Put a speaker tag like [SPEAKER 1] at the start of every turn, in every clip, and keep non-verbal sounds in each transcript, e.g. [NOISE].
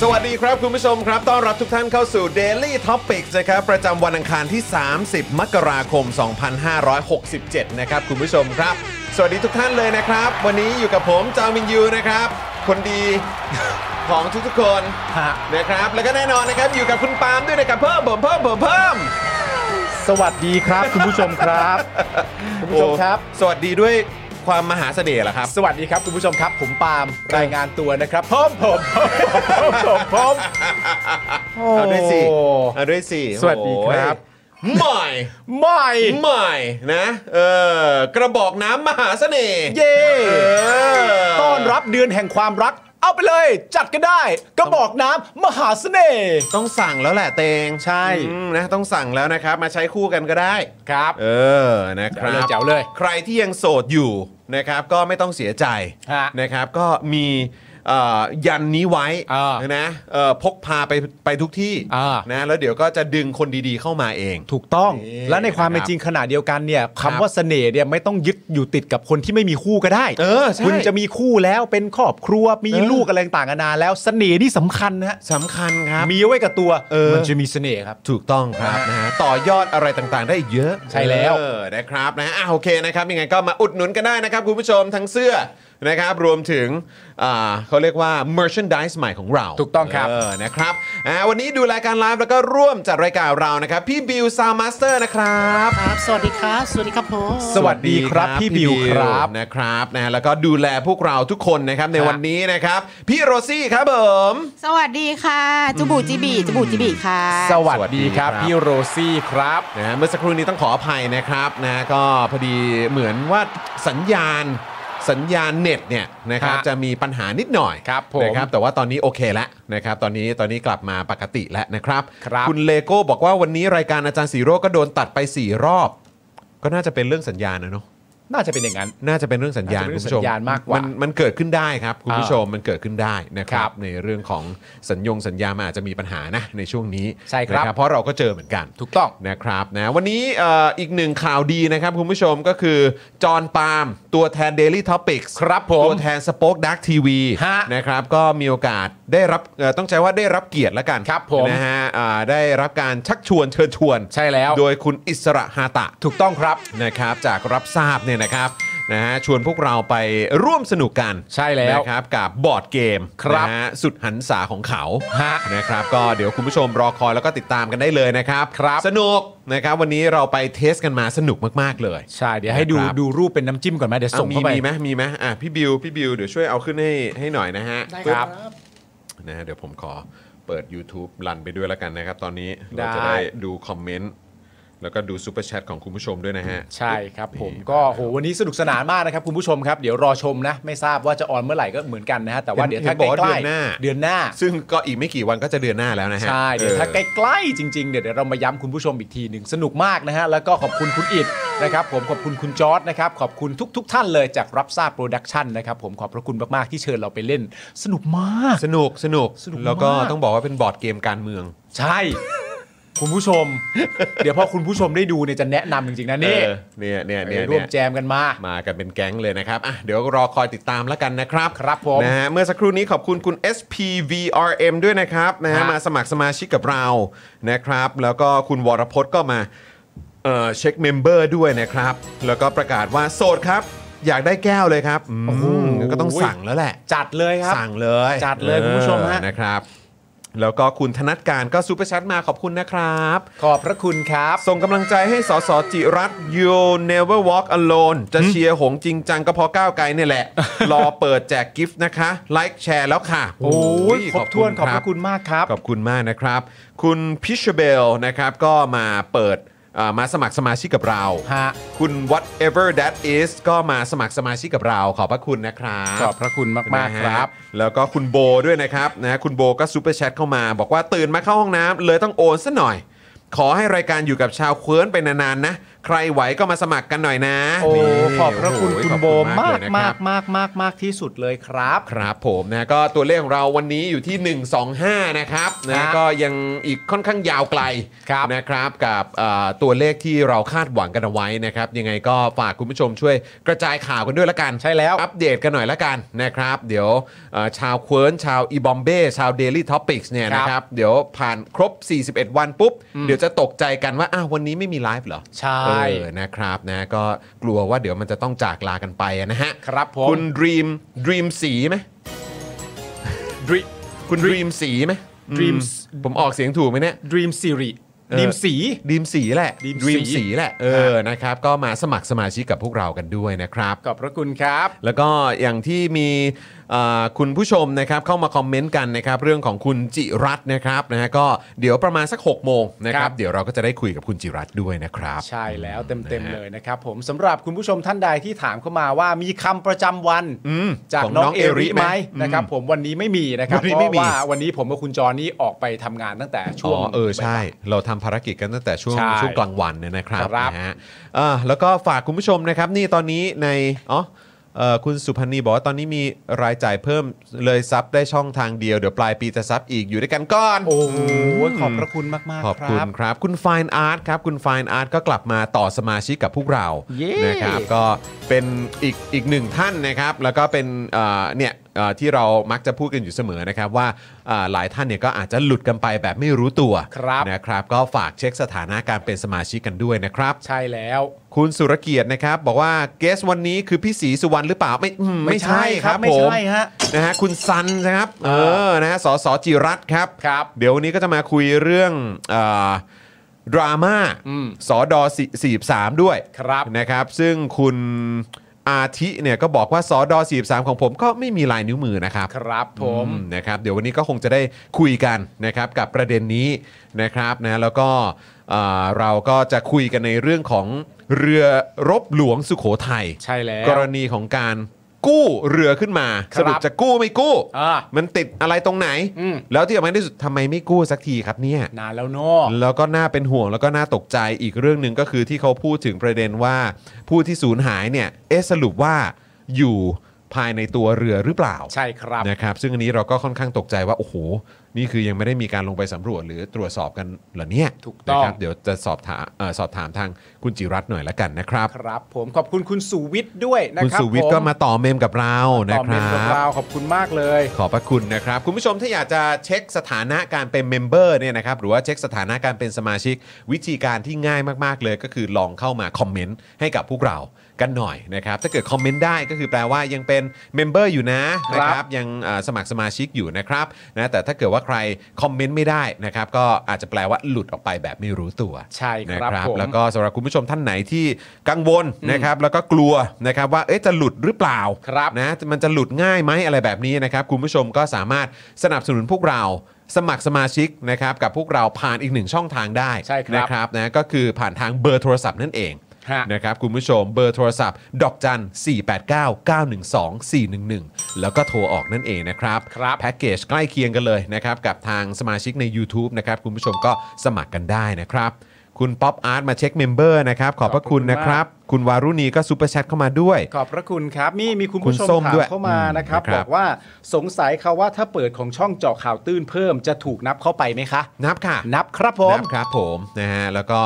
[SPEAKER 1] สวัสดีครับคุณผู้ชมครับ ต้อนรับทุกท่านเข้าสู่ Daily Topics นะครับ ประจำวันอังคารที่ 30 มกราคม 2567 นะครับ คุณผู้ชมครับ สวัสดีทุกท่านเลยนะครับ วันนี้อยู่กับผมจามินยูนะครับ คนดี [LAUGHS] ของทุกๆคน
[SPEAKER 2] ฮะ
[SPEAKER 1] นะครับ แล้วก็แน่นอนนะครับ อยู่กับคุณปาล์มด้วยนะครับเพิ่มเพิ่มเพิ่มเพิ่มเพิ่ม
[SPEAKER 2] สวัสดีครับ คุณผู้ชมครับ [LAUGHS] คุณผู้ชมครับ
[SPEAKER 1] โอ้สวัสดีด้วยความมหาเสน่ห์เหรอครับ
[SPEAKER 2] สวัสดีครับ คุณผู้ชมครับ ผมปาล์มรายงานตัวนะครับพร้อมผมพร้อมผมพร้อมผม
[SPEAKER 1] เอาด้วยสิ
[SPEAKER 2] โอ้
[SPEAKER 1] เอาด้วยสิ
[SPEAKER 2] สวัสดีครับ
[SPEAKER 1] โอ้ยใหม่
[SPEAKER 2] ไม่
[SPEAKER 1] ใหม่นะเออกระบอกน้ำมหาเสน่ห์
[SPEAKER 2] เย่
[SPEAKER 1] เออ
[SPEAKER 2] ต้อนรับเดือนแห่งความรัก เอาไปเลย จัดก็ได้ ก็บอกน้ำมหาเสน่ห์
[SPEAKER 1] ต้องสั่งแล้วแหละเตง
[SPEAKER 2] ใช่
[SPEAKER 1] อืมนะต้องสั่งแล้วนะครับ มาใช้คู่กันก็ได้
[SPEAKER 2] ครับ
[SPEAKER 1] เออนะครับ
[SPEAKER 2] แจ๋วเลยแจ๋วเลย
[SPEAKER 1] ใครที่ยังโสดอยู่นะครับก็ไม่ต้องเสียใจ
[SPEAKER 2] ฮะ
[SPEAKER 1] นะครับ ก็มีเอ่อยันนี้ไว้
[SPEAKER 2] อ่า
[SPEAKER 1] นะเอ่อพกพาไปไปทุกที่
[SPEAKER 2] อ่าน
[SPEAKER 1] นะแล้วเดี๋ยวก็จะดึงคนดีๆเข้ามาเอง
[SPEAKER 2] ถูกต้อง
[SPEAKER 1] นี่
[SPEAKER 2] และในความเป็นจริงขณะเดียวกันเนี่ย
[SPEAKER 1] ครับ
[SPEAKER 2] คำว่าเสน่ห์เนี่ยไม่ต้องยึดอยู่ติดกับคนที่ไม่มีคู่ก็ได้
[SPEAKER 1] เออใช่
[SPEAKER 2] คุณจะมีคู่แล้วเป็นครอบครัวมี
[SPEAKER 1] เออ
[SPEAKER 2] ลูกอะไรต่างๆนานาแล้วเสน่ห์ที่สำคัญนะฮะ
[SPEAKER 1] สำคัญครับ
[SPEAKER 2] มีไว้กับตัว
[SPEAKER 1] เออ
[SPEAKER 2] มันจะมีเสน่ห์ครับ
[SPEAKER 1] ถูกต้องครับนะฮะต่อยอดอะไรต่างๆ ได้อีกเยอะ
[SPEAKER 2] ใช่แล้ว
[SPEAKER 1] เออนะครับนะอ่ะโอเคนะครับยังไงก็มาอุดหนุนกันได้นะครับ คุณผู้ชมทั้งเสื้อนะครับรวมถึงอ่าเขาเรียกว่า merchandise ใหม่ของเรา
[SPEAKER 2] ถูกต้องครับ
[SPEAKER 1] เออนะครับอ่าวันนี้ดูรายการไลฟ์แล้วก็ร่วมจัดรายการเรานะครับ พี่บิวซาวมาสเตอร์นะครับ
[SPEAKER 3] ครับ สวัสดีครับ สวัสดีครับผม
[SPEAKER 2] สวัสดีครับพี่บิวครับ
[SPEAKER 1] นะครับนะแล้วก็ดูแลพวกเราทุกคนนะครับในวันนี้นะครับพี่โรซี่ครับผม
[SPEAKER 3] สวัสดีค่ะ จุบูจิบีจุบูจิบีค่ะ
[SPEAKER 2] พี่โรซี่ครับ
[SPEAKER 1] นะฮะเมื่อสักครู่นี้ต้องขออภัยนะครับนะก็พอดีเหมือนว่าสัญญาณสัญญาณเน็ตเนี่ยนะครับ
[SPEAKER 2] ฮะ
[SPEAKER 1] จะมีปัญหานิดหน่อย
[SPEAKER 2] ครับผม
[SPEAKER 1] นะครับแต่ว่าตอนนี้โอเคแล้วนะครับตอนนี้ตอนนี้กลับมาปกติแล้วนะครับ
[SPEAKER 2] ครับ
[SPEAKER 1] ณเลโก้บอกว่าวันนี้รายการอาจารย์สีโร่ก็โดนตัดไป 4 รอบ ก็น่าจะเป็นเรื่องสัญญาณนะเนาะ
[SPEAKER 2] น่าจะเป็นอย่างนั้น
[SPEAKER 1] น่าจะเป็นเรื่องสัญญาณ
[SPEAKER 2] น่า
[SPEAKER 1] คุณ
[SPEAKER 2] จะเป็นเรื่อง
[SPEAKER 1] ผู้ชม
[SPEAKER 2] สัญญาณมากกว่าน
[SPEAKER 1] มันเกิดขึ้นได้ครับคุณผู้
[SPEAKER 2] อ่า
[SPEAKER 1] ชมมันเกิดขึ้นได้นะค
[SPEAKER 2] ค
[SPEAKER 1] รั
[SPEAKER 2] รั
[SPEAKER 1] บบ ในเรื่องของสัญญงสัญญามันอาจจะมีปัญหานะในช่วงนี้
[SPEAKER 2] ใช่ครับ
[SPEAKER 1] นะเพราะเราก็เจอเหมือนกัน
[SPEAKER 2] ถูกต้อง
[SPEAKER 1] นะครับนะวันนี้เอ่ออีกหนึ่งข่าวดีนะครับ คุณผู้ชมก็คือ จอห์นปาล์มตัวแทน Daily Topics
[SPEAKER 2] ครับผม
[SPEAKER 1] ตัวแทน Spoke Dark TV
[SPEAKER 2] ฮะ
[SPEAKER 1] นะครับก็มีโอกาสได้รับเอ่อต้องใช้ว่าได้รับเกียรติแล้วกัน
[SPEAKER 2] ครับผม
[SPEAKER 1] นะฮะอ่าได้รับการชักชวนเชิญชวน
[SPEAKER 2] ใช่แล้ว
[SPEAKER 1] โดยคุณอิสระฮาตะ
[SPEAKER 2] ถูกต้องครับ
[SPEAKER 1] นะครับจากรับทราบเนี่ยนะครับนะฮะชวนพวกเราไปร่วมสนุกกัน
[SPEAKER 2] ใช่แล้ว
[SPEAKER 1] นะครับกับบอร์ดเกม
[SPEAKER 2] ครับ
[SPEAKER 1] นะฮะสุดหันษาของเขา
[SPEAKER 2] ฮะ
[SPEAKER 1] นะครับก็เดี๋ยวคุณผู้ชมรอคอยแล้วก็ติดตามกันได้เลยนะครับ
[SPEAKER 2] ครับ
[SPEAKER 1] สนุกนะครับวันนี้เราไปเทสกันมาสนุกมาก ๆ เลย
[SPEAKER 2] ใช่เดี๋ยวให้ดู
[SPEAKER 1] นะครับ
[SPEAKER 2] ดูรูปเป็นน้ำจิ้มก่อนไหมเดี๋ยวส่ง
[SPEAKER 1] อ่ะมี
[SPEAKER 2] เข้าไป
[SPEAKER 1] มีไหมมีไหมอ่ะพี่บิวพี่บิวเดี๋ยวช่วยเอาขึ้นให้ให้หน่อยนะฮะ
[SPEAKER 4] ได้
[SPEAKER 1] ปึ๊
[SPEAKER 4] ครับ
[SPEAKER 1] นะฮะเดี๋ยวผมขอเปิด YouTube รันไปด้วยแล้วกันนะครับ ตอนนี้
[SPEAKER 2] ได้
[SPEAKER 1] เราจะได้ดูคอมเมนต์ แล้วก็ดูซูเปอร์แชทของคุณผู้ชมด้วยนะฮะ
[SPEAKER 2] ใช่ครับผมก็โหวันนี้สนุกสนานมากนะครับคุณผู้ชมครับ เดี๋ยวรอชมนะ ไม่ทราบว่าจะออนเมื่อไหร่ก็เหมือนกันนะฮะแต่ว่า
[SPEAKER 1] เห็น
[SPEAKER 2] เดี๋ยวถ้า
[SPEAKER 1] เห็น
[SPEAKER 2] ใก
[SPEAKER 1] บอกว่าเดือ
[SPEAKER 2] ล้
[SPEAKER 1] นหน้า
[SPEAKER 2] เดือนหน้า
[SPEAKER 1] ซึ่งก็อีกไม่กี่วันก็จะเดือนหน้าแล้วนะฮะ
[SPEAKER 2] ใช่เดี๋ยวถ้า
[SPEAKER 1] ออ
[SPEAKER 2] ใกล้ๆจริงๆเนี่ยเดี๋ยวเรามาย้ำคุณผู้ชมอีกทีหนึ่งสนุกมากนะฮะแล้วก็ขอบคุณคุณอิดนะครับผมขอบคุณคุณจอร์ดนะครับขอบคุณทุก ๆ ท่านเลยจากรับทราบโปรดักชันนะครับผมขอบพระคุณมากๆที่เชิญเราไปเล่น สนุกมาก
[SPEAKER 1] สนุกสนุก
[SPEAKER 2] สนุก
[SPEAKER 1] แล้วก็
[SPEAKER 2] มาก
[SPEAKER 1] ต้องบอกว่าเป็นบอร์ดเกมการเมือง
[SPEAKER 2] ใช่ คุณผู้ชม เดี๋ยวพอคุณผู้ชมได้ดูเนี่ยจะแนะนำจริงๆนะนี่
[SPEAKER 1] เออเนี่ยเนี่ยเนี่ย
[SPEAKER 2] ร่วม
[SPEAKER 1] เนี่ย
[SPEAKER 2] แจมกันมา
[SPEAKER 1] มากันเป็นแก๊งเลยนะครับอ่ะเดี๋ยวรอคอยติดตามแล้วกันนะครับ
[SPEAKER 2] ครับผม
[SPEAKER 1] นะฮะเมื่อสักครู่นี้ขอบคุณคุณ SPVRM ด้วยนะครับนะฮะ
[SPEAKER 2] ฮะ
[SPEAKER 1] มาสมัครสมาชิกกับเรานะครับ แล้วก็คุณวรพจน์ก็มาเอ่อเช็คเมมเบอร์ด้วยนะครับ แล้วก็ประกาศว่าโสดครับ อยากได้แก้วเลยครับอืมก็ต้องสั่งแล้วแหละ
[SPEAKER 2] จัดเลยครับ
[SPEAKER 1] สั่งเลย
[SPEAKER 2] จัดเลยคุณผู้ชมฮะ
[SPEAKER 1] เออนะครับ แล้วก็คุณธนัทการก็ซูเปอร์แชทมาขอบคุณนะครับ
[SPEAKER 2] ขอบพระคุณครับ
[SPEAKER 1] ส่งกำลังใจให้สสจิรัตน์ you never walk alone จะเชียร์หงจริงจังก็เพอก้าวไกลเนี่ยแหละ
[SPEAKER 2] [LAUGHS]
[SPEAKER 1] รอเปิดแจกกิฟต์นะคะ ไลค์แชร์แล้วค่ะ
[SPEAKER 2] โอ้ยครบถ้วนขอบพระคุณมากครับ
[SPEAKER 1] ขอบคุณมากนะครับ คุณพิชเบลนะครับก็มาเปิดอ่ามาสมัครสมาชิกกับเรา
[SPEAKER 2] ฮะ
[SPEAKER 1] คุณ whatever that is ก็มาสมัครสมาชิกกับเรา ขอบพระคุณนะครับ
[SPEAKER 2] ขอบพระคุณมาก ๆ ครับ
[SPEAKER 1] นะฮะแล้วก็คุณโบด้วยนะครับนะคุณโบก็ซูเปอร์แชทเข้ามา บอกว่าตื่นมาเข้าห้องน้ำเลยต้องโอนซะหน่อย ขอให้รายการอยู่กับชาวเควิร์นไปนานๆนะ ใครไหวก็มาสมัครกันหน่อยนะ
[SPEAKER 2] โอ้
[SPEAKER 1] นี่
[SPEAKER 2] ขอบพระคุณ
[SPEAKER 1] โอ้โห
[SPEAKER 2] คุณ
[SPEAKER 1] ขอ
[SPEAKER 2] โบมาก
[SPEAKER 1] เลยนะค
[SPEAKER 2] มา
[SPEAKER 1] รั
[SPEAKER 2] ก
[SPEAKER 1] บ
[SPEAKER 2] มากมากมากที่สุดเลยครับ
[SPEAKER 1] ครับผมนะก็ตัวเลขของเราวันนี้อยู่ที่ 125 นะครับนะ
[SPEAKER 2] ฮะ
[SPEAKER 1] ก็ยังอีกค่อนข้างยาวไกล
[SPEAKER 2] ครับ
[SPEAKER 1] นะครับกับเอ่อตัวเลขที่เราคาดหวังกันเอาไว้นะครับ ยังไงก็ฝากคุณผู้ชมช่วยกระจายข่าวกันด้วยละกัน
[SPEAKER 2] ใช่แล้ว
[SPEAKER 1] อัปเดตกันหน่อยละกันนะครับ เดี๋ยวเอ่อชาวเควิร์นชาวอีบอมเบ้ชาวเดลี่ท็อปิกส์เนี่ยนะครับ เดี๋ยวผ่านครบ 41 วันปุ๊บ เดี๋ยวจะตกใจกันว่า อ้าว วันนี้ไม่มีไลฟ์เหรอ
[SPEAKER 2] ใช่
[SPEAKER 1] เออนะครับนะก็กลัวว่าเดี๋ยวมันจะต้องจากลากันไปอะนะฮะ
[SPEAKER 2] ครับผม
[SPEAKER 1] คุณดรีมดรีมสีไหม
[SPEAKER 2] ดรี
[SPEAKER 1] คุณดรีมสีไหม
[SPEAKER 2] Dream
[SPEAKER 1] อืมผมออกเสียงถูกไหมเนี่ย
[SPEAKER 2] Dream Siri
[SPEAKER 1] เออ
[SPEAKER 2] Dream สี
[SPEAKER 1] ดรีมสีแหละ
[SPEAKER 2] Dream สี
[SPEAKER 1] Dream สีแหละเออนะครับ ก็มาสมัครสมาชิกกับพวกเรากันด้วยนะครับ
[SPEAKER 2] ขอบพระคุณครับ
[SPEAKER 1] แล้วก็อย่างที่มีเอ่อคุณผู้ชมนะครับเข้ามาคอมเมนต์กันนะครับ เรื่องของคุณจิรัตน์นะครับนะฮะก็เดี๋ยวประมาณสัก 6 โมงนะค
[SPEAKER 2] ค
[SPEAKER 1] รั
[SPEAKER 2] รับ บ
[SPEAKER 1] เดี๋ยวเราก็จะได้คุยกับคุณจิรัตน์ด้วยนะครับ
[SPEAKER 2] ใช่แล้วเต็ม
[SPEAKER 1] นะฮะ
[SPEAKER 2] ๆ เลยนะครับผมสำหรับคุณผู้ชมท่านใดที่ถามเข้ามาว่ามีคำประจำวัน
[SPEAKER 1] อืม
[SPEAKER 2] จาก
[SPEAKER 1] ของน้อ
[SPEAKER 2] น้อง งเอริ
[SPEAKER 1] เอริไห
[SPEAKER 2] ไห
[SPEAKER 1] ม
[SPEAKER 2] มนะครับผมวันนี้ไม่มีนะครับ
[SPEAKER 1] วันนี้
[SPEAKER 2] เพ
[SPEAKER 1] ไม่
[SPEAKER 2] ราะ
[SPEAKER 1] มี
[SPEAKER 2] ว่าวันนี้ผมกับคุณจอนี่ออกไปทำงานตั้งแต่ช่วง
[SPEAKER 1] อ๋อเออใช่ เราทำภารกิจกันตั้งแต่ช่วง
[SPEAKER 2] ใช่
[SPEAKER 1] ช่วงกลางวันเนี่ยนะครับ
[SPEAKER 2] ครับ
[SPEAKER 1] นะฮะอ่าแล้วก็ฝากคุณผู้ชมนะครับ นี่ตอนนี้ในอ๋อเอ่อคุณสุพันธ์นีบอกว่าตอนนี้มีรายจ่ายเพิ่มเลยซับได้ช่องทางเดียว เดี๋ยวปลายปีจะซับอีกอยู่ด้วยกันก่อน
[SPEAKER 2] โอ้โหขอบพระคุณมาก
[SPEAKER 1] ข
[SPEAKER 2] ๆ
[SPEAKER 1] อบ
[SPEAKER 2] ค
[SPEAKER 1] คุ
[SPEAKER 2] รั
[SPEAKER 1] ณ
[SPEAKER 2] บ
[SPEAKER 1] ครับ คุณ Fine Art ครับ คุณ Fine Art ก็กลับมาต่อสมาชิกกับพวกเรา
[SPEAKER 2] เย้
[SPEAKER 1] นะครับก็เป็นอีกอีกหนึ่งท่านนะครับ แล้วก็เป็นเอ่อเนี่ยเอ่อที่เรามักจะพูดกันอยู่เสมอนะครับ ว่าเอ่อหลายท่านเนี่ยก็อาจจะหลุดกันไปแบบไม่รู้ตัว
[SPEAKER 2] ครับ
[SPEAKER 1] นะครับ ก็ฝากเช็คสถานะการเป็นสมาชิกกันด้วยนะครับ
[SPEAKER 2] ใช่แล้ว
[SPEAKER 1] คุณสุรเกียรตินะครับ บอกว่าเกสวันนี้คือพี่ศรีสุวรรณหรือเปล่าไม่อืมไม่ใช่ครับ
[SPEAKER 2] ไม่
[SPEAKER 1] ผม
[SPEAKER 2] ใช่ฮะ
[SPEAKER 1] นะฮะคุณซันนะครับเออนะฮะสสจิรัตน์ครับ
[SPEAKER 2] ครับ
[SPEAKER 1] เดี๋ยววันนี้ก็จะมาคุยเรื่องเอ่อดราม่า
[SPEAKER 2] อืม
[SPEAKER 1] สอดอสี่สามด้วย
[SPEAKER 2] ครับ
[SPEAKER 1] นะครับ ซึ่งคุณอาทิเนี่ยก็บอกว่าสอดอสี่สามของผมก็ไม่มีลายนิ้วมือนะครับ
[SPEAKER 2] ครับผม
[SPEAKER 1] อืนะครับ เดี๋ยววันนี้ก็คงจะได้คุยกันนะครับกับประเด็นนี้นะครับนะแล้วก็เอ่อเราก็จะคุยกันในเรื่องของเรือรบหลวงสุโขทัย
[SPEAKER 2] ใช่แล้ว
[SPEAKER 1] กรณีของการกู้เรือขึ้นมา
[SPEAKER 2] ครั
[SPEAKER 1] ส
[SPEAKER 2] บ
[SPEAKER 1] รุปจะกู้ไม่กู้
[SPEAKER 2] อ่า
[SPEAKER 1] มันติดอะไรตรงไหน
[SPEAKER 2] อืม
[SPEAKER 1] แล้วที่ออกมาที่สุดทำไมไม่กู้สักทีครับเนี่ย
[SPEAKER 2] นานแล้วเนาะ
[SPEAKER 1] แล้วก็น่าเป็นห่วงแล้วก็น่าตกใจอีกเรื่องหนึ่งก็คือที่เขาพูดถึงประเด็นว่า ผู้ที่สูญหายเนี่ยเอะสรุปว่าอยู่ภายในตัวเรือหรือเปล่า
[SPEAKER 2] ใช่ครับ
[SPEAKER 1] นะครับ ซึ่งอันนี้เราก็ค่อนข้างตกใจว่าโอ้โหนี่คือยังไม่ได้มีการลงไปสำรวจหรือตรวจสอบกันเหรอเนี่ย
[SPEAKER 2] ถูกต้อง
[SPEAKER 1] นะครับเดี๋ยวจะสอบถามเอ่อสอบถามทางคุณจิรัตน์หน่อยละกันนะครับ
[SPEAKER 2] ครับผมขอบคุณคุณสุวิทย์ด้วยนะ
[SPEAKER 1] คุณ
[SPEAKER 2] ครับ
[SPEAKER 1] สุวิทย์
[SPEAKER 2] ผ
[SPEAKER 1] ก็มาต่อเมมกับเรานะ
[SPEAKER 2] ต่อ
[SPEAKER 1] ค
[SPEAKER 2] เม
[SPEAKER 1] รั
[SPEAKER 2] มกับบ เราขอบคุณมากเลย
[SPEAKER 1] ขอบพระคุณนะครับ คุณผู้ชมถ้าอยากจะเช็คสถานะการเป็นเมมเบอร์เนี่ยนะครับหรือว่าเช็คสถานะการเป็นสมาชิก วิธีการที่ง่ายมากๆเลย ก็คือลองเข้ามาคอมเมนต์ให้กับพวกเรากันหน่อยนะครับ ถ้าเกิดคอมเมนต์ได้ก็คือแปลว่ายังเป็นเมมเบอร์อยู่นะนะค
[SPEAKER 2] ครั
[SPEAKER 1] รับบ ยังเอ่อสมัครสมาชิกอยู่นะครับนะแต่ถ้าเกิดว่าใครคอมเมนต์ไม่ได้นะครับก็อาจจะแปลว่าหลุดออกไปแบบไม่รู้ตัว
[SPEAKER 2] ใช่
[SPEAKER 1] นะค
[SPEAKER 2] ค
[SPEAKER 1] รั
[SPEAKER 2] รับบ ผม
[SPEAKER 1] แล้วก็สำหรับคุณผู้ชมท่านไหนที่กังวลนะครับแล้วก็กลัวนะครับว่าเอ๊ะจะหลุดหรือเปล่า
[SPEAKER 2] ครับ
[SPEAKER 1] นะมันจะหลุดง่ายไหมอะไรแบบนี้นะครับ คุณผู้ชมก็สามารถสนับสนุนพวกเรา สมัครสมาชิกนะครับกับพวกเราผ่านอีกหนึ่งช่องทางได้
[SPEAKER 2] ใช่ครับ
[SPEAKER 1] นะครับนะก็คือผ่านทางเบอร์โทรศัพท์นั่นเอง
[SPEAKER 2] ฮะ
[SPEAKER 1] นะครับคุณผู้ชมเบอร์โทรศัพท์ ดอกจัน 489 912 411 แล้วก็โทรออกนั่นเองนะครับ
[SPEAKER 2] ครับ
[SPEAKER 1] แพ็กเกจใกล้เคียงกันเลยนะครับ กับทางสมาชิกใน YouTube นะครับ คุณผู้ชมก็สมัครกันได้นะครับ คุณป๊อปอาร์ตมาเช็คเมมเบอร์นะครับ ขอบพระคุณนะครับ คุณวารุณีก็ซูเปอร์แชทเข้ามาด้วย
[SPEAKER 2] ขอบพระคุณครับมีมีคุณ
[SPEAKER 1] คุ
[SPEAKER 2] ผู้
[SPEAKER 1] ณ
[SPEAKER 2] ชม
[SPEAKER 1] ส้ม
[SPEAKER 2] ถา
[SPEAKER 1] ด้
[SPEAKER 2] ม
[SPEAKER 1] วย
[SPEAKER 2] เข้ามา
[SPEAKER 1] อืม
[SPEAKER 2] นะครับ
[SPEAKER 1] ครับ
[SPEAKER 2] บอกว่าสงสัยค่ะว่าถ้าเปิดของช่องเจาะข่าวตื้นเพิ่มจะถูกนับเข้าไปไหมคะ
[SPEAKER 1] นับค่ะ
[SPEAKER 2] นับครับผม
[SPEAKER 1] นะครับครับผมนะฮะแล้วก็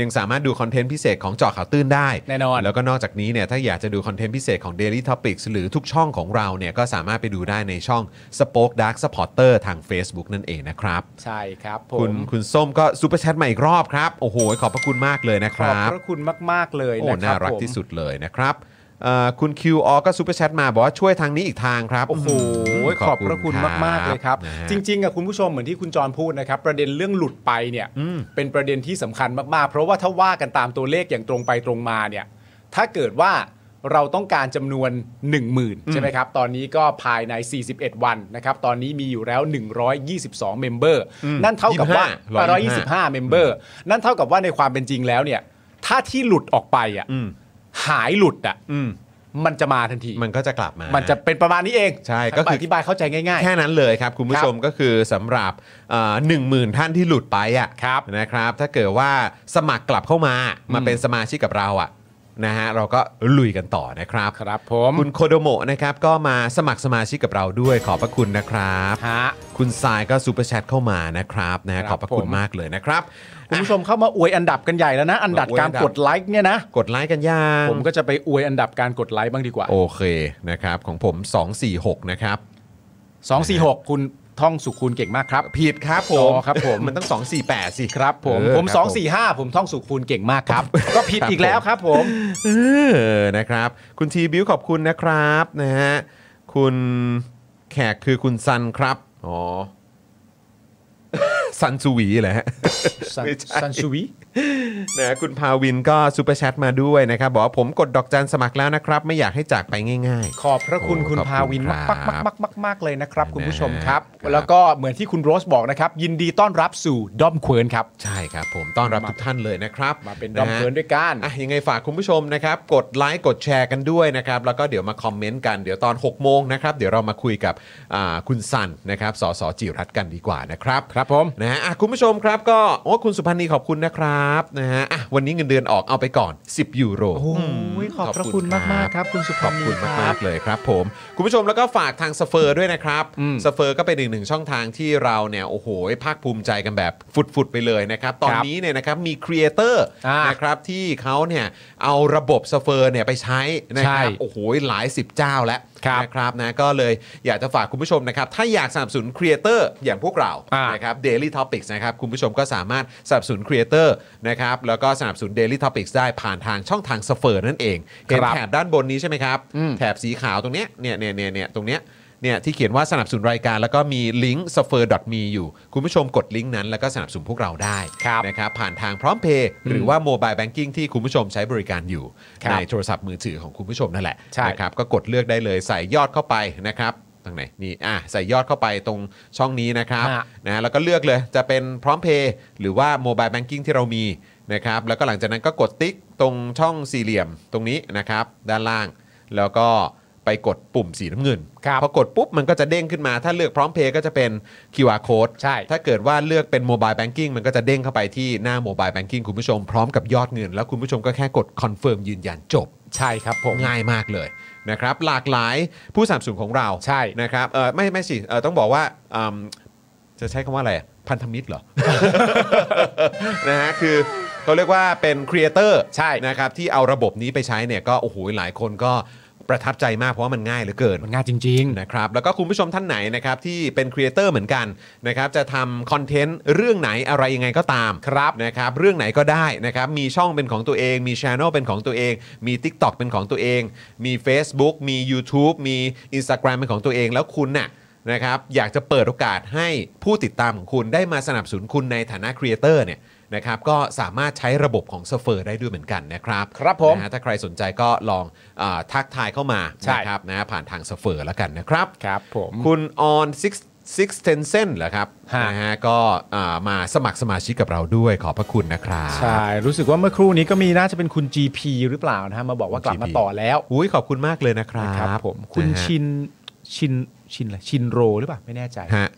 [SPEAKER 1] ยังสามารถดูคอนเทนต์พิเศษของเจอข่าวตื้นได้
[SPEAKER 2] แน่นอน
[SPEAKER 1] แล้วก็นอกจากนี้เนี่ยถ้าอยากจะดูคอนเทนต์พิเศษของ Daily Topics หรือทุกช่องของเราเนี่ยก็สามารถไปดูได้ในช่อง Spoke Dark Supporter ทาง Facebook นั่นเองนะครับ
[SPEAKER 2] ใช่ครับผ
[SPEAKER 1] คุณ
[SPEAKER 2] ม
[SPEAKER 1] คุณส้มก็ซูเปอร์แชทมาอีกรอบครับ โอ้โห ขอบพระคุณมากเลยนะค
[SPEAKER 2] ขอบ
[SPEAKER 1] รับ
[SPEAKER 2] พระคุณมาก ๆ เลย
[SPEAKER 1] โอ้
[SPEAKER 2] นะครับ
[SPEAKER 1] น่ารัก
[SPEAKER 2] ผม
[SPEAKER 1] ที่สุดเลยนะครับเอ่อคุณ QR ก็ซูเปอร์แชทมาบอกว่าช่วยทางนี้อีกทางครับ
[SPEAKER 2] โอ้โห
[SPEAKER 1] ม
[SPEAKER 2] ขอบพระคุณมาก ๆ เลยครับ
[SPEAKER 1] นะฮะ
[SPEAKER 2] จริง ๆอะคุณผู้ชมเหมือนที่คุณจรพูดนะครับ ประเด็นเรื่องหลุดไปเนี่ยเป็นประเด็นที่สำคัญมาก ๆ เพราะว่าถ้าว่ากันตามตัวเลขอย่างตรงไปตรงมาเนี่ย ถ้าเกิดว่าเราต้องการจำนวน 1 0,000 ใช่ไหมครับ ตอนนี้ก็ภายใน 41 วันนะครับ ตอนนี้มีอยู่แล้ว 122 เมมเบอร์ นั่นเท่ากับว่า
[SPEAKER 1] 25
[SPEAKER 2] 125 เมมเบอร์ นั่นเท่ากับว่าในความเป็นจริงแล้วเนี่ย ถ้าที่หลุดออกไปอ่ะ
[SPEAKER 1] อืม
[SPEAKER 2] หายหลุดอ่ะ
[SPEAKER 1] อืม
[SPEAKER 2] มันจะมาทันที
[SPEAKER 1] มันก็จะกลับมามั
[SPEAKER 2] มันจะเป็นประมาณนี้เอง
[SPEAKER 1] ใช่ก็คือ
[SPEAKER 2] อธิบายเข้าใจง่าย
[SPEAKER 1] แค่นั้นเลยครับ คุณผู้ชมก็คือสำหรับหนึ่งหมื่นท่านที่หลุดไปอ่ะ
[SPEAKER 2] ครับ
[SPEAKER 1] นะครับถ้าเกิดว่าสมัครกลับเข้ามามาเป็นสมาชิกกับเราอ่ะนะฮะเราก็ลุยกันต่อนะครับ
[SPEAKER 2] ๆ ครับผม
[SPEAKER 1] คุณโคโดโมะนะครับก็มาสมัครสมาชิกกับเราด้วยขอบพระคุณนะครับ
[SPEAKER 2] ฮะ
[SPEAKER 1] คุณทรายก็ซูเปอร์แชทเข้ามานะครับนะฮะ
[SPEAKER 2] ค
[SPEAKER 1] ข
[SPEAKER 2] รับ
[SPEAKER 1] อบพระคุณ
[SPEAKER 2] ผม
[SPEAKER 1] มากเลยนะครับ
[SPEAKER 2] คุณผู้ชมเข้ามาอวยอันดับกันใหญ่แล้วนะ อันดับ
[SPEAKER 1] มาอวย
[SPEAKER 2] กา
[SPEAKER 1] อั
[SPEAKER 2] ร
[SPEAKER 1] นดับ
[SPEAKER 2] กดไลค์เนี่ยนะ
[SPEAKER 1] กดไลค์กันยัง
[SPEAKER 2] ผมก็จะไปอวยอันดับการกดไลค์บ้างดีกว่า
[SPEAKER 1] โอเคนะครับของผม 246 นะครับ
[SPEAKER 2] 246 คุณท่องสุขคุณเก่งมากครับ
[SPEAKER 1] ผิดครับผ
[SPEAKER 2] อ๋
[SPEAKER 1] ม
[SPEAKER 2] อครับผม
[SPEAKER 1] มันต้อง 248 สิ
[SPEAKER 2] ครับผม
[SPEAKER 1] เออ
[SPEAKER 2] ผม
[SPEAKER 1] ครับ
[SPEAKER 2] 245 ผมท่องสุขคุณเก่งมากครับ ก็ผิดอีกแล้วครับผม
[SPEAKER 1] เออนะครับ คุณทีบิวขอบคุณนะครับนะฮะคุณแขกคือคุณซันครับ อ๋ [LAUGHS] อ ซันซูวีแหละฮะ
[SPEAKER 2] ซัน
[SPEAKER 1] ไม่ใช่
[SPEAKER 2] ซันชูวิ
[SPEAKER 1] นะคุณพาวินก็ซูเปอร์แชทมาด้วยนะครับ บอกว่าผมกดดอกจันสมัครแล้วนะครับ ไม่อยากให้จากไปง่าย
[SPEAKER 2] ขอบพระคุณ
[SPEAKER 1] โอ้
[SPEAKER 2] คุณ
[SPEAKER 1] ขอบคุณ
[SPEAKER 2] พาวิน
[SPEAKER 1] ครั
[SPEAKER 2] มา
[SPEAKER 1] บ
[SPEAKER 2] กมากมากมากๆๆๆเลยนะครับ คุณผู้ชมครับ
[SPEAKER 1] ครับ
[SPEAKER 2] แล้วก็เหมือนที่คุณโรสบอกนะครับ ยินดีต้อนรับสู่ด้อมเควิร์นครับ
[SPEAKER 1] ๆ ใช่ครับผมต้อนรับทุกท่านเลยนะครับ
[SPEAKER 2] มาเป็นด้อม
[SPEAKER 1] ะฮะ
[SPEAKER 2] เควิร์นด้วยกัน
[SPEAKER 1] อ่ะยังไงฝากคุณผู้ชมนะครับ กดไลค์กดแชร์กันด้วยนะครับ แล้วก็เดี๋ยวมาคอมเมนต์กันเดี๋ยวตอน 6 โมงนะครับ เดี๋ยวเรามาคุยกับอ่าคุณสันนะครับสสจิรัตน์กันดีกว่านะครับ
[SPEAKER 2] ครับผม
[SPEAKER 1] นะฮะอ่ะคุณผู้ชมครับก็โอ้คุณสุพันธ์นีขอบคุณนะครับนะฮะอ่ะวันนี้เงินเดือนออกเอาไปก่อน 10 ยูโร
[SPEAKER 2] โอ้ยขอบพระคุณมากมากๆครับ คุณสุ
[SPEAKER 1] ขอ
[SPEAKER 2] ภา
[SPEAKER 1] บ
[SPEAKER 2] พ
[SPEAKER 1] คุณ
[SPEAKER 2] ค
[SPEAKER 1] มาก
[SPEAKER 2] รับ
[SPEAKER 1] ๆเลยครับผมคุณผู้ชมแล้วก็ฝากทางสเฟอร์ด้วยนะครับ
[SPEAKER 2] อืม
[SPEAKER 1] สเฟอร์ก็เป็นอีกหนึ่งช่องทางที่เราเนี่ยโอ้โหภาคภูมิใจกันแบบฟุดๆไปเลยนะครับ ตอน
[SPEAKER 2] ครับ
[SPEAKER 1] นี้เนี่ยนะครับมีครีเอเตอร์
[SPEAKER 2] อ่าน
[SPEAKER 1] นะครับที่เขาเนี่ยเอาระบบสเฟอร์เนี่ยไปใช้นะครับ
[SPEAKER 2] ใช่
[SPEAKER 1] โอ้โหหลายสิบเจ้าแล้ว
[SPEAKER 2] ครับ
[SPEAKER 1] นะครับนะก็เลยอยากจะฝากคุณผู้ชมนะครับ ถ้าอยากสนับสนุนครีเอเตอร์อย่างพวกเรา
[SPEAKER 2] อ่า
[SPEAKER 1] นะครับ นะครับ Daily Topics นะครับ คุณผู้ชมก็สามารถสนับสนุนครีเอเตอร์นะครับ แล้วก็สนับสนุน Daily Topics ได้ผ่านทางช่องทางสเฟอร์นั่นเองเห็นแถบด้านบนนี้ใช่ไหมครับ แถบสีขาวตรงเนี้ยเนี่ยเนี่ยเนี่ยเนี่ยตรงเนี้ยเนี่ยที่เขียนว่าสนับสนุนรายการ แล้วก็มีลิงก์ s f e r m e อยู่ คุณผู้ชมกดลิงก์นั้นแล้วก็สนับสนุนพวกเราได้
[SPEAKER 2] ครับ
[SPEAKER 1] นะครับผ่านทางพร้อมเพย์หรือว่าโมบายแบงกิ้งที่คุณผู้ชมใช้บริการอยู่
[SPEAKER 2] ครับ
[SPEAKER 1] ในโทรศัพท์มือถือของคุณผู้ชมนั่นแหละ
[SPEAKER 2] ใช่
[SPEAKER 1] นะครับก็กดเลือกได้เลยใส่ยอดเข้าไปนะครับตรงไหนนี่อ่ะใส่ยอดเข้าไปตรงช่องนี้นะครับ
[SPEAKER 2] ฮะ
[SPEAKER 1] นะแล้วก็เลือกเลยจะเป็นพร้อมเพย์หรือว่าโมบายแบงกิ้งที่เรามีนะครับแล้วก็หลังจากนั้นก็กดติ๊กตรงช่องสี่เหลี่ยมตรงนี้นะครับด้านล่าง แล้วก็ไปกดปุ่มสีน้ำเงิน
[SPEAKER 2] ครับ
[SPEAKER 1] พอกดปุ๊บมันก็จะเด้งขึ้นมา ถ้าเลือกพร้อมเพย์ก็จะเป็น QR code
[SPEAKER 2] ใช่
[SPEAKER 1] ถ้าเกิดว่าเลือกเป็นโมบายแบงกิ้งมันก็จะเด้งเข้าไปที่หน้าโมบายแบงกิ้งคุณผู้ชมพร้อมกับยอดเงิน แล้วคุณผู้ชมก็แค่กดคอนเฟิร์มยืนยันจบ
[SPEAKER 2] ใช่ครับผม
[SPEAKER 1] ง่ายมากเลยนะครับหลากหลายผู้สนับสนุนของเรา
[SPEAKER 2] ใช่
[SPEAKER 1] นะครับเออไม่ไม่สิเออต้องบอกว่าอืมจะใช้คำว่าอะไรอะพันธมิตรเหรอ [LAUGHS] นะฮะคือเขาเรียกว่าเป็นครีเอเตอร์
[SPEAKER 2] ใช่
[SPEAKER 1] นะครับที่เอาระบบนี้ไปใช้เนี่ยก็โอ้โหหลายคนก็ประทับใจมากเพราะว่ามันง่ายเหลือเกิน
[SPEAKER 2] มันง่ายจริง
[SPEAKER 1] นะครับแล้วก็คุณผู้ชมท่านไหนนะครับที่เป็นครีเอเตอร์เหมือนกันนะครับจะทำคอนเทนต์เรื่องไหนอะไรยังไงก็ตามครับนะครับเรื่องไหนก็ได้นะครับมีช่องเป็นของตัวเอง มีช ANNEL เป็นของตัวเอง มี TikTok เป็นของตัวเอง มี Facebook มี YouTube มี Instagram เป็นของตัวเองแล้วคุณน่ะนะครับอยากจะเปิดโอกาสให้ผู้ติดตามของคุณได้มาสนับสนุนคุณในฐานะครีเอเตอร์เนี่ยนะครับก็สามารถใช้ระบบของเซฟเฟอร์ได้ด้วยเหมือนกันนะครับ
[SPEAKER 2] ครับผม
[SPEAKER 1] นะฮะถ้าใครสนใจก็ลองอาทักทายเข้ามานะครับ นะครับนะผ่านทางสเฟอร์แล้วกันนะครับ
[SPEAKER 2] ๆ ครับผม
[SPEAKER 1] คุณออนซิก ซิกเทนเซนเหรอครับ
[SPEAKER 2] ฮะ
[SPEAKER 1] นะฮะก็อ่ามาสมัครสมาชิกกับเราด้วยขอบพระคุณนะครับ
[SPEAKER 2] ใช่ รู้สึกว่าเมื่อครู่นี้ก็มีน่าจะเป็นคุณ GP หรือเปล่านะฮะมาบอกว่ากลับมา
[SPEAKER 1] GP
[SPEAKER 2] ต่อแล้ว
[SPEAKER 1] อุ้ยขอบคุณมากเลยนะครับ
[SPEAKER 2] นะครับผมคุณ
[SPEAKER 1] นะฮะ
[SPEAKER 2] ชินชินชินอะไรชินโรหรือเปล่าไม่แน่ใจ
[SPEAKER 1] ฮะ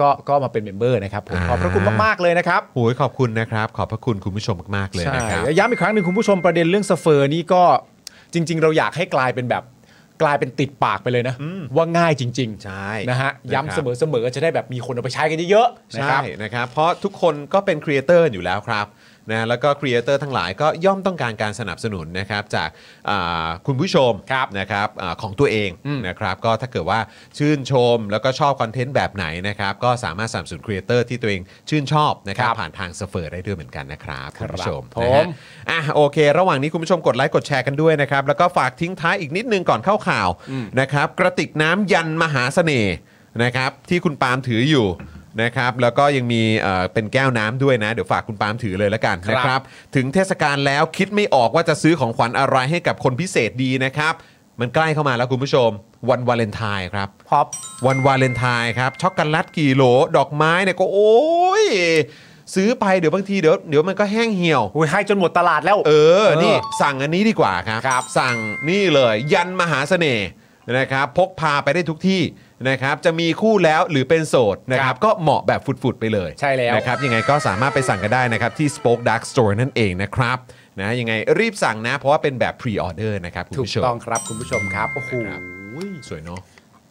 [SPEAKER 2] ก็ก็มาเป็นเมมเบอร์นะครับผม
[SPEAKER 1] อ่า
[SPEAKER 2] ขอบพระคุณมาก ๆ เลยนะครับ
[SPEAKER 1] โอ้ยขอบคุณนะครับ ขอบพระคุณคุณผู้ชมมากๆเลย
[SPEAKER 2] ใช่
[SPEAKER 1] นะครับ
[SPEAKER 2] ย้ำอีกครั้งหนึ่งคุณผู้ชมประเด็นเรื่องสเฟอร์นี่ก็จริง ๆ เราอยากให้กลายเป็นแบบกลายเป็นติดปากไปเลยนะ ว่าง่ายจริงๆ
[SPEAKER 1] ใช่
[SPEAKER 2] นะฮะ
[SPEAKER 1] นะครับ
[SPEAKER 2] ย้ำเสมอๆจะได้แบบมีคนเอาไปใช้กันเยอะๆนะค
[SPEAKER 1] ใช่
[SPEAKER 2] รับ
[SPEAKER 1] นะครับ เพราะทุกคนก็เป็นครีเอเตอร์อยู่แล้วครับนะแล้วก็ครีเอเตอร์ทั้งหลายก็ย่อมต้องการการสนับสนุนนะครับจากอ่าคุณผู้ชมนะครับอาของตัวเองนะครับก็ถ้าเกิดว่าชื่นชมแล้วก็ชอบคอนเทนต์แบบไหนนะครับก็สามารถสนับสนุนครีเอเตอร์ที่ตัวเองชื่นชอบนะครับ
[SPEAKER 2] ครับ
[SPEAKER 1] ผ่านทางสเฟอร์ได้ด้วยเหมือนกันนะครับ
[SPEAKER 2] ครั
[SPEAKER 1] คุณ
[SPEAKER 2] บ
[SPEAKER 1] ผู้ชม
[SPEAKER 2] ผม
[SPEAKER 1] นะฮะ อ่ะโอเค ระหว่างนี้คุณผู้ชมกดไลค์กดแชร์กันด้วยนะครับ แล้วก็ฝากทิ้งท้ายอีกนิดนึงก่อนเข้าข่าวนะครับ กระติกน้ำยันมหาเสน่ห์นะครับ ที่คุณปาล์มถืออยู่นะครับ แล้วก็ยังมีเอ่อเป็นแก้วน้ำด้วยนะ เดี๋ยวฝากคุณปาล์มถือเลยละกัน
[SPEAKER 2] ครับ
[SPEAKER 1] นะครับ ถึงเทศกาลแล้วคิดไม่ออกว่าจะซื้อของขวัญอะไรให้กับคนพิเศษดีนะครับ มันใกล้เข้ามาแล้วคุณผู้ชม วันวาเลนไทน์ครับ
[SPEAKER 2] พอบ
[SPEAKER 1] วันวาเลนไทน์ครับช็อกโกแลตกี่โหลดอกไม้เนี่ยก็โอ้ยซื้อไปเดี๋ยวบางทีเดี๋ยวเดี๋ยวมันก็แห้งเหี่ยว
[SPEAKER 2] อุ้ยให้จนหมดตลาดแล้ว
[SPEAKER 1] เออ
[SPEAKER 2] เออ
[SPEAKER 1] นี่ สั่งอันนี้ดีกว่าครับ
[SPEAKER 2] ครับ
[SPEAKER 1] สั่งนี่เลยยันมหาเสน่ห์นะครับ พกพาไปได้ทุกที่นะครับ จะมีคู่แล้วหรือเป็นโสดนะค
[SPEAKER 2] ค
[SPEAKER 1] รั
[SPEAKER 2] รับ บ
[SPEAKER 1] ก็เหมาะแบบฟุดๆไปเลย
[SPEAKER 2] ใช่แล้ว
[SPEAKER 1] นะครับ ยังไงก็สามารถไปสั่งกันได้นะครับ ที่ Spoke Dark Store นั่นเองนะครับนะยังไงรีบสั่งนะ เพราะว่าเป็นแบบพรีออเดอร์นะครับคุณ
[SPEAKER 2] ถูก
[SPEAKER 1] ผู้ชม
[SPEAKER 2] ต้องครับคุณผู้ชมครับโอ้โห
[SPEAKER 1] นะครับสวยเนาะ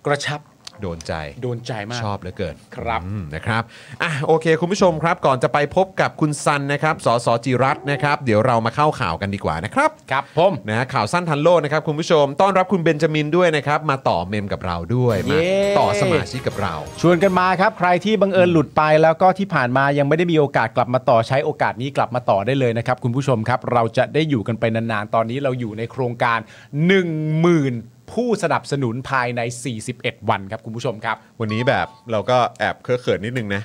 [SPEAKER 2] กระชับ
[SPEAKER 1] โดนใจ
[SPEAKER 2] โดนใจมาก
[SPEAKER 1] ชอบเหลือเกิน
[SPEAKER 2] ครับ
[SPEAKER 1] อืมนะครับอ่ะโอเค คุณผู้ชมครับ ก่อนจะไปพบกับคุณซันนะครับสสจิรัตน์นะครับ เดี๋ยวเรามาเข้าข่าวกันดีกว่านะครับ
[SPEAKER 2] ครับผม
[SPEAKER 1] นะข่าวสั้นทันโลกนะครับ คุณผู้ชมต้อนรับคุณเบนจามินด้วยนะครับ มาต่อเมมกับเราด้วยมา
[SPEAKER 2] เย้
[SPEAKER 1] ต่อสมาชิกกับเรา
[SPEAKER 2] ชวนกันมาครับ ใครที่บังเอิญหลุดไปแล้วก็ที่ผ่านมายังไม่ได้มีโอกาสกลับมาต่อใช้โอกาสนี้กลับมาต่อได้เลยนะครับ คุณผู้ชมครับ เราจะได้อยู่กันไปนานๆ ตอนนี้เราอยู่ในโครงการ 10,000 ผู้สนับสนุนภายใน 41 วันครับคุณผู้ชมครับ
[SPEAKER 1] วันนี้แบบเราก็แอบเคอะเขินนิดนึงนะ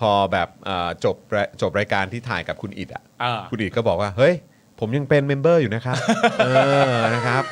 [SPEAKER 1] พอแบบเอ่อจบรายจบรายการที่ถ่ายกับคุณอิดอ่ะ
[SPEAKER 2] อ่า
[SPEAKER 1] คุณอิดก็บอกว่า เฮ้ย ผมยังเป็นเมมเบอร์อยู่นะครับ [LAUGHS] เออนะครับ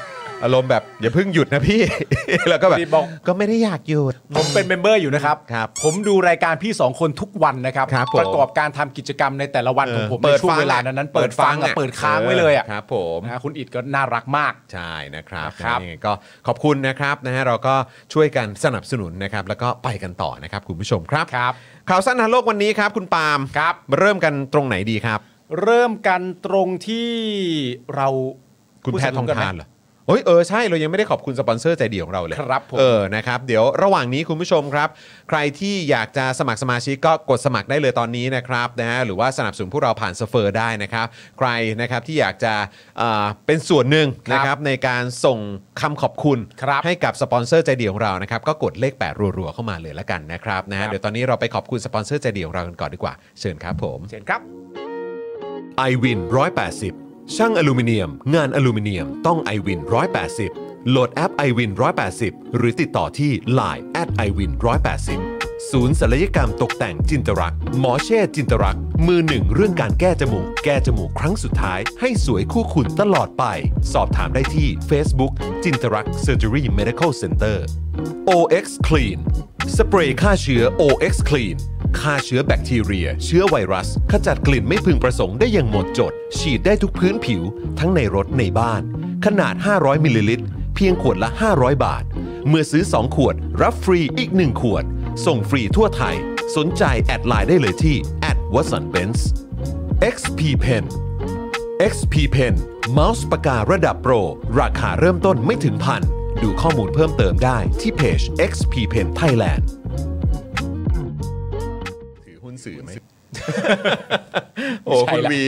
[SPEAKER 1] อารมณ์แบบอย่าเพิ่งหยุดนะพี่ [LAUGHS] แล้วก็แบบ
[SPEAKER 2] พี่บอก
[SPEAKER 1] ก็ไม่ได้อยากหยุด
[SPEAKER 2] ผมเป็นเมมเบอร์อยู่นะครับ
[SPEAKER 1] ครับ
[SPEAKER 2] ผมดูรายการพี่ 2 คนทุกวันนะครับ
[SPEAKER 1] ครับผม
[SPEAKER 2] ประกอบการทำกิจกรรมในแต่ละวันของผมในช่วงเวลานั้นๆเปิดฟังอะเปิดค้างไว้เลยอ่ะ
[SPEAKER 1] ครับผม
[SPEAKER 2] นะคุณอิดก็น่ารักมาก
[SPEAKER 1] ใช่นะครับ
[SPEAKER 2] ครับ
[SPEAKER 1] ยังไงก็ขอบคุณนะครับนะฮะเราก็ช่วยกันสนับสนุนนะครับ แล้วก็ไปกันต่อนะครับคุณผู้ชมครับ
[SPEAKER 2] ครับ
[SPEAKER 1] ข่าวสั้นทันโลกวันนี้ครับ คุณปาล์ม
[SPEAKER 2] ครับ
[SPEAKER 1] เริ่มกันตรงไหนดีครับ
[SPEAKER 2] เริ่มกันตรงที่เรา
[SPEAKER 1] คุณแพทย์ทองทาน
[SPEAKER 2] พูดสรุปกัไหม
[SPEAKER 1] เหรอเอ้ยเออใช่เรายังไม่ได้ขอบคุณสปอนเซอร์ใจดีของเราเลย
[SPEAKER 2] ครับผม
[SPEAKER 1] เออนะครับเดี๋ยวระหว่างนี้คุณผู้ชมครับ ใครที่อยากจะสมัครสมาชิกก็กดสมัครได้เลยตอนนี้นะครับนะฮะหรือว่าสนับสนุนพวกเราผ่านสเฟอร์ได้นะครับ ใครนะครับที่อยากจะเอ่อเป็นส่วนหนึ่ง
[SPEAKER 2] ครับ
[SPEAKER 1] นะครับในการส่งคำขอบคุณ
[SPEAKER 2] ครับ
[SPEAKER 1] ให้กับสปอนเซอร์ใจดีของเรานะครับก็กดเลข 8 รัวๆเข้ามาเลยละกันนะครับนะ
[SPEAKER 2] ครั
[SPEAKER 1] ฮะ
[SPEAKER 2] บ
[SPEAKER 1] เดี๋ยวตอนนี้เราไปขอบคุณสปอนเซอร์ใจดีของเรากันก่อนดีกว่าเชิญครับผม
[SPEAKER 2] เชิญครับ
[SPEAKER 1] i w วิน180 ช่างอลูมิเนียม งานอลูมิเนียมต้อง i w วิน180 โหลดแอป i w วิน180 หรือติดต่อที่ Line at i w วิน180 ศูนย์ศัลยกรรมตกแต่งจินตรัก หมอเช่จินตรัก มือหนึ่งเรื่องการแก้จมูก แก้จมูกครั้งสุดท้าย ให้สวยคู่คุณตลอดไป สอบถามได้ที่ Facebook จินตรัก Surgery Medical Center OX Clean สเปรย์ฆ่าเชื้อ OX Clean ฆ่าเชื้อแบคทีเรีย เชื้อไวรัส ขจัดกลิ่นไม่พึงประสงค์ได้อย่างหมดจด ฉีดได้ทุกพื้นผิว ทั้งในรถในบ้าน ขนาด 500มิลลิลิตร เพียงขวดละ 500 บาท เมื่อซื้อ 2 ขวด รับฟรีอีก 1 ขวด ส่งฟรีทั่วไทย สนใจแอดไลน์ได้เลยที่ w a t s o n b e n z XP Pen XP Pen เมาส์ปากการะดับโปร ราคาเริ่มต้นไม่ถึงพัน ดูข้อมูลเพิ่มเติมได้ที่เพจ XP Pen Thailand ถือหุ้นสื่อไหม โอ้
[SPEAKER 2] ใช่
[SPEAKER 1] คุณ
[SPEAKER 2] ละ
[SPEAKER 1] วี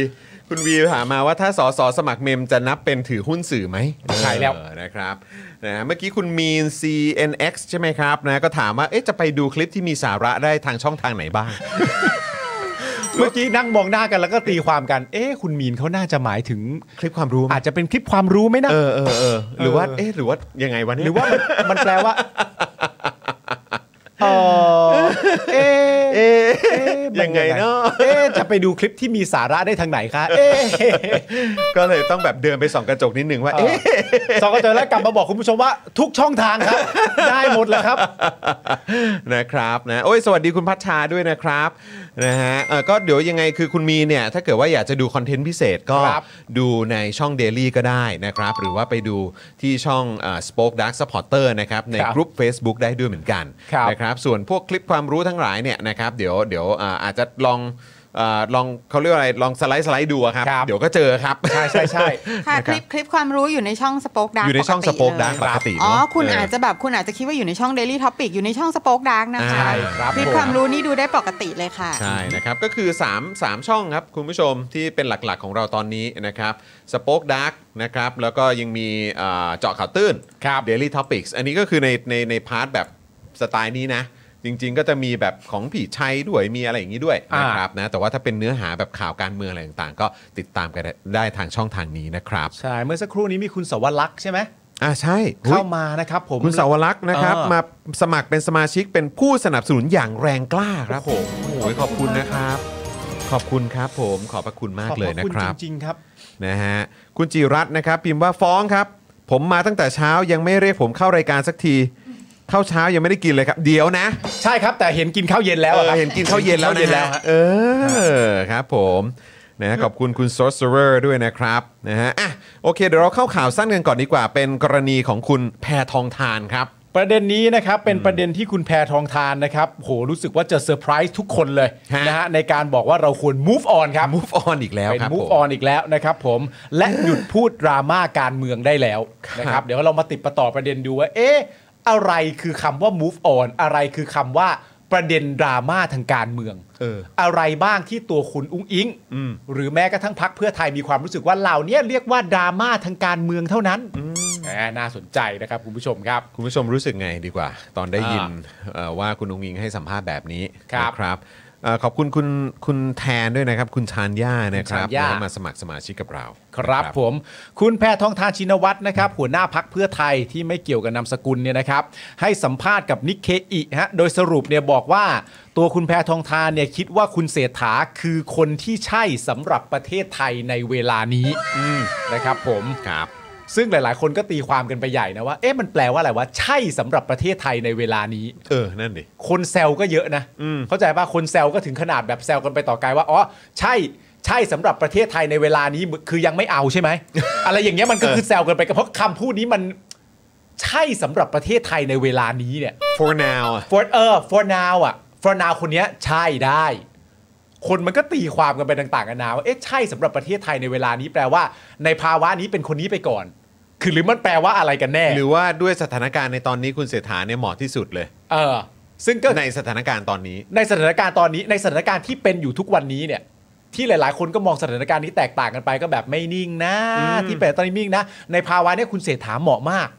[SPEAKER 1] คุณวีถามมาว่าถ้าสสสมัครเมมจะนับเป็นถือหุ้นสื่อไหม
[SPEAKER 2] ใช่แล้ว
[SPEAKER 1] เออนะครับนะเมื่อกี้คุณมีน CNX ใช่ไหมครับนะก็ถามว่าเอ๊ะจะไปดูคลิปที่มีสาระได้ทางช่องทางไหนบ้าง
[SPEAKER 2] เมื่อกี้นั่งมองหน้ากันแล้วก็ตีความกัน เอ๊ะคุณมีนเขาน่าจะหมายถึง
[SPEAKER 1] คลิปความรู้ไหม
[SPEAKER 2] อาจจะเป็นคลิปความรู้ไหมนะ
[SPEAKER 1] เออเออเออหรือว่าเอ๊ะหรือว่ายังไงวะเนี่ย
[SPEAKER 2] [LAUGHS] หรือว่ามันมันแปลว่า เออเอ๊ะ
[SPEAKER 1] เอ๊ะ
[SPEAKER 2] เอ๊ะมั
[SPEAKER 1] ยังไงเนาะ
[SPEAKER 2] เอ๊จะไปดูคลิปที่มีสาระได้ทางไหนคะเอ๊ะ
[SPEAKER 1] ก็เลยต้องแบบเดินไปส่องกระจกนิดนึงว่าเอ๊ะ
[SPEAKER 2] สองก็จะแล้วกลับมาบอกคุณผู้ชมว่าทุกช่องทางครับ ได้หมดแล้วครับ
[SPEAKER 1] นะครับนะโอ้ยสวัสดีคุณพัชชาด้วยนะครับนะฮะเออก็เดี๋ยวยังไงคือคุณมีเนี่ยถ้าเกิดว่าอยากจะดูคอนเทนต์พิเศษก็
[SPEAKER 2] ครับ
[SPEAKER 1] ดูในช่อง Daily ก็ได้นะครับ หรือว่าไปดูที่ช่องเอ่อ Spoke Dark Supporter นะครับใน
[SPEAKER 2] ครับ
[SPEAKER 1] กลุ่ม Facebook ได้ด้วยเหมือนกัน
[SPEAKER 2] ครับ
[SPEAKER 1] นะครับส่วนพวกคลิปความรู้ทั้งหลายเนี่ยนะครับเดี๋ยวเดี๋ยวเอ่ออาจจะลองเอ่อลองเขาเรียกว่าอะไรลองสไลด์สไลด์ดูอะครับ
[SPEAKER 2] ครับ
[SPEAKER 1] เดี๋ยวก็เจอครับ
[SPEAKER 2] ใช่ใช่ใช่
[SPEAKER 3] ค่ะ
[SPEAKER 1] นะค
[SPEAKER 3] ครับ ลิปคลิปความรู้อยู่ในช่องสป็อกดัก
[SPEAKER 1] อยู่ในช่อง Spoke Dark ปกติเนอะ
[SPEAKER 3] อ๋อคุณ
[SPEAKER 1] เอออ
[SPEAKER 3] อาจจะแบบคุณอาจจะคิดว่าอยู่ในช่อง Daily Topic อยู่ในช่องสป็อกดักนะคะ
[SPEAKER 1] ใช่ครับ
[SPEAKER 3] คลิป
[SPEAKER 2] ผม
[SPEAKER 3] ความรู้นี่ดูได้ปกติเลยค่ะ
[SPEAKER 1] ใช่นะครับ ก็คือ 3 3 ช่องครับ คุณผู้ชมที่เป็นหลักๆของเราตอนนี้นะครับสป็อคดักนะครับ แล้วก็ยังมีเอ่อเจาะข่าวตื้น Daily Topics อันนี้ก็คือในในในพาร์ทแบบสไตล์นี้นะ จริงๆ ก็จะมีแบบของผีชัยด้วยมีอะไรอย่างนี้ด้วย
[SPEAKER 2] อ่าน
[SPEAKER 1] นะครับนะแต่ว่าถ้าเป็นเนื้อหาแบบข่าวการเมืองอะไรต่างๆ ก็ติดตามกันได้ทางช่องทางนี้นะครับ
[SPEAKER 2] ใช่เมื่อสักครู่นี้มีคุณสวรักษ์ใช่ไหม
[SPEAKER 1] อ่าใช่
[SPEAKER 2] เข้ามานะครับผม
[SPEAKER 1] คุณสาวรักษ์นะครับ
[SPEAKER 2] เออ
[SPEAKER 1] มาสมัครเป็นสมาชิกเป็นผู้สนับสนุนอย่างแรงกล้าครับผมโอ้โหขอบคุณนะครับ ขอบคุณครับผมขอบพระคุณมาก
[SPEAKER 2] ขอบพ
[SPEAKER 1] เลย
[SPEAKER 2] ระ
[SPEAKER 1] นะ
[SPEAKER 2] คุณ
[SPEAKER 1] ค
[SPEAKER 2] จ
[SPEAKER 1] รับ
[SPEAKER 2] ริงๆครับ
[SPEAKER 1] นะฮะคุณจิรัตน์นะครับพิมพ์ว่าฟ้องครับ ผมมาตั้งแต่เช้ายังไม่เรียกผมเข้ารายการสักที เข้าเช้ายังไม่ได้กินเลยครับ เดี๋ยวนะ
[SPEAKER 2] ใช่ครับแต่เห็นกินข้าวเย็นแล้ว
[SPEAKER 1] เอ
[SPEAKER 2] อะค
[SPEAKER 1] อ
[SPEAKER 2] รับ
[SPEAKER 1] เห็นกินข้าวเย็นแล้วนะฮะ
[SPEAKER 2] ฮะ
[SPEAKER 1] เออครับผมนะขอบคุณคุณ sorcerer ด้วยนะครับนะฮะอ่ะโอเค เดี๋ยวเราเข้าข่าวสั้นกันก่อนดีกว่า เป็นกรณีของคุณแพทองทานครับ
[SPEAKER 2] ประเด็นนี้นะครับเป็นประเด็นที่คุณแพทองทานนะครับโหรู้สึกว่าจะเซอร์ไพรส์ทุกคนเลย
[SPEAKER 1] ฮะ
[SPEAKER 2] นะฮะในการบอกว่าเราควร move on ครับ
[SPEAKER 1] move on อีกแล้ว
[SPEAKER 2] เป็น
[SPEAKER 1] ครับผม
[SPEAKER 2] move on อีกแล้วนะครับผม
[SPEAKER 1] [LAUGHS]
[SPEAKER 2] และหยุดพูดดราม่าการเมืองได้แล้วนะค
[SPEAKER 1] ครั
[SPEAKER 2] รับบ เดี๋ยวเรามาติดประต่อประเด็นดูว่า เอ๊ะอะไรคือคำว่า move on อะไรคือคำว่าประเด็นดราม่าทางการเมือง
[SPEAKER 1] เออ
[SPEAKER 2] อะไรบ้างที่ตัวคุณอุ้งอิง
[SPEAKER 1] อืม
[SPEAKER 2] หรือแม้กระทั่งพักเพื่อไทยมีความรู้สึกว่าเหล่าเนี้ยเรียกว่าดราม่าทางการเมืองเท่านั้นแหมน่าสนใจนะครับคุณผู้ชมครับ
[SPEAKER 1] คุณผู้ชมรู้สึกไงดีกว่า ตอนได้ยิน
[SPEAKER 2] อ่า
[SPEAKER 1] เอ่อว่าคุณอุงอิงให้สัมภาษณ์แบบนี้
[SPEAKER 2] ครับ
[SPEAKER 1] นะครับเอ่อขอบคุณคุณคุณแทนด้วยนะครับ คุณชานย่านะครับ
[SPEAKER 2] คุณชานย่า
[SPEAKER 1] นะมาสมัครสมาชิกกับเรา
[SPEAKER 2] ครับ
[SPEAKER 1] นะ
[SPEAKER 2] ผมคุณแพทองทานชินวัตรนะครับ หัวหน้าพักเพื่อไทยที่ไม่เกี่ยวกับนามสกุลเนี่ยนะครับ ให้สัมภาษณ์กับนิกเคอิฮะโดยสรุปเนี่ยบอกว่า ตัวคุณแพทองทานเนี่ยคิดว่าคุณเศรษฐาคือคนที่ใช่สำหรับประเทศไทยในเวลานี้นะครับผม
[SPEAKER 1] ครับ
[SPEAKER 2] ซึ่งหลาย ๆ คนก็ตีความกันไปใหญ่นะว่าเอ๊ะมันแปลว่าอะไรว่าใช่สำหรับประเทศไทยในเวลานี้
[SPEAKER 1] เออ นั่นดิ
[SPEAKER 2] คนแซวก็เยอะนะ
[SPEAKER 1] อืม
[SPEAKER 2] เข้าใจป่ะ คนแซวก็ถึงขนาดแบบแซวกันไปต่อไกลว่า อ๋อ ใช่ ใช่สำหรับประเทศไทยในเวลานี้คือยังไม่เอาใช่
[SPEAKER 1] [LAUGHS]
[SPEAKER 2] ไหม อะไรอย่างเงี้ยมันก็คือแซวกันไปกันเพราะคำพูดนี้มันใช่สำหรับประเทศไทยในเวลานี้เนี่ย
[SPEAKER 1] for now อะ
[SPEAKER 2] for เออ for now อ่ะ for now คนเนี้ยใช่ได้ คนมันก็ตีความกันไปต่างๆกันานาว่าเอ๊ะใช่สำหรับประเทศไทยในเวลานี้แปลว่า ในภาวะนี้เป็นคนนี้ไปก่อน คือหรือมันแปลว่าอะไรกันแน่
[SPEAKER 1] หรือว่าด้วยสถานการณ์ในตอนนี้คุณเศรษฐาเนี่ยเหมาะที่สุดเลย
[SPEAKER 2] เออ ซึ่งก็
[SPEAKER 1] ในสถานการณ์ตอนนี้
[SPEAKER 2] ในสถานการณ์ตอนนี้ในสถานการณ์ที่เป็นอยู่ทุกวันนี้เนี่ย ที่หลาย ๆ คนก็มองสถานการณ์นี้แตกต่างกันไปก็แบบไม่นิ่งนะ ที่เป็นตอนนี้ไม่นิ่งนะ ในภาวะเนี้ยคุณเศรษฐาเหมาะมาก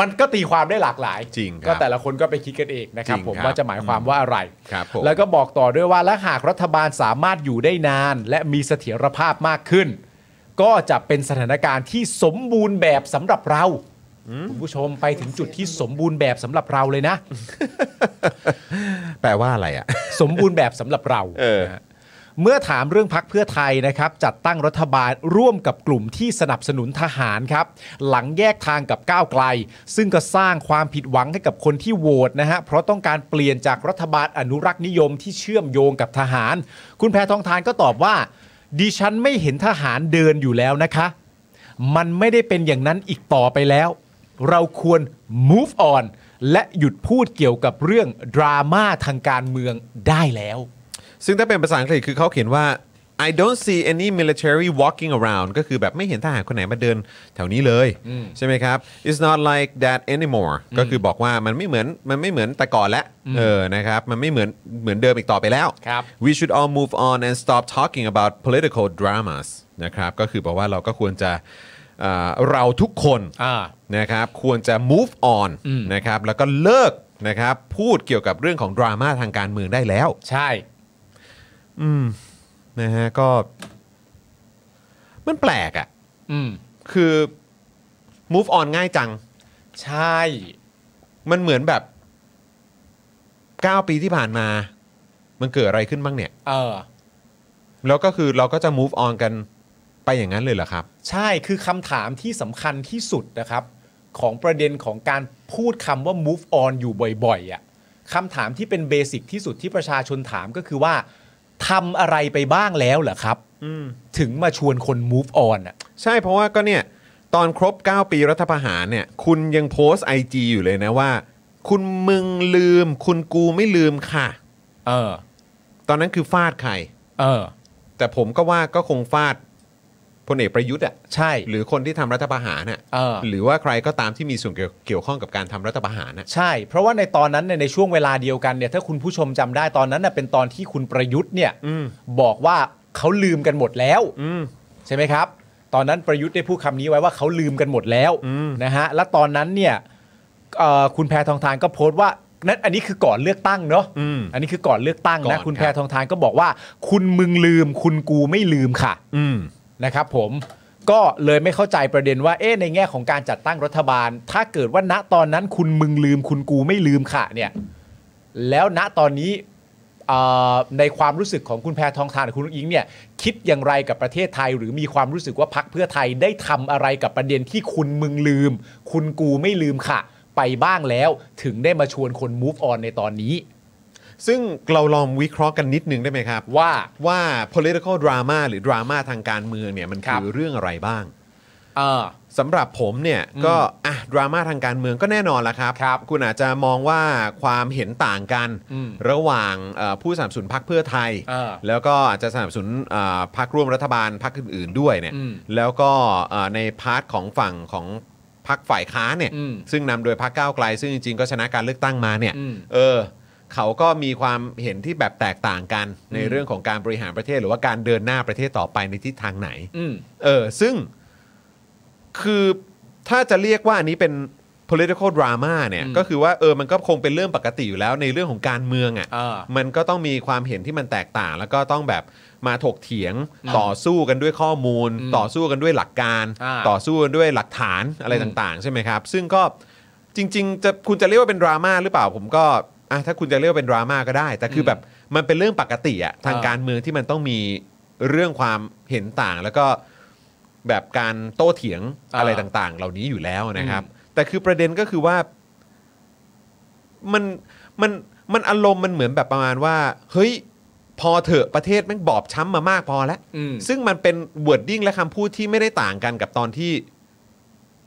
[SPEAKER 2] มันก็ตีความได้หลากหลาย
[SPEAKER 1] จริงครับ
[SPEAKER 2] ก็แต่ละคนก็ไปคิดกันเองนะครับ
[SPEAKER 1] จริง
[SPEAKER 2] ผม
[SPEAKER 1] ครับ
[SPEAKER 2] ว่าจะหมายความว่าอะไร
[SPEAKER 1] ครับผม
[SPEAKER 2] แล้วก็บอกต่อด้วยว่าและหากรัฐบาลสามารถอยู่ได้นาน และมีเสถียรภาพมากขึ้น ก็จะเป็นสถานการณ์ที่สมบูรณ์แบบสำหรับเราคุณผู้ชมไปถึงจุดที่สมบูรณ์แบบสำหรับเราเลยนะ
[SPEAKER 1] แปลว่าอะไรอ่ะ
[SPEAKER 2] สมบูรณ์แบบสำหรับเรา
[SPEAKER 1] เออ
[SPEAKER 2] นะฮะเมื่อถามเรื่องพักเพื่อไทยนะครับ จัดตั้งรัฐบาลร่วมกับกลุ่มที่สนับสนุนทหารครับ หลังแยกทางกับก้าวไกล ซึ่งก็สร้างความผิดหวังให้กับคนที่โหวตนะฮะเพราะต้องการเปลี่ยนจากรัฐบาลอนุรักษ์นิยมที่เชื่อมโยงกับทหาร คุณแพทองทานก็ตอบว่า ดิฉันไม่เห็นทหารเดินอยู่แล้วนะคะ มันไม่ได้เป็นอย่างนั้นอีกต่อไปแล้ว เราควร move on และหยุดพูดเกี่ยวกับเรื่องดราม่าทางการเมืองได้แล้ว
[SPEAKER 1] ซึ่งถ้าเป็นภาษาอังกฤษคือเขาเขียนว่า I don't see any military walking around ก็คือแบบไม่เห็นทหารคนไหนมาเดินแถวนี้เลย ใช่ไหมครับ It's not like that anymore ก็คือบอกว่ามันไม่เหมือนมันไม่เหมือนแต่ก่อนแล้วเออนะครับมันไม่เหมือนเหมือนเดิมอีกต่อไปแล้ว
[SPEAKER 2] ครับ
[SPEAKER 1] We should all move on and stop talking about political dramas นะครับก็คือบอกว่าเราก็ควรจะเอ่อเราทุกคน
[SPEAKER 2] อ่า
[SPEAKER 1] นะครับควรจะ move on
[SPEAKER 2] อืม
[SPEAKER 1] นะครับแล้วก็เลิกนะครับพูดเกี่ยวกับเรื่องของดราม่าทางการเมืองได้แล้ว
[SPEAKER 2] ใช่
[SPEAKER 1] อืมนะฮะก็มันแปลกอะ่ะ
[SPEAKER 2] อืม
[SPEAKER 1] คือ move on ง่ายจัง
[SPEAKER 2] ใช่
[SPEAKER 1] มันเหมือนแบบ 9 ปีที่ผ่านมา มันเกิดอะไรขึ้นบ้างเนี่ย
[SPEAKER 2] เออ
[SPEAKER 1] แล้วก็คือเราก็จะ move on กันไปอย่างนั้นเลยเหรอครับ
[SPEAKER 2] ใช่คือคำถามที่สำคัญที่สุดนะครับ ของประเด็นของการพูดคำว่า move on อยู่บ่อยๆอ่ะคำถามที่เป็นเบสิกที่สุดที่ประชาชนถามก็คือว่าทำอะไรไปบ้างแล้วเหรอครับ ถึงมาชวนคน move on อ่ะ
[SPEAKER 1] ใช่เพราะว่าก็เนี่ย ตอนครบ 9 ปีรัฐประหารเนี่ย คุณยังโพสต์ IG อยู่เลยนะว่า คุณมึงลืม คุณกูไม่ลืมค่ะ
[SPEAKER 2] เออ
[SPEAKER 1] ตอนนั้นคือฟาดใคร
[SPEAKER 2] เออ
[SPEAKER 1] แต่ผมก็ว่าก็คงฟาดพลเอกประยุทธ์อ่ะ
[SPEAKER 2] ใช่
[SPEAKER 1] หรือคนที่ทำรัฐประหารน่ะ
[SPEAKER 2] เออ
[SPEAKER 1] หรือว่าใครก็ตามที่มีส่วนเกี่ยวเกี่ยวข้องกับการทำรัฐประหารน่ะ
[SPEAKER 2] ใช่ เพราะว่าในตอนนั้นเนี่ยในช่วงเวลาเดียวกันเนี่ยถ้าคุณผู้ชมจำได้ตอนนั้นน่ะเป็นตอนที่คุณประยุทธ์เนี่ย
[SPEAKER 1] อืม
[SPEAKER 2] บอกว่าเขาลืมกันหมดแล้ว
[SPEAKER 1] อืม
[SPEAKER 2] ใช่ไหมครับ ตอนนั้นประยุทธ์ได้พูดคำนี้ไว้ว่าเขาลืมกันหมดแล้ว
[SPEAKER 1] อืม
[SPEAKER 2] นะฮะ และตอนนั้นเนี่ยเอ่อคุณแพทองทานก็โพสต์ว่านั่นอันนี้คือก่อนเลือกตั้งเนาะ
[SPEAKER 1] อืม
[SPEAKER 2] อันนี้คือก่อนเลือกตั้ง
[SPEAKER 1] ก่อนครั
[SPEAKER 2] นะ
[SPEAKER 1] บ
[SPEAKER 2] คุณแพทองทานก็บอกว่า คุณมึงลืม คุณกูไม่ลืมค่ะ
[SPEAKER 1] อืม
[SPEAKER 2] นะครับผมก็เลยไม่เข้าใจประเด็นว่าเอ๊ะในแง่ของการจัดตั้งรัฐบาล ถ้าเกิดว่าณตอนนั้นคุณมึงลืมคุณกูไม่ลืมค่ะเนี่ยแล้วณตอนนี้เอ่อในความรู้สึกของคุณแพทองทานกับคุณลุงอิงเนี่ยคิดอย่างไรกับประเทศไทย หรือมีความรู้สึกว่าพักเพื่อไทยได้ทำอะไรกับประเด็นที่คุณมึงลืม คุณกูไม่ลืมค่ะ ไปบ้างแล้วถึงได้มาชวนคน move on ในตอนนี้
[SPEAKER 1] ซึ่งเราลองวิเคราะห์กันนิดนึงได้ไหมครับ
[SPEAKER 2] ว่า
[SPEAKER 1] ว่า political drama หรือ drama ทางการเมืองเนี่ยมัน
[SPEAKER 2] ค
[SPEAKER 1] คื
[SPEAKER 2] รับ
[SPEAKER 1] อเรื่องอะไรบ้าง
[SPEAKER 2] เออ
[SPEAKER 1] สำหรับผมเนี่ยก็อ่ะดราม่าทางการเมืองก็แน่นอนละครับ
[SPEAKER 2] ครับ
[SPEAKER 1] คุณอาจจะมองว่าความเห็นต่างกัน
[SPEAKER 2] อืม
[SPEAKER 1] ระหว่างเอ่อผู้สนับสนุนพักเพื่อไทย
[SPEAKER 2] เออ
[SPEAKER 1] แล้วก็อาจจะสนับสนุนเอ่อพักร่วมรัฐบาลพักอื่น ๆ ด้วยเนี่ย
[SPEAKER 2] อืม
[SPEAKER 1] แล้วก็เอ่อในพาร์ทของฝั่งของพักฝ่ายค้านเนี่ย
[SPEAKER 2] อืม
[SPEAKER 1] ซึ่งนำโดยพักก้าวไกล ซึ่งจริง ๆ ก็ชนะการเลือกตั้งมาเนี่ย
[SPEAKER 2] อืม
[SPEAKER 1] เออเขาก็มีความเห็นที่แบบแตกต่างกันในเรื่องของการบริหารประเทศ หรือว่าการเดินหน้าประเทศต่อไปในทิศทางไหน
[SPEAKER 2] อืม
[SPEAKER 1] เออซึ่งคือถ้าจะเรียกว่าอันนี้เป็น political drama เนี่ย
[SPEAKER 2] อืม
[SPEAKER 1] ก็คือว่าเออมันก็คงเป็นเรื่องปกติอยู่แล้วในเรื่องของการเมือง
[SPEAKER 2] อ่า
[SPEAKER 1] อะ่ะมันก็ต้องมีความเห็นที่มันแตกต่าง แล้วก็ต้องแบบมาถกเถียงต่อสู้กันด้วยข้อมูล
[SPEAKER 2] อืม
[SPEAKER 1] ต่อสู้กันด้วยหลักการ
[SPEAKER 2] อ่า
[SPEAKER 1] ต่อสู้กันด้วยหลักฐานอะไร
[SPEAKER 2] อืม
[SPEAKER 1] ต่างๆ ใช่ไหมครับ ซึ่งก็จริง ๆ จะคุณจะเรียกว่าเป็นดราม่าหรือเปล่าผมก็อ่ะถ้าคุณจะเรียกว่าเป็นดราม่าก็ได้ แต่คือแบบมันเป็นเรื่องปกติอะทางการเมืองที่มันต้องมีเรื่องความเห็นต่างแล้วก็ แบบการโต้เถียง
[SPEAKER 2] อ่า
[SPEAKER 1] อะไรต่างๆ เหล่านี้อยู่แล้วนะครับ
[SPEAKER 2] อื
[SPEAKER 1] แต่คือประเด็นก็คือว่ามันมันมันอารมณ์มันเหมือนแบบประมาณว่า เฮ้ย พอเถอะประเทศแม่งบอบช้ำมามากพอแล้ว
[SPEAKER 2] อืม
[SPEAKER 1] ซึ่งมันเป็นวอร์ดดิ้งและคำพูดที่ไม่ได้ต่างกันกับตอนที่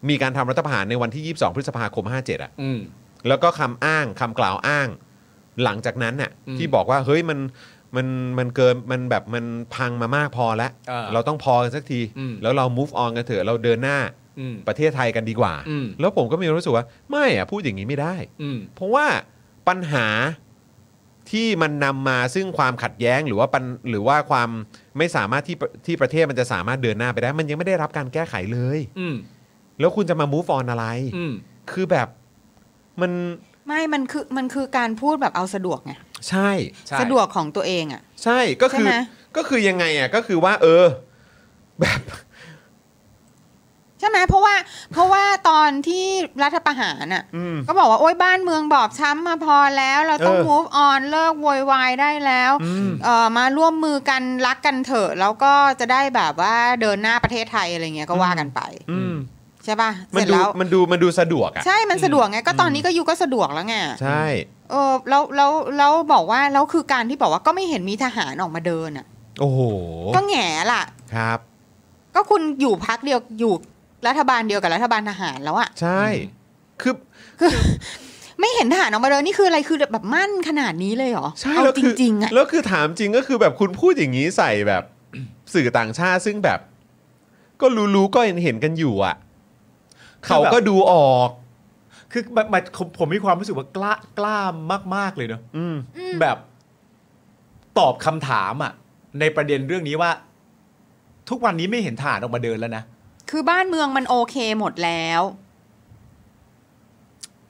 [SPEAKER 1] มีการทำรัฐประหารในวันที่ 22 พฤษภาคม 57 อ่ะ
[SPEAKER 2] อืม
[SPEAKER 1] แล้วก็คำอ้างคำกล่าวอ้าง หลังจากนั้นน่ะ
[SPEAKER 2] อืม
[SPEAKER 1] ที่บอกว่าเฮ้ยมันมันมันเกินมันแบบมันพังมามากพอแล้ว
[SPEAKER 2] อ่า
[SPEAKER 1] เราต้องพอกันสักที
[SPEAKER 2] อืม
[SPEAKER 1] แล้วเรา move on กันเถอะเราเดินหน้า
[SPEAKER 2] อืม
[SPEAKER 1] ประเทศไทยกันดีกว่า
[SPEAKER 2] อืม
[SPEAKER 1] แล้วผมก็มีความรู้สึกว่า ไม่อะพูดอย่างนี้ไม่ได้
[SPEAKER 2] อืม
[SPEAKER 1] เพราะว่าปัญหาที่มันนำมาซึ่งความขัดแย้งหรือว่าปัญหรือว่าความไม่สามารถที่ที่ประเทศมันจะสามารถเดินหน้าไปได้ มันยังไม่ได้รับการแก้ไขเลย
[SPEAKER 2] อืม
[SPEAKER 1] แล้วคุณจะมา move on อะไร
[SPEAKER 2] อืม
[SPEAKER 1] คือแบบมัน
[SPEAKER 3] ไม่มันคือมันคือการพูดแบบเอาสะดวกไง
[SPEAKER 1] ใช่
[SPEAKER 2] ใช่
[SPEAKER 3] สะดวกของตัวเองอ่ะ
[SPEAKER 1] ใช่ก็คือ
[SPEAKER 3] ใช่ไหม
[SPEAKER 1] ก็คือยังไงอ่ะก็คือว่า เออ แบบ
[SPEAKER 3] ใช่ไหมเพราะว่าเพราะว่าตอนที่รัฐประหารอ่ะ
[SPEAKER 1] อืม
[SPEAKER 3] ก็บอกว่า โอ๊ยบ้านเมืองบอบช้ำมาพอแล้ว เราต้อง
[SPEAKER 1] เออ
[SPEAKER 3] move on เลิกโวยวายได้แล้ว
[SPEAKER 1] อืม
[SPEAKER 3] เอ่อมาร่วมมือกันรักกันเถอะ แล้วก็จะได้แบบว่าเดินหน้าประเทศไทยอะไรเงี้ยก็ว่ากันไป
[SPEAKER 1] อืม
[SPEAKER 3] ใช่ป่ะ
[SPEAKER 1] มั
[SPEAKER 3] เส
[SPEAKER 1] น
[SPEAKER 3] ร็จ
[SPEAKER 1] ดู
[SPEAKER 3] แล้ว
[SPEAKER 1] มันดูมันดูสะดวกอ่ะ
[SPEAKER 3] ใช่มันสะดวกไงก็ตอนนี้ก็อยู่ก็สะดวกแล้วไง
[SPEAKER 1] ใช่
[SPEAKER 3] เออแล้วแล้วแล้วบอกว่าแล้วคือการที่บอกว่าก็ไม่เห็นมีทหารออกมาเดินอ่ะ
[SPEAKER 1] โอ้โห
[SPEAKER 3] ก็แหง่ล่ะ
[SPEAKER 1] ครับ
[SPEAKER 3] ก็คุณอยู่พักเดียวอยู่รัฐบาลเดียวกับรัฐบาลทหารแล้วอะ
[SPEAKER 1] ใช่ คือ
[SPEAKER 3] ไม่เห็นทหารออกมาเดินนี่คืออะไรคือแบบมั่นขนาดนี้เลยเหรอ
[SPEAKER 1] ใช่
[SPEAKER 3] เอา
[SPEAKER 1] แล้ว
[SPEAKER 3] จ
[SPEAKER 1] คือ
[SPEAKER 3] ริงๆอะ
[SPEAKER 1] แล้วคือถามจริงก็คือแบบคุณพูดอย่างนี้ใส่แบบ [CLEARS THROAT] สื่อต่างชาติซึ่งแบบ ก็รู้ๆก็เห็นๆกันอยู่อ่ะ เขาก็ดูออก
[SPEAKER 2] คือมันมันผมผมมีความรู้สึกว่ากล้ากล้ามาก ๆ เลยเนอะ
[SPEAKER 1] อืม
[SPEAKER 2] แบบตอบคำถามอะในประเด็นเรื่องนี้ว่า ทุกวันนี้ไม่เห็นฐานออกมาเดินแล้วนะ
[SPEAKER 3] คือบ้านเมืองมันโอเคหมดแล้ว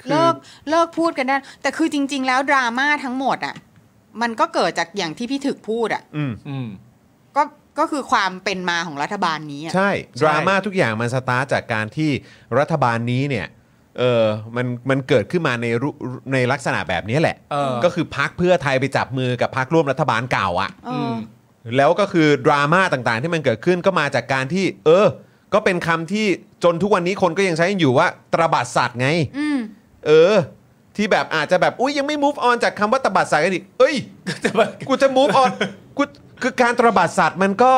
[SPEAKER 1] คือ
[SPEAKER 3] เลิกเลิกพูดกันได้ แต่คือจริง ๆ แล้วดราม่าทั้งหมดอะมันก็เกิดจากอย่างที่พี่ถึกพูดอะ
[SPEAKER 1] อืม
[SPEAKER 2] อื [LAUGHS] ม
[SPEAKER 3] ก็ก็คือความเป็นมาของรัฐบาลนี้อะ
[SPEAKER 1] ใช่ ดราม่าทุกอย่างมันสตาร์ทจากการที่รัฐบาลนี้เนี่ย เออมันมันเกิดขึ้นมาในรูในลักษณะแบบนี้แหละ
[SPEAKER 2] เออ
[SPEAKER 1] ก็คือพักเพื่อไทยไปจับมือกับพักร่วมรัฐบาลเก่าอ่ะ
[SPEAKER 3] เอออ
[SPEAKER 1] แล้วก็คือดราม่าต่างๆ ที่มันเกิดขึ้นก็มาจากการที่ เออ ก็เป็นคำที่จนทุกวันนี้คนก็ยังใช้กันอยู่ว่า ตระบัดสัตว์ไง
[SPEAKER 3] อืม
[SPEAKER 1] เออ ที่แบบอาจจะแบบอุ้ยยังไม่ move on จากคำว่าตระบัดสัตว์กันอีกเอ้ย กูจะ move on กูคือการตระบัดสัตว์มันก็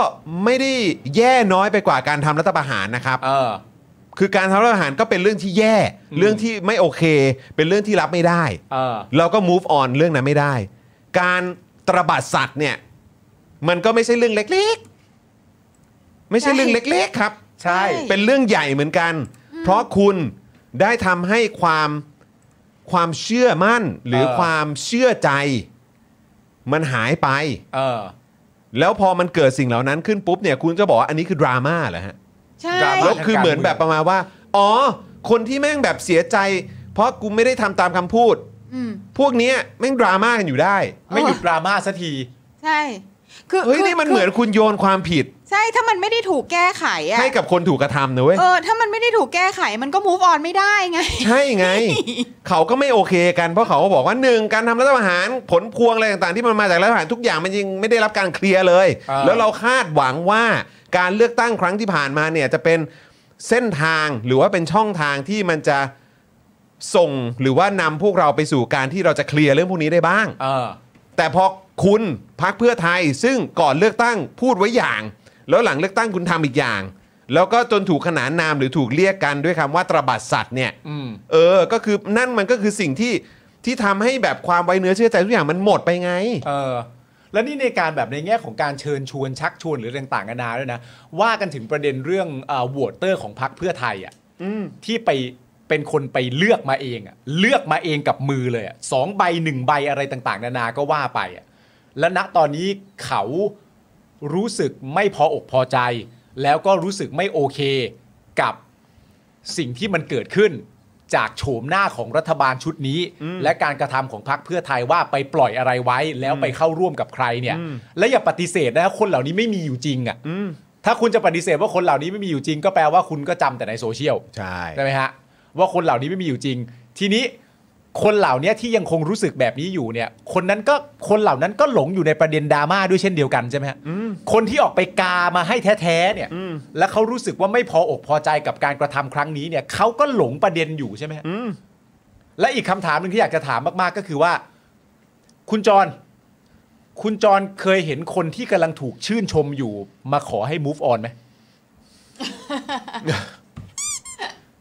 [SPEAKER 1] ไม่ได้แย่น้อยไปกว่าการทำรัฐประหารนะครับ
[SPEAKER 2] เออ
[SPEAKER 1] คือการทำรัฐประหารก็เป็นเรื่องที่แย่
[SPEAKER 2] อืม
[SPEAKER 1] เรื่องที่ไม่โอเค เป็นเรื่องที่รับไม่ได้
[SPEAKER 2] เออ
[SPEAKER 1] เราก็ move on เรื่องนั้นไม่ได้ การตระบัดสัตว์เนี่ย มันก็ไม่ใช่เรื่องเล็กๆ ไม่ใช่เรื่องเล็กๆครับ
[SPEAKER 2] ใช่
[SPEAKER 3] ใช่
[SPEAKER 1] เป็นเรื่องใหญ่เหมือนกัน เพราะคุณได้ทำให้ความความเชื่อมั่น หรือ
[SPEAKER 2] เออ
[SPEAKER 1] ความเชื่อใจ มันหายไป
[SPEAKER 2] เออ
[SPEAKER 1] แล้วพอมันเกิดสิ่งเหล่านั้นขึ้นปุ๊บเนี่ยคุณก็บอกว่าอันนี้คือดราม่าเหรอฮะ
[SPEAKER 3] ใช่
[SPEAKER 2] ดราม่า ทงกร
[SPEAKER 1] คือเหมือนแบบประมาณว่า อ๋อ คนที่แม่งแบบเสียใจ เพราะกูไม่ได้ทำตามคำพูด
[SPEAKER 3] อืม
[SPEAKER 1] พวกเนี้ยแม่งดราม่ากันอยู่ได้
[SPEAKER 2] ไม่หยุดดราม่าสักที
[SPEAKER 3] ใช่ คือ
[SPEAKER 1] เฮ้ย
[SPEAKER 3] คือ
[SPEAKER 1] นี่มันเหมือน
[SPEAKER 3] คื
[SPEAKER 1] คุณโยนความผิด
[SPEAKER 3] ใช่ ถ้ามันไม่ได้ถูกแก้ไขอ่ะ
[SPEAKER 1] ให้กับคนถูกกระทำนะเว้ย
[SPEAKER 3] เออ [LAUGHS] ถ้ามันไม่ได้ถูกแก้ไข มันก็ move on ไม่ได้ไง
[SPEAKER 1] ใช่ไง เขาก็ไม่โอเคกัน เพราะเขาก็บอกว่าหนึ่งการทำรัฐประหารผลพวงอะไรต่างๆ ที่มันมาจากรัฐประหารทุกอย่างมันยังไม่ได้รับการเคลียร์เลย
[SPEAKER 2] อ่า
[SPEAKER 1] แล้วเราคาดหวังว่าการเลือกตั้งครั้งที่ผ่านมาเนี่ยจะเป็นเส้นทางหรือว่าเป็นช่องทางที่มันจะส่งหรือว่านำพวกเราไปสู่การที่เราจะเคลียร์เรื่องพวกนี้ได้บ้าง
[SPEAKER 2] เออ
[SPEAKER 1] แต่พอคุณพักเพื่อไทยซึ่งก่อนเลือกตั้งพูดไว้อย่าง แล้วหลังเลือกตั้งคุณทำอีกอย่าง แล้วก็จนถูกขนานนามหรือถูกเรียกกันด้วยคำว่าตระบัดสัตว์เนี่ย
[SPEAKER 2] อืม
[SPEAKER 1] เออ ก็คือนั่นมันก็คือสิ่งที่ที่ทำให้แบบความไว้เนื้อเชื่อใจทุกอย่างมันหมดไปไง
[SPEAKER 2] เออแล้วนี่ในการแบบในแง่ของการเชิญชวนชักชวนหรืออะไรต่างๆนานาด้วยนะ ว่ากันถึงประเด็นเรื่องเอ่อโหวตเตอร์ของพรรคเพื่อไทยอ่ะที่ไปเป็นคนไปเลือกมาเองอ่ะเลือกมาเองกับมือเลยอะสองใบหนึ่งใบอะไรต่างๆ นานาก็ว่าไปอ่ะและณตอนนี้เขารู้สึกไม่พออกพอใจ แล้วก็รู้สึกไม่โอเคกับสิ่งที่มันเกิดขึ้น จากโฉมหน้าของรัฐบาลชุดนี้ และการกระทำของพรรคเพื่อไทยว่าไปปล่อยอะไรไว้ แล้วไปเข้าร่วมกับใครเนี่ย และอย่าปฏิเสธนะคนเหล่านี้ไม่มีอยู่จริงอะ่ะถ้าคุณจะปฏิเสธว่าคนเหล่านี้ไม่มีอยู่จริง ก็แปลว่าคุณก็จำแต่ในโซเชียล
[SPEAKER 1] ใช่
[SPEAKER 2] ใช่ไหมฮะว่าคนเหล่านี้ไม่มีอยู่จริง ทีนี้คนเหล่านี้ที่ยังคงรู้สึกแบบนี้อยู่เนี่ย คนนั้นก็คนเหล่านั้นก็หลงอยู่ในประเด็นดราม่าด้วยเช่นเดียวกันใช่ไหมฮะคนที่ออกไปกามาให้แท้ๆเนี่ย แล้วเขารู้สึกว่าไม่พออกพอใจกับการกระทำครั้งนี้เนี่ยเขาก็หลงประเด็นอยู่ใช่ไหมฮะและอีกคำถามหนึ่งที่อยากจะถามมากๆก็คือว่า คุณจร คุณจรเคยเห็นคนที่กำลังถูกชื่นชมอยู่ มาขอให้ move on ไหม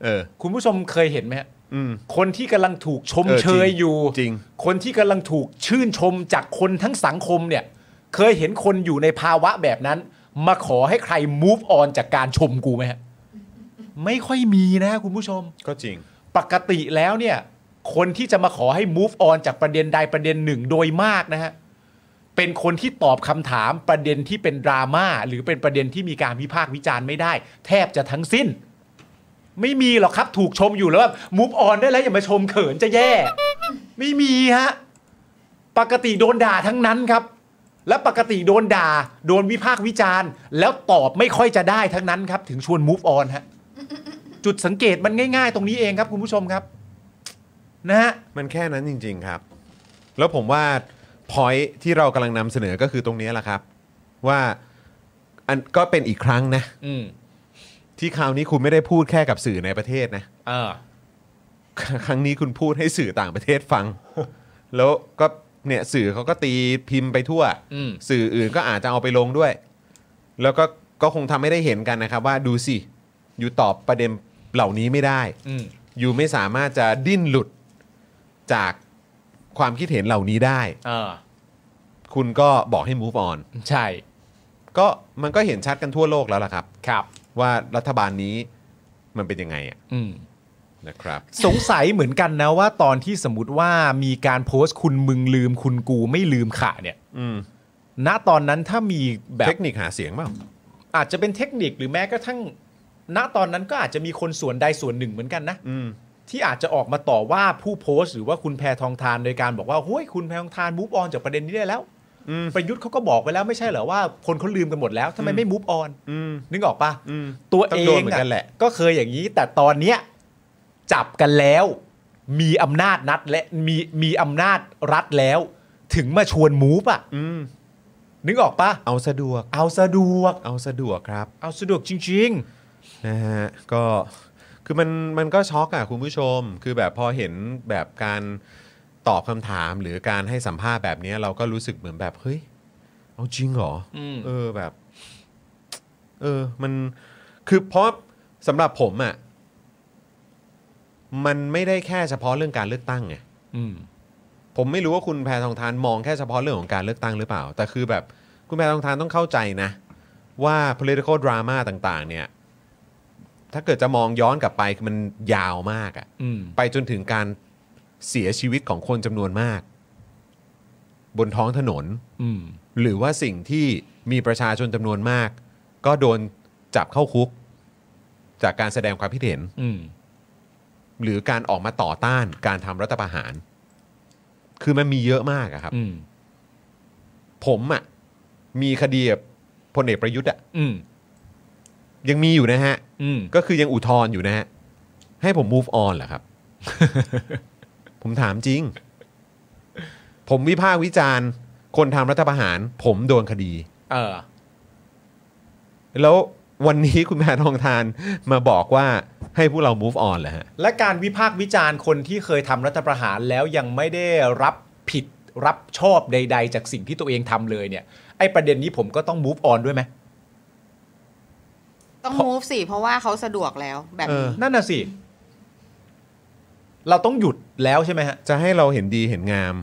[SPEAKER 1] เออ
[SPEAKER 2] คุณผู้ชมเคยเห็นไหมฮะ
[SPEAKER 1] อืม
[SPEAKER 2] คนที่กำลังถูกชม
[SPEAKER 1] เออจริง
[SPEAKER 2] เชยอยู่
[SPEAKER 1] จริง
[SPEAKER 2] คนที่กำลังถูกชื่นชมจากคนทั้งสังคมเนี่ย เคยเห็นคนอยู่ในภาวะแบบนั้น มาขอให้ใคร move on จากการชมกูไหมฮะไม่ค่อยมีนะคุณผู้ชม
[SPEAKER 1] ก็จริง
[SPEAKER 2] ปกติแล้วเนี่ย คนที่จะมาขอให้ move on จากประเด็นใดประเด็นหนึ่งโดยมากนะฮะ เป็นคนที่ตอบคำถามประเด็นที่เป็นดราม่าหรือเป็นประเด็นที่มีการวิพากษ์วิจารณ์ไม่ได้ แทบจะทั้งสิ้น ไม่มีหรอกครับถูกชมอยู่แล้วแบบ move on ได้แล้วอย่ามาชมเขินจะแย่ ไม่มีฮะ ปกติโดนด่าทั้งนั้นครับ และปกติโดนด่า โดนวิพากษ์วิจารณ์ แล้วตอบไม่ค่อยจะได้ทั้งนั้นครับ ถึงชวน move on ฮะ จุดสังเกตมันง่ายๆ ตรงนี้เองครับคุณผู้ชมครับ นะฮะ
[SPEAKER 1] มันแค่นั้นจริง ๆครับ แล้วผมว่าพอยที่เรากำลังนำเสนอก็คือตรงนี้แหละครับ ว่าอันก็เป็นอีกครั้งนะ
[SPEAKER 2] อืม
[SPEAKER 1] ที่คราวนี้คุณไม่ได้พูดแค่กับสื่อในประเทศนะ
[SPEAKER 2] เออ
[SPEAKER 1] ครั้งนี้คุณพูดให้สื่อต่างประเทศฟัง [LAUGHS] แล้วก็เนี่ยสื่อเขาก็ตีพิมพ์ไปทั่ว
[SPEAKER 2] อืม
[SPEAKER 1] สื่ออื่นก็อาจจะเอาไปลงด้วย แล้วก็ก็คงทำให้ได้เห็นกันนะครับ ว่าดูสิ อยู่ตอบประเด็นเหล่านี้ไม่ได้
[SPEAKER 2] อืม
[SPEAKER 1] อยู่ไม่สามารถจะดิ้นหลุดจากความคิดเห็นเหล่านี้ได้
[SPEAKER 2] เออ
[SPEAKER 1] คุณก็บอกให้ move on
[SPEAKER 2] ใช่
[SPEAKER 1] ก็มันก็เห็นชัดกันทั่วโลกแล้วล่ะครับ
[SPEAKER 2] ครับ
[SPEAKER 1] ว่ารัฐบาลนี้มันเป็นยังไงอะ
[SPEAKER 2] อืม
[SPEAKER 1] นะครับ
[SPEAKER 2] สงสัยเหมือนกันนะว่าตอนที่สมมติว่ามีการโพสต์คุณมึงลืมคุณกูไม่ลืมข่ะเนี่ย
[SPEAKER 1] อืม
[SPEAKER 2] ณ ตอนนั้นถ้ามีแบบ
[SPEAKER 1] เทคนิคหาเสียงเปล่า
[SPEAKER 2] อาจจะเป็นเทคนิคหรือแม้กระทั่ง ณ ตอนนั้นก็อาจจะมีคนส่วนใดส่วนหนึ่งเหมือนกันนะ
[SPEAKER 1] อืม
[SPEAKER 2] ที่อาจจะออกมาต่อว่าผู้โพสต์หรือว่าคุณแพทองทานโดยการบอกว่าเฮ้ยคุณแพทองทานมูฟออนจากประเด็นนี้ได้แล้ว
[SPEAKER 1] อืม
[SPEAKER 2] ประยุทธ์เขาก็บอกไปแล้วไม่ใช่เหรอว่าคนเขาลืมกันหมดแล้วทำไมไม่มูฟออน
[SPEAKER 1] อืม
[SPEAKER 2] นึกออกปะ
[SPEAKER 1] อืม
[SPEAKER 2] ตัว
[SPEAKER 1] ต้อ
[SPEAKER 2] เอง ง
[SPEAKER 1] โดนเหมือน
[SPEAKER 2] อะ
[SPEAKER 1] กันแหละ
[SPEAKER 2] ก็เคยอย่างนี้ แต่ตอนเนี้ย จับกันแล้ว มีอำนาจนัดและมีมีอำนาจรัฐแล้ว ถึงมาชวนมูฟอ่ะนึกออกปะ
[SPEAKER 1] เอาสะดวก
[SPEAKER 2] เอาสะดวก
[SPEAKER 1] เอาสะดวกครับ
[SPEAKER 2] เอาสะดวกจริง
[SPEAKER 1] นะฮะก็คือมันมันก็ช็อกอะคุณผู้ชม คือแบบพอเห็นแบบการตอบคำถามหรือการให้สัมภาษณ์แบบเนี้ยเราก็รู้สึกเหมือนแบบเฮ้ยเอาจริงเหรออ
[SPEAKER 2] ม
[SPEAKER 1] เออแบบ เออมันคือเพราะสำหรับผมอะมันไม่ได้แค่เฉพาะเรื่องการเลือกตั้งไง
[SPEAKER 2] ๆ อืม
[SPEAKER 1] ผมไม่รู้ว่าคุณแพทองทานมองแค่เฉพาะเรื่องของการเลือกตั้งหรือเปล่า แต่คือแบบคุณแพทองทานต้องเข้าใจนะ ว่า political drama ต่างๆ เนี่ย ถ้าเกิดจะมองย้อนกลับไปคือมันยาวมากอะ
[SPEAKER 2] อืม
[SPEAKER 1] ไปจนถึงการเสียชีวิตของคนจำนวนมาก บนท้องถนน
[SPEAKER 2] อืม
[SPEAKER 1] หรือว่าสิ่งที่มีประชาชนจำนวนมาก ก็โดนจับเข้าคุก จากการแสดงความคิดเห็น
[SPEAKER 2] อืม
[SPEAKER 1] หรือการออกมาต่อต้านการทำรัฐประหาร คือมันมีเยอะมากอะครับ
[SPEAKER 2] อืม
[SPEAKER 1] ผมอะ่ะมีคดีกับพลเอกประยุทธ์อะ่ะ
[SPEAKER 2] อืม
[SPEAKER 1] ยังมีอยู่นะฮะ
[SPEAKER 2] อืม
[SPEAKER 1] ก็คือยังอุทธรณ์อยู่นะฮะ ให้ผม move on เหรอครับ [LAUGHS] ผมถามจริง ผมวิพากษ์วิจารณ์ คนทำรัฐประหาร ผมโดนคดี
[SPEAKER 2] เออ
[SPEAKER 1] แล้ววันนี้ [LAUGHS] คุณแพทองทานมาบอกว่าให้พวกเรา move on เหรอฮะ
[SPEAKER 2] และการวิพากษ์วิจารณ์คนที่เคยทำรัฐประหารแล้วยังไม่ได้รับผิดรับชอบใด ๆ จากสิ่งที่ตัวเองทำเลยเนี่ย ไอ้ประเด็นนี้ผมก็ต้อง move on ด้วยไหม
[SPEAKER 3] ต้อง move สิ เพราะว่าเขาสะดวกแล้วแบบ
[SPEAKER 1] เออ
[SPEAKER 3] นี้
[SPEAKER 2] นั่นน่ะสิ เราต้องหยุดแล้วใช่ไหมฮะ
[SPEAKER 1] จะให้เราเห็นดีเห็นงาม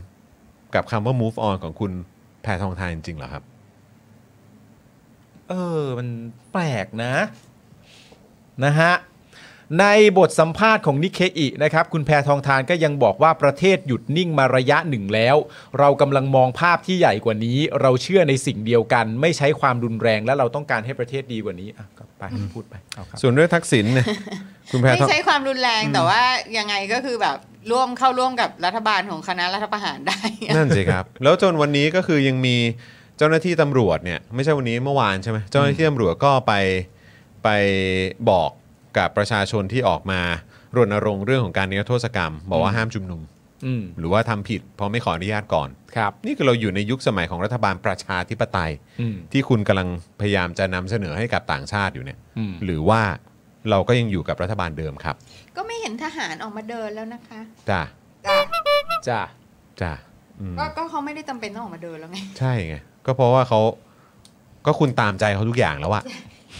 [SPEAKER 1] กับคำว่า move on ของคุณแพทองทานจริงเหรอครับ
[SPEAKER 2] เออ มันแปลกนะ นะฮะ ในบทสัมภาษณ์ของนิเคอินะครับ คุณแพทองทานก็ยังบอกว่าประเทศหยุดนิ่งมาระยะหนึ่งแล้ว เรากำลังมองภาพที่ใหญ่กว่านี้ เราเชื่อในสิ่งเดียวกัน ไม่ใช้ความรุนแรง และเราต้องการให้ประเทศดีกว่านี้อ่ะก็ไปพูดไปเอาครับ
[SPEAKER 1] ส่วนเรื่องทักษิณ
[SPEAKER 2] [LAUGHS]
[SPEAKER 1] เนี่ยคุณแพ
[SPEAKER 3] ไม่
[SPEAKER 1] ทอง
[SPEAKER 3] ใช่ความรุนแรงแต่ว่ายังไงก็คือแบบร่วมเข้าร่วมกับรัฐบาลของคณะรัฐประหารได้ [LAUGHS]
[SPEAKER 1] นั่นสิครับ แล้วจนวันนี้ก็คือยังมีเจ้าหน้าที่ตำรวจเนี่ยไม่ใช่วันนี้เมื่อวานใช่ไหมเจ้าหน้าที่ตำรวจก็ไปไปบอกกับประชาชนที่ออกมารณรงค์เรื่องของการนิรโทษกรรม บอกว่าห้ามชุมนุม
[SPEAKER 2] อืม
[SPEAKER 1] หรือว่าทำผิดเพราะไม่ขออนุญาตก่อน
[SPEAKER 2] ครับ
[SPEAKER 1] นี่คือเราอยู่ในยุคสมัยของรัฐบาลประชาธิปไตย
[SPEAKER 2] อืม
[SPEAKER 1] ที่คุณกำลังพยายามจะนำเสนอให้กับต่างชาติอยู่เนี่ย
[SPEAKER 2] อืม
[SPEAKER 1] หรือว่าเราก็ยังอยู่กับรัฐบาลเดิมครับ
[SPEAKER 3] ก็ไม่เห็นทหารออกมาเดินแล้วนะคะ
[SPEAKER 1] จ้า
[SPEAKER 2] จ้า
[SPEAKER 1] จ้าอืม
[SPEAKER 3] ก็ก็เขาไม่ได้จำเป็นต้องออกมาเดินแล้วไง
[SPEAKER 1] ใช่ไงก็เพราะว่าเขาก็คุณตามใจเขาทุกอย่างแล้วอะ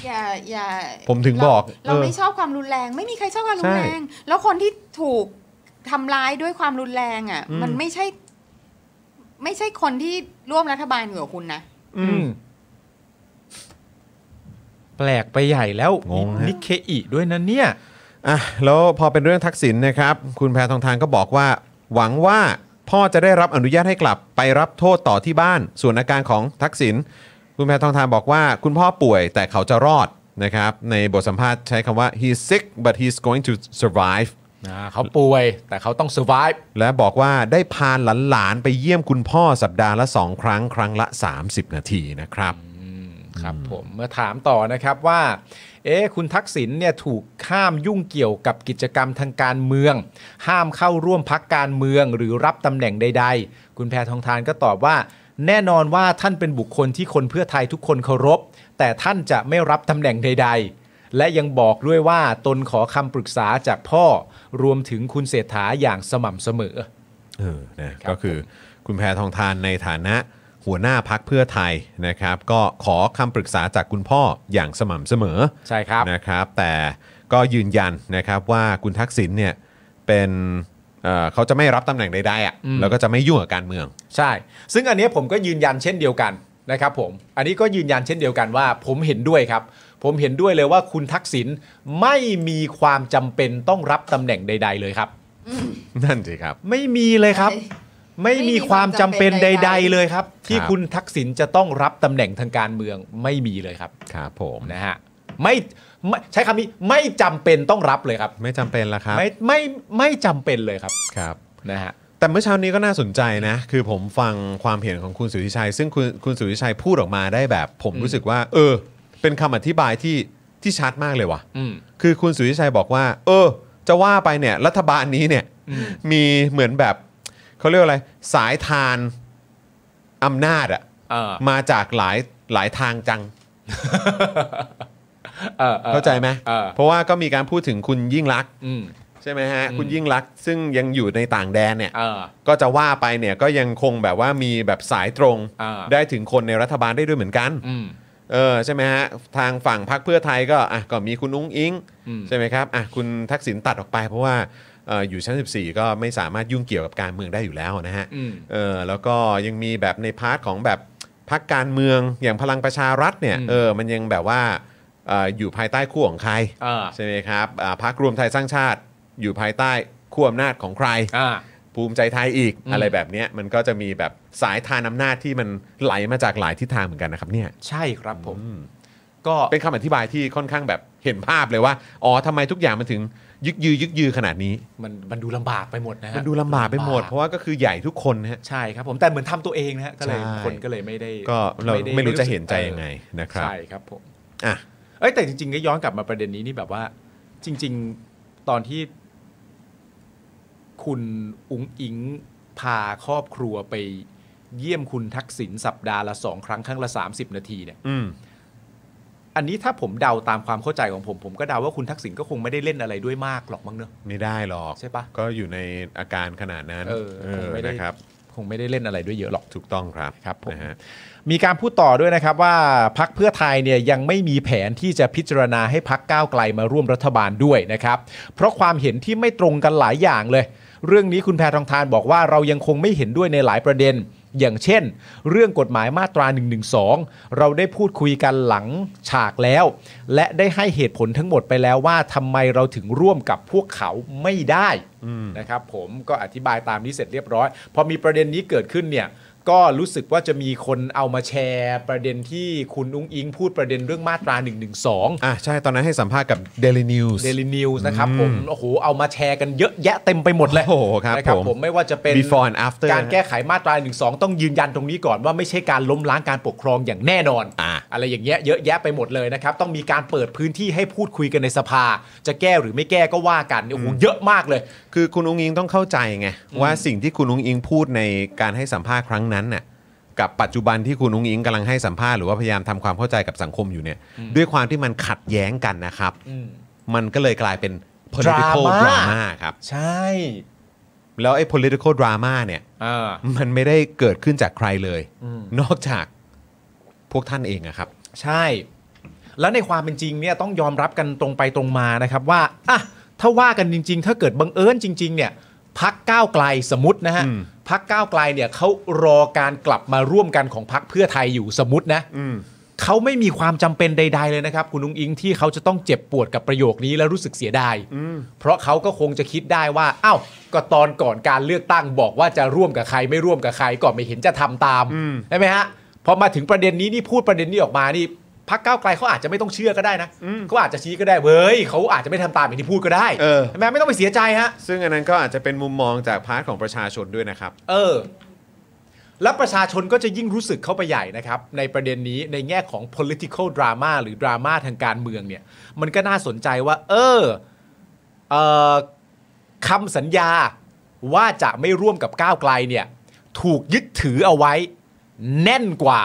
[SPEAKER 3] อย่าอย่า
[SPEAKER 1] ผมถึงบอก
[SPEAKER 3] เราเรา
[SPEAKER 1] เออ
[SPEAKER 3] ไม่ชอบความรุนแรง ไม่มีใครชอบความรุนแรง แล้วคนที่ถูกทำร้ายด้วยความรุนแรงอ่ะ
[SPEAKER 1] อืม
[SPEAKER 3] มันไม่ใช่ ไม่ใช่คนที่ร่วมรัฐบาลกับคุณนะ
[SPEAKER 1] อืม
[SPEAKER 2] แปลกไปใหญ่แล้ว
[SPEAKER 1] งงฮะ
[SPEAKER 2] นิเคอิด้วยนะเนี่ย
[SPEAKER 1] อ่ะแล้วพอเป็นเรื่องทักษิณนะครับ คุณแพทองทานก็บอกว่า หวังว่าพ่อจะได้รับอนุญาตให้กลับไปรับโทษต่อที่บ้าน ส่วนอาการของทักษิณคุณแพทองทานบอกว่า คุณพ่อป่วยแต่เขาจะรอดนะครับ ในบทสัมภาษณ์ใช้คำว่า he's sick but he's going to survive
[SPEAKER 2] อ่าเขาป่วยแต่เขาต้อง survive
[SPEAKER 1] และบอกว่าได้พาหลานๆไปเยี่ยมคุณพ่อสัปดาห์ละ 2 ครั้งครั้งละ 30 นาทีนะครับ
[SPEAKER 2] ครับผมเมื่อถามต่อนะครับว่า เอ๊ะคุณทักษิณเนี่ยถูกห้ามยุ่งเกี่ยวกับกิจกรรมทางการเมือง ห้ามเข้าร่วมพักการเมืองหรือรับตำแหน่งใด ๆ คุณแพทองทานก็ตอบว่า แน่นอนว่าท่านเป็นบุคคลที่คนเพื่อไทยทุกคนเคารพ แต่ท่านจะไม่รับตำแหน่งใด ๆ และยังบอกด้วยว่าตนขอคำปรึกษาจากพ่อ รวมถึงคุณเศรษฐาอย่างสม่ำเสมอ
[SPEAKER 1] เออนะครับ ก็คือคุณแพทองทานในฐานะหัวหน้าพักเพื่อไทยนะครับ ก็ขอคำปรึกษาจากคุณพ่ออย่างสม่ำเสมอ
[SPEAKER 2] ใช่ครับ
[SPEAKER 1] นะครับ แต่ก็ยืนยันนะครับว่าคุณทักษิณเนี่ยเป็นเอ่อเขาจะไม่รับตำแหน่งใดๆอ่ะแล้วก็จะไม่ยุ่งกับการเมือง
[SPEAKER 2] ใช่ ซึ่งอันเนี้ยผมก็ยืนยันเช่นเดียวกันนะครับผม อันนี้ก็ยืนยันเช่นเดียวกันว่า ผมเห็นด้วยครับ ผมเห็นด้วยเลยว่าคุณทักษิณไม่มีความจำเป็นต้องรับตำแหน่งใด ๆ เลยครับ
[SPEAKER 1] นั่นสิครับ
[SPEAKER 2] ไม่มีเลยครับ ไม่มีความจำเป็นใด ๆ เลยครับ ที่
[SPEAKER 1] ครับ
[SPEAKER 2] คุณทักษิณจะต้องรับตำแหน่งทางการเมืองไม่มีเลยครับ
[SPEAKER 1] ครับผม
[SPEAKER 2] นะฮะไม่ไม่ใช้คำนี้ไม่จำเป็นต้องรับเลยครับ
[SPEAKER 1] ไม่จำเป็นละครับ
[SPEAKER 2] ไม่ไม่ไม่จำเป็นเลยครับ
[SPEAKER 1] ครับ
[SPEAKER 2] นะฮะ
[SPEAKER 1] แต่เมื่อเช้านี้ก็น่าสนใจนะ คือผมฟังความเห็นของคุณสุทธิชัย ซึ่งคุณคุณสุทธิชัยพูดออกมาได้แบบ ผมรู้สึกว่า เออ เป็นคำอธิบายที่ที่ชัดมากเลยว่ะ
[SPEAKER 2] อืม
[SPEAKER 1] คือคุณสุทธิชัยบอกว่า เออ จะว่าไปเนี่ยรัฐบาลนี้เนี่ยมีเหมือนแบบเขาเรียกว่าอะไรสายทานอำนาจอะ
[SPEAKER 2] เออ
[SPEAKER 1] มาจากหลายหลายทางจัง
[SPEAKER 2] ออออ
[SPEAKER 1] เข้าใจไหม
[SPEAKER 2] เออ
[SPEAKER 1] เพราะว่าก็มีการพูดถึงคุณยิ่งลักษณ์
[SPEAKER 2] อืม
[SPEAKER 1] ใช่ไหมฮะ
[SPEAKER 2] อืม
[SPEAKER 1] คุณยิ่งลักษณ์ซึ่งยังอยู่ในต่างแดนเนี่ย
[SPEAKER 2] เออ
[SPEAKER 1] ก็จะว่าไปเนี่ยก็ยังคงแบบว่ามีแบบสายตรง
[SPEAKER 2] อ่า
[SPEAKER 1] ได้ถึงคนในรัฐบาลได้ด้วยเหมือนกัน
[SPEAKER 2] อืม
[SPEAKER 1] เออใช่ไหมฮะทางฝั่งพรรคเพื่อไทยก็อ่ะก็มีคุณนุ้งอิง
[SPEAKER 2] อืม
[SPEAKER 1] ใช่ไหมครับอ่ะคุณทักษิณตัดออกไป เพราะว่าเอ่ออยู่ชั้น 14 ก็ไม่สามารถยุ่งเกี่ยวกับการเมืองได้อยู่แล้วนะฮะ
[SPEAKER 2] อืม
[SPEAKER 1] เออแล้วก็ยังมีแบบในพาร์ทของแบบพรรคการเมืองอย่างพลังประชารัฐเนี่ย
[SPEAKER 2] อืม
[SPEAKER 1] เออมันยังแบบว่าเอ่ออยู่ภายใต้ขั้วของใคร
[SPEAKER 2] เออ
[SPEAKER 1] ใช่ไหมครับอ่าพรรครวมไทยสร้างชาติ อยู่ภายใต้ขั้วอำนาจของใคร
[SPEAKER 2] อ่า
[SPEAKER 1] ภูมิใจไทยอีก
[SPEAKER 2] อืม
[SPEAKER 1] อะไรแบบเนี้ยมันก็จะมีแบบสายทานอำนาจที่มันไหลมาจากหลายทิศทางเหมือนกันนะครับเนี่ย
[SPEAKER 2] ใช่ครับผม ก็
[SPEAKER 1] เป็นคำอธิบายที่ค่อนข้างแบบเห็นภาพเลยว่า อ๋อทำไมทุกอย่างมันถึงยึกยือยึกยือขนาดนี้
[SPEAKER 2] มันมันดูลำบากไปหมดนะฮะ
[SPEAKER 1] มันดูลำบากไปหมด เพราะว่าก็คือใหญ่ทุกคนนะฮะ
[SPEAKER 2] ใช่ครับผมแต่เหมือนทำตัวเองนะฮะก็เลย
[SPEAKER 1] ใช่
[SPEAKER 2] คนก็เลยไม่ได้
[SPEAKER 1] ก็เรา
[SPEAKER 2] ด้
[SPEAKER 1] ไม่รู้จะเห็นใจยังไงนะครับ
[SPEAKER 2] ใช่ครับผม
[SPEAKER 1] อ่ะ
[SPEAKER 2] เอ้ยแต่จริงๆก็ย้อนกลับมาประเด็นนี้นี่แบบว่า จริง ๆตอนที่ คุณอุ๋งอิงพาครอบครัวไปเยี่ยมคุณทักษิณสัปดาห์ละสองครั้งครั้งละ 30 นาทีเนี่ย
[SPEAKER 1] อืม
[SPEAKER 2] อันนี้ถ้าผมเดาตามความเข้าใจของผม ผมก็เดาว่าคุณทักษิณก็คงไม่ได้เล่นอะไรด้วยมากหรอกมั้งเนอะ
[SPEAKER 1] ไม่ได้หรอก
[SPEAKER 2] ใช่ปะ
[SPEAKER 1] ก็อยู่ในอาการขนาดนั้น
[SPEAKER 2] เออคงไม่ได้
[SPEAKER 1] นะครับ
[SPEAKER 2] คงไม่ได้เล่นอะไรด้วยเยอะหรอก
[SPEAKER 1] ถูกต้องครับ
[SPEAKER 2] ครับผม
[SPEAKER 1] นะฮะ
[SPEAKER 2] มีการพูดต่อด้วยนะครับว่าพักเพื่อไทยเนี่ยยังไม่มีแผนที่จะพิจารณาให้พักก้าวไกลมาร่วมรัฐบาลด้วยนะครับ เพราะความเห็นที่ไม่ตรงกันหลายอย่างเลย เรื่องนี้คุณแพทองทานบอกว่าเรายังคงไม่เห็นด้วยในหลายประเด็น อย่างเช่น เรื่องกฎหมายมาตรา 112 เราได้พูดคุยกันหลังฉากแล้ว และได้ให้เหตุผลทั้งหมดไปแล้วว่าทำไมเราถึงร่วมกับพวกเขาไม่ได้นะครับผมก็อธิบายตามนี้เสร็จเรียบร้อย พอมีประเด็นนี้เกิดขึ้นเนี่ย ก็รู้สึกว่าจะมีคนเอามาแชร์ประเด็นที่คุณนุ้งอิงพูดประเด็นเรื่องมาตรา 1 1 2
[SPEAKER 1] อ่ะใช่ตอนนั้นให้สัมภาษณ์กับ Daily News
[SPEAKER 2] Daily News นะครับผม โอ้โห เอามาแชร์กันเยอะแยะเต็มไปหมดเลย
[SPEAKER 1] โอ้โหครับ
[SPEAKER 2] นะครั
[SPEAKER 1] ผม
[SPEAKER 2] ผมไม่ว่าจะเป็น
[SPEAKER 1] Before and after
[SPEAKER 2] การแก้ไขมาตรา 1 2 ต้องยืนยันตรงนี้ก่อนว่าไม่ใช่การล้มล้างการปกครองอย่างแน่นอน
[SPEAKER 1] อ่า
[SPEAKER 2] อะไรอย่างเงี้ยเยอะแยะไปหมดเลยนะครับ ต้องมีการเปิดพื้นที่ให้พูดคุยกันในสภา จะแก้หรือไม่แก้ก็ว่ากันโอ้โหเยอะมากเลย
[SPEAKER 1] คือคุณอุ้งอิงต้องเข้าใจไงว่าสิ่งที่คุณอุ้งอิงพูดในการให้สัมภาษณ์ครั้งนั้นน่ะกับปัจจุบันที่คุณอุ้งอิงกำลังให้สัมภาษณ์หรือว่าพยายามทำความเข้าใจกับสังคมอยู่เนี่ย ด้วยความที่มันขัดแย้งกันนะครับ มันก็เลยกลายเป็น political
[SPEAKER 2] Drama
[SPEAKER 1] drama ครับ
[SPEAKER 2] ใช่
[SPEAKER 1] แล้วไอ้ political drama เนี่ย
[SPEAKER 2] อ่า
[SPEAKER 1] มันไม่ได้เกิดขึ้นจากใครเลย
[SPEAKER 2] อืม
[SPEAKER 1] นอกจากพวกท่านเองอะครับ
[SPEAKER 2] ใช่ แล้วในความเป็นจริงเนี่ยต้องยอมรับกันตรงไปตรงมานะครับว่าอ่ะถ้าว่ากันจริง ๆ ถ้าเกิดบังเอิญจริง ๆ เนี่ยพักก้าวไกลสมมตินะฮะ
[SPEAKER 1] อืม
[SPEAKER 2] พักก้าวไกลเนี่ยเขารอการกลับมาร่วมกันของพักเพื่อไทยอยู่สมมตินะเขาไม่มีความจำเป็นใด ๆ เลยนะครับ คุณนุงอิงที่เขาจะต้องเจ็บปวดกับประโยคนี้แล้วรู้สึกเสียดายเพราะเขาก็คงจะคิดได้ว่าเอ้าวก็ตอนก่อนการเลือกตั้งบอกว่าจะร่วมกับใครไม่ร่วมกับใครก็ไม่เห็นจะทำตามใช่ไหมฮะพอมาถึงประเด็นนี้นี่พูดประเด็นนี้ออกมานี่ พักก้าวไกลเขาอาจจะไม่ต้องเชื่อก็ได้นะเขาอาจจะชี้ก็ได้เว้ยเขาอาจจะไม่ทำตามอย่างที่พูดก็ได้
[SPEAKER 1] เออ
[SPEAKER 2] ใช่ไหมไม่ต้องไปเสียใจฮะ
[SPEAKER 1] ซึ่งอันนั้นก็อาจจะเป็นมุมมองจากพาร์ทของประชาชนด้วยนะครับ
[SPEAKER 2] เออ และประชาชนก็จะยิ่งรู้สึกเข้าไปใหญ่นะครับ ในประเด็นนี้ในแง่ของ political drama หรือดราม่าทางการเมืองเนี่ย มันก็น่าสนใจว่า เออเออคำสัญญาว่าจะไม่ร่วมกับก้าวไกลเนี่ย ถูกยึดถือเอาไว้ แน่นกว่า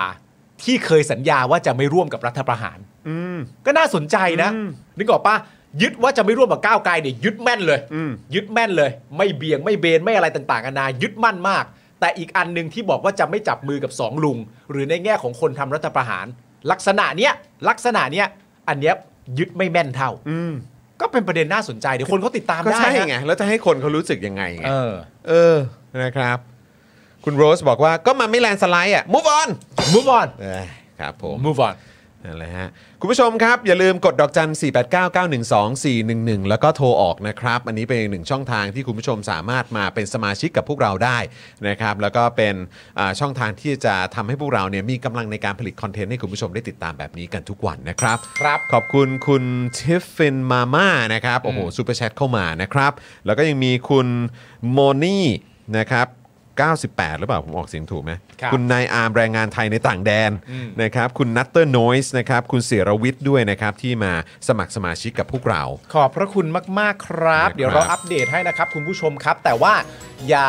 [SPEAKER 2] ที่เคยสัญญาว่าจะไม่ร่วมกับรัฐประหาร
[SPEAKER 1] อืม
[SPEAKER 2] ก็น่าสนใจนะ
[SPEAKER 1] อืม
[SPEAKER 2] นึกออกปะยึดว่าจะไม่ร่วมกับก้าวไกลเนี่ยยึดแม่นเลย
[SPEAKER 1] อืม
[SPEAKER 2] ยึดแม่นเลย ไม่เบี่ยงไม่เบนไม่อะไรต่างๆนานายึดมั่นมาก แต่อีกอันหนึ่งที่บอกว่าจะไม่จับมือกับสองลุง หรือในแง่ของคนทำรัฐประหาร ลักษณะเนี้ยลักษณะเนี้ยอันเนี้ยยึดไม่แม่นเท่า
[SPEAKER 1] อืม
[SPEAKER 2] ก็เป็นประเด็นน่าสนใจเดี๋ยวคนเขาติดตาม
[SPEAKER 1] ก็
[SPEAKER 2] ได้
[SPEAKER 1] ใช่
[SPEAKER 2] นะ
[SPEAKER 1] ไงแล้วจะให้คนเขารู้สึกยังไงไง
[SPEAKER 2] เออ
[SPEAKER 1] เออ นะครับ คุณโรสบอกว่าก็มันไม่แลนด์สไลด์อ่ะ move on
[SPEAKER 2] move on
[SPEAKER 1] เอ้ยครับผม
[SPEAKER 2] move on
[SPEAKER 1] นั่นแหละฮะ คุณผู้ชมครับ อย่าลืมกดดอกจัน 4 8 9 9 1 2 4 1 1 แล้วก็โทรออกนะครับ อันนี้เป็นอีกหนึ่งช่องทางที่คุณผู้ชมสามารถมาเป็นสมาชิกกับพวกเราได้นะครับ แล้วก็เป็นอ่าช่องทางที่จะทำให้พวกเราเนี่ยมีกำลังในการผลิตคอนเทนต์ให้คุณผู้ชมได้ติดตามแบบนี้กันทุกวันนะครับ
[SPEAKER 2] ครับ
[SPEAKER 1] ขอบคุณคุณทิฟฟินมาม่านะครับ โอ้โหซูเปอร์แชทเข้ามานะครับ แล้วก็ยังมีคุณโมนี่นะครับ 98 หรือเปล่า ผมออกเสียงถูกไหม
[SPEAKER 2] ครับ
[SPEAKER 1] ณนายอาร์มแรงงานไทยในต่างแดน
[SPEAKER 2] อืม
[SPEAKER 1] นะครับคุณนัตเตอร์นอยส์นะครับคุณเสียรวิทย์ด้วยนะครับที่มาสมัครสมาชิกกับพวกเรา
[SPEAKER 2] ขอบพระคุณมาก ๆ ครับ
[SPEAKER 1] นะครับ
[SPEAKER 2] เดี๋ยวเราอัปเดตให้นะครับคุณผู้ชมครับ แต่ว่าอย่า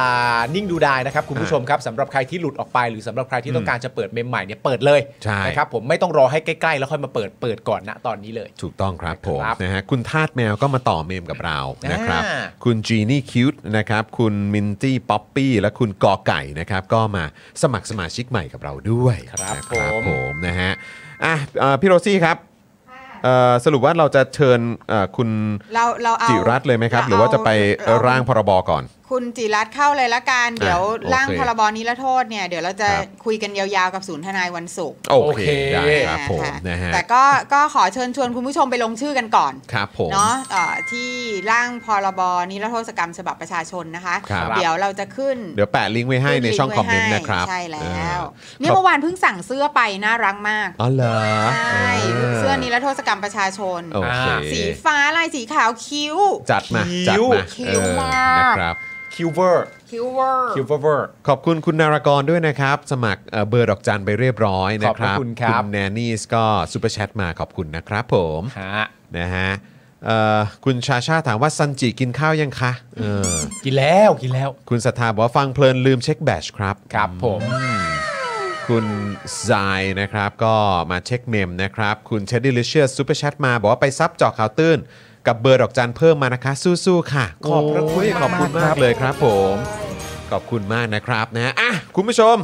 [SPEAKER 2] นิ่งดูดายนะครับคุณผู้ชมครับสำหรับใครที่หลุดออกไป หรือสำหรับใครที่ต้องการจะเปิดเมมใหม่เนี่ยเปิดเลย
[SPEAKER 1] ใช่
[SPEAKER 2] นะครับผมไม่ต้องรอให้ใกล้ ๆ แล้วค่อยมาเปิดเปิดก่อนนะตอนนี้เลย
[SPEAKER 1] ถูกต้องครับผม
[SPEAKER 2] ครับ
[SPEAKER 1] นะฮะคุณทาดแมวก็มาต่อเมมกับเรา
[SPEAKER 2] อ่าน
[SPEAKER 1] นะครับ คุณจีนี่คิวต์นะครับ คุณมินตี้ป๊อปปี้และคุณกอไก่นะครับ ก็มาสมัครสมาชิกใหม่กับเราด้วย
[SPEAKER 2] ครับ
[SPEAKER 1] นะ
[SPEAKER 2] ผม
[SPEAKER 1] ผมนะฮะอ่ะเอ่อพี่โรซี่ครับเอ่อสรุปว่าเราจะเชิญเอ่อคุณ
[SPEAKER 3] เราเราเอา
[SPEAKER 1] จิรัตน์เลยไหมครับ หรือว่าจะไป
[SPEAKER 3] เอ
[SPEAKER 1] ร่างพรบก่อน
[SPEAKER 3] คุณจิรัตน์เข้าเลยละกันเดี๋ยว
[SPEAKER 1] อ่ะโอเค
[SPEAKER 3] ร่างพรบนี้ละโทษเนี่ยเดี๋ยวเราจะ
[SPEAKER 1] ครับ
[SPEAKER 3] คุยกันยาวๆกับศูนย์ทนายวันศุกร์
[SPEAKER 1] โอ
[SPEAKER 2] โอ
[SPEAKER 1] เค
[SPEAKER 2] เค
[SPEAKER 1] ได้ครับผม
[SPEAKER 3] ค่ะ
[SPEAKER 1] นะฮะ
[SPEAKER 3] แต่ก็ก็ขอเชิญชวนคุณผู้ชมไปลงชื่อกันก่อน
[SPEAKER 1] ครับผม
[SPEAKER 3] เนาะเอ่อที่ร่างพรบนิรโทษกรรมฉบับประชาชนนะคะ
[SPEAKER 1] ครับ
[SPEAKER 3] เดี๋ยวเราจะขึ้น
[SPEAKER 1] เดี๋ยวแปะลิงก์ไว้ให้
[SPEAKER 3] ขึ้
[SPEAKER 1] ในช่องคอมเมนต์
[SPEAKER 3] ลิ
[SPEAKER 1] นะ
[SPEAKER 3] ก
[SPEAKER 1] ครับ
[SPEAKER 3] ไว้ใช่แล
[SPEAKER 1] เอ้ อ
[SPEAKER 3] วเนี่ยเมื่อวานเพิ่งสั่งเสื้อไปน่ารักมาก
[SPEAKER 1] อ๋อเหรอ
[SPEAKER 3] ใช่
[SPEAKER 1] เออ
[SPEAKER 3] เสื้อนิรโทษกรรมประชาชน
[SPEAKER 1] โอเค
[SPEAKER 3] สีฟ้าลายสีขาวคิ้ว
[SPEAKER 1] จัดมา จัด
[SPEAKER 2] คิ้ว
[SPEAKER 1] มา
[SPEAKER 3] คิ้
[SPEAKER 1] เอ
[SPEAKER 3] ว
[SPEAKER 1] อ
[SPEAKER 3] มาก
[SPEAKER 1] นะครับ
[SPEAKER 2] คิวเวอร์
[SPEAKER 3] คิ้วเวอร์
[SPEAKER 2] คิวเวอร์
[SPEAKER 1] ขอบคุณคุณนารากรด้วยนะครับ สมัครเอ่อเบอร์ดอกจันไปเรียบร้อยนะค
[SPEAKER 2] ขอบพ
[SPEAKER 1] รั
[SPEAKER 2] ระ
[SPEAKER 1] บ
[SPEAKER 2] คุณครับ
[SPEAKER 1] ณแนนนี่ก็ซูเปอร์แชทมาขอบคุณนะครับผม
[SPEAKER 2] ฮะ
[SPEAKER 1] นะฮะเอ่อคุณชาชาถามว่าซันจิกินข้าวยังคะเออ
[SPEAKER 2] กินแล้วกินแล้ว
[SPEAKER 1] คุณศรัทธาบอกว่าฟังเพลินลืมเช็คแบชครับ
[SPEAKER 2] ครับผม
[SPEAKER 1] คุณไซนะครับก็มาเช็คเมมนะครับ คุณเชดดี้ลิเชียสซูเปอร์แชทมา บอกว่าไปซับเจอข่าวตื้น กับเบอร์ดอกจันเพิ่มมานะคะ สู้ๆค่ะ ขอบพระคุณ
[SPEAKER 2] โอ้ย
[SPEAKER 1] ขอบคุ
[SPEAKER 2] มาม
[SPEAKER 1] ณาก ก
[SPEAKER 2] ๆ
[SPEAKER 1] เลยครับผมขอบคุณมากนะครับนะฮะอ่ะคุณผู้ชม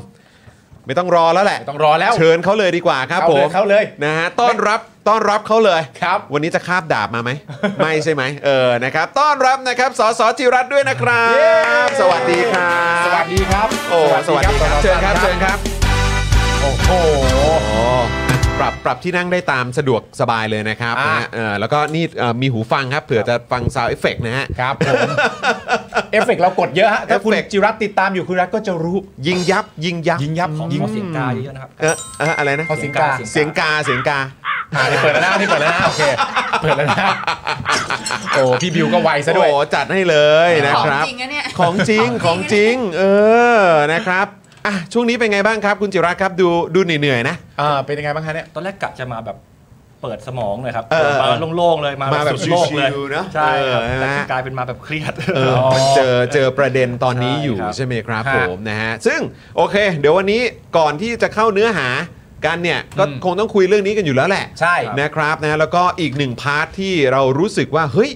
[SPEAKER 1] ไม่ต้องรอแล้วแหละ
[SPEAKER 2] ไม่ต้องรอแล้ว
[SPEAKER 1] เชิญเขาเลยดีกว่าครับ
[SPEAKER 2] เข้า
[SPEAKER 1] ผ
[SPEAKER 2] เลย
[SPEAKER 1] ม
[SPEAKER 2] เข้าเลย
[SPEAKER 1] นะฮะต้อนรับต้อนรับเขาเลย
[SPEAKER 2] ครับ
[SPEAKER 1] วันนี้จะคาบดาบมาไหม [LAUGHS] ไม่ใช่ไหมเออนะครับ ต้อนรับนะครับสสจิรัตน์ด้วยนะครับ สวัสดีครับ
[SPEAKER 2] สวัสดีครับ
[SPEAKER 1] โอ้สวัสดีครับเชิญครับเชิญครับ
[SPEAKER 2] โอ้โห
[SPEAKER 1] โอ้ปรับปรับที่นั่งได้ตามสะดวกสบายเลยนะครับ
[SPEAKER 2] อ่ะ
[SPEAKER 1] นะฮะเออแล้วก็นี่เอ่อมีหูฟังครับเผื่อจะฟังซาวเอฟเฟกนะฮะ
[SPEAKER 2] ครับผม
[SPEAKER 1] [LAUGHS]
[SPEAKER 2] เอฟเฟกต์เรากดเยอะฮะถ้าคุณ
[SPEAKER 1] เอฟเฟกต์
[SPEAKER 2] จิรัตน์ติดตามอยู่คุณรัตน์ก็จะรู้
[SPEAKER 1] ยิงยับยิงยับ
[SPEAKER 2] ยิงยับ
[SPEAKER 5] ข
[SPEAKER 2] ข
[SPEAKER 5] อ
[SPEAKER 2] องง
[SPEAKER 5] ขอเสียงกาเยอะๆนะครับ
[SPEAKER 1] เออเอออะไรนะ
[SPEAKER 2] ขอเสียงกา
[SPEAKER 1] เสียงกาเสียงกา
[SPEAKER 2] อ่านี่เปิดแล้วนะนี่เปิดแล้วนะโอเค เปิดแล้วนะ โอ้พี่บิวก็ไวซะด้วย
[SPEAKER 1] โอ้โหจัดให้เลยนะ
[SPEAKER 3] ของ
[SPEAKER 1] ครับ
[SPEAKER 3] จริงนะเนี่ย
[SPEAKER 1] ของจริง ของจริง เออ นะครับ อ่ะ ช่วงนี้เป็นไงบ้างครับ คุณจิรัตน์ครับ ดู ดูเหนื่อยๆนะ
[SPEAKER 2] อ่า เป็นยังไงบ้างคะเนี่ย
[SPEAKER 5] ตอนแรกกะจะมาแบบเปิดสมองเลยครับ
[SPEAKER 1] เออ
[SPEAKER 5] มาโล่งๆเลยมา
[SPEAKER 1] มาแบบ
[SPEAKER 5] สุดโลกเลย
[SPEAKER 1] ชิวๆเนอะ
[SPEAKER 5] ใช่ครับ
[SPEAKER 1] เออ
[SPEAKER 5] แต่
[SPEAKER 1] นะ
[SPEAKER 5] กลายเป็นมาแบบเครียด
[SPEAKER 1] เออ มันเจอ เจอประเด็นตอนนี้อยู่
[SPEAKER 5] ใช่ครับ
[SPEAKER 1] ใช่ไหมครับ
[SPEAKER 2] ค่ะ
[SPEAKER 1] ผมนะฮะ ซึ่งโอเค เดี๋ยววันนี้ก่อนที่จะเข้าเนื้อหากันเนี่ย ก็
[SPEAKER 2] อืม
[SPEAKER 1] คงต้องคุยเรื่องนี้กันอยู่แล้วแหละ
[SPEAKER 2] ใช่
[SPEAKER 1] นะครับนะแล้วก็อีกหนึ่งพาร์ทที่เรารู้สึกว่าเฮ้ย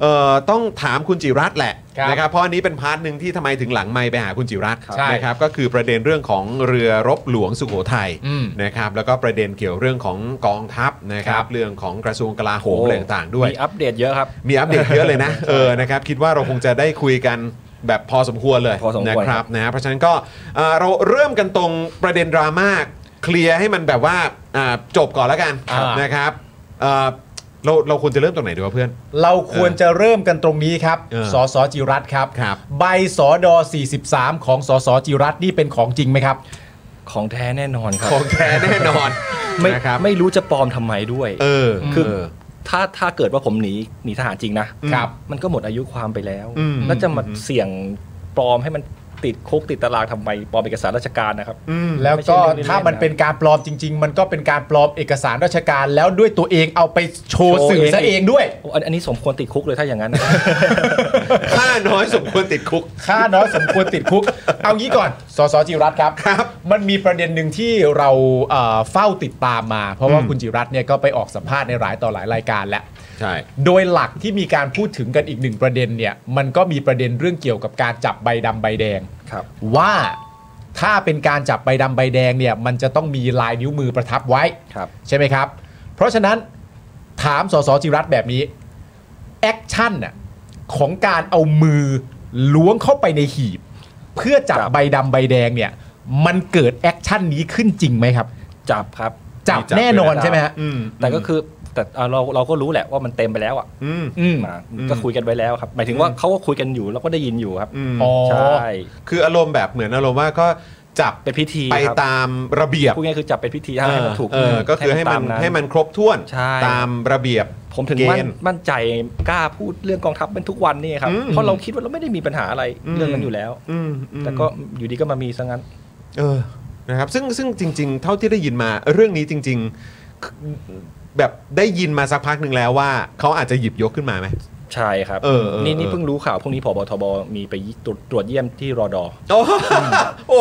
[SPEAKER 1] เอ่อต้องถามคุณจิรัตน์แหละ
[SPEAKER 2] ครับ
[SPEAKER 1] นะครับเพราะอันนี้เป็นพาร์ทหนึ่งที่ทำไมถึงหลังไมค์ไปหาคุณจิรัตน์
[SPEAKER 2] ใช่
[SPEAKER 1] นะครับก็คือประเด็นเรื่องของเรือรบหลวงสุโขทัย
[SPEAKER 2] อืม
[SPEAKER 1] นะครับแล้วก็ประเด็นเกี่ยวเรื่องของกองทัพนะครั
[SPEAKER 2] ครับ บ
[SPEAKER 1] เรื่องของกระทรวงกลาโหมอะไรต่างๆด้วย
[SPEAKER 5] มีอัปเดตเยอะครับ
[SPEAKER 1] มีอัปเดตเยอะเลย
[SPEAKER 5] [LAUGHS]
[SPEAKER 1] นะ เออนะครับคิดว่าเราคงจะได้คุยกันแบบพอสมควรเลย
[SPEAKER 5] พอสมควร
[SPEAKER 1] นะค
[SPEAKER 5] ครั
[SPEAKER 1] รับบ นะฮะเพราะฉะนั้นก็เอ่อเราเริ่มกันตรงประเด็นดราม่าเคลียร์ให้มันแบบว่าอ่าจบก่อนแล้วกัน
[SPEAKER 2] ครับ
[SPEAKER 1] นะครับเอ่อเราเราควรจะเริ่มตรงไหนดีวะเพื่อน
[SPEAKER 2] เราควรจะเริ่มกันตรงนี้ครับ
[SPEAKER 1] เออ
[SPEAKER 2] สสจิรัตน์ครับ
[SPEAKER 1] ครับ
[SPEAKER 2] ใบสอดอ43 ของสสจิรัตน์นี่เป็นของจริงไหมครับ
[SPEAKER 5] ของแท้แน่นอนครับ
[SPEAKER 1] ของแท้แน่นอน
[SPEAKER 5] ไม่
[SPEAKER 1] นะครับ
[SPEAKER 5] ไม่รู้จะปลอมทำไมด้วย
[SPEAKER 1] เออ
[SPEAKER 5] คือ
[SPEAKER 1] เ
[SPEAKER 5] ถ้าถ้าเกิดว่าผมหนีหนีทหารจริงนะครับ มันก็หมดอายุความไปแล้ว
[SPEAKER 1] อืม
[SPEAKER 5] แล้วจะมาเสี่ยงปลอมให้มันติดคุกติดตารางทำไมปลอมเอกสารราชการนะครับ
[SPEAKER 1] อืม
[SPEAKER 2] แล้วก็
[SPEAKER 5] ไม่ใช่เรื่องเล่นๆ
[SPEAKER 2] ถ้ามันเป็นการปลอมจริง ๆ มันก็เป็นการปลอมเอกสารราชการแล้วด้วยตัวเองเอาไปโชว์
[SPEAKER 5] โชว์
[SPEAKER 2] สื่อซะ
[SPEAKER 5] เอง
[SPEAKER 2] เองด้วย
[SPEAKER 5] โอ้อันอันนี้สมควรติดคุกเลยถ้าอย่างนั้นนะ
[SPEAKER 1] ค่าน้อยสมควรติดคุก
[SPEAKER 2] ค่าน้อยสมควรติดคุก เอางี้ก่อน สสจิรัตน์ครับ
[SPEAKER 1] ครับ
[SPEAKER 2] มันมีประเด็นหนึ่งที่เราเอ่อเฝ้าติดตามมา เพราะว่า
[SPEAKER 1] อืม
[SPEAKER 2] คุณจิรัตน์เนี่ยก็ไปออกสัมภาษณ์ในหลายต่อหลายรายการแล้ว
[SPEAKER 1] ใช่
[SPEAKER 2] โดยหลักที่มีการพูดถึงกันอีกหนึ่งประเด็นเนี่ย มันก็มีประเด็นเรื่องเกี่ยวกับการจับใบดำใบแดง
[SPEAKER 5] ครับ
[SPEAKER 2] ว่าถ้าเป็นการจับใบดำใบแดงเนี่ย มันจะต้องมีลายนิ้วมือประทับไว้
[SPEAKER 5] ครับ
[SPEAKER 2] ใช่ไหมครับ เพราะฉะนั้นถามสสจิรัตน์แบบนี้แอคชั่นน่ะของการเอามือล้วงเข้าไปในหีบ เพื่อจับ
[SPEAKER 5] ครับ
[SPEAKER 2] ใบดำใบแดงเนี่ย มันเกิดแอคชั่นนี้ขึ้นจริงไหมครับ
[SPEAKER 5] จับครับ
[SPEAKER 2] จับแน่นอนใช่ไหมฮะ
[SPEAKER 1] อืม
[SPEAKER 5] แต่ก็คือแต่อ่าเราเราก็รู้แหละว่ามันเต็มไปแล้วอ่ะ
[SPEAKER 1] อืม
[SPEAKER 2] อืม
[SPEAKER 5] มา
[SPEAKER 1] อืม
[SPEAKER 5] ก็คุยกันไว้แล้วครับหมายถึงว่าเขาก็คุยกันอยู่เราก็ได้ยินอยู่ครับ
[SPEAKER 1] อืม
[SPEAKER 2] อ๋อ
[SPEAKER 5] ใช่
[SPEAKER 1] คืออารมณ์แบบเหมือนอารมณ์ว่าก็จับ
[SPEAKER 5] เป็นพิธี
[SPEAKER 1] ไป
[SPEAKER 5] ครับ
[SPEAKER 1] ตามระเบียบ
[SPEAKER 5] พูดง่ายๆคือจับเป็นพิธีให้มันถูก
[SPEAKER 1] เออเออก็คือให้มัน
[SPEAKER 5] ตา
[SPEAKER 1] ให้มันครบถ้วน
[SPEAKER 5] ใช่
[SPEAKER 1] ตามระเบียบ
[SPEAKER 5] พ ผมถึง
[SPEAKER 1] เกณฑ์
[SPEAKER 5] มั่นมั่นใจกล้าพูดเรื่องกองทัพเป็นทุกวันนี่ครับ
[SPEAKER 1] อืม
[SPEAKER 5] เพราะเราคิดว่าเราไม่ได้มีปัญหาอะไร
[SPEAKER 1] อืม
[SPEAKER 5] เรื่องนั้นอยู่แล้ว
[SPEAKER 1] อืมอืม
[SPEAKER 5] แต่ก็อยู่ดีก็มามีซะงั้น
[SPEAKER 1] เออ นะครับ ซึ่ง ซึ่งจริง ๆ เท่าที่ได้ยินมา เรื่องนี้จริง ๆ คือแบบได้ยินมาสักพักหนึ่งแล้วว่า เขาอาจจะหยิบยกขึ้นมาไหม
[SPEAKER 5] ใช่ครับ
[SPEAKER 1] เออเออ
[SPEAKER 5] นี่
[SPEAKER 1] เออ
[SPEAKER 5] นี่เพิ่งรู้ข่าวพวกนี้พบทบมีไปตรวจตรวจเยี่ยมที่รอดอ
[SPEAKER 1] โอ้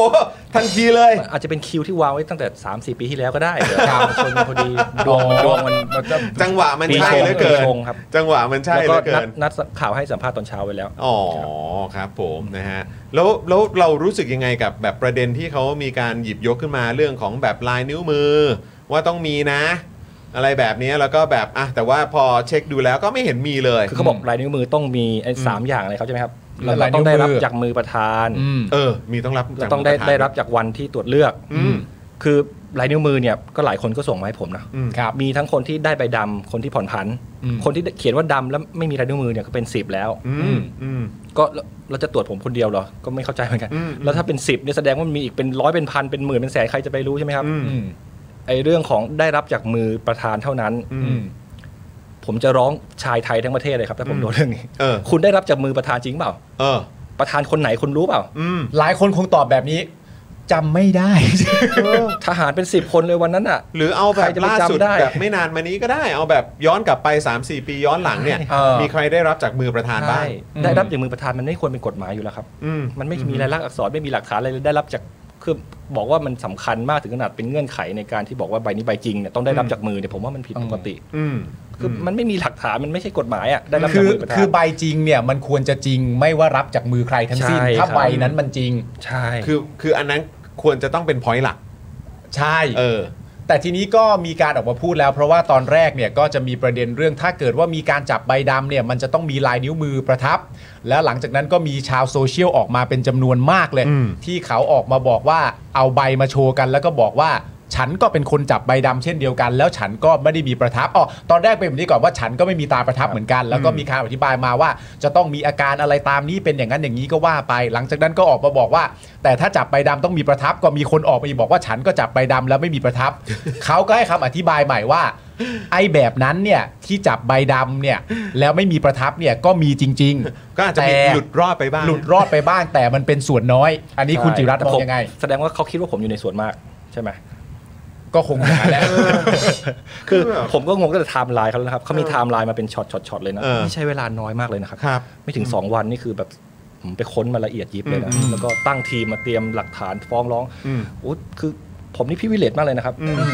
[SPEAKER 1] โหทันทีเลย
[SPEAKER 5] อาจจะเป็นคิวที่วางไว้ตั้งแต่ 3-4 ปีที่แล้วก็ได้เดี๋ยวตามชนกันพอดีดวงดวงมันมันก็
[SPEAKER 1] จังหวะมัน
[SPEAKER 5] ปี
[SPEAKER 1] ใช่
[SPEAKER 5] ชง
[SPEAKER 1] เหลือเกิ
[SPEAKER 5] ปี
[SPEAKER 1] น
[SPEAKER 5] ชงครับ
[SPEAKER 1] จังหวะมันใช่
[SPEAKER 5] แล้ว
[SPEAKER 1] เหลือ
[SPEAKER 5] ก็
[SPEAKER 1] เกิ
[SPEAKER 5] นัด
[SPEAKER 1] น
[SPEAKER 5] นัดข่าวให้สัมภาษณ์ตอนเช้าไว้แล้ว
[SPEAKER 1] อ๋อ ครับผมนะฮะ แล้วแล้วเรารู้สึกยังไงกับแบบประเด็นที่เขามีการหยิบยกขึ้นมาเรื่องของแบบลายนิ้วมือ ว่าต้องมีนะ อะไรแบบนี้แล้วก็แบบอ่ะแต่ว่าพอเช็คดูแล้วก็ไม่เห็นมีเลย
[SPEAKER 5] คือเขาบอกลายนิ้วมือต้องมีไอ้สามอย่างเลยครับใช่ไหมครับ
[SPEAKER 2] แล้ว
[SPEAKER 5] เรา
[SPEAKER 2] ลายนิ้
[SPEAKER 5] ต้อ
[SPEAKER 2] วมือ
[SPEAKER 5] งได้รับจากมือประธาน
[SPEAKER 2] อืม
[SPEAKER 1] เออ มีต้องรับ
[SPEAKER 5] เราต้องได้
[SPEAKER 1] จากผู้ปะธาน
[SPEAKER 5] ได้รับจากวันที่ตรวจเลือก
[SPEAKER 1] อืม
[SPEAKER 5] คือลายนิ้วมือเนี่ยก็หลายคนก็ส่งมาให้ผมนะ
[SPEAKER 1] อืม
[SPEAKER 2] ครับ
[SPEAKER 5] มีทั้งคนที่ได้ใบดำคนที่ผ่อนผัน
[SPEAKER 2] อืม
[SPEAKER 5] คนที่เขียนว่าดำแล้วไม่มีลายนิ้วมือเนี่ยก็เป็นสิบแล้ว
[SPEAKER 1] อืมอืม
[SPEAKER 5] ก็แล้วเราจะตรวจผมคนเดียวเหรอ ก็ไม่เข้าใจเหมือนกัน
[SPEAKER 1] อืม
[SPEAKER 5] แล้วถ้าเป็นสิบเนี่ยแสดงว่ามีอีกเป็นร้อยเป็นพันเป็นหมื่นเป็นแสนใครจะไปรู้ใช่ไหมครับ
[SPEAKER 1] อืม
[SPEAKER 2] อืม
[SPEAKER 5] ไอเรื่องของได้รับจากมือประธานเท่านั้น
[SPEAKER 1] อื
[SPEAKER 2] อื
[SPEAKER 1] ม
[SPEAKER 2] ม
[SPEAKER 5] ผมจะร้องชายไทยทั้งประเทศเลยครับถ้าผม
[SPEAKER 1] อืม
[SPEAKER 5] โดนเรื่องนี้
[SPEAKER 1] เออ
[SPEAKER 5] คุณได้รับจากมือประธานจริงเปล่า
[SPEAKER 1] เออ
[SPEAKER 5] ประธานคนไหนคุณรู้เปล่า
[SPEAKER 1] อืม
[SPEAKER 2] หลายคนคงตอบแบบนี้จำไม่ได้
[SPEAKER 5] ทหารเป็นสิบคนเลยวันนั้นอ่ะ
[SPEAKER 1] หรือเอาแบ
[SPEAKER 5] ใค
[SPEAKER 1] บ
[SPEAKER 5] รจะไป
[SPEAKER 1] ล่าสุด
[SPEAKER 5] จำได้
[SPEAKER 1] แบบไม่นานมานี้ก็ได้ เอาแบบย้อนกลับไป 3-4 ปีย้อนหลังเนี่ย
[SPEAKER 2] เออ
[SPEAKER 1] มีใครได้รับจากมือประธานบ้า
[SPEAKER 5] ้
[SPEAKER 1] ง
[SPEAKER 5] ได้รับจากมือประธานมันไม่ควรเป็นกฎหมายอยู่แล้วครับ
[SPEAKER 1] อืม
[SPEAKER 5] มันไม่มีลายลักษณ์อักษรไม่มีหลักฐานอะไรเลยได้รับจากคือบอกว่ามันสำคัญมากถึงขนาดเป็นเงื่อนไขในการที่บอกว่าใบนี้ใบจริงเนี่ยต้องได้รับ
[SPEAKER 1] อืม
[SPEAKER 5] จากมือเนี่ยผมว่ามันผิดปกติ
[SPEAKER 1] อืม
[SPEAKER 5] คือมันไม่มีหลักฐานมันไม่ใช่กฎหมายอ่ะได้รับ
[SPEAKER 2] คือ
[SPEAKER 5] จากมือประธาน
[SPEAKER 2] คือใบจริงเนี่ยมันควรจะจริงไม่ว่ารับจากมือใครทั้งสิ้น
[SPEAKER 5] ใช่
[SPEAKER 2] ถ้า
[SPEAKER 5] ครับ
[SPEAKER 2] ใบนั้นมันจริง
[SPEAKER 5] ใช่
[SPEAKER 1] คือ คืออันนั้นควรจะต้องเป็นพอยต์หลัก
[SPEAKER 2] ใช่
[SPEAKER 1] เออ
[SPEAKER 2] แต่ทีนี้ก็มีการออกมาพูดแล้ว เพราะว่าตอนแรกเนี่ยก็จะมีประเด็นเรื่องถ้าเกิดว่ามีการจับใบดำเนี่ยมันจะต้องมีลายนิ้วมือประทับ แล้วหลังจากนั้นก็มีชาวโซเชียลออกมาเป็นจำนวนมากเลย
[SPEAKER 1] อืม
[SPEAKER 2] ที่เขาออกมาบอกว่าเอาใบมาโชว์กัน แล้วก็บอกว่าฉันก็เป็นคนจับใบดำเช่นเดียวกัน แล้วฉันก็ไม่ได้มีประทับอ๋อตอนแรกเป็นแบบนี้ก่อนว่าฉันก็ไม่มีตาประทับเหมือนกัน แล้วก็มีการอธิบายมาว่า จะต้องมีอาการอะไรตามนี้เป็นอย่างนั้นอย่างนี้ก็ว่าไป หลังจากนั้นก็ออกมาบอกว่า แต่ถ้าจับใบดำต้องมีประทับก็มีคนออกมาอีกบอกว่าฉันก็จับใบดำแล้วไม่มีประ
[SPEAKER 1] [LAUGHS]
[SPEAKER 2] ทับ เขาก็ให้คำอธิบายใหม่ว่า ไอ้แบบนั้นเนี่ยที่จับใบดำเนี่ยแล้วไม่มีประทับเนี่ยก็มีจริง ๆ
[SPEAKER 1] ก็อาจจะมีหลุดรอดไปบ้าง
[SPEAKER 2] หลุดรอดไปบ้างแต่มันเป็นส่วนน้อย อันนี้คุณจิรัตน์
[SPEAKER 5] แต่
[SPEAKER 2] มอ
[SPEAKER 5] ผ
[SPEAKER 2] งยังไง
[SPEAKER 5] แสดงว่าเขาคิดว่าผมอยู่ในส่วนมากใช่ไหม
[SPEAKER 2] ก็คงอย่างนั้นแหล้ว
[SPEAKER 5] คือ
[SPEAKER 1] เออ
[SPEAKER 5] ผมก็งงตั้งแต่ไทม์ไลน์เขาแล้วนะครับเขามีไทม์ไลน์มาเป็นช็อตช็อตช็อตเลยนะ
[SPEAKER 1] เออ
[SPEAKER 5] นี่ใช้เวลาน้อยมากเลยนะครับ
[SPEAKER 1] ครับ
[SPEAKER 5] ไม่ถึง 2 วันนี่คือแบบผมไปค้นมาละเอียดยิบเลยนะ
[SPEAKER 1] อืม
[SPEAKER 5] แล้วก็ตั้งทีมมาเตรียมหลักฐานฟ้องร้อง
[SPEAKER 1] อืม
[SPEAKER 5] โอ้คือผมนี่พี่วิเลตมากเลยนะครับ
[SPEAKER 1] อืม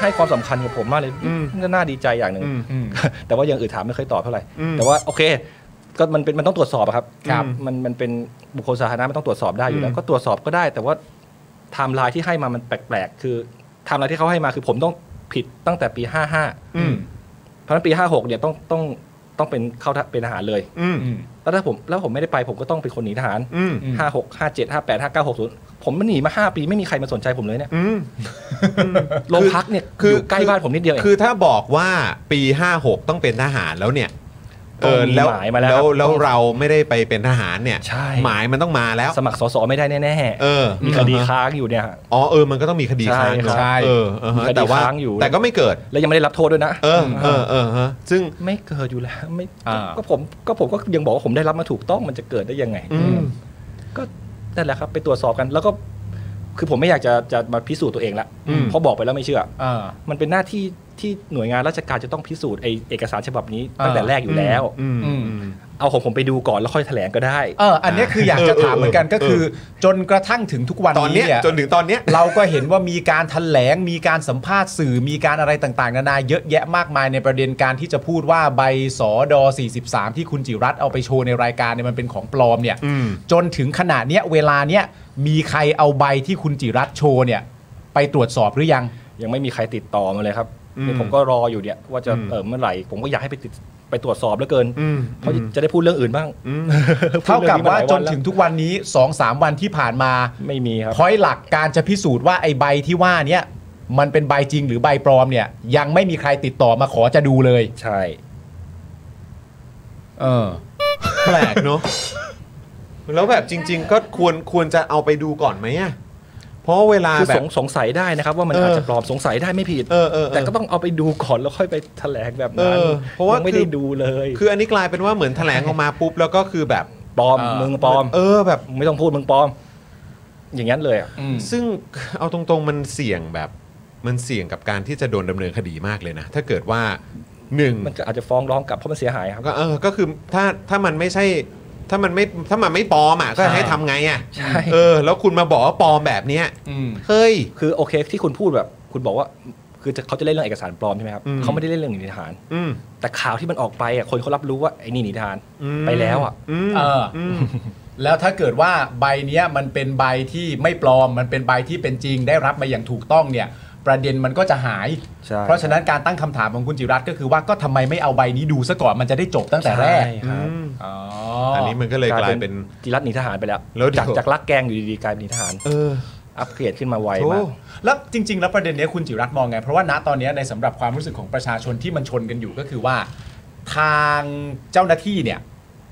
[SPEAKER 5] ให้ความสำคัญกับผมมากเลย
[SPEAKER 1] อืม
[SPEAKER 5] ก็น่าดีใจอย่างหนึ่ง
[SPEAKER 1] อืม
[SPEAKER 5] แต่ว่าอย่างอื่นถามไม่เคยตอบเท่าไหร่
[SPEAKER 1] อืม
[SPEAKER 5] แต่ว่าโอเค ก็มันเป็นมันต้องตรวจสอบอะครับ
[SPEAKER 1] ครับ
[SPEAKER 5] มันมันเป็นบุคคลสาธารณะมันต้องตรวจสอบได้อยู่แล้ว ก็ตรวจสอบก็ได้ แต่ว่าไทม์ไลน์ที่ให้มามันแปลกๆ คือไทม์ไลน์ที่เขาให้มาคือผมต้องผิดตั้งแต่ปี 55
[SPEAKER 1] อืม
[SPEAKER 5] เพราะฉะนั้นปี 56 เนี่ยต้องต้องต้องเป็นเข้าเป็นทหารเลย
[SPEAKER 1] อืม
[SPEAKER 5] แล้วถ้าผมแล้วผมไม่ได้ไปผมก็ต้องเป็นคนหนีทหาร
[SPEAKER 1] อืม
[SPEAKER 2] อืม
[SPEAKER 5] 56 57 58 59 60 ผมมันหนีมา 5 ปีไม่มีใครมาสนใจผมเลยเนี่ย
[SPEAKER 1] อืม
[SPEAKER 5] โรงพักเนี่ย
[SPEAKER 1] คือ
[SPEAKER 5] อ
[SPEAKER 1] อ
[SPEAKER 5] ยู่ใกล้บ้านผมนิดเดียวเอง
[SPEAKER 1] คือถ้าบอกว่าปี 56 ต้องเป็นทหารแล้วเนี่ย เออ
[SPEAKER 5] ต้องมี
[SPEAKER 1] แล้ว
[SPEAKER 5] หมายมาแล้ว
[SPEAKER 1] แล้ว
[SPEAKER 5] ครับ
[SPEAKER 1] แล้วเราไม่ได้ไปเป็นทหารเนี่ย
[SPEAKER 5] ใช่
[SPEAKER 1] หมายมันต้องมาแล้ว
[SPEAKER 5] สมัครสสไม่ได้แน่
[SPEAKER 1] เออ
[SPEAKER 5] ๆ มีคดีค้างอยู่เนี่ย
[SPEAKER 1] อ๋อเออมันก็ต้องมีคดีค้าง
[SPEAKER 5] ใช่ค
[SPEAKER 1] เน
[SPEAKER 5] รับ
[SPEAKER 1] อะ
[SPEAKER 2] ใช่
[SPEAKER 1] เออเออฮะ
[SPEAKER 5] มีคดี
[SPEAKER 1] แต่ว่า
[SPEAKER 5] ค้างอยู่
[SPEAKER 1] แต่ก็ไม่เกิด
[SPEAKER 5] แล้วยังไม่ได้รับโทษด้วยนะ
[SPEAKER 1] เออเออเออฮะซึ่ง
[SPEAKER 5] ไม่เกิดอยู่แล้ว [LAUGHS] ไม่
[SPEAKER 2] อ่า
[SPEAKER 5] ก็ผมก็ผมก็ยังบอกว่าผมได้รับมาถูกต้องมันจะเกิดได้ยังไง
[SPEAKER 1] อืม
[SPEAKER 5] ก็นั่นแหละครับไปตรวจสอบกันแล้วก็คือผมไม่อยากจะจะมาพิสูจน์ตัวเองละ
[SPEAKER 1] อืม
[SPEAKER 5] เพราะบอกไปแล้วไม่เชื่อ
[SPEAKER 2] อ่า
[SPEAKER 5] มันเป็นหน้าที่ที่หน่วยงานราชการจะต้องพิสูจน์ไอเอกสารฉบับนี้ตั้งแต่แรกอยู่แล้ว
[SPEAKER 1] อืม
[SPEAKER 2] อื
[SPEAKER 1] อื
[SPEAKER 2] ม
[SPEAKER 1] ม
[SPEAKER 5] เอาของผมไปดูก่อนแล้วค่อยแถลงก็ได้
[SPEAKER 2] เอออันเนี้ยคืออยากจะถามเหมือนกันก็คือ จนกระทั่งถึงทุกวัน
[SPEAKER 1] ตอน
[SPEAKER 2] นี้
[SPEAKER 1] เนี้ย
[SPEAKER 2] เนี่ย
[SPEAKER 1] จนถึงตอนเนี้ย
[SPEAKER 2] เราก็เห็นว่ามีการแถลง มีการสัมภาษณ์สื่อ มีการอะไรต่างๆ นานาเยอะแยะมากมายในประเด็นการที่จะพูดว่าใบสอดอ43 ที่คุณจิรัตน์เอาไปโชว์ในรายการเนี่ยมันเป็นของปลอมเนี่ย
[SPEAKER 1] อืม
[SPEAKER 2] จนถึงขณะเนี้ยเวลาเนี้ยมีใครเอาใบที่คุณจิรัตน์โชว์เนี่ย ไปตรวจสอบหรือยัง
[SPEAKER 5] ยังไม่มีใครติดต่อมาเลยครับ
[SPEAKER 1] อืม
[SPEAKER 5] เนี่ยผมก็รออยู่เนี่ยว่าจะ
[SPEAKER 1] อืม
[SPEAKER 5] เออเมื่อไหร่ ผมก็อยากให้ไปติดไปตรวจสอบเหลือเกิน
[SPEAKER 1] อืม
[SPEAKER 5] เพราะจะได้พูดเรื่องอื่นบ้าง
[SPEAKER 1] อืม
[SPEAKER 2] เท่ากับว่าจ
[SPEAKER 5] พูด
[SPEAKER 2] น
[SPEAKER 5] เรื่อง
[SPEAKER 2] ถึงทุกวันนี้2อสามวันที่ผ่านมา
[SPEAKER 5] ไม่มีครับ
[SPEAKER 2] พอยหลักการจะพิสูจน์ว่าไอ้ใบที่ว่าเนี่ยมันเป็นใบจริงหรือใบปลอมเนี่ย ยังไม่มีใครติดต่อมาขอจะดูเลย
[SPEAKER 5] ใช่
[SPEAKER 2] เออ
[SPEAKER 1] แปลกเนอะแล้วแบบจริง ๆ ก็ควรควรจะเอาไปดูก่อนไหมอะ เพราะเวลา
[SPEAKER 5] คือ
[SPEAKER 1] แบ
[SPEAKER 5] ส
[SPEAKER 1] บ
[SPEAKER 5] งสงสัยได้นะครับ ว่ามัน
[SPEAKER 1] เอออ
[SPEAKER 5] อาจจะปลอมสงสัยได้ไม่ผิด
[SPEAKER 1] เออเออเออ
[SPEAKER 5] แต่ก็ต้องเอาไปดูก่อนแล้วค่อยไปแถลงแบบนั้น
[SPEAKER 1] เออเพราะว่ายั
[SPEAKER 5] งไม่ได้ดูเลย
[SPEAKER 1] คืออันนี้กลายเป็นว่าเหมือนแถลงออกมาปุ๊บแล้วก็คือแบบ
[SPEAKER 5] ปลอม
[SPEAKER 2] เออ
[SPEAKER 5] มึงปลอม
[SPEAKER 1] เออแบบ
[SPEAKER 5] ไม่ต้องพูดมึงปลอม อย่างนั้นเลยอะ
[SPEAKER 2] อืม
[SPEAKER 1] ซึ่งเอาตรงๆมันเสี่ยงแบบมันเสี่ยงกับการที่จะโดนดำเนินคดีมากเลยนะ ถ้าเกิดว่าหนึ่ง
[SPEAKER 5] มันก็อาจจะฟ้องร้องกลับเพราะมันเสียหายครับ
[SPEAKER 1] ก็เออก็คือถ้าถ้ามันไม่ใช่ ถ้ามันไม่ถ้ามันไม่ปลอมอ่ะก็
[SPEAKER 2] ใช่
[SPEAKER 1] ให้ทำไงอ่ะ
[SPEAKER 5] ใช่
[SPEAKER 1] เออ แล้วคุณมาบอกว่าปลอมแบบเนี้ย
[SPEAKER 2] อืม
[SPEAKER 1] เฮ้ย
[SPEAKER 5] คือโอเคที่คุณพูดแบบ คุณบอกว่า คือจะเขาจะเล่นเรื่องเอกสารปลอมใช่ไหมครับ
[SPEAKER 1] อืม
[SPEAKER 5] เขาไม่ได้เล่นเรื่องหนีทหาร
[SPEAKER 1] อืม
[SPEAKER 5] แต่ข่าวที่มันออกไปอ่ะคนเขารับรู้ว่าไอ้นี่หนีทหาร
[SPEAKER 1] อืม
[SPEAKER 5] ไปแล้วอ่ะ
[SPEAKER 1] ม
[SPEAKER 2] เอออื
[SPEAKER 1] ม
[SPEAKER 2] แล้วถ้าเกิดว่าใบเนี้ยมันเป็นใบที่ไม่ปลอม มันเป็นใบที่เป็นจริงได้รับมาอย่างถูกต้องเนี่ย ประเด็นมันก็จะหาย
[SPEAKER 5] ใช่
[SPEAKER 2] เพราะฉะนั้นการตั้งคำถามของคุณจิรัตน์ก็คือว่าก็ทำไมไม่เอาใบนี้ดูซะก่อนมันจะได้จบตั้งแต่แรก
[SPEAKER 5] ใช่ค
[SPEAKER 1] อื
[SPEAKER 5] รับ
[SPEAKER 1] ม
[SPEAKER 2] อ๋อ
[SPEAKER 1] อั
[SPEAKER 2] อั
[SPEAKER 1] นนี้มันก็เลยกลายเป็น
[SPEAKER 5] จิรัตน์หนีทหารไปแล้ว
[SPEAKER 1] แล้วเดี๋ยว
[SPEAKER 5] จากจากรักแกงอยู่ดีๆกลายเป็นหนีทหาร
[SPEAKER 1] เออ
[SPEAKER 5] อัปเกรดขึ้นมาไว
[SPEAKER 1] โอ้
[SPEAKER 5] มาก
[SPEAKER 2] แล้วจริง ๆ แล้วประเด็นเนี้ยคุณจิรัตน์มองไง เพราะว่าณตอนเนี้ยในสำหรับความรู้สึกของประชาชนที่มันชนกันอยู่ก็คือว่า ทางเจ้าหน้าที่เนี่ย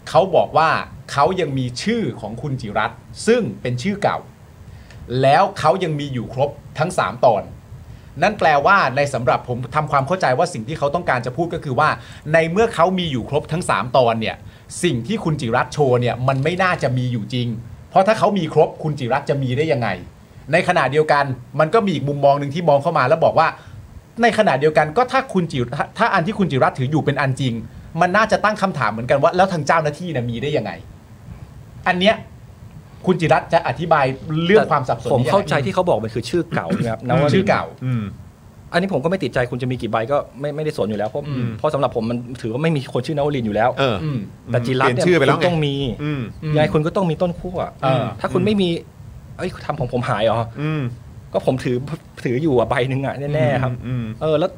[SPEAKER 2] เขาบอกว่าเขายังมีชื่อของคุณจิรัตน์ซึ่งเป็นชื่อเก่า แล้วเขายังมีอยู่ครบทั้ง 3 ตอน นั่นแปลว่าในสำหรับผมทำความเข้าใจว่าสิ่งที่เขาต้องการจะพูดก็คือว่า ในเมื่อเขามีอยู่ครบทั้ง 3 ตอนเนี่ยสิ่งที่คุณจิรัตน์โชว์เนี่ยมันไม่น่าจะมีอยู่จริง เพราะถ้าเขามีครบคุณจิรัตน์จะมีได้ยังไง ในขณะเดียวกันมันก็มีอีกมุมมองหนึ่งที่มองเข้ามาแล้วบอกว่า ในขณะเดียวกันก็ถ้าคุณจิถ้าถ้าอันที่คุณจิรัตน์ถืออยู่เป็นอันจริง มันน่าจะตั้งคำถามเหมือนกันว่า แล้วทางเจ้าหน้าที่เนี่ยมีได้ยังไง อันเนี้ยคุณจิรัตน์จะอธิบายเรื่องความสับสน
[SPEAKER 5] ผม
[SPEAKER 2] นี้ยังไง
[SPEAKER 5] เข้าใจที่เขาบอกมันคือชื่อเก่านะครับนว
[SPEAKER 2] ชื่
[SPEAKER 5] ชื่
[SPEAKER 2] อ
[SPEAKER 5] อเก่า
[SPEAKER 2] เก่า
[SPEAKER 1] อืม
[SPEAKER 5] อันนี้ผมก็ไม่ติดใจคุณจะมีกี่ใบก็ไม่ไม่ได้สนอยู่แล้ว เพราะ
[SPEAKER 2] อืม
[SPEAKER 5] เพราะสำหรับผมมันถือว่าไม่มีคนชื่อนวลินทร์อยู่แล้ว
[SPEAKER 1] เออ
[SPEAKER 2] อืม
[SPEAKER 5] แต่จิรัตน์
[SPEAKER 1] เปลี่
[SPEAKER 5] เนี่
[SPEAKER 1] น
[SPEAKER 5] ย
[SPEAKER 1] ชื่อไปแล้วไง
[SPEAKER 5] คุณต้องมี
[SPEAKER 1] อืม
[SPEAKER 2] อืม
[SPEAKER 5] ยังไงคุณก็ต้องมีต้นขั้ว
[SPEAKER 2] เออ
[SPEAKER 5] ถ้าคุณไม่มีเอ้ยทำของผมหายเหรอ
[SPEAKER 1] อืม
[SPEAKER 5] ก็ผมถือถืออยู่อะใบหนึ่งอะแน่ๆครับ
[SPEAKER 1] อืม
[SPEAKER 5] เออแล้ว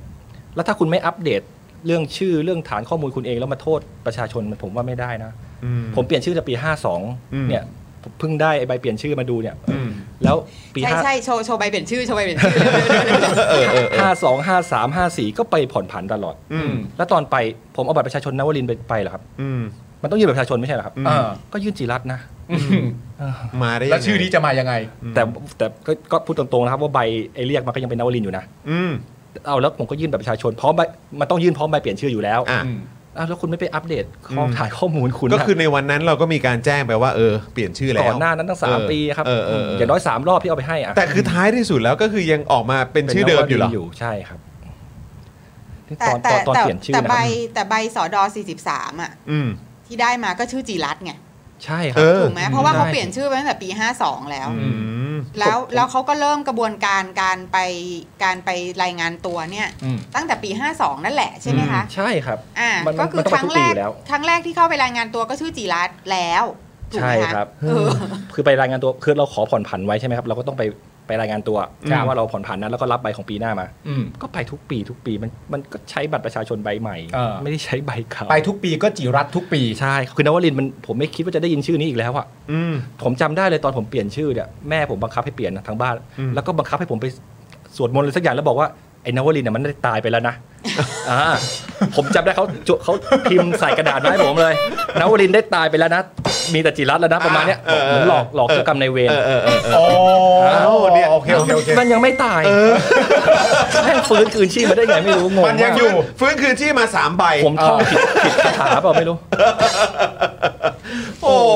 [SPEAKER 5] แล้วถ้าคุณไม่อัปเดตเรื่องชื่อเรื่องฐานข้อมูลคุณเองแล้วมาโทษประชาชนมันผมว่าไม่ได้นะ
[SPEAKER 1] อืม
[SPEAKER 5] ผมเปลี่ยนชื่อจากปี
[SPEAKER 1] อืม
[SPEAKER 5] 52 เนี่ยผมเพิ่งได้ไอใบเปลี่ยนชื่อมาดูเนี่ย
[SPEAKER 2] อืม
[SPEAKER 5] แล้วปี
[SPEAKER 3] ใช่
[SPEAKER 5] ห้า
[SPEAKER 3] ใช่โชว์โชว์ใบเปลี่ยนชื่อโชว์ใบเปลี่ยนชื่อ
[SPEAKER 5] ห้าสองห้าสามห้าสี่ก็ไปผ่อนผันตลอด
[SPEAKER 1] อืม
[SPEAKER 5] แล้วตอนไปผมเอาบัตรประชาชนนวลินทร์ไปไปเหรอครับ
[SPEAKER 1] อืม
[SPEAKER 5] มันต้องยื่นบัตรประชาชนไม่ใช่เหรอครับ
[SPEAKER 1] อืม
[SPEAKER 2] เออ
[SPEAKER 5] ก็ยื่นจิรัตน์นะเออ
[SPEAKER 1] มาได้ยังไง
[SPEAKER 2] แล้วชื่อนี้จะมายังไง
[SPEAKER 5] แต่แต่ก็ก็พูดตรงๆนะครับว่าใบไอเรียกมันก็ยังเป็นนวลินทร์อยู่นะ
[SPEAKER 1] อืม
[SPEAKER 5] เอาแล้วผมก็ยื่นบัตรประชาชนพร้อมใบมันต้องยื่นพร้อมใบเปลี่ยนชื่ออยู่แล้ว
[SPEAKER 1] อ่ะ
[SPEAKER 5] อ้าวแล้วคุณไม่ไปอัปเดตข้อ
[SPEAKER 1] อืม
[SPEAKER 5] ถ่ายข้อมูลคุณ
[SPEAKER 1] ก็คือ
[SPEAKER 5] นะ
[SPEAKER 1] ในวันนั้นเราก็มีการแจ้งไปว่าเออเปลี่ยนชื่อแล้ว
[SPEAKER 5] ก่อนหน้านั้นตั้งสาม
[SPEAKER 1] เออ
[SPEAKER 5] ปีครับ
[SPEAKER 1] เออเออเอออ
[SPEAKER 5] ย่างน้อยสามรอบที่เอาไปให้อะ
[SPEAKER 1] แต่คือท้ายที่สุดแล้วก็คือยังออกมาเป็นชื่อเดิมอยู่เหรอ
[SPEAKER 5] ยู่ใช่ครับนี่
[SPEAKER 3] แต่
[SPEAKER 5] ตอน
[SPEAKER 3] แต่
[SPEAKER 5] ตอนตอน
[SPEAKER 3] แต่
[SPEAKER 5] เปลี่ยนชื่อ
[SPEAKER 3] แต่
[SPEAKER 5] นะค
[SPEAKER 3] ใบ
[SPEAKER 5] รับ
[SPEAKER 3] แต่ใบสอดอ43 อ่ะ
[SPEAKER 1] อืม
[SPEAKER 3] ที่ได้มาก็ชื่อจีรัตน์ไง
[SPEAKER 5] ใช่ครั
[SPEAKER 1] เอบ อ
[SPEAKER 3] ถูกไหมเพราะว่า
[SPEAKER 5] ใช่
[SPEAKER 3] เขาเปลี่ยนชื่อไปตั้งแต่ปี 52 แล้ว
[SPEAKER 1] อืม
[SPEAKER 3] แล้วแล้วเขาก็เริ่มกระบวนการการไปการไปรายงานตัวเนี่ย
[SPEAKER 2] อืม
[SPEAKER 3] ตั้งแต่ปี 52 นั่นแหละใช่ไหมคะ
[SPEAKER 5] ใช่ครับ
[SPEAKER 3] อ่า
[SPEAKER 5] มัน
[SPEAKER 3] ก็คือครั้งแรก
[SPEAKER 5] มันต้องทุกปีอยู่แล้ว
[SPEAKER 3] ครั้งแรกที่เข้าไปรายงานตัวก็ชื่อจีรัตน์แล้วถูก
[SPEAKER 5] ใช่
[SPEAKER 3] ไหมะ
[SPEAKER 5] ครับ
[SPEAKER 3] เออ
[SPEAKER 5] คือไปรายงานตัวคือเราขอผ่อนผันไว้ใช่ไหมครับเราก็ต้องไปไปรายงานตัว
[SPEAKER 2] ครับ
[SPEAKER 5] ว่าเราผ่อนผันนั้นแล้วก็รับใบของปีหน้ามา
[SPEAKER 2] อืม
[SPEAKER 5] ก็ไปทุกปีทุกปีมันมันก็ใช้บัตรประชาชนใบใหม่
[SPEAKER 2] เออ
[SPEAKER 5] ไม่ได้ใช้ใบเก่า
[SPEAKER 2] ไปทุกปีก็จิรัตน์ทุกปี
[SPEAKER 5] ใช่คือนวลินทร์มันผมไม่คิดว่าจะได้ยินชื่อนี้อีกแล้วอะ
[SPEAKER 1] อืม
[SPEAKER 5] ผมจำได้เลยตอนผมเปลี่ยนชื่อเนี่ยแม่ผมบังคับให้เปลี่ยนนะทางบ้าน
[SPEAKER 1] อืม
[SPEAKER 5] แล้วก็บังคับให้ผมไปสวดมนต์อะไรสักอย่างแล้วบอกว่าไอ้นวลินเนี่ยมันได้ตายไปแล้ว
[SPEAKER 2] [LAUGHS]
[SPEAKER 5] นะ อ่าผมจำได้เขาจุเขาพิมพ์ใส่กระดาษมาให้ผมเลยนวลินได้ตายไปแล้วนะ มีแต่จิรัตน์แล้วนะประมาณเนี้ย
[SPEAKER 1] เออ
[SPEAKER 5] เหมือนหลอกหลอกเจ้ากรรมนายเวร
[SPEAKER 1] เออเออเออเออ
[SPEAKER 2] โอ้
[SPEAKER 1] เอาเนี่ย
[SPEAKER 2] โอเคโอเคโอเค
[SPEAKER 5] มันยังไม่ตายแม่งฟื้นคืนชีพมาได้ไงไม่รู้งง
[SPEAKER 2] มันยัง
[SPEAKER 5] มาก
[SPEAKER 2] อยู่
[SPEAKER 1] ฟื้นคืนชีพมาสามใบ
[SPEAKER 5] ผมท่องผิดผิดคาถาเปล่าไม่รู้
[SPEAKER 1] โอ้โ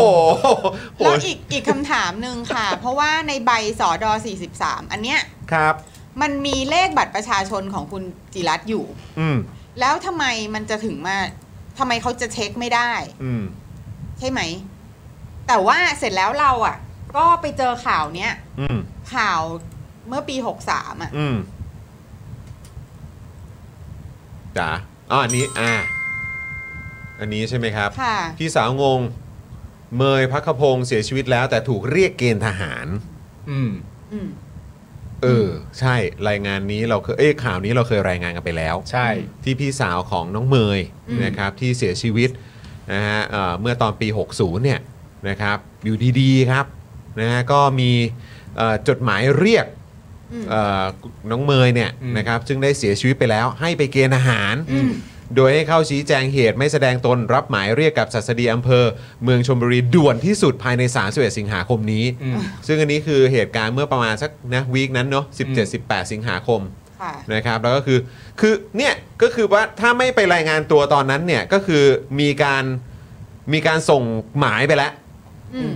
[SPEAKER 1] หโห
[SPEAKER 3] แล้วอีกอีกคำถามหนึ่ง
[SPEAKER 5] [LAUGHS]
[SPEAKER 3] ค่ะ เพราะว่าในใบสอดอ43 อันเนี้ย
[SPEAKER 1] ครับ
[SPEAKER 3] มันมีเลขบัตรประชาชนของคุณจิรัตน์อยู่
[SPEAKER 1] อืม
[SPEAKER 3] แล้วทำไมมันจะถึงมาทำไมเขาจะเช็คไม่ได้
[SPEAKER 1] อืม
[SPEAKER 3] ใช่ไหม แต่ว่าเสร็จแล้วเราอ่ะ ก็ไปเจอข่าวเนี้ย
[SPEAKER 1] อืม
[SPEAKER 3] ข่าวเมื่อปี 63 อ่ะ
[SPEAKER 1] อืมจ๋าอ๋ออันนี้อ่าอันนี้ใช่ไหมครับ
[SPEAKER 3] ค่ะ
[SPEAKER 1] พี่สาวงง เมยพักขพงศ์เสียชีวิตแล้ว แต่ถูกเรียกเกณฑ์ทหาร
[SPEAKER 2] อืม
[SPEAKER 3] อืม
[SPEAKER 1] เออ ใช่รายงานนี้เราเคยเอ้ยข่าวนี้เราเคยรายงานกันไปแล้ว
[SPEAKER 2] ใช่
[SPEAKER 1] ที่พี่สาวของน้องเมย
[SPEAKER 3] อืม
[SPEAKER 1] นะครับที่เสียชีวิตนะฮะเอ่อเมื่อตอนปี 60 เนี่ยนะครับอยู่ดีๆครับนะฮะก็มีเอ่อจดหมายเรียก
[SPEAKER 3] อืม
[SPEAKER 1] เอ่อน้องเมยเนี่ย
[SPEAKER 2] อืม
[SPEAKER 1] นะครับซึ่งได้เสียชีวิตไปแล้วให้ไปเกณฑ์อาหาร
[SPEAKER 3] อืม
[SPEAKER 1] โดยให้เข้าชี้แจงเหตุไม่แสดงตนรับหมายเรียกกับสัสดีอำเภอ เมืองชลบุรีด่วนที่สุดภายใน 31 สิงหาคมนี้ ซึ่งอันนี้คือเหตุการณ์เมื่อประมาณสักนะวีคนั้นเนาะ17-18 สิงหาคม
[SPEAKER 3] ค่ะ
[SPEAKER 1] นะครับแล้วก็คือคือเนี่ยก็คือว่าถ้าไม่ไปรายงานตัวตอนนั้นเนี่ยก็คือมีการมีการส่งหมายไปแล้ว
[SPEAKER 3] อืม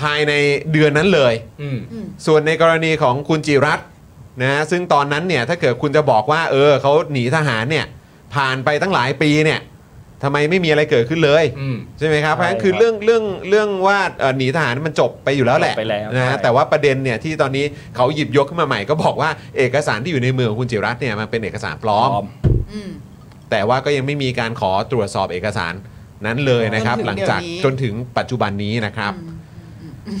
[SPEAKER 1] ภายในเดือนนั้นเลย
[SPEAKER 2] อืม
[SPEAKER 3] อืม
[SPEAKER 1] ส่วนในกรณีของคุณจิรัตน์นะซึ่งตอนนั้นเนี่ยถ้าเกิดคุณจะบอกว่าเออเขาหนีทหารเนี่ยผ่านไปตั้งหลายปีเนี่ยทำไมไม่มีอะไรเกิดขึ้นเลย
[SPEAKER 2] อืม
[SPEAKER 1] ใช่ไหมครับเพราะฉะนั้นคือ
[SPEAKER 5] ใช่ครับ
[SPEAKER 1] เรื่องเรื่องเรื่องว่าเอ่อหนีทหารมันจบไปอยู่แล้วแหละ
[SPEAKER 5] จบไปแล้ว
[SPEAKER 1] นะฮะ
[SPEAKER 5] ใช่
[SPEAKER 1] แต่ว่าประเด็นเนี่ยที่ตอนนี้เขาหยิบยกขึ้นมาใหม่ก็บอกว่าเอกสารที่อยู่ในมือของคุณจิรัตน์เนี่ยมันเป็นเอกสารปลอม
[SPEAKER 3] อืม
[SPEAKER 1] แต่ว่าก็ยังไม่มีการขอตรวจสอบเอกสารนั้นเลยนะครับ
[SPEAKER 3] จนถึง
[SPEAKER 1] หลังจาก
[SPEAKER 3] เดี๋ยว
[SPEAKER 1] จ
[SPEAKER 3] นี้
[SPEAKER 1] นถึงปัจจุบันนี้นะครับ
[SPEAKER 3] อืม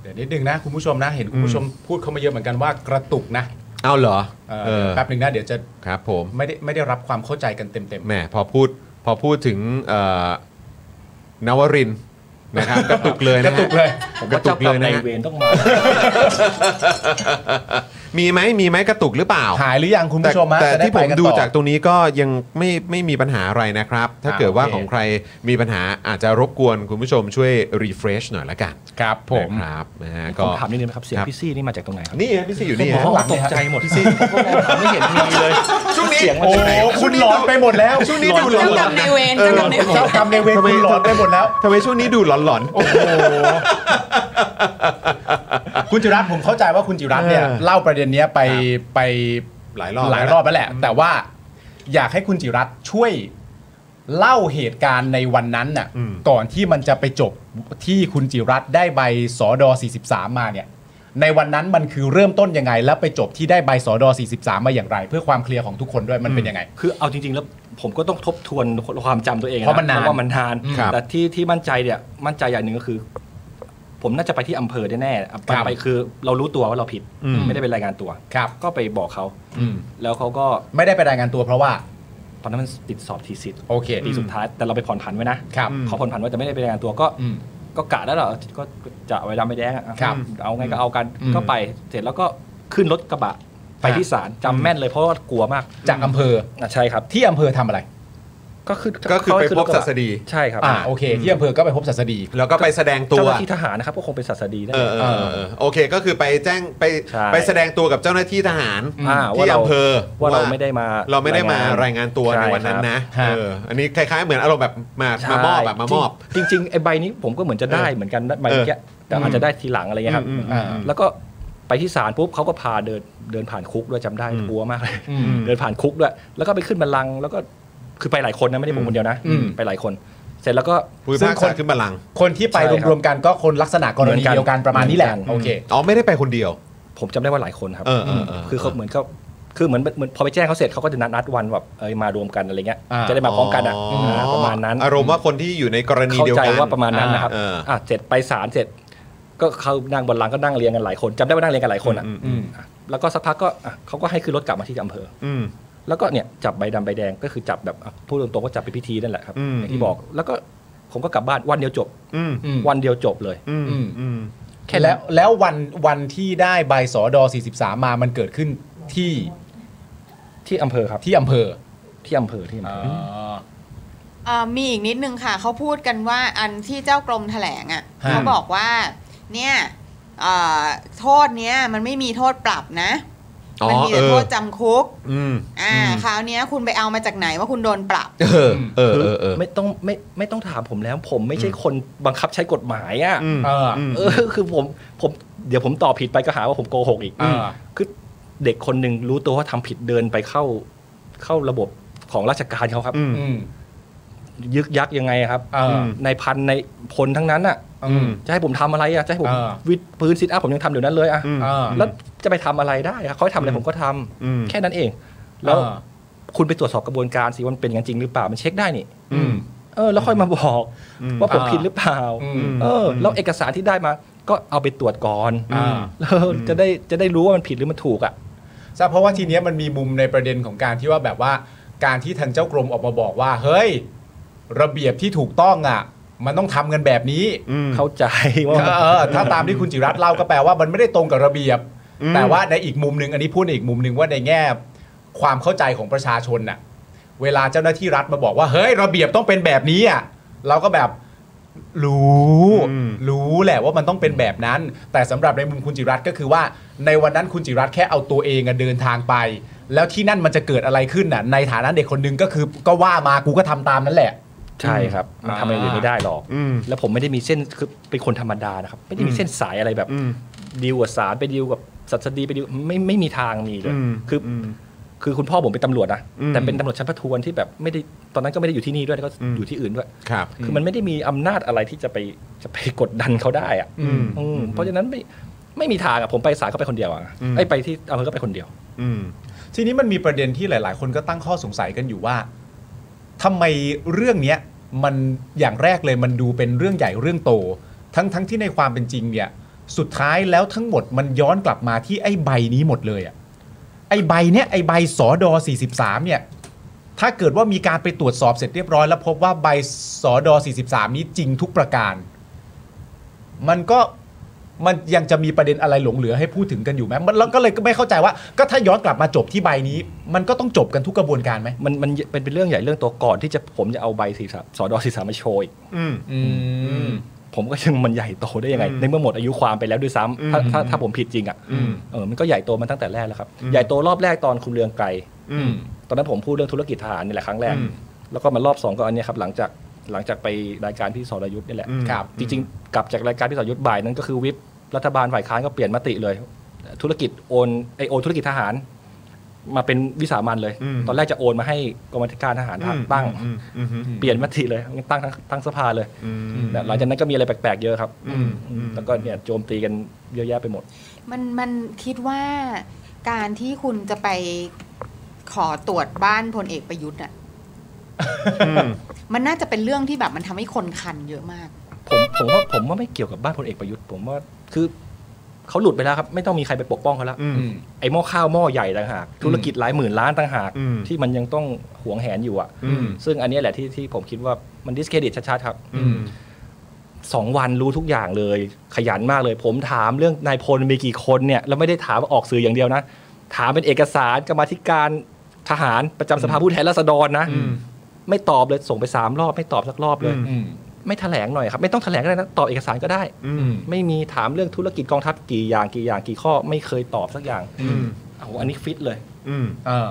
[SPEAKER 2] เดี๋ยวนิดนึงนะคุณผู้ชมนะ เห็นคุณผู้ชมพูดเข้ามาเยอะเหมือนกันว่ากระตุกนะ
[SPEAKER 1] เอาเหรอ
[SPEAKER 2] เออ
[SPEAKER 1] เออ
[SPEAKER 2] แป๊บหนึ่งนะเดี๋ยวจะ
[SPEAKER 1] ครับผม
[SPEAKER 2] ไม่ได้ไม่ได้รับความเข้าใจกันเต็ม
[SPEAKER 1] แหมพอพูดพอพูดถึงเอ่อนวรินทร์นะครับ กระตุกเลย
[SPEAKER 2] ๆ ก
[SPEAKER 1] นะ
[SPEAKER 2] ระ
[SPEAKER 1] ฮะ
[SPEAKER 2] ตุกเลย
[SPEAKER 5] ผม
[SPEAKER 1] ก
[SPEAKER 5] ว่า
[SPEAKER 1] ระตุ
[SPEAKER 5] เจ้าก กร
[SPEAKER 1] เล
[SPEAKER 5] รม
[SPEAKER 1] ย
[SPEAKER 5] นา
[SPEAKER 1] นะ
[SPEAKER 5] ย
[SPEAKER 1] ฮะ
[SPEAKER 5] เวรต้องมา
[SPEAKER 1] มีไหมมีไหมกระตุกหรือเปล่า
[SPEAKER 2] หายหรือยังคุณ
[SPEAKER 1] แต่
[SPEAKER 2] ผู้ชมฮะ
[SPEAKER 1] แต่
[SPEAKER 2] จะไ
[SPEAKER 1] ที่ผม
[SPEAKER 2] ไปน
[SPEAKER 1] ดู
[SPEAKER 2] ต่อ
[SPEAKER 1] จากตรงนี้ก็ยังไม่ไม่มีปัญหาอะไรนะครับ ถ้า
[SPEAKER 2] อ่า
[SPEAKER 1] เกิดว่า
[SPEAKER 2] โอเค
[SPEAKER 1] ของใครมีปัญหาอาจจะรบกวนคุณผู้ชมช่วยรีเฟรชหน่อยละกัน
[SPEAKER 2] ครับผม
[SPEAKER 1] นะครับนะฮะ
[SPEAKER 5] ผ
[SPEAKER 1] ก็
[SPEAKER 5] มถามนิดนึงนะครับ เสียงพี่ซี่นี่มาจากตรงไหนครับ
[SPEAKER 1] นี่ฮะพี่ซีอยู่นี่
[SPEAKER 5] ผม
[SPEAKER 1] ฮะ
[SPEAKER 5] ว่าตกใจหมดพี่ซี่ผมไม่เห็นมีเลย
[SPEAKER 1] ช่วงนี้
[SPEAKER 5] เสียงมา
[SPEAKER 2] โอ้
[SPEAKER 5] จากไหน
[SPEAKER 2] คุณหลอนไปหมดแล้ว
[SPEAKER 1] ช่วงนี้ดูหล
[SPEAKER 3] เจ้า
[SPEAKER 1] อกน
[SPEAKER 3] รร
[SPEAKER 1] ๆนะ
[SPEAKER 3] มนายเวรเจ้ากรรมนายเวร
[SPEAKER 2] เจ้ากรรมในายเวรคุณหลอนไปหมดแล้ว
[SPEAKER 1] ทำไมช่วงนี้ดูหลอนๆ
[SPEAKER 2] โอ้โห คุณจิรัตน์ผมเข้าใจว่าคุณจิรัตน์เนี่ย
[SPEAKER 1] เออ
[SPEAKER 2] เล่าประเด็นเนี้ยไปไป
[SPEAKER 1] หลายรอบ
[SPEAKER 2] หลายรอบแล้วแหละ แต่ว่าอยากให้คุณจิรัตน์ช่วยเล่าเหตุการณ์ในวันนั้นน่ะ
[SPEAKER 1] อืม
[SPEAKER 2] ก่อนที่มันจะไปจบที่คุณจิรัตน์ได้ใบสอดอ43 มาเนี่ยในวันนั้นมันคือเริ่มต้นยังไง แล้วไปจบที่ได้ใบสอดอ43 มาอย่างไร เพื่อความเคลียร์ของทุกคนด้วยมันเป็นยังไง
[SPEAKER 5] คือเอาจริงๆแล้วผมก็ต้องทบทวนความจำตัวเอง
[SPEAKER 2] เพราะมันนาน
[SPEAKER 5] ว่ามันนาน
[SPEAKER 1] ครับ
[SPEAKER 5] แต่ที่ที่มั่นใจเนี่ยมั่นใจอย่างหนึ่งก็คือ ผมน่าจะไปที่อำเภอแน่ๆอ่ะไป
[SPEAKER 2] ครับ
[SPEAKER 5] ไปคือเรารู้ตัวว่าเราผิด
[SPEAKER 1] อืม
[SPEAKER 5] ไม่ได้เป็นรายงานตัว
[SPEAKER 2] ครับ
[SPEAKER 5] ก็ไปบอกเขา
[SPEAKER 2] อืม
[SPEAKER 5] แล้วเขาก็
[SPEAKER 2] ไม่ได้ไปรายงานตัวเพราะว่า
[SPEAKER 5] ตอนนั้นมันติดสอบทีสิทธิ์
[SPEAKER 2] โอเค
[SPEAKER 5] ปีสุดท้ายแต่เราไปผ่อนผันไว้นะครับ ขอผ่อนผันไว้แต่ไม่ได้ไปรายงานตัวก็
[SPEAKER 2] อืม
[SPEAKER 5] ก็กะแล้วเหรอก็ก็จะเอาไว้ดำไปแดงอะ
[SPEAKER 2] ครับ
[SPEAKER 5] เอาไงก็เอากัน
[SPEAKER 2] อืม
[SPEAKER 5] ก็ไปเสร็จแล้วก็ขึ้นรถกระบะไป
[SPEAKER 2] ฮะ
[SPEAKER 5] ที่ศาลจำแม่นเลยเพราะว่ากลัวมาก
[SPEAKER 2] จากอำเภอ
[SPEAKER 5] อ่ะใช่ครับ
[SPEAKER 2] ที่อำเภอทำอะไร
[SPEAKER 5] ก็คือ
[SPEAKER 1] ก็คือไปพบศัสดี
[SPEAKER 5] ใช่ครับ
[SPEAKER 2] อ่าโอเค ที่อำเภอก็ไปพบศัสดี
[SPEAKER 1] แล้วก็ไปแสดงตั
[SPEAKER 5] เจ้าว หน้าที่ทหารนะครับก็คงเป็นศาสดีนะ
[SPEAKER 1] เออเออเออโอเคก็คือไปแจ้งไป
[SPEAKER 5] ใช่
[SPEAKER 1] ไปแสดงตัวกับเจ้าหน้าที่ทหาร
[SPEAKER 2] ม
[SPEAKER 5] อ่าว่า
[SPEAKER 1] ที่
[SPEAKER 5] เรา
[SPEAKER 1] อำเภอ
[SPEAKER 5] ว่าเราไม่ได้มา
[SPEAKER 1] เราไม่ได้มารายงานตัวใน
[SPEAKER 5] ช่
[SPEAKER 1] วันนั้น
[SPEAKER 5] ครับ
[SPEAKER 1] นะ
[SPEAKER 2] ครับ
[SPEAKER 1] เอออันนี้คล้ายๆ เหมือนอารมณ์แบบมา
[SPEAKER 5] ใช่
[SPEAKER 1] มามอบแบบมามอบ
[SPEAKER 5] จริงจริงๆไอ้ใบนี้ผมก็เหมือนจะได้เหมือนกันนะใบเมื่อกี้แต่อาจจะได้ทีหลังอะไรเงี้ยครับ
[SPEAKER 1] อืมอืม
[SPEAKER 2] อ่า
[SPEAKER 1] อืม
[SPEAKER 5] แล้วก็ไปที่ศาลปุ๊บเขาก็พาเดินเดินผ่านคุกด้วยจำได้
[SPEAKER 1] อืม
[SPEAKER 5] กลัวมากเลย
[SPEAKER 2] อืม
[SPEAKER 5] เดินผ่านคุกด้วย แล้วก็ไปขึ้นบัลลังก์แล้วก็คือไปหลายคนนะไม่ได้ผมคนเดียวนะ
[SPEAKER 2] อืม
[SPEAKER 5] ไปหลายคน เสร็จแล้วก็
[SPEAKER 1] ผู้พิ
[SPEAKER 2] ซึ่
[SPEAKER 1] พาง ก
[SPEAKER 2] ค
[SPEAKER 1] ษาน ขึ้นบัลลังก์
[SPEAKER 2] คนที่ไป
[SPEAKER 5] ใช่ครับ
[SPEAKER 2] รวมๆกันก็คนลักษณะกรณี
[SPEAKER 5] เหมือนกัน
[SPEAKER 2] เดียวกันประมาณนี้แหละ
[SPEAKER 5] เหมือนกัน
[SPEAKER 2] โอเค
[SPEAKER 1] อ๋อไม่ได้ไปคนเดียว
[SPEAKER 5] ผมจำได้ว่าหลายคนครับ
[SPEAKER 1] เออเออเออ
[SPEAKER 5] คือเขาเหมือนเขาคือเหมือนเหมือนพอไปแจ้งเขาเสร็จเขาก็จะนัดนัดวันแบบเอยมารวมกันอะไรเงี้ย
[SPEAKER 2] อ่า
[SPEAKER 5] จะได้มาพร้อมกันอ่ะอ่าประมาณนั้น
[SPEAKER 1] อารมณ์ว่าคนที่อยู่ในกรณี
[SPEAKER 5] เข้า
[SPEAKER 1] เดียว
[SPEAKER 5] ใจ
[SPEAKER 1] กัน
[SPEAKER 5] ว่าประมาณนั้นนะครับ
[SPEAKER 1] อ่าเอออ่
[SPEAKER 5] ่ะเสร็จไปศาลเสร็จ ก็เขานั่งบนหลังก็นั่งเรียงกันหลายคนจำได้ว่านั่งเรียงกันหลายคนอ่ะ
[SPEAKER 2] อืม
[SPEAKER 5] อ่ะแล้วก็สักพักก็อ่ะเขาก็ให้ขึ้นรถกลับมาที่อำเภอ
[SPEAKER 1] อืม
[SPEAKER 5] แล้วก็เนี่ยจับใบดำใบแดงก็คือจับแบบอ่ะพูดตรงๆก็จับเป็นพิธีนั่นแหละครับ
[SPEAKER 1] อืม
[SPEAKER 5] อย่างที่บอกแล้วก็ผมก็กลับบ้านวันเดียวจบ
[SPEAKER 1] อืม
[SPEAKER 2] อืม
[SPEAKER 5] วันเดียวจบเลย
[SPEAKER 1] อืมอืม
[SPEAKER 5] แค่
[SPEAKER 2] แล้
[SPEAKER 5] แล้ว ว
[SPEAKER 2] แล้ววันวันที่ได้ใบสอดอ43 มามันเกิดขึ้นที่
[SPEAKER 5] ที่อำเภอครับ
[SPEAKER 2] ที่อำเภอ
[SPEAKER 5] ที่อำเภอที่อำเภอ
[SPEAKER 2] อ
[SPEAKER 3] เอ่อมีอีกนิดนึงค่ะเขาพูดกันว่าอันที่เจ้ากรมแถลงอะ่ะ
[SPEAKER 2] ะ
[SPEAKER 3] เขาบอกว่าเนี่ยเอ่อโทษเนี้ยมันไม่มีโทษปรับนะ
[SPEAKER 1] อ๋อ
[SPEAKER 3] มัมีแต่
[SPEAKER 1] เออ
[SPEAKER 3] โทษจำคุก
[SPEAKER 1] อืม
[SPEAKER 3] อ่าคราวเนี้ยคุณไปเอามาจากไหนว่าคุณโดนปรับ
[SPEAKER 1] เออเออเออเออ
[SPEAKER 5] ไม่ต้องไม่ไม่ต้องถามผมแล้ว ผมไม่ใช่คนบังคับใช้กฎหมายอ่ะ
[SPEAKER 1] อืม
[SPEAKER 2] เอออื
[SPEAKER 1] ม
[SPEAKER 5] เออคือผมผมเดี๋ยวผมตอบผิดไปก็หาว่าผมโกหกอีก
[SPEAKER 2] อ่า
[SPEAKER 5] คือเด็กคนหนึ่งรู้ตัวว่าทำผิดเดินไปเข้าเข้าระบบของราชการเขาครับ
[SPEAKER 1] อืม
[SPEAKER 2] อืม
[SPEAKER 5] ยึกยักยังไงครับ
[SPEAKER 2] เอออ
[SPEAKER 5] ในพันในพลทั้งนั้นอ่ะ
[SPEAKER 2] อืม
[SPEAKER 5] จะให้ผมทำอะไรอ่ะจะให้ผม
[SPEAKER 2] เออ
[SPEAKER 5] วิดพื้นซิทอัพผมยังทำเดี๋ยวนั้นเลยอ่ะ
[SPEAKER 1] อืม
[SPEAKER 2] เออ
[SPEAKER 5] แล้วจะไปทำอะไรได้อะเขาให้ทำอะไร
[SPEAKER 1] อืม
[SPEAKER 5] ผมก็ทำ
[SPEAKER 1] อืม
[SPEAKER 5] แค่นั้นเอง แล้ว คุณไปตรวจสอบกระบวนการสิว่ามันเป็นอย่างนั้นจริงหรือเปล่ามันเช็คได้นี่
[SPEAKER 1] อืม
[SPEAKER 5] เออแล้วค่อยมาบอก
[SPEAKER 1] อืม
[SPEAKER 5] ว่าผม
[SPEAKER 2] อ่า
[SPEAKER 5] ผิดหรือเปล่า
[SPEAKER 2] อืม
[SPEAKER 5] เออแล้วเอกสารที่ได้มา ก็เอาไปตรวจก่อน
[SPEAKER 2] อ่า
[SPEAKER 5] แล้วจะได้จะได้รู้ว่ามันผิดหรือมันถูกอ่ะ
[SPEAKER 2] ใช่เพราะว่าทีเนี้ยมันมีมุมในประเด็นของการที่ว่าแบบว่าการที่ทางเจ้ากรมออกมาบอกว่า เฮ้ย ระเบียบที่ถูกต้องอ่ะ มันต้องทำกันแบบนี้
[SPEAKER 1] อืม
[SPEAKER 5] เข้าใจว่า
[SPEAKER 2] เออถ้าตามที่คุณจิรัตน์เล่าก็แปลว่ามันไม่ได้ตรงกับระเบียบ
[SPEAKER 1] อืม
[SPEAKER 2] แต่ว่าในอีกมุมหนึ่งอันนี้พูดในอีกมุมหนึ่งว่าในแง่ความเข้าใจของประชาชนน่ะ เวลาเจ้าหน้าที่รัฐมาบอกว่า เฮ้ยระเบียบต้องเป็นแบบนี้อ่ะเราก็แบบรู้
[SPEAKER 1] อืม
[SPEAKER 2] รู้แหละว่ามันต้องเป็นแบบนั้น แต่สำหรับในมุมคุณจิรัตน์ก็คือว่า ในวันนั้นคุณจิรัตน์แค่เอาตัวเองอะเดินทางไป แล้วที่นั่นมันจะเกิดอะไรขึ้นน่ะ ในฐานะเด็กคนหนึงก็คือก็ว่ามากูก็ทำตามนั้นแหละ
[SPEAKER 5] ใช่ครับมันทำอะไรอื่นไม่ได้หรอก
[SPEAKER 1] อืม
[SPEAKER 5] แล้วผมไม่ได้มีเส้นคือเป็นคนธรรมดานะครับไม่ได้มีเส้นสายอะไรแบบ
[SPEAKER 1] อืม
[SPEAKER 5] ดีลกับสารไปดีลกับสัสดีไปดีลไม่ไม่มีทางมีเลย
[SPEAKER 1] อืม
[SPEAKER 5] คืออ
[SPEAKER 1] ม
[SPEAKER 5] คือคุณพ่อผมเป็นตำรวจนะ
[SPEAKER 1] อืม
[SPEAKER 5] แต่เป็นตำรวจชั้นประทวนที่แบบไม่ได้ตอนนั้นก็ไม่ได้อยู่ที่นี่ด้วยแล้วก็
[SPEAKER 1] อืม
[SPEAKER 5] อยู่ที่อื่นด้วย
[SPEAKER 1] ครับ
[SPEAKER 5] คือมันไม่ได้มีอำนาจอะไรที่จะไปจะไปกดดันเขาได้อะ
[SPEAKER 1] อืม
[SPEAKER 5] อืมเพราะฉะนั้นไม่ไม่มีทางอะผมไปสายก็ไปคนเดียวอะ
[SPEAKER 1] อืม
[SPEAKER 5] ไอ้ยไปที่อำเภอก็ไปคนเดียว
[SPEAKER 1] อืม
[SPEAKER 2] ทีนี้มันมีประเด็นที่หลาย ๆ คนก็ตั้งข้อสงสัยกันอยู่ว่าทำไมเรื่องเนี้ยมันอย่างแรกเลยมันดูเป็นเรื่องใหญ่เรื่องโต ทั้งทั้งที่ในความเป็นจริงเนี่ย สุดท้ายแล้วทั้งหมดมันย้อนกลับมาที่ไอ้ใบนี้หมดเลยอะไอ้ใบเนี้ยไอ้ใบสอดอ43 เนี่ย ถ้าเกิดว่ามีการไปตรวจสอบเสร็จเรียบร้อย แล้วพบว่าใบสอดอ43 นี้จริงทุกประการ มันก็มันยังจะมีประเด็นอะไรหลงเหลือให้พูดถึงกันอยู่ไหมมันเราก็เลยก็ไม่เข้าใจว่า ก็ถ้าย้อนกลับมาจบที่ใบนี้ มันก็ต้องจบกันทุกกระบวนการไหม
[SPEAKER 5] มันมันเป็นเป็นเรื่องใหญ่เรื่องตัวก่อนที่จะผมจะเอาใบสีสามสอดอสีสามมาโชว์อีก
[SPEAKER 1] อืม
[SPEAKER 2] อืม
[SPEAKER 5] ผมก็ยังมันใหญ่โตได้ยังไง
[SPEAKER 1] อืม
[SPEAKER 5] ในเมื่อหมดอายุความไปแล้วด้วยซ้ำถ้า
[SPEAKER 2] อืม
[SPEAKER 5] ถ้าถ้าผมผิดจริงอ่ะ
[SPEAKER 1] อืม
[SPEAKER 5] เออมันก็ใหญ่โตมาตั้งแต่แรกแล้วครับ
[SPEAKER 1] อืม
[SPEAKER 5] ใหญ่โตรอบแรกตอนคุณเรืองไกล
[SPEAKER 1] อืม
[SPEAKER 5] ตอนนั้นผมพูดเรื่องธุรกิจทหารนี่แหละครั้งแรก
[SPEAKER 1] อืม
[SPEAKER 5] แล้วก็มารอบสองก็อันเนี้ยครับ หลังจากหลังจากไปรายการพี่สรยุทธ์นี่แหละ
[SPEAKER 1] อืม
[SPEAKER 2] ครับ
[SPEAKER 5] จริงๆกลับจากรายการพี่สรยุทธ์บ่ายนั้นก็คือวิปรัฐบาลฝ่ายค้านก็เปลี่ยนมติเลย ธุรกิจโอนไอโอนธุรกิจทหาร มาเป็นวิสามันเลย
[SPEAKER 1] อืม
[SPEAKER 5] ตอนแรกจะโอนมาให้กรมธิการทหารตั้ง
[SPEAKER 1] อืมอืมอืม
[SPEAKER 5] เปลี่ยนมติเลยตั้งทั้งตั้งสภาเลย
[SPEAKER 1] อืม
[SPEAKER 5] แต่หลังจากนั้นก็มีอะไรแปลกๆเยอะครับ
[SPEAKER 1] อืมอืม
[SPEAKER 5] แล้วก็เนี่ยโจมตีกันเยอะแยะไปหมด
[SPEAKER 3] มันมันคิดว่าการที่คุณจะไปขอตรวจบ้านพลเอกประยุทธ์อ่ะ
[SPEAKER 1] อืม
[SPEAKER 3] มันน่าจะเป็นเรื่องที่แบบมันทำให้คนคันเยอะมาก
[SPEAKER 5] ผมผมว่าผมว่าไม่เกี่ยวกับบ้านพลเอกประยุทธ์ ผมว่าคือเขาหลุดไปแล้วครับ ไม่ต้องมีใครไปปกป้องเขาแล้ว
[SPEAKER 1] อืม
[SPEAKER 2] อืม
[SPEAKER 5] ไอ้หม้อข้าวหม้อใหญ่ต่างหากธุรกิจหลายหมื่นล้านต่างหาก
[SPEAKER 1] อืม
[SPEAKER 5] ที่มันยังต้องหวงแหนอยู่อ่ะ
[SPEAKER 1] อืม
[SPEAKER 5] ซึ่งอันเนี้ยแหละที่ที่ผมคิดว่ามันดิสเครดิตชัดๆครับ
[SPEAKER 1] อืม
[SPEAKER 5] สองวันรู้ทุกอย่างเลย ขยันมากเลย ผมถามเรื่องนายพลมีกี่คนเนี่ยแล้วไม่ได้ถามว่าออกสื่ออย่างเดียวนะ ถามเป็นเอกสารกรรมาธิการทหารประจำสภาผู้แทนราษฎรนะ
[SPEAKER 1] อืม
[SPEAKER 5] ไม่ตอบเลยส่งไปสามรอบไม่ตอบสักรอบเลย
[SPEAKER 1] อืม
[SPEAKER 2] อืม
[SPEAKER 5] ไม่แถลงหน่อยครับ ไม่ต้องแถลงก็ได้นะตอบเอกสารก็ได้
[SPEAKER 1] อืม
[SPEAKER 5] ไม่มีถามเรื่องธุรกิจกองทัพกี่อย่างกี่อย่างกี่ข้อไม่เคยตอบสักอย่าง
[SPEAKER 1] อืม
[SPEAKER 5] เอาอันนี้ฟิตเลย
[SPEAKER 1] อืม
[SPEAKER 2] เออ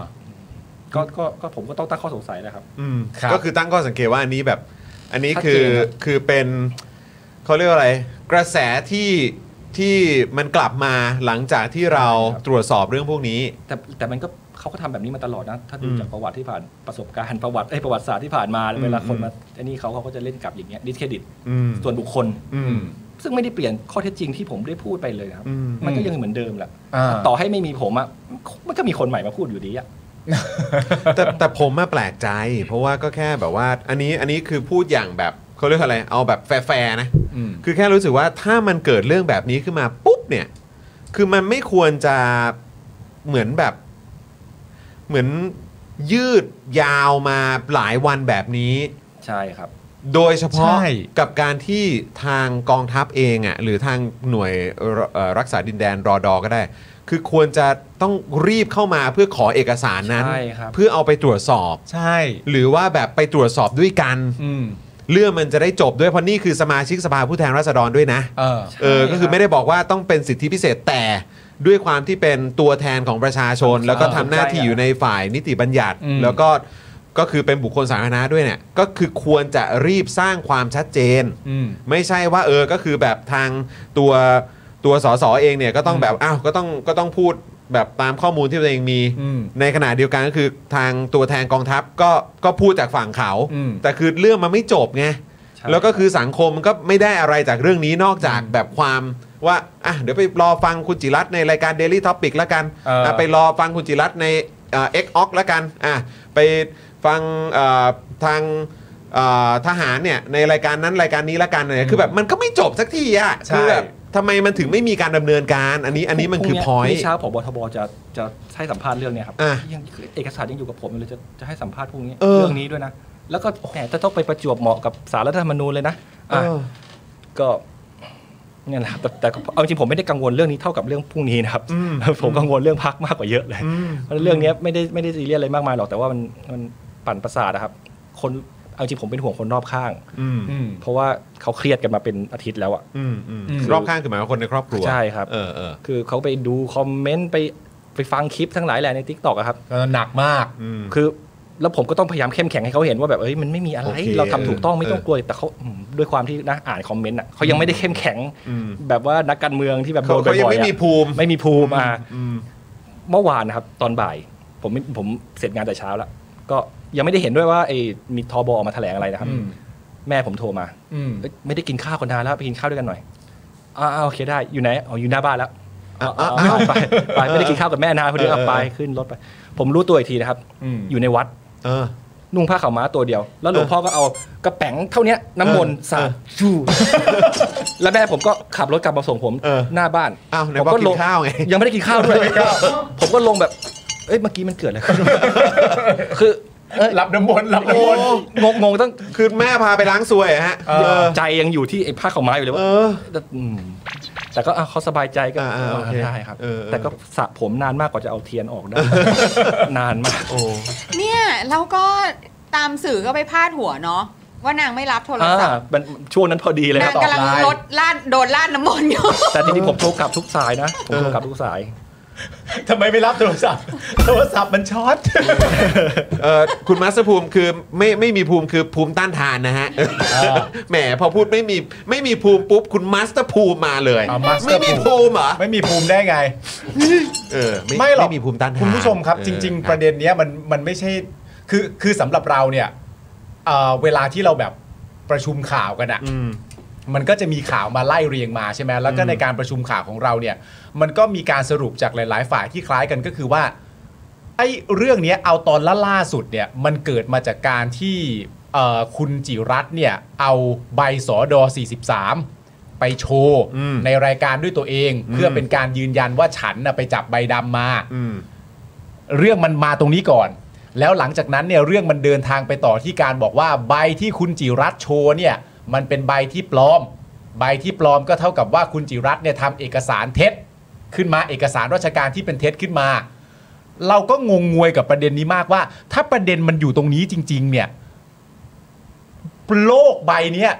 [SPEAKER 5] ก็ก็ก็ผมก็ต้องตั้งข้อสงสัยนะครับ
[SPEAKER 1] อืม
[SPEAKER 2] ครับ
[SPEAKER 1] ก็คือตั้งข้อสังเกตว่าอันนี้แบบ อันนี้
[SPEAKER 5] ชัด
[SPEAKER 1] คื
[SPEAKER 5] เจ
[SPEAKER 1] อน
[SPEAKER 5] ครับ
[SPEAKER 1] คือเป็นเขาเรียกว่าอะไร กระแสที่ที่มันกลับมาหลังจากที่เรา
[SPEAKER 5] ครับ
[SPEAKER 1] ตรวจสอบเรื่องพวกนี้
[SPEAKER 5] แต่แต่มันก็เขาก็ทำแบบนี้มาตลอดนะ ถ้าดู
[SPEAKER 1] อืม
[SPEAKER 5] จากประวัติที่ผ่านประสบการณ์ประวัติไอ้ยประวัติศาสตร์ที่ผ่านมา
[SPEAKER 1] อืม
[SPEAKER 5] เวลาคนมาไอ้นี่เขาเขาก็จะเล่นกลับอย่างเงี้ยดิสเครดิต
[SPEAKER 1] อืม
[SPEAKER 5] ส่วนบุคคล
[SPEAKER 1] อืม
[SPEAKER 5] ซึ่งไม่ได้เปลี่ยนข้อเท็จจริงที่ผมได้พูดไปเลยนะครับ
[SPEAKER 1] อืม
[SPEAKER 5] มันก็ยังเหมือนเดิมแหละ
[SPEAKER 2] อ่า
[SPEAKER 5] ต่อให้ไม่มีผมอะมันก็มีคนใหม่มาพูดอยู่ดีอะ
[SPEAKER 1] แต่แต่ผมมาแปลกใจ เพราะว่าก็แค่แบบว่า อันนี้อันนี้คือพูดอย่างแบบเขาเรียกอะไรเอาแบบแฟร์ๆนะ
[SPEAKER 2] อืม
[SPEAKER 1] คือแค่รู้สึกว่าถ้ามันเกิดเรื่องแบบนี้ขึ้นมาปุ๊บเนี่ย คือมันไม่ควรจะเหมือนแบบ เหมือนยืดยาวมาหลายวันแบบนี้
[SPEAKER 5] ใช่ครับ
[SPEAKER 1] โดยเฉพาะ
[SPEAKER 2] ใช่
[SPEAKER 1] กับการที่ทางกองทัพเองอะ่ะหรือทางหน่วยรเอ่อรักษาดินแดนรอดอก็ได้ คือควรจะต้องรีบเข้ามาเพื่อขอเอกสารนั้น
[SPEAKER 5] ใช่ครับ
[SPEAKER 1] เพื่อเอาไปตรวจสอบ
[SPEAKER 2] ใช่
[SPEAKER 1] หรือว่าแบบไปตรวจสอบด้วยกัน
[SPEAKER 2] อืม
[SPEAKER 1] เรื่องมันจะได้จบด้วยเพราะนี่คือสมาชิกสภาผู้แทนราษฎรด้วยนะ
[SPEAKER 2] เออ
[SPEAKER 1] เออ ก็คือไม่ได้บอกว่าต้องเป็นสิทธิพิเศษแต่ด้วยความที่เป็นตัวแทนของประชาชน แล้วก็ทำหน้าที่อยู่ในฝ่ายนิติบัญญัติ
[SPEAKER 2] อืม
[SPEAKER 1] แล้วก็ก็คือเป็นบุคคลสาธารณะด้วยเนี่ยก็คือควรจะรีบสร้างความชัดเจน
[SPEAKER 2] อืม
[SPEAKER 1] ไม่ใช่ว่าเออก็คือแบบทางตัวตัวสสเองเนี่ยก็ต้องแบบอ้าวก็ต้องก็ต้องพูดแบบตามข้อมูลที่ตัวเองมี
[SPEAKER 2] อืม
[SPEAKER 1] ในขณะเดียวกันก็คือทางตัวแทนกองทัพก็ก็พูดจากฝั่งเขา
[SPEAKER 2] อืม
[SPEAKER 1] แต่คือเรื่องมันไม่จบไง
[SPEAKER 5] ใช่
[SPEAKER 1] แล้วก็คือสังคมก็ไม่ได้อะไรจากเรื่องนี้นอกจากแบบความว่าอ่ะเดี๋ยวไปรอฟังคุณจิรัตน์ในรายการ Daily Topic แล้วกัน
[SPEAKER 2] เอออ่
[SPEAKER 1] ะไปรอฟังคุณจิรัตน์ในเอ็กออกแล้วกันอ่ะไปฟังเอ่อทางเอ่อทหารเนี่ยในรายการนั้นรายการนี้ละกันเนี่ยคือแบบมันก็ไม่จบสักทีอ่ะ
[SPEAKER 2] ใช่
[SPEAKER 1] คือแบบทำไมมันถึงไม่มีการดำเนินการ อันนี้อันนี้มันคือพ
[SPEAKER 5] พรุ่
[SPEAKER 1] อง ย
[SPEAKER 5] นี้เช้าผบทบจะจะให้สัมภาษณ์เรื่องเนี้ยครับ
[SPEAKER 1] อ่ะ
[SPEAKER 5] ยังคือเอกสารยังอยู่กับผมอยู่เลยจะจะให้สัมภาษณ์พรุ่งนี้
[SPEAKER 1] เออ
[SPEAKER 5] เรื่องนี้ด้วยนะ แล้วก็แหมจะต้องไปประจวบเหมาะกับสารรัฐธรรมนูญเลยนะอ่ะก็เนี่ยแหละครับแต่แต่เอาจริงผมไม่ได้กังวลเรื่องนี้เท่ากับเรื่องพรุ่งนี้นะครับ ผมกังวลเรื่องพักมากกว่าเยอะเลย เพราะเรื่องเนี้ยไม่ได้ไม่ได้ซีเรียสอะไรมากมายหรอกแต่ว่ามันมัน ปั่นประสาทนะครับ คนเอาจริงผมเป็นห่วงคนรอบข้าง
[SPEAKER 1] อืม
[SPEAKER 2] อืม
[SPEAKER 5] เพราะว่าเขาเครียดกันมาเป็นอาทิตย์แล้วอะ
[SPEAKER 1] อืมอืม
[SPEAKER 2] อืม
[SPEAKER 1] รอบข้างคือหมายว่าคนในครอบครัว
[SPEAKER 5] ใช่ครับ
[SPEAKER 1] เออเออ
[SPEAKER 5] คือเขาไปดูคอมเมนต์ไปไปฟังคลิปทั้งหลายแหละในทิกตอกครับ
[SPEAKER 2] ก็หนักมาก
[SPEAKER 1] อืม
[SPEAKER 5] คือแล้วผมก็ต้องพยายามเข้มแข็งให้เขาเห็นว่าแบบเอ้ยมันไม่มีอะไร
[SPEAKER 1] โอเค
[SPEAKER 5] เราทำถูกต้องไม่ต้อง
[SPEAKER 1] เออก
[SPEAKER 5] ลัวแต่เขาอืมด้วยความที่นะอ่านคอมเมนต์อ่ะเขายังไม่ได้เข้มแข็ง
[SPEAKER 1] อืม
[SPEAKER 5] แบบว่านักการเมืองที่แบบโด
[SPEAKER 1] เขา
[SPEAKER 5] นบ่
[SPEAKER 1] เขายัง
[SPEAKER 5] อย
[SPEAKER 1] ไม่
[SPEAKER 5] ๆ
[SPEAKER 1] มี
[SPEAKER 5] อะ
[SPEAKER 1] ภูมิ
[SPEAKER 5] ไม่มีภูมิอ่ะ
[SPEAKER 1] อืม
[SPEAKER 5] เมื่อวานนะครับ ตอนบ่าย ผมไม่ผมเสร็จงานแต่เช้าแล้ว ก็ยังไม่ได้เห็นด้วยว่าไอ้มีทอบอออกมาแถลงอะไรนะครับ
[SPEAKER 2] อืม
[SPEAKER 5] แม่ผมโทรมา
[SPEAKER 2] อืม
[SPEAKER 5] เอ้ยไม่ได้กินข้าวกันนานแล้วไปกินข้าวด้วยกันหน่อยอ่าอ่าโอเคได้อยู่ไหนอ๋ออยู่หน้าบ้านแล้วอ่าอ่าอ่าไปไปไม่ได้กินข้าวกับแม่นานพอดี
[SPEAKER 1] เออเออ
[SPEAKER 5] เอาไปขึ้นรถไป ผมรู้ตัวอีกทีนะครับ
[SPEAKER 2] อืม
[SPEAKER 5] อยู่ในวัด
[SPEAKER 1] เออ
[SPEAKER 5] นุ่งผ้าขาวม้าตัวเดียว แล้วหลวงพ่อก็เอากระแป๋งเท่าเนี้ยน้ำมนต์สาดจู [LAUGHS] แล้วแม่ผมก็ขับรถกลับมาส่งผม
[SPEAKER 1] เออ
[SPEAKER 5] หน้าบ้าน
[SPEAKER 1] อ้าวไหน
[SPEAKER 5] ผม
[SPEAKER 1] บอกกินข้าวไง
[SPEAKER 5] ยังไม่ได้กินข้าวด้วย [LAUGHS] ผมก็ลงแบบ เอ้ยเมื่อกี้มันเกิดอะไรขึ้น คือเอ้ย
[SPEAKER 2] รับน้ำมนต์รับน้ำมนต์
[SPEAKER 5] งงงงตั้ง
[SPEAKER 1] คือแม่พาไปล้างสวยอะฮะ
[SPEAKER 2] เออ
[SPEAKER 5] ใจยังอยู่ที่ไอ้ผ้าขาวม้าอยู่เลย
[SPEAKER 1] เอ
[SPEAKER 5] ว่า
[SPEAKER 1] อ
[SPEAKER 5] แต่อืมแต่ก็อ่ะเขาสบายใจก็
[SPEAKER 1] อ่าอ่าโอเค
[SPEAKER 5] ได้ครับ
[SPEAKER 1] เออเออ
[SPEAKER 5] แต่ก็สระผมนานมากกว่าจะเอาเทียนออกได้ นานมาก
[SPEAKER 1] โอ้
[SPEAKER 3] เนี่ยแล้วก็ตามสื่อก็ไปพาดหัวเนาะว่านางไม่รับโทรศัพท์
[SPEAKER 5] อ่ามันช่วงนั้นพอดีเลยค
[SPEAKER 3] นา
[SPEAKER 5] รั
[SPEAKER 3] งกำ
[SPEAKER 5] บ
[SPEAKER 3] ลังลดลาดโดนลาดน้ำมนต์อยู่
[SPEAKER 5] แต่จริงๆผมโทรกลับทุกสายนะ ผม
[SPEAKER 1] เออ
[SPEAKER 5] โทรกลับทุกสาย
[SPEAKER 2] ทำไมไม่รับโทรศัพท์ โทรศัพท์มันช็อต
[SPEAKER 1] เออคุณมาสเตอร์ภูมิคือไม่ไม่มีภูมิคือภูมิต้านทานนะฮะแหมพอพูดไม่มีไม่มีภูมิปุ๊บคุณมาสเตอร์ภูมิมาเลย
[SPEAKER 2] อ่ามาสเตอ
[SPEAKER 1] ไม่
[SPEAKER 2] ร์ภู
[SPEAKER 1] มีภู
[SPEAKER 2] มิ
[SPEAKER 1] มิเหรอ
[SPEAKER 2] ไม่มีภูมิได้ไง
[SPEAKER 1] เออ
[SPEAKER 2] ไม่หรอก
[SPEAKER 1] ไม่มีภูมิต้านทาน
[SPEAKER 2] คุณผู้ชมครับ
[SPEAKER 1] เออ
[SPEAKER 2] จริง ๆ ประเด็นเนี้ยมันมันไม่ใช่คือคือสำหรับเราเนี่ยเอ่อเวลาที่เราแบบประชุมข่าวกันอะ
[SPEAKER 1] อืม
[SPEAKER 2] มันก็จะมีข่าวมาไล่เรียงมาใช่ไหมแล้วก็ในการประชุมข่าวของเราเนี่ย มันก็มีการสรุปจากหลาย ๆ ฝ่ายที่คล้ายกันก็คือว่าไอ้เรื่องเนี้ยเอาตอนล่าล่าสุดเนี่ยมันเกิดมาจากการที่เอ่อคุณจิรัตน์เนี่ยเอาใบสอดอ43 ไปโชว์
[SPEAKER 1] อืม
[SPEAKER 2] ในรายการด้วยตัวเอง
[SPEAKER 1] อืม
[SPEAKER 2] เพื่อเป็นการยืนยันว่าฉันนะไปจับใบดำมา
[SPEAKER 1] อืม
[SPEAKER 2] เรื่องมันมาตรงนี้ก่อน แล้วหลังจากนั้นเนี่ยเรื่องมันเดินทางไปต่อที่การบอกว่าใบที่คุณจิรัตน์โชว์เนี่ยมันเป็นใบที่ปลอม ใบที่ปลอมก็เท่ากับว่าคุณจิรัตน์เนี่ยทำเอกสารเท็จ ขึ้นมาเอกสารราชการที่เป็นเท็จขึ้นมา เราก็งงงวยกับประเด็นนี้มากว่า ถ้าประเด็นมันอยู่ตรงนี้จริง ๆ เนี่ยโลกใบเนี้ย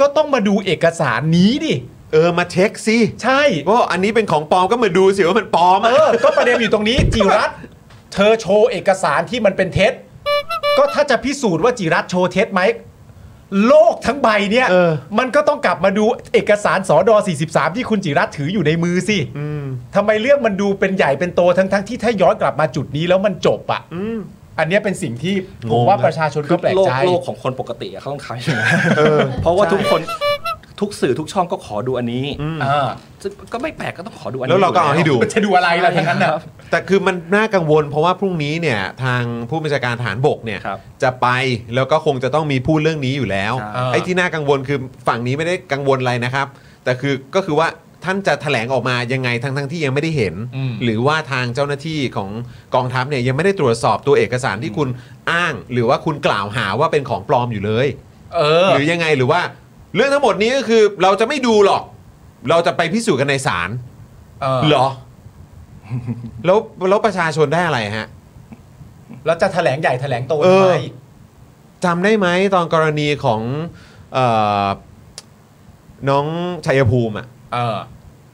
[SPEAKER 2] ก็ต้องมาดูเอกสารนี้ดิ
[SPEAKER 1] เออมาเช็คสิ
[SPEAKER 2] ใช่
[SPEAKER 1] ว่าอันนี้เป็นของปลอมก็มาดูสิว่ามันปลอม
[SPEAKER 2] เอ
[SPEAKER 1] อะ
[SPEAKER 2] อ ก็ประเด็นอยู่ตรงนี้ จิรัตน์เธอโชว์เอกสารที่มันเป็นเท็จ ก็ถ้าจะพิสูจน์ว่าจิรัตน์โชว์เท็จไหม โลกทั้งใบเนี่ย
[SPEAKER 1] เออ
[SPEAKER 2] มันก็ต้องกลับมาดูเอกสารสอดอ43 ที่คุณจิรัตน์ถืออยู่ในมือสิทำไมเรื่องมันดูเป็นใหญ่เป็นโตทั้งๆทที่ถ้าย้อนกลับมาจุดนี้แล้วมันจบอะ
[SPEAKER 1] อืม
[SPEAKER 2] อันเนี้ยเป็นสิ่งที่ผ
[SPEAKER 1] ง
[SPEAKER 2] ม
[SPEAKER 1] ง
[SPEAKER 2] ว่า
[SPEAKER 1] นะ
[SPEAKER 2] ประชาชนก็แปลก
[SPEAKER 5] โลก
[SPEAKER 2] ใจ
[SPEAKER 5] โลกของคนปกติอะเขาต้องขายอย่างนั้นเพราะว่าทุกคนทุกสื่อทุกช่องก็ขอดูอันนี้
[SPEAKER 2] อ่า
[SPEAKER 5] ซึ่งก็ไม่แปลกก็ต้องขอดูอันนี้
[SPEAKER 1] แล้วเราก็เอาให้ดู
[SPEAKER 2] จะดูอะไรล่ะทั้งนั้นนะ
[SPEAKER 5] ครับ
[SPEAKER 1] แต่คือมันน่ากังวลเพราะว่าพรุ่งนี้เนี่ยทางผู้บัญชาการฐานบกเนี่ย
[SPEAKER 5] ครับ
[SPEAKER 1] จะไปแล้วก็คงจะต้องมีพูดเรื่องนี้อยู่แล้ว
[SPEAKER 5] ใช่
[SPEAKER 1] ไอ้ที่น่ากังวลคือฝั่งนี้ไม่ได้กังวลอะไรนะครับ แต่คือก็คือว่าท่านจะแถลงออกมายังไงทั้งทั้งๆที่ยังไม่ได้เห็น หรือว่าทางเจ้าหน้าที่ของกองทัพเนี่ยยังไม่ได้ตรวจสอบตัวเอกสารที่คุณอ้าง หรือว่าคุณกล่าวหาว่าเป็นของปลอมอยู่เลย
[SPEAKER 2] เออ
[SPEAKER 1] หรือยังไงหรือว่าเรื่องทั้งหมดนี้ก็คือเราจะไม่ดูหรอก เราจะไปพิสูจน์กันในศาล
[SPEAKER 2] เออ
[SPEAKER 1] เหรอ [LAUGHS] แล้วแล้วประชาชนได้อะไรฮะ
[SPEAKER 2] แล้วจะแถลงใหญ่แถลงโต
[SPEAKER 1] เอ
[SPEAKER 2] ทำ
[SPEAKER 1] อ
[SPEAKER 2] ไม
[SPEAKER 1] จำได้ไหมตอนกรณีของเออน้องชัยภูมิอะ
[SPEAKER 2] เออ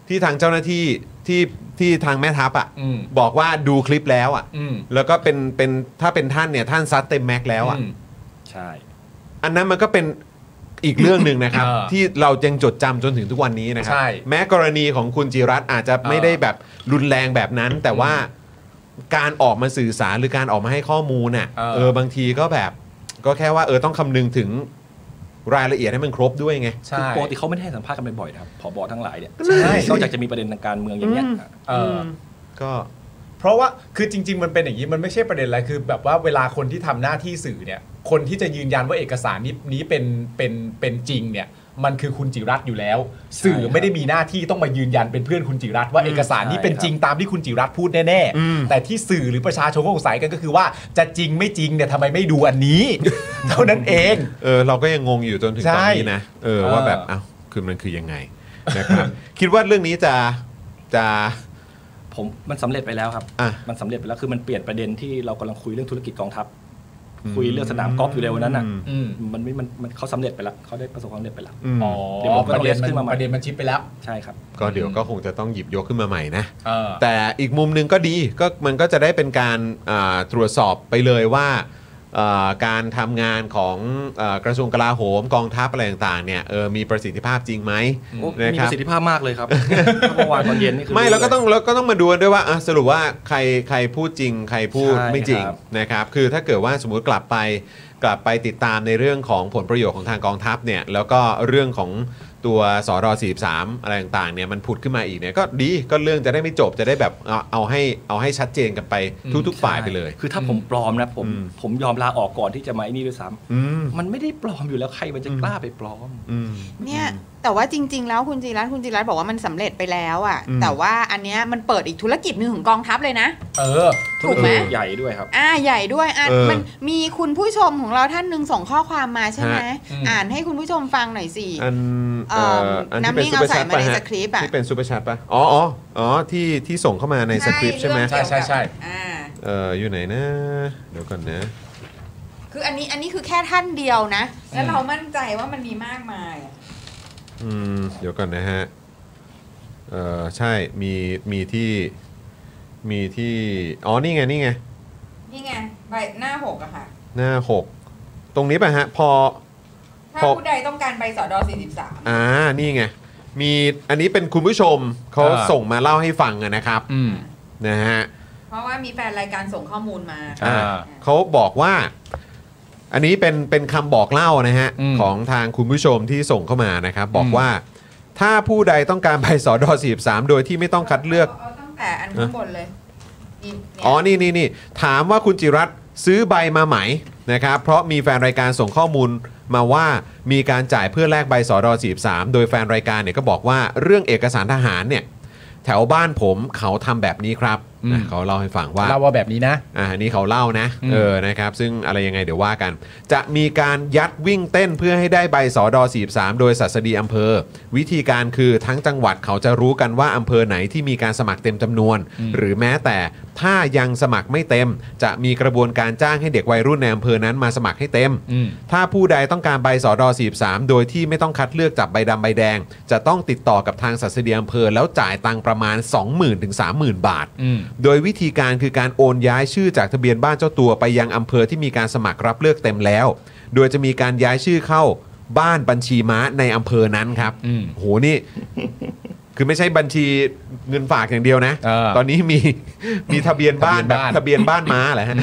[SPEAKER 1] ที่ทางเจ้าหน้าที่ที่ที่ทางแม่ทัพอะ
[SPEAKER 2] อืม
[SPEAKER 1] บอกว่าดูคลิปแล้วอะ
[SPEAKER 2] อืม
[SPEAKER 1] แล้วก็เป็นเป็นถ้าเป็นท่านเนี่ยท่านซัดเต็มแม็กซ์แล้วอะ
[SPEAKER 2] อืม
[SPEAKER 5] ใช่
[SPEAKER 1] อันนั้นมันก็เป็นอีกเรื่องหนึ่งนะครับ
[SPEAKER 2] เออ
[SPEAKER 1] ที่เรายังจดจำจนถึงทุกวันนี้นะครั
[SPEAKER 2] ใช่
[SPEAKER 1] แม้กรณีของคุณจิรัตน์อาจจะไม่
[SPEAKER 2] เออ
[SPEAKER 1] ได้แบบรุนแรงแบบนั้น แต่ว่า การออกมาสื่อสารหรือการออกมาให้ข้อมูลน่ะ
[SPEAKER 2] เออ
[SPEAKER 1] เออบางทีก็แบบ ก็แค่ว่าเออต้องคำนึงถึงรายละเอียดให้มันครบด้วยไง
[SPEAKER 2] ใช่
[SPEAKER 5] ปกติเขาไม่ได้ให้สัมภาษณ์กันบ่อยๆนะครับผบทั้งหลายเนี่ย
[SPEAKER 2] ใช่
[SPEAKER 5] นอกจากจะมีประเด็นทางการเมืองอย่างเงี้ย
[SPEAKER 1] อืม
[SPEAKER 2] เออ
[SPEAKER 1] ก็
[SPEAKER 2] เพราะว่าคือจริง ๆ มันเป็นอย่างนี้มันไม่ใช่ประเด็นอะไรคือ แบบว่าเวลาคนที่ทำหน้าที่สื่อเนี่ย คนที่จะยืนยันว่าเอกสารนี้นี้เป็นเป็นเป็นจริงเนี่ย มันคือคุณจิรัตน์อยู่แล้ว สื่อไม่ได้มีหน้าที่ต้องมายืนยันเป็นเพื่อนคุณจิรัตน์ว่าเอกสารนี้เป็นจริงตามที่คุณจิรัตน์พูดแน่ๆแต่ที่สื่อหรือประชาชนก็สงสัยกันก็คือว่าจะจริงไม่จริงเนี่ยทำไมไม่ดูอันนี้ [LAUGHS] เท่านั้นเอง
[SPEAKER 1] เออเราก็ยังงงอยู่จนถึงต
[SPEAKER 2] ใช่
[SPEAKER 1] อนนี้นะเออ
[SPEAKER 2] เออ
[SPEAKER 1] ว่าแบบเอ้าคือมันคือยังไงนะครับ [LAUGHS] คิดว่าเรื่องนี้จะจะ
[SPEAKER 5] ผมมันสำเร็จไปแล้วครับ
[SPEAKER 1] อ่ะ
[SPEAKER 5] มันสำเร็จไปแล้วคือมันเปลี่ยนประเด็นที่เรากำลังคุยเรื่องธุรกิจกองทัพ คุยเรื่องสนามกอล์ฟอยู่เลยวันนั้นอ่ะ
[SPEAKER 2] อืม
[SPEAKER 5] มันไม่มันมันเขาสำเร็จไปแล้วเขาได้ประสบความสำเร็จไปแล้ว
[SPEAKER 1] อืม
[SPEAKER 2] อ๋อ
[SPEAKER 5] เดี๋ยวผม
[SPEAKER 2] ป
[SPEAKER 5] ก็ต้อ
[SPEAKER 2] ระ
[SPEAKER 5] ง
[SPEAKER 2] เด็นมั
[SPEAKER 5] ขึ้
[SPEAKER 2] น
[SPEAKER 5] นมาใหม่
[SPEAKER 2] ประเด็นมันชิปไปแล้ว
[SPEAKER 5] ใช่ครับ
[SPEAKER 1] ก็เดี๋ยวก็คงจะต้องหยิบยกขึ้นมาใหม่นะ
[SPEAKER 2] เออ
[SPEAKER 1] แต่อีกมุมหนึ่งก็ดีก็มันก็จะได้เป็นการอ่าตรวจสอบไปเลยว่าอ่าการทำงานของเอ่อกระทรวงกลาโหมกองทัพอะไรต่างๆเนี่ยเออมีประสิทธิภาพจริงไหม
[SPEAKER 5] โอ้
[SPEAKER 1] นะ
[SPEAKER 5] มี
[SPEAKER 1] ครั
[SPEAKER 5] ป
[SPEAKER 1] บ
[SPEAKER 5] ระสิทธิภาพมากเลยครับ เมื่อวานตอนเย็นนี่คือ
[SPEAKER 1] ไม่แล้วก็ต้องแล้วก็ต้องมาดูกันด้วยว่าอ่ะสรุปว่าใครใครพูดจริง ใครพูด
[SPEAKER 5] ใช่
[SPEAKER 1] ไม่จริง
[SPEAKER 5] ครับ
[SPEAKER 1] นะครับ คือถ้าเกิดว่าสมมติกลับไปกลับไปติดตามในเรื่องของผลประโยชน์ของทางกองทัพเนี่ยแล้วก็เรื่องของตัวสอร43 อะไรต่างๆเนี่ยมันผุดขึ้นมาอีกเนี่ยก็ดีก็เรื่องจะได้ไม่จบจะได้แบบเอาเอาให้เอาให้ชัดเจนกันไป
[SPEAKER 2] อืม
[SPEAKER 1] ทุกๆฝ่ายไปเลย
[SPEAKER 5] คือถ้าผมปลอมนะผม
[SPEAKER 1] อืม
[SPEAKER 5] ผมยอมลาออกก่อนที่จะมาไอ้นี่ด้วยซ้
[SPEAKER 1] อืม
[SPEAKER 5] ำมันไม่ได้ปลอมอยู่แล้วใครมันจะ
[SPEAKER 1] อืม
[SPEAKER 5] กล้าไปปลอม
[SPEAKER 1] อืม
[SPEAKER 3] เนี่ยแต่ว่าจริง ๆ แล้วคุณจีรัตน์คุณจีรัตน์บอกว่ามันสำเร็จไปแล้วอะ่ะ
[SPEAKER 1] อืม
[SPEAKER 3] แต่ว่าอันเนี้ยมันเปิดอีกธุรกิจหนึ่งของกองทัพเลยนะ
[SPEAKER 2] เออ
[SPEAKER 3] ถูกไหม
[SPEAKER 5] ใหญ่ด้วยครับ
[SPEAKER 3] อ่าใหญ่ด้วยอ่ะ
[SPEAKER 1] เออ
[SPEAKER 3] มันมีคุณผู้ชมของเราท่านหนึ่งส่งข้อความมาใช่ไหม
[SPEAKER 2] อืม
[SPEAKER 3] อ่านให้คุณผู้ชมฟังหน่อยสิ
[SPEAKER 1] อันเอ่ออันที่เป็นซูเปอร์
[SPEAKER 3] น้ำนิ่งเอาใส่
[SPEAKER 1] ชัด
[SPEAKER 3] มา
[SPEAKER 1] ป่ะ
[SPEAKER 3] ใน
[SPEAKER 1] ฮะ
[SPEAKER 3] สคริปต์อะ
[SPEAKER 1] ที่เป็นซูเปอร์ชัดป่ะอ๋ออ๋ออ๋อที่ที่ส่งเข้ามาในสคริปต์ใช่ไหม
[SPEAKER 3] เรื่อง
[SPEAKER 2] ใช่ใช่
[SPEAKER 3] เกี่ยวกับอ่า
[SPEAKER 1] เอออยู่ไหนนะเดี๋ยวก่อนนะ
[SPEAKER 3] คืออันนี้อันนี้คือแค่ท่านเดียวนะ แล้ว
[SPEAKER 2] อืม
[SPEAKER 3] เรามั่นใจว่ามันมีมากมายอะ
[SPEAKER 1] อืมเดี๋ยวก่อนนะฮะ เออใช่ มี มีที่ มีที่ อ๋อ นี่ไง นี่ไง
[SPEAKER 3] นี่ไงใบหน้าหกอะค่ะ
[SPEAKER 1] หน้า 6 ตรงนี้ป่ะฮะ พอ
[SPEAKER 3] ถ้า
[SPEAKER 1] หก
[SPEAKER 3] ผู้ใดต้องการใบสอดอ43
[SPEAKER 1] อ่า นี่ไง มี อันนี้เป็นคุณผู้ชม เขา
[SPEAKER 2] เออ
[SPEAKER 1] ส่งมาเล่าให้ฟังอะนะครับ
[SPEAKER 2] อืม
[SPEAKER 1] นะฮะ
[SPEAKER 3] เพราะว่ามีแฟนรายการส่งข้อมูลมา
[SPEAKER 2] อ่า
[SPEAKER 1] เขาบอกว่า อันนี้เป็นเป็นคำบอกเล่านะฮะ
[SPEAKER 2] อืม
[SPEAKER 1] ของทางคุณผู้ชมที่ส่งเข้ามานะครับ บอก
[SPEAKER 2] อืม
[SPEAKER 1] ว่า ถ้าผู้ใดต้องการใบสอดอ43 โดยที่ไม่ต้องคัดเลือก
[SPEAKER 3] าตั้งแต่อันข้างบนเลยนี่เนี่ย
[SPEAKER 1] อ๋อ นี่นี่นี่ถามว่าคุณจิรัตน์ซื้อใบมาไหมนะครับ เพราะมีแฟนรายการส่งข้อมูลมาว่ามีการจ่ายเพื่อแลกใบสอดอ43 โดยแฟนรายการเนี่ยก็บอกว่าเรื่องเอกสารทหารเนี่ยแถวบ้านผมเขาทำแบบนี้ครับ
[SPEAKER 2] อืม
[SPEAKER 1] นะเขาเล่าให้ฟังว่า
[SPEAKER 2] เล่าว่าแบบนี้นะ
[SPEAKER 1] อ่าอันนี้เขาเล่านะ
[SPEAKER 2] อืม
[SPEAKER 1] เออ นะครับ ซึ่งอะไรยังไงเดี๋ยวว่ากัน จะมีการยัดวิ่งเต้นเพื่อให้ได้ใบสอดอ43 โดยสัสดีอำเภอ วิธีการคือทั้งจังหวัดเขาจะรู้กันว่าอำเภอไหนที่มีการสมัครเต็มจำนวน หรือแม้แต่ถ้ายังสมัครไม่เต็ม จะมีกระบวนการจ้างให้เด็กวัยรุ่นในอำเภอนั้นมาสมัครให้เต็ม
[SPEAKER 2] อืม
[SPEAKER 1] ถ้าผู้ใดต้องการใบสอดอ43 โดยที่ไม่ต้องคัดเลือกจับใบดำใบแดง จะต้องติดต่อกับทางสัสดีอำเภอแล้วจ่ายตังค์ประมาณ 20,000ถึง30,000 บาท
[SPEAKER 2] อืม
[SPEAKER 1] โดยวิธีการคือการโอนย้ายชื่อจากทะเบียนบ้านเจ้าตัวไปยังอำเภอที่มีการสมัครรับเลือกเต็มแล้ว โดยจะมีการย้ายชื่อเข้าบ้านบัญชีม้าในอำเภอนั้นครับ
[SPEAKER 2] อืม
[SPEAKER 1] โหนี่ คือไม่ใช่บัญชีเงินฝากอย่างเดียวนะ
[SPEAKER 2] เออ
[SPEAKER 1] ตอนนี้ [LAUGHS] มีมีทะเบียนบ้าน
[SPEAKER 2] ทะเบียน
[SPEAKER 1] แบบ
[SPEAKER 2] บ้าน
[SPEAKER 1] ทะเบียนบ้านม้าเหรอฮะ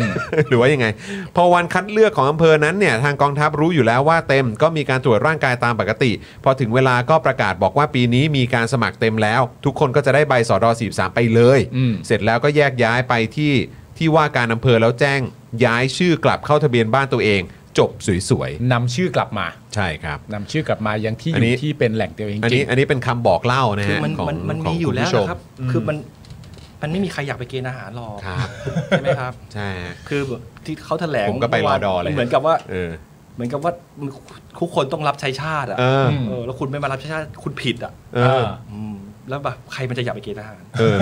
[SPEAKER 1] หรือว่ายังไง พอวันคัดเลือกของอำเภอนั้นเนี่ยทางกองทัพรู้อยู่แล้วว่าเต็มก็มีการตรวจร่างกายตามปกติ พอถึงเวลาก็ประกาศบอกว่าปีนี้มีการสมัครเต็มแล้ว ทุกคนก็จะได้ใบสอดอ43 ไปเลย
[SPEAKER 2] อืม
[SPEAKER 1] เสร็จแล้วก็แยกย้ายไปที่ที่ว่าการอำเภอแล้วแจ้งย้ายชื่อกลับเข้าทะเบียนบ้านตัวเอง จบสวย
[SPEAKER 2] นำชื่อกลับมา
[SPEAKER 1] ๆ ใช่ครับ
[SPEAKER 2] นำชื่อกลับมายังที่อ
[SPEAKER 1] อันนี้
[SPEAKER 2] ยู่ที่เป็นแหล่งเดียวจ
[SPEAKER 1] อัน
[SPEAKER 2] ริ
[SPEAKER 1] นี้
[SPEAKER 2] ง
[SPEAKER 1] อันนี้เป็นคำบอกเล่านะ
[SPEAKER 5] คือ
[SPEAKER 1] ฮะ
[SPEAKER 5] มัน
[SPEAKER 1] ของ
[SPEAKER 5] มันมัน
[SPEAKER 1] ขอ
[SPEAKER 5] มี
[SPEAKER 1] ง
[SPEAKER 5] อยู่
[SPEAKER 1] คุณ
[SPEAKER 5] แล้ว
[SPEAKER 1] ผู้ชม
[SPEAKER 5] นะครับ คือมันมันไม่มีใครอยากไปเกณฑ์อาหารหรอก
[SPEAKER 1] ครับ
[SPEAKER 5] ใช่ไหมครับ
[SPEAKER 1] ใช่ฮะ
[SPEAKER 5] คือแบบที่เขาแถลง
[SPEAKER 1] ผมก็ไปรอดอเลย
[SPEAKER 5] เหมือนกับว่า
[SPEAKER 1] เออ
[SPEAKER 5] เหมือนกับว่าทุกคนต้องรับใช้ชาติอ่ะ
[SPEAKER 1] เออ
[SPEAKER 2] ม
[SPEAKER 5] เออแล้วคุณไม่มารับใช้ชาติคุณผิดอ่ะ
[SPEAKER 1] เออ
[SPEAKER 2] ๆอ่า
[SPEAKER 5] อืมแล้วแบบใครมันจะอยากไปเกณฑ์อาหาร
[SPEAKER 1] เออ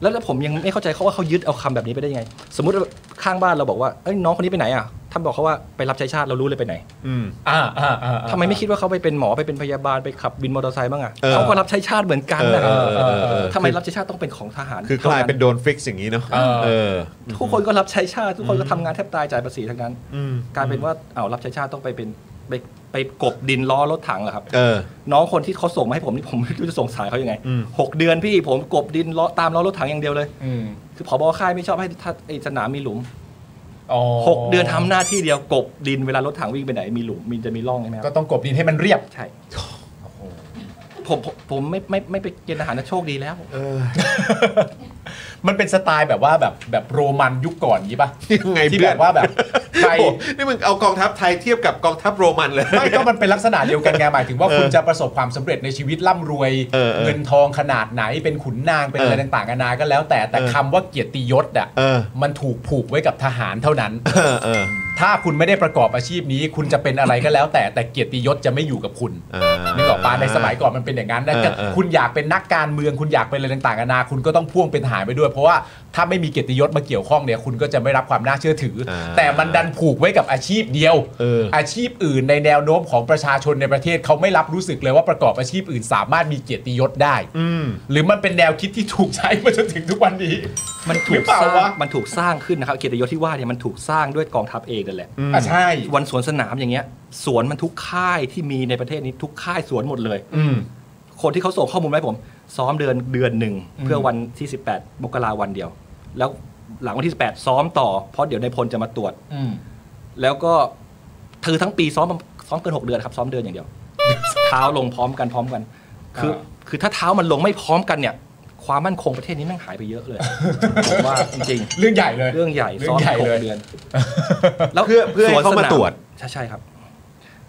[SPEAKER 5] แล้วแล้วผมยังไม่เข้าใจเขาว่าเขายึดเอาคำแบบนี้ไปได้ยังไง สมมติว่าข้างบ้านเราบอกว่าเอ้ยน้องคนนี้ไปไหนอ่ะท่านบอกเขาว่าไปรับใช้ชาติเรารู้เลยไปไหน
[SPEAKER 1] อืม
[SPEAKER 2] อ่าอ่าอ่า
[SPEAKER 5] ทำไมไม่คิดว่าเขาไปเป็นหมอไปเป็นพยาบาลไปขับวินมอเตอร์ไซค์บ้างอ่ะ
[SPEAKER 1] เออ
[SPEAKER 5] เขาก็รับใช้ชาติเหมือนกัน
[SPEAKER 1] เออ
[SPEAKER 5] นะ
[SPEAKER 1] เออเออเออ
[SPEAKER 5] ทำไมรับใช้ชาติต้องเป็นของทหาร
[SPEAKER 1] คือกลายเป็น
[SPEAKER 5] ท่
[SPEAKER 1] โดนฟิกซ์อย่างนี้เนาะ
[SPEAKER 2] เออ
[SPEAKER 1] เออ
[SPEAKER 5] นั้นทุกคนก็รับใช้ชาติ ทุกคนก็ทำงานแทบตายจ่ายภาษีทั้งนั้น
[SPEAKER 1] อืม
[SPEAKER 5] กลายเป็นว่าเอารับใช้ชาติต้องไปเป็นไปไปกบดินล้อรถถังเหรอครับ
[SPEAKER 1] เออ
[SPEAKER 5] น้องคนที่เขาส่งมาให้ผมนี่ผม [LAUGHS] ไม่รู้จะส่งสายเขายังไง
[SPEAKER 1] อืม
[SPEAKER 5] หกเดือนพี่ผมกบดินล้อตามล้อรถถังอย่างเดียวเลย
[SPEAKER 2] อืม
[SPEAKER 5] คือผบค่ายไม่ชอบให้ถ้าไอ้สนามมีหลุม
[SPEAKER 2] อ๋อ
[SPEAKER 5] หกเดือนทำหน้าที่เดียวกบดินเวลารถถังวิ่งไปไหนมีหลุมมีจะมีร่องใช่ไหมค
[SPEAKER 2] ก็
[SPEAKER 5] รับ
[SPEAKER 2] ต้องกลบดินให้มันเรียบ
[SPEAKER 5] ใช่ผมผมผมไม่ไม่ไม่ไปเกณฑ์ทหารนะโชคดีแล้ว
[SPEAKER 2] มันเป็นสไตล์แบบว่าแบบแบบโรมันยุคก่อนอย่างนี้ป่ะ
[SPEAKER 1] ยังไง
[SPEAKER 2] ที่
[SPEAKER 1] เพื่
[SPEAKER 2] แบ
[SPEAKER 1] อน
[SPEAKER 2] บว่า
[SPEAKER 1] [LAUGHS]
[SPEAKER 2] แบบใคร
[SPEAKER 1] โอ้โหนี่มึงเอากองทัพไทยเทียบกับกองทัพโรมันเลย
[SPEAKER 2] ไม่ก็มันเป็นลักษณะเดียวกันไงหมายถึงว่าคุณจะประสบความสำเร็จในชีวิตร่ำรวย
[SPEAKER 1] เออเออน
[SPEAKER 2] ทองขนาดไหนเป็นขุนนางเป็นอะไร
[SPEAKER 1] เออ
[SPEAKER 2] ต่างๆนานาก็แล้วแต่แต่
[SPEAKER 1] เออ
[SPEAKER 2] คำว่าเกียรติยศอ่ะ
[SPEAKER 1] เออ
[SPEAKER 2] มันถูกผูกไว้กับทหารเท่านั้น
[SPEAKER 1] เออเออ
[SPEAKER 2] ถ้าคุณไม่ได้ประกอบอาชีพนี้ คุณจะเป็นอะไรก็แล้วแต่แต่เกียรติยศจะไม่อยู่กับคุณ
[SPEAKER 1] เออ
[SPEAKER 2] นึกออกปะในสมัยก่อนมันเป็นอย่างนั้นนะ
[SPEAKER 1] เออ
[SPEAKER 2] ก็
[SPEAKER 1] เออ
[SPEAKER 2] คุณอยากเป็นนักการเมือง คุณอยากเป็นอะไรต่างๆนานาคุณก็ต้องพ่วงเป็นทหารไปด้วย เพราะว่า ถ้าไม่มีเกียรติยศมาเกี่ยวข้องเนี่ยคุณก็จะไม่รับความน่าเชื่อถือ
[SPEAKER 1] อ่า
[SPEAKER 2] แต่มันดันผูกไว้กับอาชีพเดียว
[SPEAKER 1] เอออ
[SPEAKER 2] ชีพอื่นในแนวโน้มของประชาชนในประเทศเขาไม่รับรู้สึกเลยว่าประกอบอาชีพอื่น สามารถมีเกียรติยศได้
[SPEAKER 1] อืม
[SPEAKER 2] หรือมันเป็นแนวคิดที่ถูกใช้มาจนถึงทุกวันนี้
[SPEAKER 5] มันถู
[SPEAKER 2] หรื
[SPEAKER 5] ก
[SPEAKER 2] อเปล่า
[SPEAKER 5] สร้าว
[SPEAKER 2] ะ
[SPEAKER 5] งมันถูกสร้างขึ้นนะครับเกียรติยศที่ว่าเนี่ยมันถูกสร้างด้วยกองทัพเองนั่นแหละ
[SPEAKER 2] อ่ะใช่
[SPEAKER 5] วันสวนสนามอย่างเงี้ยสวนมันทุกค่ายที่มีในประเทศนี้ทุกค่ายสวนหมดเลย
[SPEAKER 2] อืม
[SPEAKER 5] คนที่เขาส่งข้อมูลมาให้ผม ซ้อมเดือนเดือนหนึ่ง เพื่อวันที่ 18มกราวันเดียว แล้วหลังวันที่ 18 ซ้อมต่อเพราะเดี๋ยวนายพลจะมาตรวจ
[SPEAKER 2] อืม
[SPEAKER 5] แล้วก็เธอทั้งปีซ้อมซ้อมเกินหกเดือนครับ ซ้อมเดือนอย่างเดียว [LAUGHS] เท้าลงพร้อมกันพร้อมกัน คือ
[SPEAKER 2] อ่า
[SPEAKER 5] คือถ้าเท้ามันลงไม่พร้อมกันเนี่ย ความมั่นคงประเทศนี้แม่งหายไปเยอะเลย [LAUGHS] ผมว่าจริง
[SPEAKER 2] เรื่องใหญ่เลย
[SPEAKER 5] ๆ เรื่องใหญ่
[SPEAKER 2] เรื่
[SPEAKER 5] ซ้
[SPEAKER 2] อ
[SPEAKER 5] อง ม
[SPEAKER 2] ใหญ่
[SPEAKER 5] ห
[SPEAKER 2] เลย
[SPEAKER 5] กเดือน
[SPEAKER 1] เพื่อเพื่อให้เขามาตรวจ
[SPEAKER 5] ใช่ใช่ครับ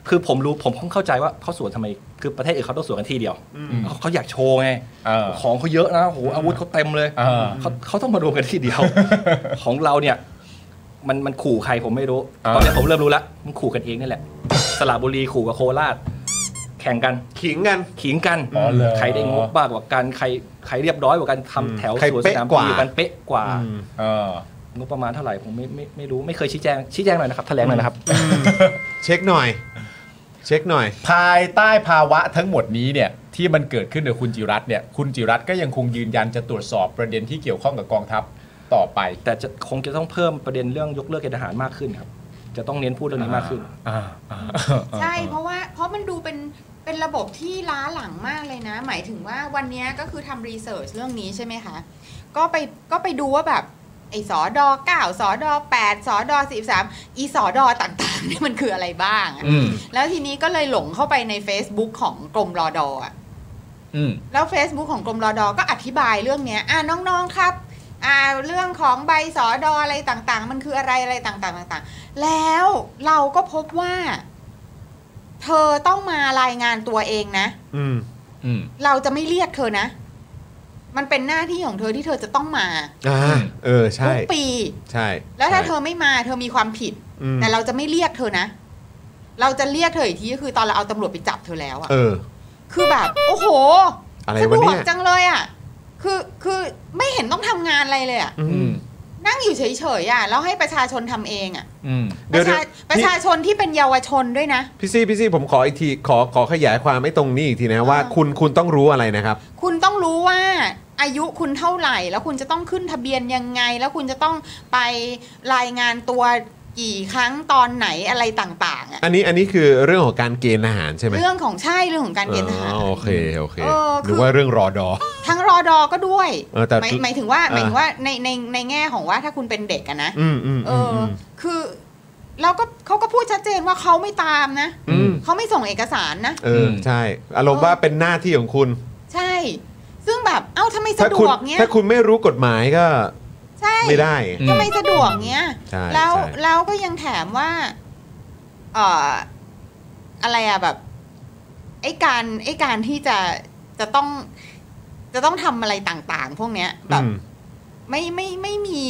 [SPEAKER 5] คือผมรู้ผมคงเข้าใจว่าเขาสวนทำไม คือประเทศอื่นเขาต้องสวนกันทีเดียวเขาเขาอยากโชว์ไง
[SPEAKER 2] เออ
[SPEAKER 5] ของเขาเยอะนะโอ้โหอาวุธเขาเต็มเลย
[SPEAKER 2] เออ
[SPEAKER 5] เขาเขาต้องมารวมกันที่เดียว ของเราเนี่ย มันมันขู่ใครผมไม่รู้
[SPEAKER 2] เออ
[SPEAKER 5] ตอนนี้ผมเริ่มรู้ละมันขู่กันเองนี่แหละ สระบุรีขู่กับโคราช แข่งกัน
[SPEAKER 1] ขิงกัน
[SPEAKER 5] ขิงกัน
[SPEAKER 2] อ๋อเหรอ
[SPEAKER 5] ใครได้งบมากกว่ากันใครใครเรียบร้อยกว่ากันทำแถว
[SPEAKER 1] ใคร
[SPEAKER 5] สวนส
[SPEAKER 1] เป๊ะ
[SPEAKER 5] นาม
[SPEAKER 1] กว่า
[SPEAKER 5] กันเป๊ะกว่า
[SPEAKER 2] เออง
[SPEAKER 5] บประมาณเท่าไหร่ผมไม่ไม่ไม่รู้ไม่เคยชี้แจงชี้แจงหน่อยนะครับแถลงหน่อยนะครับ
[SPEAKER 1] เช็คหน่อย เช็คหน่อย
[SPEAKER 2] ภายใต้ภาวะทั้งหมดนี้เนี่ยที่มันเกิดขึ้นโดยคุณจิรัตน์เนี่ยคุณจิรัตน์ก็ยังคงยืนยันจะตรวจสอบประเด็นที่เกี่ยวข้องกับกองทัพต่อไป
[SPEAKER 5] แต่จะคงจะต้องเพิ่มประเด็นเรื่องยกเลิกเกณฑ์ทหารมากขึ้นครับ จะต้องเน้นพูดเรื่องนี้มากขึ้น
[SPEAKER 3] ใช่ เพราะว่าเพราะมันดูเป็นเป็นระบบที่ล้าหลังมากเลยนะ หมายถึงว่าวันเนี้ยก็คือทำรีเสิร์ชเรื่องนี้ใช่ไหมคะ ก็ไปก็ไปดูว่าแบบไอ้สอดอเก้าสอดอแปดสอดอสิบสามอีสอดอต่างๆเนี่ยมันคืออะไรบ้างอะ
[SPEAKER 2] อืม
[SPEAKER 3] แล้วทีนี้ก็เลยหลงเข้าไปใน Facebook ของกรมรอดออะ
[SPEAKER 2] อืม
[SPEAKER 3] แล้ว Facebook ของกรมรอดอก็อธิบายเรื่องเนี้ยอ่ะน้องๆครับอ่าเรื่องของใบสอดออะไรต่างๆ มันคืออะไรอะไรต่างๆต่างๆ แล้วเราก็พบว่า เธอต้องมารายงานตัวเองนะ
[SPEAKER 1] อืม
[SPEAKER 2] อืม
[SPEAKER 3] เราจะไม่เรียกเธอนะ มันเป็นหน้าที่ของเธอที่เธอจะต้องมา
[SPEAKER 1] อ่าเออ
[SPEAKER 3] ทุ
[SPEAKER 1] ใช่
[SPEAKER 3] กปี
[SPEAKER 1] ใช่
[SPEAKER 3] แล้วถ้า
[SPEAKER 1] ใช่
[SPEAKER 3] เธอไม่มาเธอมีความผิด
[SPEAKER 1] ม
[SPEAKER 3] แต่เราจะไม่เรียกเธอนะ เราจะเรียกเธออีกทีก็คือตอนเราเอาตำรวจไปจับเธอแล้วอะ
[SPEAKER 1] เออ
[SPEAKER 3] คือแบบ โอ้โห
[SPEAKER 1] อะไร
[SPEAKER 3] สะด
[SPEAKER 1] วะ
[SPEAKER 3] ว
[SPEAKER 1] เนี่ย
[SPEAKER 3] กจังเลยอ่ะ คือ คือไม่เห็นต้องทำงานอะไรเลยอ่ะ
[SPEAKER 1] อืม
[SPEAKER 3] นั่งอยู่เฉยๆอ่ะ แล้วให้ประชาชนทำเองอ่ะ
[SPEAKER 2] อืม
[SPEAKER 1] เดี๋
[SPEAKER 3] ป
[SPEAKER 1] ยว
[SPEAKER 3] ระชา
[SPEAKER 1] เดี๋ยว
[SPEAKER 3] ประชาชนที่เป็นเยาวชนด้วยนะ
[SPEAKER 1] พี่ซี่พี่ซี่ผมขออีกทีขอขอขยายความไม่ตรงนี้อีกทีนะว่า
[SPEAKER 3] อ่า
[SPEAKER 1] คุณคุณต้องรู้อะไรนะครับ
[SPEAKER 3] คุณต้องรู้ว่าอายุคุณเท่าไหร่ แล้วคุณจะต้องขึ้นทะเบียนยังไง แล้วคุณจะต้องไปรายงานตัวกี่ครั้งตอนไหนอะไรต่างๆอ่ะ
[SPEAKER 1] อันนี้อันนี้คือเรื่องของการเกณฑ์อาหารใช่ไหม
[SPEAKER 3] เรื่องของใช่เรื่องของการเกณฑ์ทหาร
[SPEAKER 1] อ๋อโอเคโอเค
[SPEAKER 3] เออคื
[SPEAKER 1] ห
[SPEAKER 3] อ
[SPEAKER 1] รือว่าเรื่องรอดอ
[SPEAKER 3] ทั้งรอดอก็ด้วย
[SPEAKER 1] เออแต่
[SPEAKER 3] หมายหมายถึงว่า
[SPEAKER 1] อ่า
[SPEAKER 3] หมายถึงว่าในในในแง่ของว่าถ้าคุณเป็นเด็กอะนะ
[SPEAKER 1] อืมอืม
[SPEAKER 3] เอ
[SPEAKER 1] อืม
[SPEAKER 3] ออคือเราก็เขาก็พูดชัดเจนว่าเขาไม่ตามนะ
[SPEAKER 1] อืม
[SPEAKER 3] เขาไม่ส่งเอกสารนะ
[SPEAKER 1] เออใช่ อารมณ์ว่าเป็นหน้าที่ของคุณ
[SPEAKER 3] ใช่ ซึ่งแบบเอ้าทำไม
[SPEAKER 1] ถ้า
[SPEAKER 3] สะด
[SPEAKER 1] คุณ
[SPEAKER 3] วกเนี้ย
[SPEAKER 1] ถ้าคุณไม่รู้กฎหมายก็
[SPEAKER 3] ใช่
[SPEAKER 1] ไม่ได้
[SPEAKER 2] อืม
[SPEAKER 3] ทำไมสะดวกเนี้ย
[SPEAKER 1] ใช่
[SPEAKER 3] แล้ว
[SPEAKER 1] ใช่
[SPEAKER 3] แล้วก็ยังแถมว่าเอ่ออะไรอะแบบไอ้การไอ้การที่จะจะต้อง จะต้องทำอะไรต่าง ๆ พวกเนี้ยแบบ
[SPEAKER 1] อืม
[SPEAKER 3] ไม่ไม่ไม่มี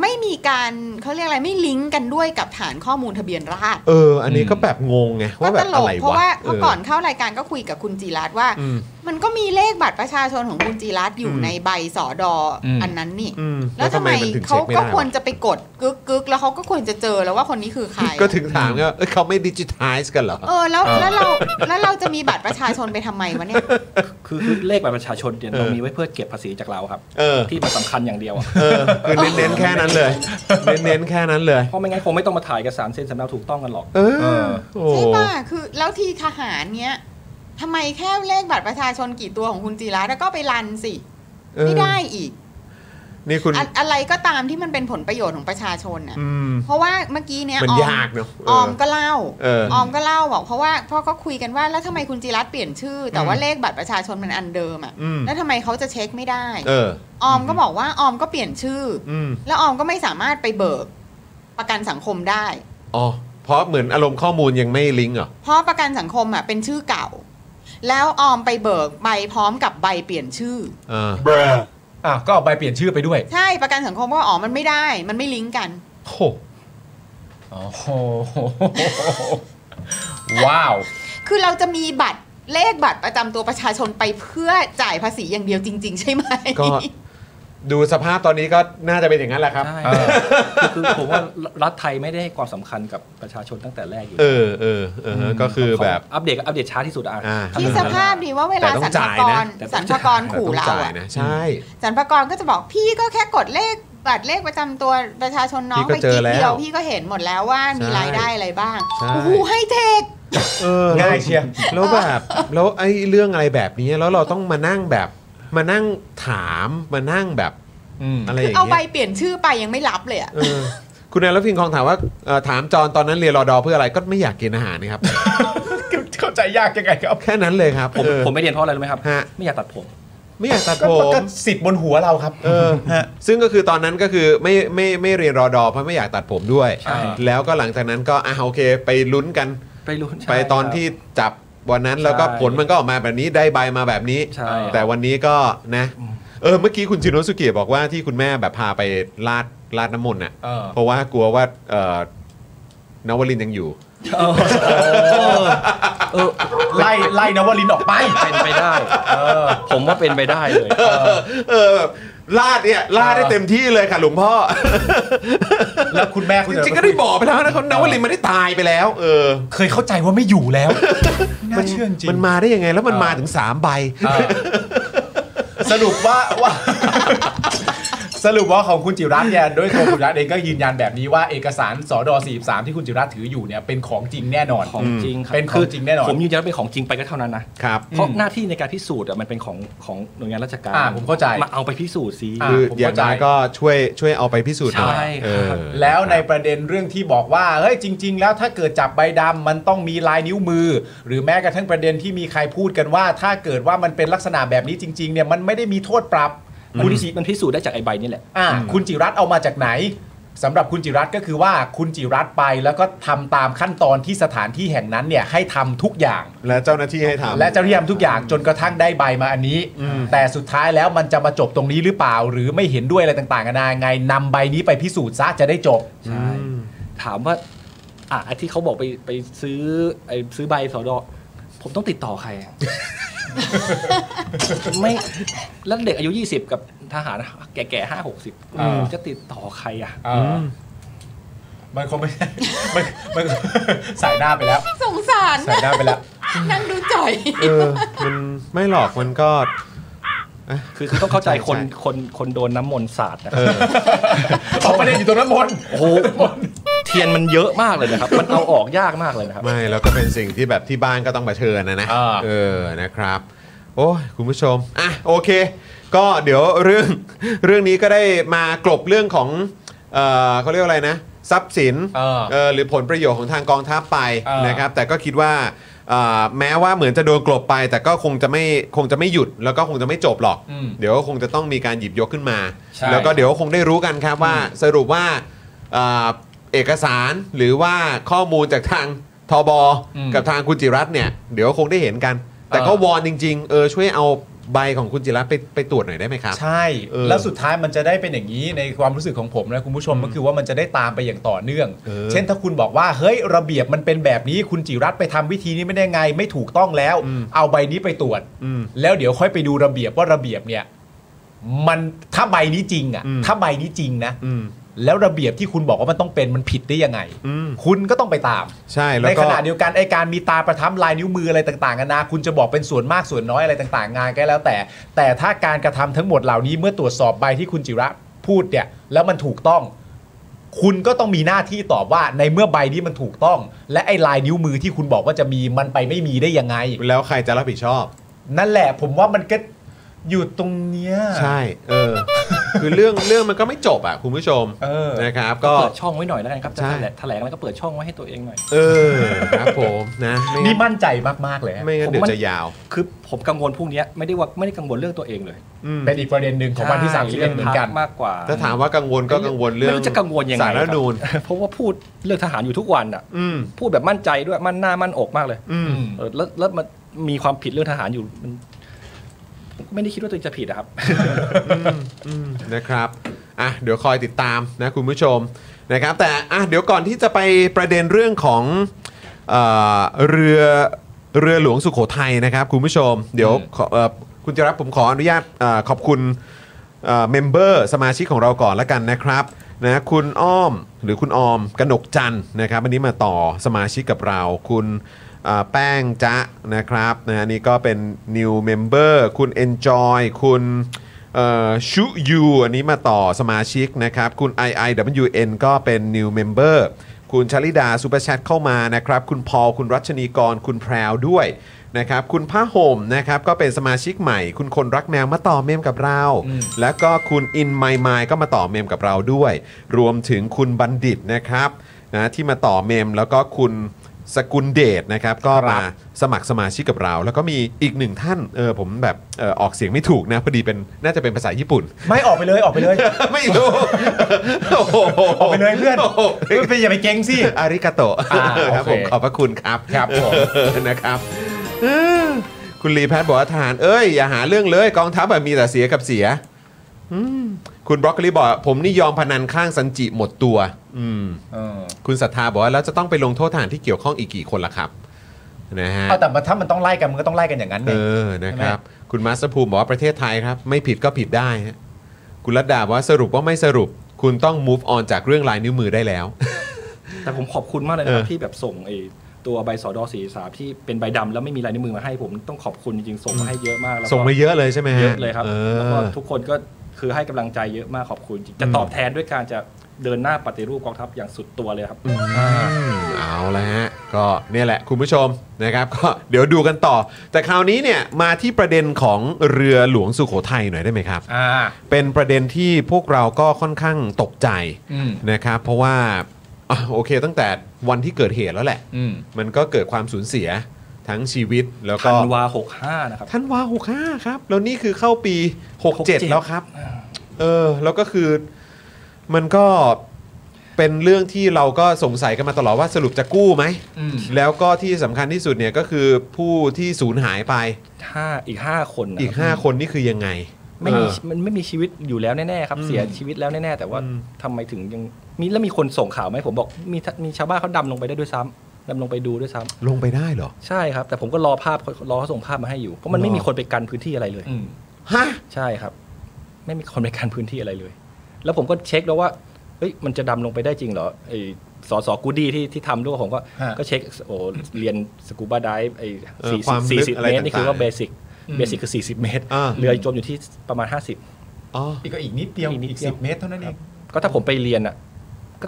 [SPEAKER 3] ไม่มีการเขาเรียกอะไรไม่ลิงก์กันด้วยกับฐานข้อมูลทะเบียนราษฎร์
[SPEAKER 1] เออ อันนี้ก็แบบงงไงว่าแบ
[SPEAKER 3] ก็
[SPEAKER 1] บ
[SPEAKER 3] ตล
[SPEAKER 1] อะ
[SPEAKER 3] ก
[SPEAKER 1] ไร
[SPEAKER 3] เพราะ
[SPEAKER 1] วะ
[SPEAKER 3] ว่าเพราะก่อน
[SPEAKER 1] เ
[SPEAKER 3] เข้ารายการก็คุยกับคุณจีรัตน์ว่า
[SPEAKER 1] อืม
[SPEAKER 3] มันก็มีเลขบัตรประชาชนของคุณจีรัตน์อยู่
[SPEAKER 1] อืม
[SPEAKER 3] ในใบสอดออ
[SPEAKER 2] ม
[SPEAKER 3] อันนั้นนี่
[SPEAKER 1] อืม
[SPEAKER 3] แล้วทำไม
[SPEAKER 1] นถึง
[SPEAKER 3] เขา
[SPEAKER 1] ช็คไม่
[SPEAKER 3] ก็
[SPEAKER 1] ได้
[SPEAKER 3] ควร
[SPEAKER 1] วะ
[SPEAKER 3] จะไปกดกึกกึกแล้วเขาก็ควรจะเจอแล้วว่าคนนี้คือใคร
[SPEAKER 1] ก็ถึงถามไงว่าเอ้ยเขาไม่ดิจิทัลกันเหรอ
[SPEAKER 3] เออแล้วแล้วเราแล้วเราจะมีบัตรประชาชนไปทำไมวะเนี่ย
[SPEAKER 5] คือคือเลขบัตรประชาชนเนี่ย
[SPEAKER 1] เออ
[SPEAKER 5] เรามีไว้เพื่อเก็บภาษีจากเราครับ
[SPEAKER 1] เออ
[SPEAKER 5] ที่มันสำคัญอย่างเดียวอะ
[SPEAKER 1] เออคือเน้นๆแค่นั้นเลย เน้นๆแค่นั้นเลย
[SPEAKER 5] เพราะไม่งั้นคงไม่ต้องมาถ่ายเอกสารเซ็นสำเนาถูกต้องกันหรอก
[SPEAKER 1] เอ
[SPEAKER 5] เอ
[SPEAKER 1] อ
[SPEAKER 5] อ
[SPEAKER 1] โอ้
[SPEAKER 3] ใช่ป่ะ คือแล้วทีทหารเนี้ยทำไมแค่เลขบัตรประชาชนกี่ตัวของคุณจีรัตน์แล้วก็ไปรันสิ
[SPEAKER 1] เออ
[SPEAKER 3] ไม่ได้อีก
[SPEAKER 1] นี่คุณ
[SPEAKER 3] อะอะไรก็ตามที่มันเป็นผลประโยชน์ของประชาชนน่ะ
[SPEAKER 1] อืม
[SPEAKER 3] เพราะว่าเมื่อกี้เนี้ย
[SPEAKER 1] มัน
[SPEAKER 3] ออม
[SPEAKER 1] ยากเนอะเ
[SPEAKER 3] ออมก็เล่า
[SPEAKER 1] เออ
[SPEAKER 3] ออมก็เล่าบอกเพราะว่าพ่อก็คุยกันว่าแล้วทำไมคุณจีรัตน์เปลี่ยนชื่อ แต่ว่าเลขบัตรประชาชนมันอันเดิมอ่ะ
[SPEAKER 1] อืม
[SPEAKER 3] แล้วทำไมเขาจะเช็คไม่ได้
[SPEAKER 1] เออ
[SPEAKER 3] ออมก็บอกว่าออมก็เปลี่ยนชื่ออ
[SPEAKER 1] อืม
[SPEAKER 3] แล้วออมก็ไม่สามารถไปเบิกประกันสังคมได้
[SPEAKER 1] อ๋อเพราะเหมือนอารมณ์ข้อมูลยังไม่ลิงก์เหรอ
[SPEAKER 3] เพราะประกันสังคมอ่ะเป็นชื่อเก่า แล้วออมไปเบิกใบพร้อมกับใบเปลี่ยนชื่อ
[SPEAKER 1] เออ
[SPEAKER 2] อ่ะก็เอาใบเปลี่ยนชื่อไปด้วย
[SPEAKER 3] ใช่ประกันสังคมก็อ๋อมันไม่ได้ มันไม่ลิงก์กัน
[SPEAKER 2] โอ้โหว้าว
[SPEAKER 3] คือเราจะมีบัตรเลขบัตรประจำตัวประชาชนไปเพื่อจ่ายภาษีอย่างเดียวจริง ๆ ใช่ไหม
[SPEAKER 1] ก็ ดูสภาพตอนนี้ก็น่าจะเป็นอย่างนั้นแหละครับ
[SPEAKER 5] ใช่คือคือผมว่ารัฐไทยไม่ได้ให้ความสำคัญกับประชาชนตั้งแต่แรกอยู่
[SPEAKER 1] เออเออเออฮะก็คือแบบ
[SPEAKER 5] ขอัปเดตก็อัปเดตช้าที่สุดอ่ะ
[SPEAKER 1] อ่า
[SPEAKER 3] ที่สภาพดีว่าเวลา
[SPEAKER 1] แต่ต้อ
[SPEAKER 3] สรงรพา
[SPEAKER 1] จ่าย
[SPEAKER 3] ก
[SPEAKER 1] นะ
[SPEAKER 3] รสรรพากรขู่เรา
[SPEAKER 1] แต่ต้องจ่าย
[SPEAKER 3] อะ
[SPEAKER 1] นะใช่
[SPEAKER 3] สรรพากรก็จะบอกพี่ก็แค่กดเลขบัตรเลขประจำตัวประชาชนน้อง
[SPEAKER 1] พี่
[SPEAKER 3] ไป
[SPEAKER 1] ก็เจ
[SPEAKER 3] กิ๊
[SPEAKER 1] อก แล้ว
[SPEAKER 3] เดียวพี่ก็เห็นหมดแล้วว่ามี
[SPEAKER 1] ใช่
[SPEAKER 3] รายได้อะไรบ้าง
[SPEAKER 1] ใช่
[SPEAKER 3] โอ้โหให้เทค
[SPEAKER 1] เออแล้ว
[SPEAKER 2] ง่ายเชียร์
[SPEAKER 1] แล้วแบบแล้วไอ้เรื่องอะไรแบบนี้แล้วเราต้องมานั่งแบบมานั่งถามมานั่งแบบอะไรอย่าง
[SPEAKER 3] เอาใบ
[SPEAKER 1] เงี้ย
[SPEAKER 3] เปลี่ยนชื่อไปยังไม่รับเลยอะ
[SPEAKER 1] เออคุณนายรพิงคองถามว่าเอ่อถามจอนตอนนั้นเรียนรอดอเพื่ออะไรก็ไม่อยากกินอาหารนะครับ [LAUGHS]
[SPEAKER 2] เข้าใจยากยังไงครับ
[SPEAKER 1] แค่นั้นเลยครับ
[SPEAKER 5] ผม
[SPEAKER 1] เออ
[SPEAKER 5] ผมไม่เรียนเพราะอะไรรู้ไหมครับ
[SPEAKER 1] ฮะ
[SPEAKER 5] ไม่อยากตัดผม
[SPEAKER 1] ไม่อยากตัด
[SPEAKER 2] ก็
[SPEAKER 1] ผม
[SPEAKER 2] ก็สิทธิ์บนหัวเราครับ
[SPEAKER 1] เออซึ่งก็คือตอนนั้นก็คือไม่ไม่ไม่เรียนรอดอเพราะไม่อยากตัดผมด้วย
[SPEAKER 5] ใช่
[SPEAKER 1] แล้วก็หลังจากนั้นก็อ่ะโอเค ไปลุ้นกัน
[SPEAKER 5] ไปรู้ใช่
[SPEAKER 1] ไปตอน
[SPEAKER 5] ครับ
[SPEAKER 1] ที่จับวันนั้นแล้วก็
[SPEAKER 5] ใช่
[SPEAKER 1] ผลมันก็ออกมาแบบนี้ได้ใบมาแบบนี้
[SPEAKER 5] ใช่
[SPEAKER 1] แต่วันนี้ก็นะ เออเมื่อกี้คุณชินโนสุเกียบอกว่าที่คุณแม่แบบพาไปลาดลาดน้ำมนต์น่ะ
[SPEAKER 2] เออ
[SPEAKER 1] เพราะว่ากลัวว่าเออนวลินทร์ยังอยู่
[SPEAKER 5] เออเออ
[SPEAKER 2] ไล่ไล่นวลินทร์ออกไป
[SPEAKER 5] เป็นไปได้เออผมว่าเป็นไปได้เลย
[SPEAKER 1] เออแบบลาดเนี่ยลาดได้เต็มที่เลยค่ะหลวงพ่อ
[SPEAKER 2] แล้วคุณแม่คุณ
[SPEAKER 1] จริงๆก็ได้บอกไปแล้วนะเขานวลินทร์ไม่ได้ตายไปแล้ว เออ
[SPEAKER 2] เคยเข้าใจว่าไม่อยู่แล้ว [LAUGHS] น่าเชื่อจริง
[SPEAKER 1] มันมาได้ยังไงแล้วมันมาถึงสามใบ
[SPEAKER 2] สรุปว่าว่า [LAUGHS] สรุปว่าของคุณจิรัตน์เนี่ยโดยตัวคุณจิรัตน์เองก็ยืนยันแบบนี้ว่าเอกสารสอด43 ที่คุณจิรัตน์ถืออยู่เนี่ยเป็นของจริงแน่นอน
[SPEAKER 5] ของจริงครับ
[SPEAKER 2] เป็นของจริงแน่นอน
[SPEAKER 5] ผมยืนยันว่าเป็นของจริงไปก็เท่านั้นนะครับ เพราะหน้าที่ในการพิสูจน์อะมันเป็นของของหน่วยงานราชการ
[SPEAKER 2] อ่าผมเข้าใจ
[SPEAKER 5] มาเอาไปพิสูจน์สิ
[SPEAKER 2] อ่า
[SPEAKER 1] คือ
[SPEAKER 2] ผม
[SPEAKER 1] อย่าง
[SPEAKER 2] เข้าใจ
[SPEAKER 1] น้อยก็ช่วยช่วยเอาไปพิสูจน์หน่อย
[SPEAKER 5] ใช่
[SPEAKER 1] เอ
[SPEAKER 5] ครั
[SPEAKER 1] อบ
[SPEAKER 2] แล้วในประเด็นเรื่องที่บอกว่าเฮ้ยจริง ๆ แล้วถ้าเกิดจับใบดำมันต้องมีลายนิ้วมือ หรือแม้กระทั่งประเด็นที่มีใครพูดกันว่า ถ้าเกิดว่ามันเป็นลักษณะแบบนี้จริง ๆ เนี่ยมันไม่ได้มีโทษปรับ
[SPEAKER 5] คุณพิสูจน์มันพิสูจน์ได้จากไอ้ใบนี่แหละ
[SPEAKER 2] อ่ะคุณจิรัตน์เอามาจากไหนสำหรับคุณจิรัตน์ก็คือว่าคุณจิรัตน์ไปแล้วก็ทำตามขั้นตอนที่สถานที่แห่งนั้นเนี่ยให้ทำทุกอย่าง
[SPEAKER 1] และเจ้าหน้าที่ให้ทำ
[SPEAKER 2] และจะเรียมทุกอย่างจนกระทั่งได้ใบมาอันนี้ แต่สุดท้ายแล้วมันจะมาจบตรงนี้หรือเปล่า หรือไม่เห็นด้วยอะไรต่างๆกันานาไงนำใบนี้ไปพิสูจน์ซะจะได้จบ
[SPEAKER 5] ใช่ ถามว่า อ่ะไอ้ที่เขาบอกไปไปซื้อไอ้ซื้อใบสอดอผมต้องติดต่อใครอะ [LAUGHS] ไม่แล้วเด็กอายุ 20 กับทหารแก่ๆห้าหกสิบ
[SPEAKER 2] อ่า
[SPEAKER 5] จะติดต่อใครอ่ะ
[SPEAKER 2] มันคงไม่ [LAUGHS] มันมันสายหน้าไปแล้ว
[SPEAKER 3] สงสาร
[SPEAKER 2] สายหน้าไปแล้ว
[SPEAKER 3] นั่งดูจ่อย
[SPEAKER 1] เออ มันไม่หรอกมันก็
[SPEAKER 5] คือคือต้องเข้าใจคน
[SPEAKER 1] ใช่
[SPEAKER 5] คนคนโดนน้ำมนต์สาดนะ
[SPEAKER 1] เออ
[SPEAKER 2] เอาประเด็นอยู่ตรงนั้นหมด
[SPEAKER 5] โอ้โหเทียนมันเยอะมากเลยนะครับ มันเอาออกยากมากเลยนะครับ
[SPEAKER 1] ไม่ แล้วก็เป็นสิ่งที่แบบที่บ้านก็ต้องเผชิญนะนะ
[SPEAKER 2] อ่า
[SPEAKER 1] เออนะครับ โอ้ยคุณผู้ชม อ่ะ โอเค ก็เดี๋ยวเรื่อง [LAUGHS] เรื่องนี้ก็ได้มากลบเรื่องของ เออเขาเรียกว่าอะไรนะ ทรัพย์สิน
[SPEAKER 2] เออ
[SPEAKER 1] เออหรือผลประโยชน์ของทางกองทัพไป
[SPEAKER 2] เออ
[SPEAKER 1] นะครับ แต่ก็คิดว่าเอ่อแม้ว่าเหมือนจะโดนกลบไป แต่ก็คงจะไม่คงจะไม่หยุดแล้วก็คงจะไม่จบหรอก
[SPEAKER 2] อืม
[SPEAKER 1] เดี๋ยวก็คงจะต้องมีการหยิบยกขึ้นมา
[SPEAKER 2] ใช่
[SPEAKER 1] แล้วก็เดี๋ยวคงได้รู้กันครับว่าสรุปว่าเอ่อเอกสารหรือว่าข้อมูลจากทางทบกับทางคุณจิรัตน์เนี่ยเดี๋ยวคงได้เห็นกัน แต่ก็วอนจริงๆเออช่วยเอาใบของคุณจิรัตน์ไปไปตรวจหน่อยได้ไหมครับ
[SPEAKER 2] ใช่
[SPEAKER 1] เออ
[SPEAKER 2] แล้วสุดท้ายมันจะได้เป็นอย่างนี้ในความรู้สึกของผมนะคุณผู้ชมก็คือว่ามันจะได้ตามไปอย่างต่อเนื่อง
[SPEAKER 1] เออ
[SPEAKER 2] เช่นถ้าคุณบอกว่าเฮ้ยระเบียบมันเป็นแบบนี้คุณจิรัตน์ไปทำวิธีนี้ไม่ได้ไง ไม่ถูกต้องแล้ว
[SPEAKER 1] อืม
[SPEAKER 2] เอาใบนี้ไปตรวจ
[SPEAKER 1] อืม
[SPEAKER 2] แล้วเดี๋ยวค่อยไปดูระเบียบว่าระเบียบเนี่ยมันถ้าใบนี้จริงอ่ะ
[SPEAKER 1] อืม
[SPEAKER 2] ถ้าใบนี้จริงนะ
[SPEAKER 1] อืม
[SPEAKER 2] แล้วระเบียบที่คุณบอกว่ามันต้องเป็นมันผิดได้ยังไง
[SPEAKER 1] อืม
[SPEAKER 2] คุณก็ต้องไปตาม
[SPEAKER 1] ใช่แล้ว
[SPEAKER 2] ใน
[SPEAKER 1] ก็
[SPEAKER 2] ขณะเดียวกันไอการมีตาประทับลายนิ้วมืออะไรต่างๆกันานาคุณจะบอกเป็นส่วนมากส่วนน้อยอะไรต่างๆ งานก็แล้วแต่ แต่ถ้าการกระทำทั้งหมดเหล่านี้เมื่อตรวจสอบใบที่คุณจิระพูดเนี่ย แล้วมันถูกต้อง คุณก็ต้องมีหน้าที่ตอบว่าในเมื่อใบนี้มันถูกต้อง และไอ้ลายนิ้วมือที่คุณบอกว่าจะมีมันไปไม่มีได้ยังไง
[SPEAKER 1] แล้วใครจะรับผิดชอบ
[SPEAKER 2] นั่นแหละผมว่ามันก็อยู่ตรงเนี้ย
[SPEAKER 1] ใช่เออ คือเรื่องเรื่องมันก็ไม่จบอ่ะคุณผู้ชม
[SPEAKER 2] เออ
[SPEAKER 1] นะครับ ก็
[SPEAKER 5] เปิดช่องไว้หน่อยแล้วกันครับ จะ
[SPEAKER 1] ใช่
[SPEAKER 5] แถลงแถลงแล้วก็เปิดช่องไว้ให้ตัวเองหน่อย
[SPEAKER 1] เออครับผมนะไม่
[SPEAKER 2] นี่มั่นใจมากๆเลยฮะ
[SPEAKER 1] ไม่งั้นเดี๋ยวจะยาว
[SPEAKER 5] คือผมกังวลพวกเนี้ยไม่ได้ว่าไม่ได้กังวลเรื่องตัวเองเลย
[SPEAKER 1] อืม
[SPEAKER 2] เป็นอีกประเด็นหนึ่งของวันที่3ามสิบเอ็ดเหมือนกัน
[SPEAKER 5] พรรคมากกว่า
[SPEAKER 1] ถ้าถามว่ากังวลก็กังวลเรื่อง
[SPEAKER 5] ไม่รู้จะกังวลยังไง
[SPEAKER 1] สารรัฐธรรมนูน
[SPEAKER 5] ครับ [LAUGHS] เพราะว่าพูดเรื่องทหารอยู่ทุกวันอ่ะ
[SPEAKER 1] อืม
[SPEAKER 5] พูดแบบมั่นใจด้วยมั่นหน้ามั่นอกมากเลย
[SPEAKER 1] อืม
[SPEAKER 5] เออแล้วแล้วมันมีความผิดเรื่องทหารอยู่มันผมก็ไม่ได้คิดว่าตัวเองจะผิดอะครับ [LAUGHS]
[SPEAKER 1] อืมนะครับอ่ะเดี๋ยวคอยติดตามนะคุณผู้ชมนะครับ แต่อ่ะเดี๋ยวก่อนที่จะไปประเด็นเรื่องของเอ่อเรือเรือหลวงสุโขทัยนะครับ คุณผู้ชม เดี๋ยวขอเอ่อคุณจะรับผมขออนุญาตเอ่อขอบคุณ เมมเบอร์สมาชิกของเราก่อนละกันนะครับนะคุณอ้อมหรือคุณออมกนกจันทร์นะครับวันนี้มาต่อสมาชิกกับเรา คุณเอ่อแป้งจ๊ะนะครับนะฮะนี่ก็เป็น new member คุณ enjoy คุณเอ่อชุยูอันนี้มาต่อสมาชิกนะครับ คุณ iiwn ก็เป็น new member คุณชลิดาซูเปอร์แชทเข้ามานะครับ คุณพอลคุณรัชนีกร คุณแพรวด้วยนะครับ คุณผ้าห่มนะครับ ก็เป็นสมาชิกใหม่ คุณคนรักแมวมาต่อเมมกับเรา แล้วก็คุณอินไมมายก็มาต่อเมมกับเราด้วย รวมถึงคุณบัณฑิตนะครับนะที่มาต่อเมมแล้วก็คุณสกุลเดชนะครับ ก็มาสมัครสมาชิกกับเรา แล้วก็มีอีกหนึ่งท่านเออผมแบบเออออกเสียงไม่ถูกนะพอดีเป็นน่าจะเป็นภาษาญี่ปุ่น [LAUGHS]
[SPEAKER 2] ไม่ออกไปเลยออกไปเลย
[SPEAKER 1] ไม่รู้
[SPEAKER 2] [LAUGHS]
[SPEAKER 1] โอ้โห
[SPEAKER 2] ออกไปเลยเพื่อน
[SPEAKER 1] โโห
[SPEAKER 2] เพื่อนไปอย่าไปเก่งสิ
[SPEAKER 1] อาริกาโตะ
[SPEAKER 2] อ่า
[SPEAKER 1] ครับ
[SPEAKER 2] โอ
[SPEAKER 1] ผ
[SPEAKER 2] เค
[SPEAKER 1] มขอบพระคุณครับ
[SPEAKER 2] ครับผม
[SPEAKER 1] [LAUGHS] นะครับเอ้อคุณลีแพทย์บอกว่าทหารเอ้ย อย่าหาเรื่องเลยกองทัพแบบมีแต่เสียกับเสียอืมคุณบรอกโคลีบอกว่าผมนี่ยอมพนันข้างสันจิหมดตัว อืม
[SPEAKER 2] เออ
[SPEAKER 1] คุณศรัทธาบอกว่า แล้วจะต้องไปลงโทษทหารที่เกี่ยวข้องอีกกี่คนล่ะครับนะฮะ
[SPEAKER 2] เอาแต่มันถ้ามันต้องไล่กันมันก็ต้องไล่กันอย่างนั้นไง
[SPEAKER 1] เออ นะครับ คุณมาสเตอร์ภูมิบอกว่าประเทศไทยครับ ไม่ผิดก็ผิดได้ฮะคุณรัตดาบอกว่าสรุปว่าไม่สรุป คุณต้อง move on จากเรื่องลายนิ้วมือได้แล้ว
[SPEAKER 5] แต่ผมขอบคุณมากเลยนะครับ
[SPEAKER 1] เออ
[SPEAKER 5] ที่แบบส่งไอ้ตัวใบสอดอสีสามที่เป็นใบดำแล้วไม่มีลายนิ้วมือมาให้ผมต้องขอบคุณจริงๆส่งมาให้เยอะมากแล้วก็
[SPEAKER 1] ส่งมาเยอะเลยใช่ไหมฮะ
[SPEAKER 5] เยอะเลยครับ
[SPEAKER 1] อ
[SPEAKER 5] แล้วก็
[SPEAKER 1] อ
[SPEAKER 5] ทุกคนก็คือให้กำลังใจเยอะมากขอบคุณจริงจะตอบแทนด้วยการจะเดินหน้าปฏิรูปกองทัพอย่างสุดตัวเลยครับอ่า
[SPEAKER 1] เอาละฮะ ก็เนี่ยแหละคุณผู้ชมนะครับ ก็เดี๋ยวดูกันต่อ แต่คราวนี้เนี่ยมาที่ประเด็นของเรือหลวงสุโขทัยหน่อยได้ไหมครับ
[SPEAKER 2] อ่า
[SPEAKER 1] เป็นประเด็นที่พวกเราก็ค่อนข้างตกใจ
[SPEAKER 2] อืม
[SPEAKER 1] นะครับ เพราะว่าอ่ะโอเคตั้งแต่วันที่เกิดเหตุแล้วแหละ
[SPEAKER 2] อืม
[SPEAKER 1] มันก็เกิดความสูญเสียทั้งชีวิตแล้วก็
[SPEAKER 5] ธันวาหกห้านะครับ
[SPEAKER 1] ธันวาหกห้าครับ แล้วนี่คือเข้าปี 67
[SPEAKER 5] 67
[SPEAKER 1] แล้วครับ เออ แล้วก็คือมันก็เป็นเรื่องที่เราก็สงสัยกันมาตลอดว่าสรุปจะกู้ไหม
[SPEAKER 2] อืม
[SPEAKER 1] แล้วก็ที่สำคัญที่สุดเนี่ยก็คือผู้ที่สูญหายไป
[SPEAKER 5] ห้าอีกห้าคนนะ
[SPEAKER 1] อีก
[SPEAKER 5] ครับ
[SPEAKER 1] 5 คนนี่คือยังไง
[SPEAKER 5] ไม่มี
[SPEAKER 1] เออ
[SPEAKER 5] มันไม่มีชีวิตอยู่แล้วแน่ๆครับ
[SPEAKER 1] อืม
[SPEAKER 5] เสียชีวิตแล้วแน่ๆแต่ว่า
[SPEAKER 1] อืม
[SPEAKER 5] ทำไมถึงยังมีแล้วมีคนส่งข่าวไหมผมบอกมีมีชาวบ้านเขาดำลงไปได้ด้วยซ้ำดำลงไปดูด้วยซ้ำ
[SPEAKER 1] ลงไปได้เหรอ
[SPEAKER 5] ใช่ครับ แต่ผมก็รอภาพรอเขาส่งภาพมาให้อยู่เพราะมันไม่มีคนไปกันพื้นที่อะไรเลย
[SPEAKER 2] อืม
[SPEAKER 1] ฮะ
[SPEAKER 5] ใช่ครับ ไม่มีคนไปกันพื้นที่อะไรเลย แล้วผมก็เช็คแล้วว่าเฮ้ยมันจะดำลงไปได้จริงเหรอไอ้สอสอกูดี้ที่ที่ทำด้วยผมก็
[SPEAKER 2] ฮะ
[SPEAKER 5] ก็เช็คโอ้เรียนสกูบาไดไอ้
[SPEAKER 1] เออ
[SPEAKER 5] สี่
[SPEAKER 1] ความลึ
[SPEAKER 5] สี่
[SPEAKER 1] ก
[SPEAKER 5] สิบ
[SPEAKER 1] อะไร
[SPEAKER 5] เมตรนี่คือว่า
[SPEAKER 1] ต่างๆ
[SPEAKER 5] เบสิกเบสิกคือสี่สิบเมตร
[SPEAKER 1] อ่า
[SPEAKER 5] เรือจมอยู่ที่ประมาณห้าสิบ
[SPEAKER 1] อ๋อ
[SPEAKER 2] อีกก็อีกนิดเดียว
[SPEAKER 5] อีกนิด
[SPEAKER 2] อีก
[SPEAKER 5] เดียว
[SPEAKER 2] สิบเมตรเท่านั้นเอง
[SPEAKER 5] ก็ถ้าผมไปเรียนอ่ะ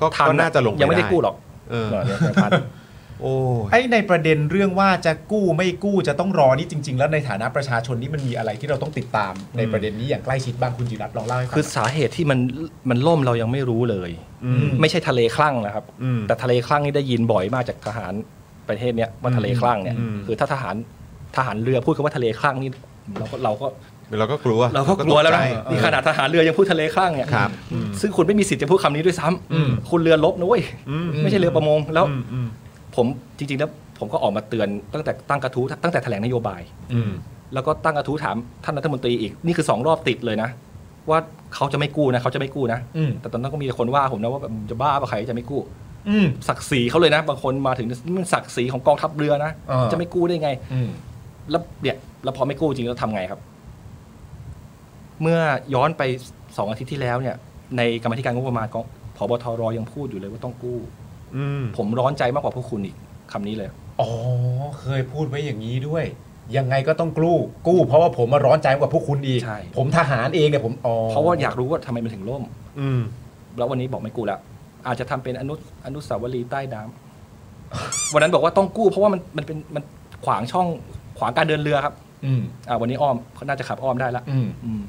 [SPEAKER 1] ก็
[SPEAKER 5] ทั
[SPEAKER 1] ก็น่าจะลงไป
[SPEAKER 5] ยังไม่ได้
[SPEAKER 1] ได้
[SPEAKER 5] กู้หรอก
[SPEAKER 1] เออ
[SPEAKER 5] เออเดี๋ยวไป
[SPEAKER 1] [LAUGHS]
[SPEAKER 5] พัน
[SPEAKER 1] โอ้ย
[SPEAKER 2] ไอ้ในประเด็นเรื่องว่าจะกู้ไม่กู้จะต้องรอนี่จริง ๆ แล้วในฐานะประชาชนนี่มันมีอะไรที่เราต้องติดตามในประเด็นนี้อย่างใกล้ชิดบ้างคุณจิรัตน์ลองเล่าให้ฟัง
[SPEAKER 5] คือสาเหตุที่มันมันล่มเรายังไม่รู้เลย
[SPEAKER 1] อืม
[SPEAKER 5] ไม่ใช่ทะเลคลั่งนะครับ
[SPEAKER 1] อืม
[SPEAKER 5] แต่ทะเลคลั่งนี่ได้ยินบ่อยมากจากทหารประเทศเนี้ยว่าทะเลคลั่งเนี่ย
[SPEAKER 1] อืม
[SPEAKER 5] คือถ้าทหารทหารเรือพูดคำว่าทะเลคลั่งนี่เราก็เราก็
[SPEAKER 1] เราก็กลัว
[SPEAKER 5] เราก็กลัวแล้วนะ
[SPEAKER 1] ตใจ
[SPEAKER 5] นี่ขนาดทหารเรือยังพูดทะเลคลั่งเนี่ย
[SPEAKER 1] ครับอืม
[SPEAKER 5] ซึ่งคุณไม่มีสิทธิ์จะพูดคำนี้ด้วยซ้ำ
[SPEAKER 1] อืม
[SPEAKER 5] คุณเรือลบนะเว้ย
[SPEAKER 1] อืม
[SPEAKER 5] ไม่ใช่เรือประมง แล้ว
[SPEAKER 1] อืมอืม
[SPEAKER 5] ผมจริงๆแล้วผมก็ออกมาเตือนตั้งแต่ตั้งกระทู้ตั้งแต่แถลงนโยบาย
[SPEAKER 1] อืม
[SPEAKER 5] แล้วก็ตั้งกระทู้ถามท่านรัฐมนตรีอีกนี่คือสองรอบติดเลยนะ ว่าเขาจะไม่กู้นะเขาจะไม่กู้นะ
[SPEAKER 2] อืม
[SPEAKER 5] แต่ตอนนั้นก็มีคนว่าผมนะว่าแบบจะบ้าปะใครจะไม่กู้
[SPEAKER 2] อืม
[SPEAKER 5] ศักดิ์ศรีเขาเลยนะบางคนมาถึงนี่มันศักดิ์ศรีของกองทัพเรือนะ
[SPEAKER 2] เออ
[SPEAKER 5] จะไม่กู้ได้ไง
[SPEAKER 2] อืม
[SPEAKER 5] แล้วเนี่ยแล้วพอไม่กู้จริงแล้วทำไงครับ เมื่อย้อนไปสองอาทิตย์ที่แล้วเนี่ย ในกรรมาธิการงบประมาณของพบทรยังพูดอยู่เลยว่าต้องกู้
[SPEAKER 1] อืม
[SPEAKER 5] ผมร้อนใจมากกว่าพวกคุณอีกคำนี้เลย
[SPEAKER 2] อ๋อ เคยพูดไว้อย่างนี้ด้วย ยังไงก็ต้องกู้ กู้เพราะว่าผมมาร้อนใจกว่าพวกคุณอีก
[SPEAKER 5] ใช่
[SPEAKER 2] ผมทหารเองเนี่ยผมอ๋อ
[SPEAKER 5] เพราะว่าอยากรู้ว่าทำไมมันถึงล่ม
[SPEAKER 1] อืม
[SPEAKER 5] แล้ววันนี้บอกไม่กู้แล้วอาจจะทำเป็นอนุอนุสาวรีย์ใต้น้ำ วันนั้นบอกว่าต้องกู้ เพราะว่ามันมันเป็นมันขวางช่องขวางการเดินเรือครับ
[SPEAKER 2] อืม
[SPEAKER 5] อ่าวันนี้อ้อมเขาน่าจะขับอ้อมได้ละ
[SPEAKER 2] อืม
[SPEAKER 5] อืม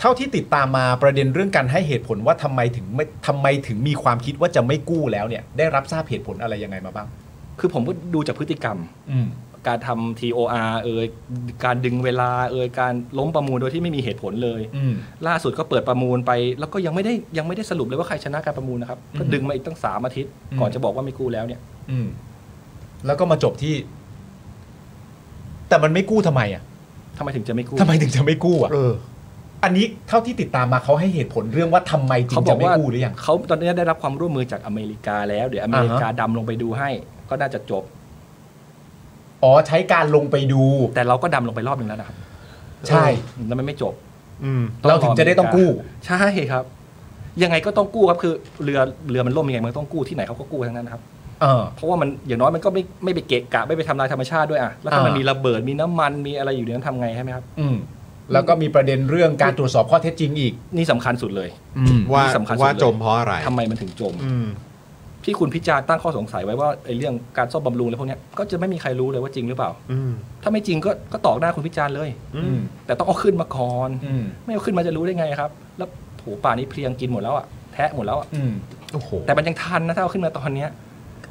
[SPEAKER 2] เท่าที่ติดตามมาประเด็นเรื่องการให้เหตุผลว่าทำไมถึงไม่ทำไมถึงมีความคิดว่าจะไม่กู้แล้วเนี่ย ได้รับทราบเหตุผลอะไรยังไงมาบ้าง
[SPEAKER 5] คือผมก็ดูจากพฤติกรรม
[SPEAKER 2] อืม
[SPEAKER 5] การทำ TOR เอยการดึงเวลาเอยการล้มประมูลโดยที่ไม่มีเหตุผลเลย
[SPEAKER 2] อืม
[SPEAKER 5] ล่าสุดก็เปิดประมูลไป แล้วก็ยังไม่ได้ยังไม่ได้สรุปเลยว่าใครชนะการประมูลนะครับ
[SPEAKER 2] อืม
[SPEAKER 5] ก็ดึงมาอีกตั้งสามอาทิตย์
[SPEAKER 2] อืม
[SPEAKER 5] ก่อนจะบอกว่าไม่กู้แล้วเนี่ย
[SPEAKER 2] อืม แล้วก็มาจบที่ แต่มันไม่กู้ทำไมอ่ะ
[SPEAKER 5] ทำไมถึงจะไม่กู้
[SPEAKER 2] ทำไมถึงจะไม่กู้อ่ะ
[SPEAKER 1] เออ
[SPEAKER 2] อันนี้เท่าที่ติดตามมาเขาให้เหตุผลเรื่องว่าทำไมถึ
[SPEAKER 5] เขา
[SPEAKER 2] ง
[SPEAKER 5] บอ
[SPEAKER 2] จะ
[SPEAKER 5] ก
[SPEAKER 2] ไม่
[SPEAKER 5] ว่า
[SPEAKER 2] กู้หรือยัง
[SPEAKER 5] เขาตอนนี้ได้รับความร่วมมือจากอเมริกาแล้ว เดี๋ยวอเมริกาดำลงไปดูให้ ก็น่าจะจบ
[SPEAKER 2] อ๋อใช้การลงไปดู
[SPEAKER 5] แต่เราก็ดำลงไปรอบหนึ่งแล้วนะครับ
[SPEAKER 2] ใช่
[SPEAKER 5] แล้วมันไม่จบ
[SPEAKER 1] อืม
[SPEAKER 2] เราถึงจะได้ต้องกู้
[SPEAKER 5] ใช่ครับ ยังไงก็ต้องกู้ครับคือเรือเรือมันล่มยังไงมันก็ต้องกู้ที่ไหนเขาก็กู้ทั้งนั้นนะครับ
[SPEAKER 2] เออ
[SPEAKER 5] เพราะว่ามันอย่างน้อยมันก็ไม่ไม่ไปเกะกะไม่ไปทำลายธรรมชาติด้วยอะแล้วถ้ามัน
[SPEAKER 2] อ่ามี
[SPEAKER 5] มีระเบิดมีน้ำมันมีอะไรอยู่ในนั้นทำไงใช่ไหมครับ
[SPEAKER 2] อืมแล้วก็มีประเด็นเรื่องการตรวจสอบข้อเท็จจริงอีก
[SPEAKER 5] นี่สำคัญสุดเลย
[SPEAKER 2] อืม
[SPEAKER 1] ว่า
[SPEAKER 5] สำคัญสุดเลย
[SPEAKER 1] ว่าจมเพราะอะไร
[SPEAKER 5] ทำไมมันถึงจม
[SPEAKER 1] อืม
[SPEAKER 5] ที่คุณพิจารณ์ตั้งข้อสงสัยไว้ว่าไอ้เรื่องการซ่อมบำรุงอะไรพวกเนี้ยก็จะไม่มีใครรู้เลยว่าจริงหรือเปล่า
[SPEAKER 1] อืม
[SPEAKER 5] ถ้าไม่จริงก็ก็ตอกหน้าคุณพิจารณ์เลย
[SPEAKER 1] อืม
[SPEAKER 5] แต่ต้องเอาขึ้นมาก่อน
[SPEAKER 2] อืม
[SPEAKER 5] ไม่เอาขึ้นมาจะรู้ได้ไงครับ แล้วโหป่านี้เพลียงกินหมดแล้วอะแทะหมดแล้วอะ
[SPEAKER 2] อืม
[SPEAKER 1] โอ้โห
[SPEAKER 5] แต่มันยังทันนะถ้าเอาขึ้นมาตอนเนี้ย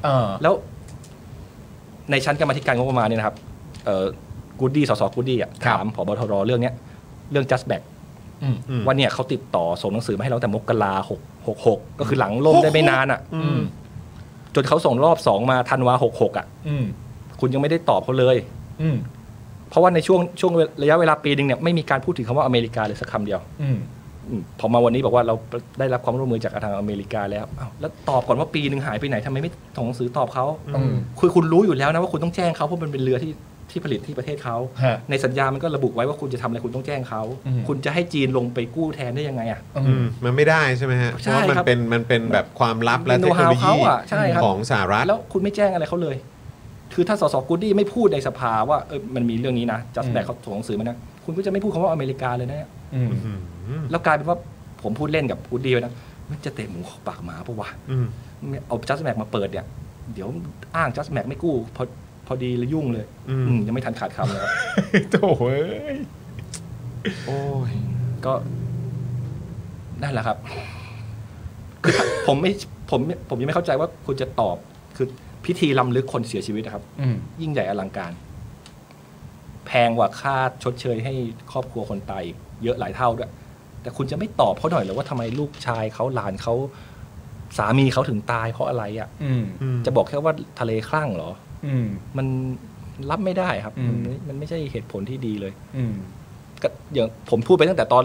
[SPEAKER 2] เออ
[SPEAKER 5] แล้วในชั้นกรรมาธิการงบประมาณเนี่ยนะครับเอ่อกูดดี้สสกูดดี้อ่ะ
[SPEAKER 2] ครั
[SPEAKER 5] ถา
[SPEAKER 2] บ
[SPEAKER 5] มผบทรเรื่องเนี้ยเรื่อง just back
[SPEAKER 2] อืม
[SPEAKER 1] อืม
[SPEAKER 5] ว่าเนี่ยเขาติดต่อส่งหนังสือมาให้เราตั้งแต่มกราหกหกหกก็คือหลังล่มได้ไม่นานอ่ะ
[SPEAKER 2] อืม
[SPEAKER 5] จนเขาส่งรอบสองมาธันวาหกหกอ่ะ
[SPEAKER 2] อืม
[SPEAKER 5] คุณยังไม่ได้ตอบเขาเลย
[SPEAKER 2] อืม
[SPEAKER 5] เพราะว่าในช่วงช่วงระยะเวลาปีหนึ่งเนี่ยไม่มีการพูดถึงคำว่าอเมริกาเลยสักคำเดียว
[SPEAKER 2] อืม
[SPEAKER 5] อมพอมาวันนี้บอกว่าเราได้รับความร่วมมือจากทางอเมริกาแล้วอ้าวแล้วตอบก่อนว่าปีหนึ่งหายไปไหนทำไมไม่ส่งหนังสือตอบเขา
[SPEAKER 2] อืม
[SPEAKER 5] คือคุณรู้อยู่แล้วนะว่าคุณต้องแจ้งเขาเพราะมันเป็นเรือที่ที่ผลิตที่ประเทศเขา
[SPEAKER 2] ฮะ
[SPEAKER 5] ในสัญญามันก็ระบุไว้ว่าคุณจะทำอะไรคุณต้องแจ้งเขา
[SPEAKER 2] อืม
[SPEAKER 5] คุณจะให้จีนลงไปกู้แทนได้ยังไงอ่ะ
[SPEAKER 2] อื
[SPEAKER 1] อืม
[SPEAKER 2] ม
[SPEAKER 1] มันไม่ได้ใช่ไหมฮะ เพ
[SPEAKER 5] ใช่
[SPEAKER 1] ราะว่ามัน
[SPEAKER 5] ครับ
[SPEAKER 1] เป็นมันเป็นแบบความลับและ
[SPEAKER 5] เป็น
[SPEAKER 1] เทคโนโล
[SPEAKER 5] know-how
[SPEAKER 1] ยี
[SPEAKER 5] เขาอะใช่ครับ
[SPEAKER 1] ของสหรัฐ
[SPEAKER 5] แล้วคุณไม่แจ้งอะไรเขาเลย คือถ้าสสกูดดี้ไม่พูดในสภาว่าเออมันมีเรื่องนี้นะจัสแบกเขาส่งหนังสือมานะคุณก็จะไม่พูดคำว่าอเมริกาเลยนะ
[SPEAKER 2] อืม
[SPEAKER 1] อืม
[SPEAKER 5] แล้วกลายเป็นว่าผมพูดเล่นกับกูดดี้ไปนะมันจะเตะหมูเข้าปากหมาปะวะ
[SPEAKER 1] อืม
[SPEAKER 5] เนี่ยเอาจัสแบกมาเปิดเนี่ยเดี๋ยวอ้างจัสแบกไม่กู้พอพอดีเลยยุ่งเลย
[SPEAKER 1] อืม
[SPEAKER 5] อืมยังไม่ทันขาดคำเลยครับ
[SPEAKER 2] โถ่เอ้ย
[SPEAKER 1] โอ้ย
[SPEAKER 5] ก็นั่นแหละครับ คือผมไม่ผมผมยังไม่เข้าใจว่าคุณจะตอบคือพิธีลำลึกคนเสียชีวิตนะครับ
[SPEAKER 2] อืม
[SPEAKER 5] ยิ่งใหญ่อลังการ แพงกว่าค่าชดเชยให้ครอบครัวคนตายอีกเยอะหลายเท่าด้วย แต่คุณจะไม่ตอบเขาหน่อยเหรือว่าทำไมลูกชายเขาหลานเขาสามีเขาถึงตายเพราะอะไรอะ่ะ
[SPEAKER 2] อืม
[SPEAKER 5] จะบอกแค่ว่าทะเลคลั่งเหรอ
[SPEAKER 2] อืม
[SPEAKER 5] มันรับไม่ได้ครับ
[SPEAKER 2] อืม
[SPEAKER 5] มันไม่มันไม่ใช่เหตุผลที่ดีเลย
[SPEAKER 2] อืม
[SPEAKER 5] ก็อย่างผมพูดไปตั้งแต่ตอน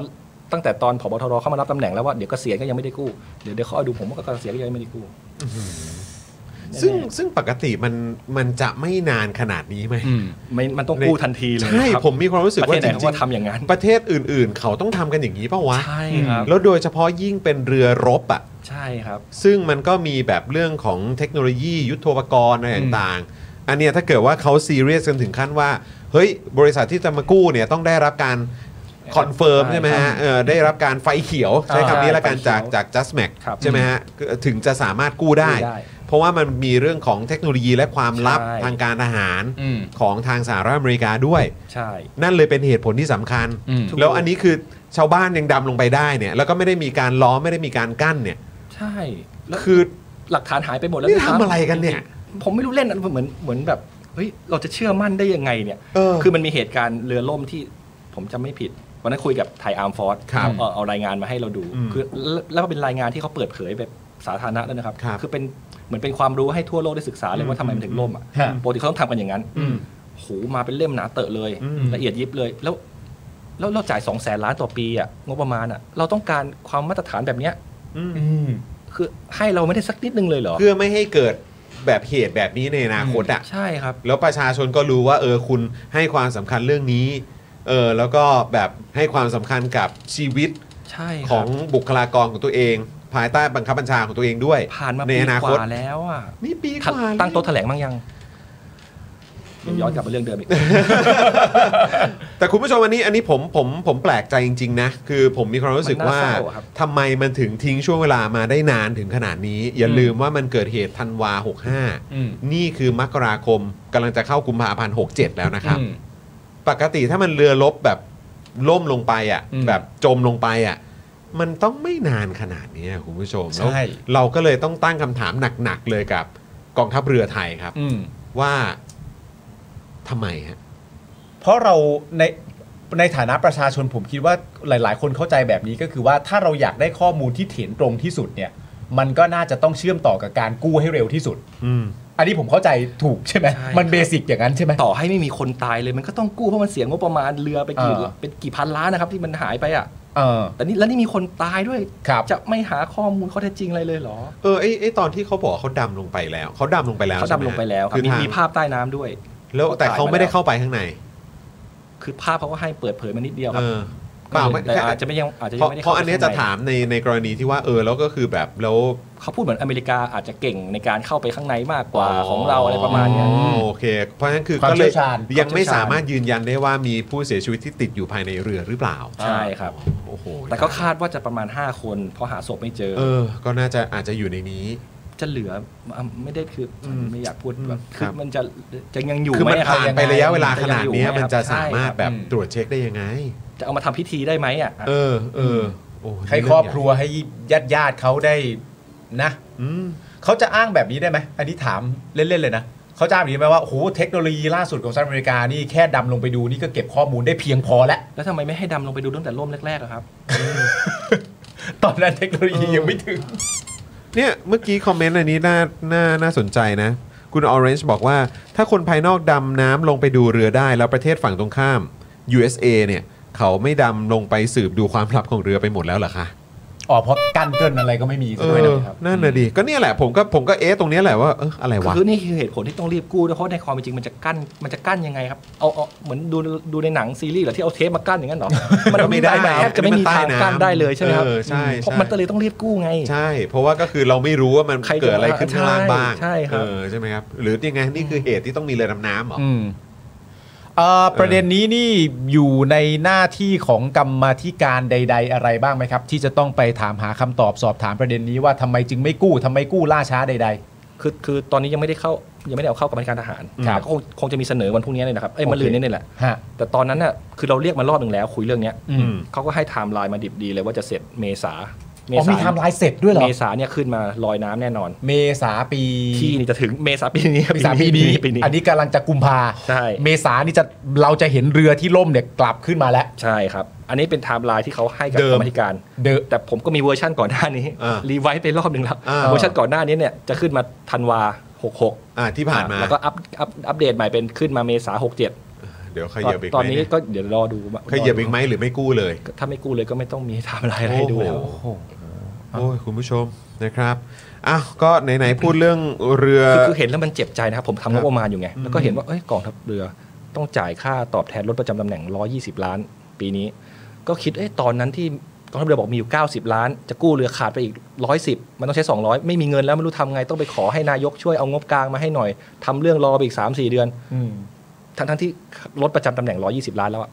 [SPEAKER 5] ตั้งแต่ตอนผบทรเข้ามารับตำแหน่งแล้วว่าเดี๋ยวเกษียณก็ยังไม่ได้กู้เดี๋ยวเดี๋ยวเขาเอาดูผมว่าเกษียณก็ยังไม่ได้กู้
[SPEAKER 1] ซึ่งซึ่งปกติมันมันจะไม่นานขนาดนี้ไหม
[SPEAKER 2] อืม
[SPEAKER 5] ไม่มันต้องกู้ทันทีเลย
[SPEAKER 1] ใช่
[SPEAKER 5] ครับ
[SPEAKER 1] ผมมีความรู้สึก
[SPEAKER 5] ประ
[SPEAKER 1] ว่าจ
[SPEAKER 5] เทศไหน
[SPEAKER 1] ริ
[SPEAKER 5] เขา
[SPEAKER 1] ง
[SPEAKER 5] ก็ทำอย่างนั้น
[SPEAKER 1] ๆประเทศอื่น ๆ เขาต้องทำกันอย่างนี้เปล่าวะ
[SPEAKER 5] ใช่ครับ
[SPEAKER 1] แล้วโดยเฉพาะยิ่งเป็นเรือรบอ่ะ
[SPEAKER 5] ใช่ครับ
[SPEAKER 1] ซึ่งมันก็มีแบบเรื่องของเทคโนโลยียุทโธปกรณ์อะไรต่างๆ อันเนี้ยถ้าเกิดว่าเขาซีเรียสกันถึงขั้นว่า เฮ้ย บริษัทที่จะมากู้เนี่ยต้องได้รับการคอนเฟิร์ม
[SPEAKER 5] ใช่
[SPEAKER 1] ใช่ไหมฮะเออได้รับการไฟเขียว ใช้คำนี้ละกัน
[SPEAKER 5] ไฟเขียว
[SPEAKER 1] จากจาก just mac
[SPEAKER 5] ครับ
[SPEAKER 1] ใช่ไหมฮะถึงจะสามารถกู้ได้
[SPEAKER 5] กู้ได้
[SPEAKER 1] เพราะว่ามันมีเรื่องของเทคโนโลยีและความลับ
[SPEAKER 5] ใช่
[SPEAKER 1] ทางการทหาร
[SPEAKER 2] อืม
[SPEAKER 1] ของทางสหรัฐอเมริกาด้วย
[SPEAKER 5] ใช่
[SPEAKER 1] นั่นเลยเป็นเหตุผลที่สำคัญ
[SPEAKER 2] อืม
[SPEAKER 1] แล้วอันนี้คือชาวบ้านยังดำลงไปได้เนี่ย แล้วก็ไม่ได้มีการล้อมไม่ได้มีการกั้นเนี่ย
[SPEAKER 5] ใช่แล้ว
[SPEAKER 1] คือ
[SPEAKER 5] หลักฐานหายไปหมดแล้ว
[SPEAKER 1] นี่
[SPEAKER 5] คบ
[SPEAKER 1] ทำอะไรกันเนี่ย
[SPEAKER 5] ผมไม่รู้เล่นอะเหมือนเหมือนแบบเฮ้ยเราจะเชื่อมั่นได้ยังไงเนี่ย
[SPEAKER 1] เออ
[SPEAKER 5] คือมันมีเหตุการณ์เรือล่มที่ผมจำไม่ผิดวันนั้นคุยกับไทยอาร์มฟอร์ส
[SPEAKER 1] ครับ
[SPEAKER 5] เอาเอารายงานมาให้เราดู
[SPEAKER 1] อืม
[SPEAKER 5] คือแล้วแล้วก็เป็นรายงานที่เขาเปิดเผยแบบสาธารณะด้วยนะครับ
[SPEAKER 1] ครับ
[SPEAKER 5] อเป็นเหมือนเป็นความรู้ให้ทั่วโลกได้ศึกษาเลยว่าทำไมมันถึงล่มอ่ะ
[SPEAKER 2] ฮะ
[SPEAKER 5] ปกติเขาต้องทำกันอย่างนั้น
[SPEAKER 1] อืม
[SPEAKER 5] โหมาเป็นเล่มหนาเตอะเลย
[SPEAKER 1] อืม
[SPEAKER 5] ละเอียดยิบเลย แล้วแล้วเราจ่ายสองแสนล้านต่อปีอ่ะงบประมาณอ่ะ เราต้องการความมาตรฐานแบบเนี้ย
[SPEAKER 2] อืม
[SPEAKER 5] คือให้เราไม่ได้สักนิดนึงเลยเหรอ
[SPEAKER 1] เพื่อไม่ให้เกิดแบบเหตุแบบนี้ในอนาคตอ่ะ
[SPEAKER 5] ใช่ครับ
[SPEAKER 1] แล้วประชาชนก็รู้ว่า เออคุณให้ความสำคัญเรื่องนี้ เออแล้วก็แบบให้ความสำคัญกับชีวิต
[SPEAKER 5] ใช่ค
[SPEAKER 1] ขอ
[SPEAKER 5] รับ
[SPEAKER 1] งบุคลากรของตัวเอง ภายใต้บังคับบัญชาของตัวเองด้วย
[SPEAKER 5] ผ่านมา
[SPEAKER 1] ใน
[SPEAKER 5] ปี
[SPEAKER 1] อนาค
[SPEAKER 5] ก
[SPEAKER 1] ต
[SPEAKER 5] ว่าแล้วอ่ะ
[SPEAKER 1] นี่ปีก
[SPEAKER 5] ทัน
[SPEAKER 1] ว่าแล้ว
[SPEAKER 5] ตั้งโต๊ะแถลงบ้างยังเดี๋ยวย้อนกลับมาเรื่องเดิมอีก
[SPEAKER 1] แต่คุณผู้ชมวันนี้อันนี้ผมผมผมแปลกใจจริง ๆ นะ คือผมมีความรู้สึก
[SPEAKER 5] มันน่า
[SPEAKER 1] ว่า
[SPEAKER 5] เศร้าอะครับ
[SPEAKER 1] ทำไมมันถึงทิ้งช่วงเวลามาได้นานถึงขนาดนี้ อย่า
[SPEAKER 2] อืม
[SPEAKER 1] ลืมว่ามันเกิดเหตุธันวา65
[SPEAKER 2] อืม
[SPEAKER 1] นี่คือมกราคมกำลังจะเข้ากุมภาพันธ์67 แล้วนะครับ
[SPEAKER 2] อืม
[SPEAKER 1] ปกติถ้ามันเรือลบแบบล่มลงไปอะ่ะ
[SPEAKER 2] อืม
[SPEAKER 1] แบบจมลงไปอะ่ะมันต้องไม่นานขนาดนี้อะคุณผู้ชมแล้ว
[SPEAKER 2] ใช่
[SPEAKER 1] เราก็เลยต้องตั้งคำถามหนัก ๆ เลยกับกองทัพเรือไทยครับ
[SPEAKER 2] อืม
[SPEAKER 1] ว่าทำไมฮะ
[SPEAKER 2] เพราะเราในในฐานะประชาชนผมคิดว่าหลาย ๆ คนเข้าใจแบบนี้ก็คือว่าถ้าเราอยากได้ข้อมูลที่เถียงตรงที่สุดเนี่ย มันก็น่าจะต้องเชื่อมต่อกับการกู้ให้เร็วที่สุด
[SPEAKER 1] อืม
[SPEAKER 2] อันนี้ผมเข้าใจถูกใช่ไหม
[SPEAKER 5] ใช่
[SPEAKER 2] มันเบสิกอย่างนั้นใช่ไหม
[SPEAKER 5] ต่อให้ไม่มีคนตายเลยมันก็ต้องกู้เพราะมันเสียงบประมาณเรือไปกี่
[SPEAKER 2] เออ
[SPEAKER 5] เป็นกี่พันล้านนะครับ ที่มันหายไปอ่ะ
[SPEAKER 2] เออ
[SPEAKER 5] แต่นี่แล้วนี่มีคนตายด้วย
[SPEAKER 2] ครับ
[SPEAKER 5] จะไม่หาข้อมูลข้อเท็จจริงอะไรเลยเหรอ
[SPEAKER 1] เออไอไอตอนที่เขาบอกว่าเขาดำลงไปแล้ว เขาดำลงไปแล้ว
[SPEAKER 5] เขา
[SPEAKER 1] ใช่หม
[SPEAKER 5] ดำลงไปแล้วครับ
[SPEAKER 1] คือ
[SPEAKER 5] มี
[SPEAKER 1] ทาง
[SPEAKER 5] มีภาพใต้น้ำด้วย
[SPEAKER 1] แล้วแต่เขาไม่ได้เข้าไปข้างใน
[SPEAKER 5] คือภาพเขาก็ให้เปิดเผยมานิดเดียวค
[SPEAKER 1] เอ
[SPEAKER 5] รับ
[SPEAKER 1] อ เปล่าไม่
[SPEAKER 5] แต่
[SPEAKER 1] แค่
[SPEAKER 5] อาจจะไม่ยังอาจจะ
[SPEAKER 1] เพ
[SPEAKER 5] ยัง
[SPEAKER 1] ราะ
[SPEAKER 5] ไม่ได้
[SPEAKER 1] เพราะอันเนี้ยจะ
[SPEAKER 5] ไปข้งใ
[SPEAKER 1] ถามในในกรณีที่ว่าเออแล้วก็คือแบบแล้ว
[SPEAKER 5] เขาพูดเหมือนอเมริกาอาจจะเก่งในการเข้าไปข้างในมากกว่าของเราอะไรประมาณ
[SPEAKER 1] อ๋อ
[SPEAKER 5] เนี้ย
[SPEAKER 1] โอเค เพราะฉะนั้นคือ
[SPEAKER 2] ความ
[SPEAKER 1] ก็เลย
[SPEAKER 2] เชี่ยวชาญ
[SPEAKER 1] ยังไม่
[SPEAKER 5] ความเชี่ยวชาญ
[SPEAKER 1] สามารถยืนยันได้ว่ามีผู้เสียชีวิตที่ติดอยู่ภายในเรือหรือเปล่า
[SPEAKER 5] ใช่ครับ
[SPEAKER 1] โอ้โห
[SPEAKER 5] แต่ก็คาดว่าจะประมาณ 5 คนเพราะหาศพไม่เจอ
[SPEAKER 1] เออ ก็น่าจะอาจจะอยู่ในนี้
[SPEAKER 5] จะเหลืออ่ะไม่ได้คืออ
[SPEAKER 1] ม
[SPEAKER 5] ไม่อยากพูดแบบ
[SPEAKER 1] ครั
[SPEAKER 5] คือบ มันจะจะยังอยู่
[SPEAKER 1] คือ
[SPEAKER 5] ไหม
[SPEAKER 1] มัน
[SPEAKER 5] ครับ
[SPEAKER 1] ผ่านไป
[SPEAKER 5] งง
[SPEAKER 1] ระยะเวลาขนาด
[SPEAKER 5] ยังอยู่
[SPEAKER 1] เนี้ย
[SPEAKER 5] ไห
[SPEAKER 1] มัน
[SPEAKER 5] ครับ
[SPEAKER 1] จะสา
[SPEAKER 5] ใช่
[SPEAKER 1] มารถแบบ
[SPEAKER 2] อืม
[SPEAKER 1] ตรวจเช็คได้ยังไง
[SPEAKER 5] จะเอามาทำพิธีได้ไหมอ่ะ
[SPEAKER 1] เออเออโอ้ย
[SPEAKER 2] ให้ครอบครัวให้ญาติญาติๆเขาได้นะ
[SPEAKER 1] อืม
[SPEAKER 2] เขาจะอ้างแบบนี้ได้ไหม อันนี้ถามเล่น ๆ เลยนะ เขาจะอ้างแบบนี้ไหมว่า โอ้โห เทคโนโลยีล่าสุดของสหรัฐอเมริกา นี่แค่ดำลงไปดูนี่ก็เก็บข้อมูลได้เพียงพอแล้ว
[SPEAKER 5] แล้วทำไมไม่ให้ดำลงไปดูตั้งแต่ร่มแรกๆอะครับ
[SPEAKER 2] ตอนนั้นเทคโนโลยี
[SPEAKER 1] เออ
[SPEAKER 2] ยังไม่ถึง
[SPEAKER 1] เนี่ยเมื่อกี้คอมเมนต์อันนี้น่าน่าน่าสนใจนะ คุณ Orange บอกว่า ถ้าคนภายนอกดำน้ำลงไปดูเรือได้แล้วประเทศฝั่งตรงข้าม USA เนี่ยเขาไม่ดำลงไปสืบดูความลับของเรือไปหมดแล้วเหรอคะ
[SPEAKER 2] อ๋อ เพราะกันเกินอะไรก็ไม่มี
[SPEAKER 1] เอ
[SPEAKER 2] ซะด้วย
[SPEAKER 1] อ
[SPEAKER 2] นะครับ
[SPEAKER 1] นั่นน่ะดี ก็เนี่ยแหละผมก็ผมก็เอ๊ะตรงเนี้ยแหละว่าเอออะไรวะ
[SPEAKER 5] คือนี่คือเหตุผลที่ต้องรีบกู้ด้วยเพราะในความเป็นจริงมันจะกั้นมันจะกั้นยังไงครับเอาเอาเหมือนดูดูในหนังซีรีส์เหรอที่เอาเทปมากั้นอย่างนั้นเหรอ มัน
[SPEAKER 1] ก็ไม่ได้
[SPEAKER 5] แทบจะไม่มีทางกั้นได้เลยใช่ไหมครับ
[SPEAKER 1] เออใช่ใช่
[SPEAKER 5] เพราะมันก็เลยต้องรีบกู้ไง
[SPEAKER 1] ใช่ เพราะว่าก็คือเราไม่รู้ว่ามัน
[SPEAKER 5] ใครจะ
[SPEAKER 1] เกิดอะไรขึ้นข้างล่างบ้าง
[SPEAKER 5] ใช่ครับ
[SPEAKER 1] เออใช่ไหมครับหรือยังไงนี่คือเหตุที่ต้องมีเรือดำน้ำเหรอ
[SPEAKER 2] อืมเอ่อประเด็นนี้นี่อยู่ในหน้าที่ของกรรมาธิการใด ๆ อะไรบ้างไหมครับ ที่จะต้องไปถามหาคำตอบสอบถามประเด็นนี้ว่าทำไมจึงไม่กู้ทำไมกู้ล่าช้าใด
[SPEAKER 5] คือคือตอนนี้ยังไม่ได้เข้ายังไม่ได้เอาเข้ากรรมการทหาร
[SPEAKER 2] ครับ
[SPEAKER 5] แต่ก็คงคงจะมีเสนอวันพรุ่งนี้เลยนะครับเอ้ย
[SPEAKER 2] โอเค
[SPEAKER 5] มะรืนนี้เนี่ยแหละ
[SPEAKER 2] ๆฮะ
[SPEAKER 5] แต่ตอนนั้นน่ะคือเราเรียกมารอบหนึ่งแล้วคุยเรื่องเนี้ย
[SPEAKER 2] อืม
[SPEAKER 5] เขาก็ให้ไทม์ไลน์มาดิบดีเลยว่าจะเสร็จเมษาเม
[SPEAKER 2] อ๋อ
[SPEAKER 5] ษา
[SPEAKER 2] มีไทำลายเสร็จด้วยเหรอ
[SPEAKER 5] เมษาเนี่ยขึ้นมาลอยน้ำแน่นอน
[SPEAKER 2] เมษาปี
[SPEAKER 5] ที่นี่จะถึงเมษาปีนี้
[SPEAKER 2] เมษาปีนี้
[SPEAKER 5] ปีนี้
[SPEAKER 2] อันนี้กำลังจะกุมภา
[SPEAKER 5] ใช่
[SPEAKER 2] เมษานี่จะเราจะเห็นเรือที่ล่มเนี่ยกลับขึ้นมาแล้ว
[SPEAKER 5] ใช่ครับ อันนี้เป็นไทม์ไลน์ที่เขาให้กับ
[SPEAKER 1] เดิม
[SPEAKER 5] กรรมธิการ
[SPEAKER 2] เดอะ
[SPEAKER 5] แต่ผมก็มีเวอร์ชั่นก่อนหน้านี้
[SPEAKER 1] อ่ารี
[SPEAKER 5] รีไวซ์ไปรอบหนึ่งแล้ว
[SPEAKER 1] อ่า
[SPEAKER 5] เวอร์ชันก่อนหน้านี้เนี่ยจะขึ้นมาธันวา 66
[SPEAKER 1] อ่าที่ผ่านมา
[SPEAKER 5] แล้วก็อัพอัพอัปเดตใหม่เป็นขึ้นมาเมษา 67
[SPEAKER 1] เดี๋ยวขยับอีกไหม
[SPEAKER 5] ตอนนี้
[SPEAKER 1] เย
[SPEAKER 5] ก็เดี๋ยวรอดู
[SPEAKER 1] เคยเหยียบอีกไหมหรือไม่กู้เลย
[SPEAKER 5] ถ้าไม่กู้เลยก็ไม่ต้องมีไทม์ไลน์อะไรให้ดูแล้ว
[SPEAKER 1] โอ้โห โอ้ยคุณผู้ชมนะครับอ้าวก็ไหนๆพูดเรื่องเรือ
[SPEAKER 5] คือคือเห็นแล้วมันเจ็บใจนะครับ ผมทำงบประมาณอยู่ไง
[SPEAKER 1] อืม
[SPEAKER 5] แล้วก็เห็นว่าเอ้ยกองทัพเรือต้องจ่ายค่าตอบแทนรถประจำตำแหน่ง 120 ล้าน ปีนี้ ก็คิดเอ้ยตอนนั้นที่กองทัพเรือบอกมีอยู่ 90 ล้าน จะกู้เรือขาดไปอีก 110 มันต้องใช้ 200 ไม่มีเงินแล้วไม่รู้ทำไงต้องไปขอให้นายกช่วยเอางบกลางมาให้หน่อยทำเรื่องรอไปอีก 3 4 เดือน ทั้งทั้งที่รถประจำตำแหน่ง 120 ล้านแล้วอะ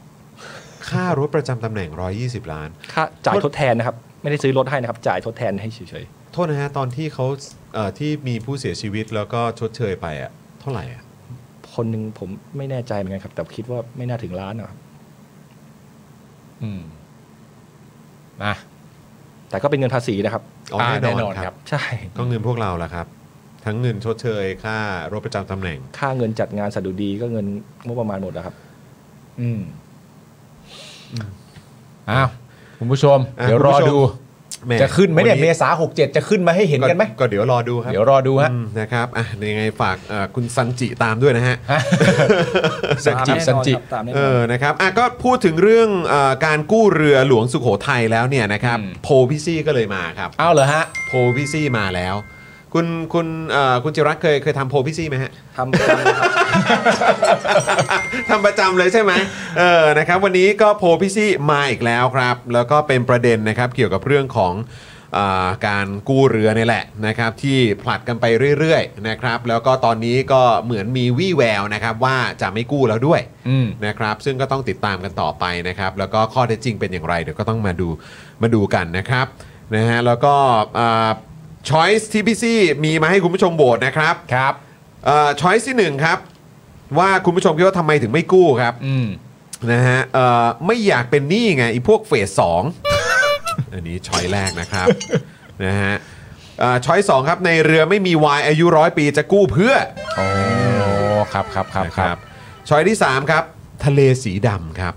[SPEAKER 1] ค่ารถประจำตำแหน่ง 120 ล้าน
[SPEAKER 5] ค่าจ่ายทดแทนนะครับไม่ได้ซื้อรถให้นะครับจ่ายทดแทนให้เฉย
[SPEAKER 1] โทษนะฮะ ตอนที่เขาเอ่อที่มีผู้เสียชีวิตแล้วก็ชดเชยไปอ่ะเท่าไหร่อ่ะ
[SPEAKER 5] ๆคนหนึ่งผมไม่แน่ใจเหมือนกันครับแต่คิดว่าไม่น่าถึงล้านนะครับ
[SPEAKER 2] อืมอ่ะ
[SPEAKER 5] แต่ก็เป็นเงินภาษีนะครับ
[SPEAKER 1] อ๋อ
[SPEAKER 2] อ่า
[SPEAKER 1] แน่น
[SPEAKER 2] แน่น
[SPEAKER 1] อ
[SPEAKER 2] อน น
[SPEAKER 1] ค
[SPEAKER 2] ครั
[SPEAKER 1] รับ
[SPEAKER 2] บ
[SPEAKER 5] ใช่
[SPEAKER 1] ก็เงินพวกเราละครับ ทั้งเงินชดเชยค่ารถประจำตำแหน่ง
[SPEAKER 5] ค่าเงินจัดงานสะดุดีก็เงินงบประมาณหมดนะครับ
[SPEAKER 2] อืมอ้าวคุณผู้ชม
[SPEAKER 1] อ่ะ
[SPEAKER 2] เดี๋ยวรอ
[SPEAKER 1] คุณผู้ชม
[SPEAKER 2] ดู
[SPEAKER 1] แห
[SPEAKER 2] จะขึ้นไหมเนี่ย
[SPEAKER 1] วั
[SPEAKER 2] เมษาหกเจ็ดจะขึ้นมาให้เห็นกันไหม
[SPEAKER 1] ก็เดี๋ยวรอดูครับ
[SPEAKER 2] เดี๋ยวรอดูฮะ
[SPEAKER 1] อืมนะครับอ่ะยังไงฝากเอ่อคุณซันจิตามด้วยนะฮะ
[SPEAKER 2] ฮะ
[SPEAKER 5] สันจิ
[SPEAKER 2] สันจิ
[SPEAKER 5] ตามแน่น
[SPEAKER 1] เอ
[SPEAKER 5] อน
[SPEAKER 1] อ นะครับ อ่ะ ก็พูดถึงเรื่องเออการกู้เรือหลวงสุโขทัยแล้วเนี่ยนะครับ
[SPEAKER 2] อืม
[SPEAKER 1] โพลพี่ซี่ก็เลยมาครับ
[SPEAKER 2] เอาเหรอฮะ
[SPEAKER 1] โพลพี่ซี่มาแล้ว คุณ คุณเอ่อคุณจิรัตน์เคย เคยทำโพลพี่ซี่ไหมฮะ
[SPEAKER 5] ทำตามนะครับ
[SPEAKER 1] ทำประจำเลยใช่ไหมเออ นะครับ วันนี้ก็โพลพี่ซี่มาอีกแล้วครับ แล้วก็เป็นประเด็นนะครับ เกี่ยวกับเรื่องของอ่าการกู้เรือเนี่ยแหละนะครับ ที่ผลัดกันไปเรื่อยๆนะครับ แล้วก็ตอนนี้ก็เหมือนมีวี่แววนะครับว่าจะไม่กู้แล้วด้วย
[SPEAKER 2] อืม
[SPEAKER 1] นะครับซึ่งก็ต้องติดตามกันต่อไปนะครับ แล้วก็ข้อเท็จจริงเป็นอย่างไร เดี๋ยวก็ต้องมาดูมาดูกันนะครับนะฮะแล้วก็ช้อยส์ที่พี่ซี่มีมาให้คุณผู้ชมโหวตนะครับ
[SPEAKER 2] ครับ
[SPEAKER 1] ช้อยส์ที่หนึ่งครับ ว่าคุณผู้ชมคิดว่าทำไมถึงไม่กู้ครับ
[SPEAKER 2] อืม
[SPEAKER 1] นะฮะเอ่อไม่อยากเป็นหนี้ไงไอีพวกเฟสสอง อันนี้ช้อยแรกนะครับ นะฮะเอ่อช้อยสองครับในเรือไม่มีวายอายุร้อยปีจะกู้เพื่อ
[SPEAKER 2] โอ้ครับครับครับ
[SPEAKER 1] นะ
[SPEAKER 2] ค
[SPEAKER 1] ค
[SPEAKER 2] รั
[SPEAKER 1] รั
[SPEAKER 2] บบ
[SPEAKER 1] ช้อยที่ 3 ครับ ทะเลสีดำครับ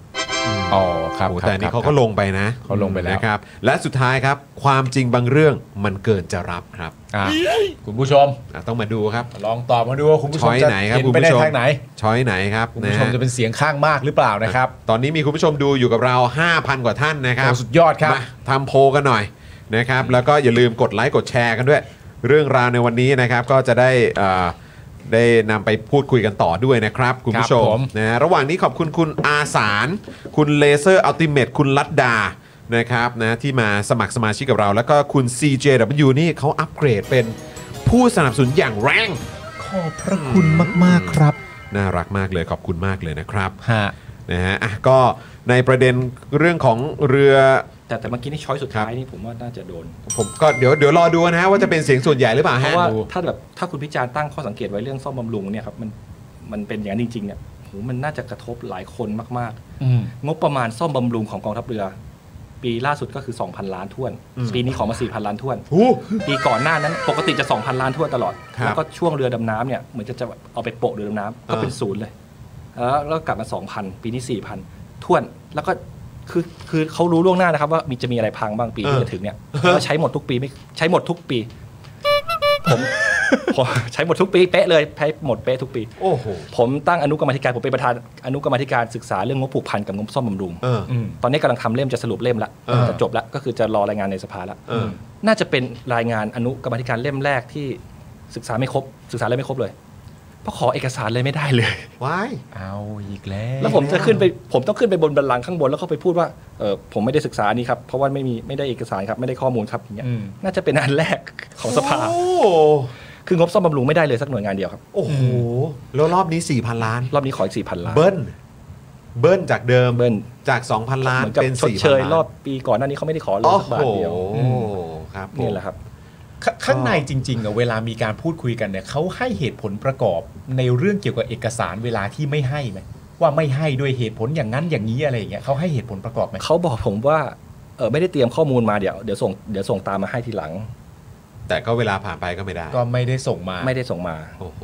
[SPEAKER 2] อ๋อครับ
[SPEAKER 1] โอ้
[SPEAKER 2] ครับ
[SPEAKER 1] แต่อันนี่
[SPEAKER 2] ครับ
[SPEAKER 1] เขาก็ลงไปนะ
[SPEAKER 2] เขาลงไปแล้ว
[SPEAKER 1] นะครับ และสุดท้ายครับ ความจริงบางเรื่องมันเกินจะรับครับ
[SPEAKER 2] อ่ะคุณผู้ชม
[SPEAKER 1] อ่ะต้องมาดูครับ
[SPEAKER 2] ลองตอบมาดูว่าคุณผู้ช
[SPEAKER 1] ช้
[SPEAKER 2] ม
[SPEAKER 1] อย
[SPEAKER 2] จะ
[SPEAKER 1] ไหนครับ
[SPEAKER 2] เห็น
[SPEAKER 1] คุณ
[SPEAKER 2] ไป
[SPEAKER 1] ผู้
[SPEAKER 2] ได้
[SPEAKER 1] ชม
[SPEAKER 2] ทางไหน
[SPEAKER 1] ช้อยไหนครับ
[SPEAKER 2] คุณผู้ชม
[SPEAKER 1] ฮ
[SPEAKER 2] จะเป็นเสียงข้างมากหรือเปล่านะครับ
[SPEAKER 1] ตอนนี้มีคุณผู้ชมดูอยู่กับเรา 5,000 กว่าท่านนะครับ
[SPEAKER 2] โอ้สุดยอดครับ
[SPEAKER 1] มาทำโพลกันหน่อยนะครับ แล้วก็อย่าลืมกดไลค์กดแชร์กันด้วย เรื่องราวในวันนี้นะครับก็จะได้เอ่อ ได้นำไปพูดคุยกันต่อด้วยนะครับ คุณผู้ช
[SPEAKER 2] ครับผม ม
[SPEAKER 1] นะฮะระหว่างนี้ขอบคุณคุณอาสาร คุณเลเซอร์อัลติเมทคุณลัดดานะครับนะที่มาสมัครสมาชิกกับเรา แล้วก็คุณ CJW นี่เขาอัปเกรดเป็นผู้สนับสนุนอย่างแรง
[SPEAKER 2] ขอบพระคุณมาก ๆ ครับ
[SPEAKER 1] น่ารักมากเลยขอบคุณมากเลยนะครับ
[SPEAKER 2] ฮะ
[SPEAKER 1] นะฮะอ่ะก็ในประเด็นเรื่องของเรือ
[SPEAKER 5] แต่แต่เมื่อกี้นี่ช้อยสุดท้า
[SPEAKER 1] ครั
[SPEAKER 5] ย
[SPEAKER 1] บ
[SPEAKER 5] นี่ผมว่าน่าจะโดน
[SPEAKER 1] ผมก็เดี๋ยวเดี๋ยวรอดูนะฮะว่าจะเป็นเสียงส่วนใหญ่หรือเปล่า
[SPEAKER 5] เพ
[SPEAKER 1] ฮะ
[SPEAKER 5] ราะว่าถ้าแบบถ้าคุณพิจารณ์ตั้งข้อสังเกตไว้เรื่องซ่อมบำรุงเนี่ยครับมันมันเป็นอย่างนั้นจริงๆเนี่ยโหมันน่าจะกระทบหลายคนมาก
[SPEAKER 2] อืม
[SPEAKER 5] ๆ งบประมาณซ่อมบำรุงของกองทัพเรือ ปีล่าสุดก็คือ 2,000 ล้านท่วน ปีนี้ขอมา 4,000 ล้านท่วน
[SPEAKER 1] หู
[SPEAKER 5] ปีก่อนหน้านั้นปกติจะ 2,000 ล้านทั่วตลอด
[SPEAKER 1] ครับ
[SPEAKER 5] แล้วก็ช่วงเรือดำน้ำเนี่ยเหมือนจะจะเอาไปโปะเรือดำน้ำก็เป็น
[SPEAKER 1] อ่า
[SPEAKER 5] ศูนย์เลยแล้วแล้วกลับมา 2,000 ปีนี้ 4,000ท่วนแล้วก็คือคือเขารู้ล่วงหน้านะครับ ว่ามีจะมีอะไรพังบ้างปีที่จะถึงเนี่ยก็ใช้หมดทุกปีไม่ใช้หมดทุกปี ผมผมใช้หมดทุกปีเป๊ะเลยใช้หมดเป๊ะทุกปี
[SPEAKER 1] โอ้โห
[SPEAKER 5] ผมตั้งอนุกรรมาธิการผมเป็นประธานอนุกรรมาธิการศึกษาเรื่องงบผูกพันกับงบซ่อมบำรุง
[SPEAKER 1] เออ
[SPEAKER 2] อืม
[SPEAKER 5] ตอนนี้กำลังทำเล่มจะสรุปเล่มละ
[SPEAKER 1] เออ
[SPEAKER 5] จะจบละก็คือจะรอรายงานในสภาละ
[SPEAKER 1] เออ
[SPEAKER 5] น่าจะเป็นรายงานอนุกรรมาธิการเล่มแรกที่ศึกษาไม่ครบ ศึกษาอะไรไม่ครบเลยเพราะขอเอกสารเลยไม่ได้เลย
[SPEAKER 1] ว้าย
[SPEAKER 2] เอาอีกแล้ว
[SPEAKER 5] แล้วผมจะขึ้นไปผมต้องขึ้นไปบนบันลังก์ข้างบนแล้วก็ไปพูดว่าเออผมไม่ได้ศึกษาอันนี้ครับเพราะว่าไม่มีไม่ได้เอกสารครับไม่ได้ข้อมูลครับอย่างเงี้ย
[SPEAKER 2] อืม
[SPEAKER 5] น่าจะเป็นอันแรกของสภา
[SPEAKER 1] โอ้
[SPEAKER 5] คืองบซ่อมบำรุงไม่ได้เลยสักหน่วยงานเดียวครับ
[SPEAKER 1] โอ้โหแล้วรอบนี้ 4,000 ล้าน
[SPEAKER 5] รอบนี้ขออีกสี่พันล้าน
[SPEAKER 1] เบิ้ลเบิ้ลจากเดิม
[SPEAKER 5] เบิ้ล
[SPEAKER 1] จาก 2,000 ล้าน
[SPEAKER 5] เหมือนกับ
[SPEAKER 1] เป็น
[SPEAKER 5] ชด
[SPEAKER 1] 4,000
[SPEAKER 5] เชย
[SPEAKER 1] ล้าน
[SPEAKER 5] รอบปีก่อนหน้านี้เขาไม่ได้ขอเลย
[SPEAKER 1] โอ้
[SPEAKER 5] สัก
[SPEAKER 1] โห
[SPEAKER 5] บาทเดียว
[SPEAKER 1] ครับผม
[SPEAKER 5] เนี่ยแหละครับ
[SPEAKER 2] ขข้างในจริงๆอะเวลามีการพูดคุยกันเนี่ยเขาให้เหตุผลประกอบในเรื่องเกี่ยวกับเอกสารเวลาที่ไม่ให้ไหมว่าไม่ให้ด้วยเหตุผลอย่างนั้นอย่างนี้อะไรอย่างเงี้ยเขาให้เหตุผลประกอบไหม
[SPEAKER 5] เขาบอกผมว่าเออไม่ได้เตรียมข้อมูลมาเดี๋ยวเดี๋ยวส่งเดี๋ยวส่งตามมาให้ทีหลัง
[SPEAKER 1] แต่ก็เวลาผ่านไปก็ไม่ได้
[SPEAKER 2] ก็ไม่ได้ส่งมา
[SPEAKER 5] ไม่ได้ส่งมา
[SPEAKER 1] โอ้โห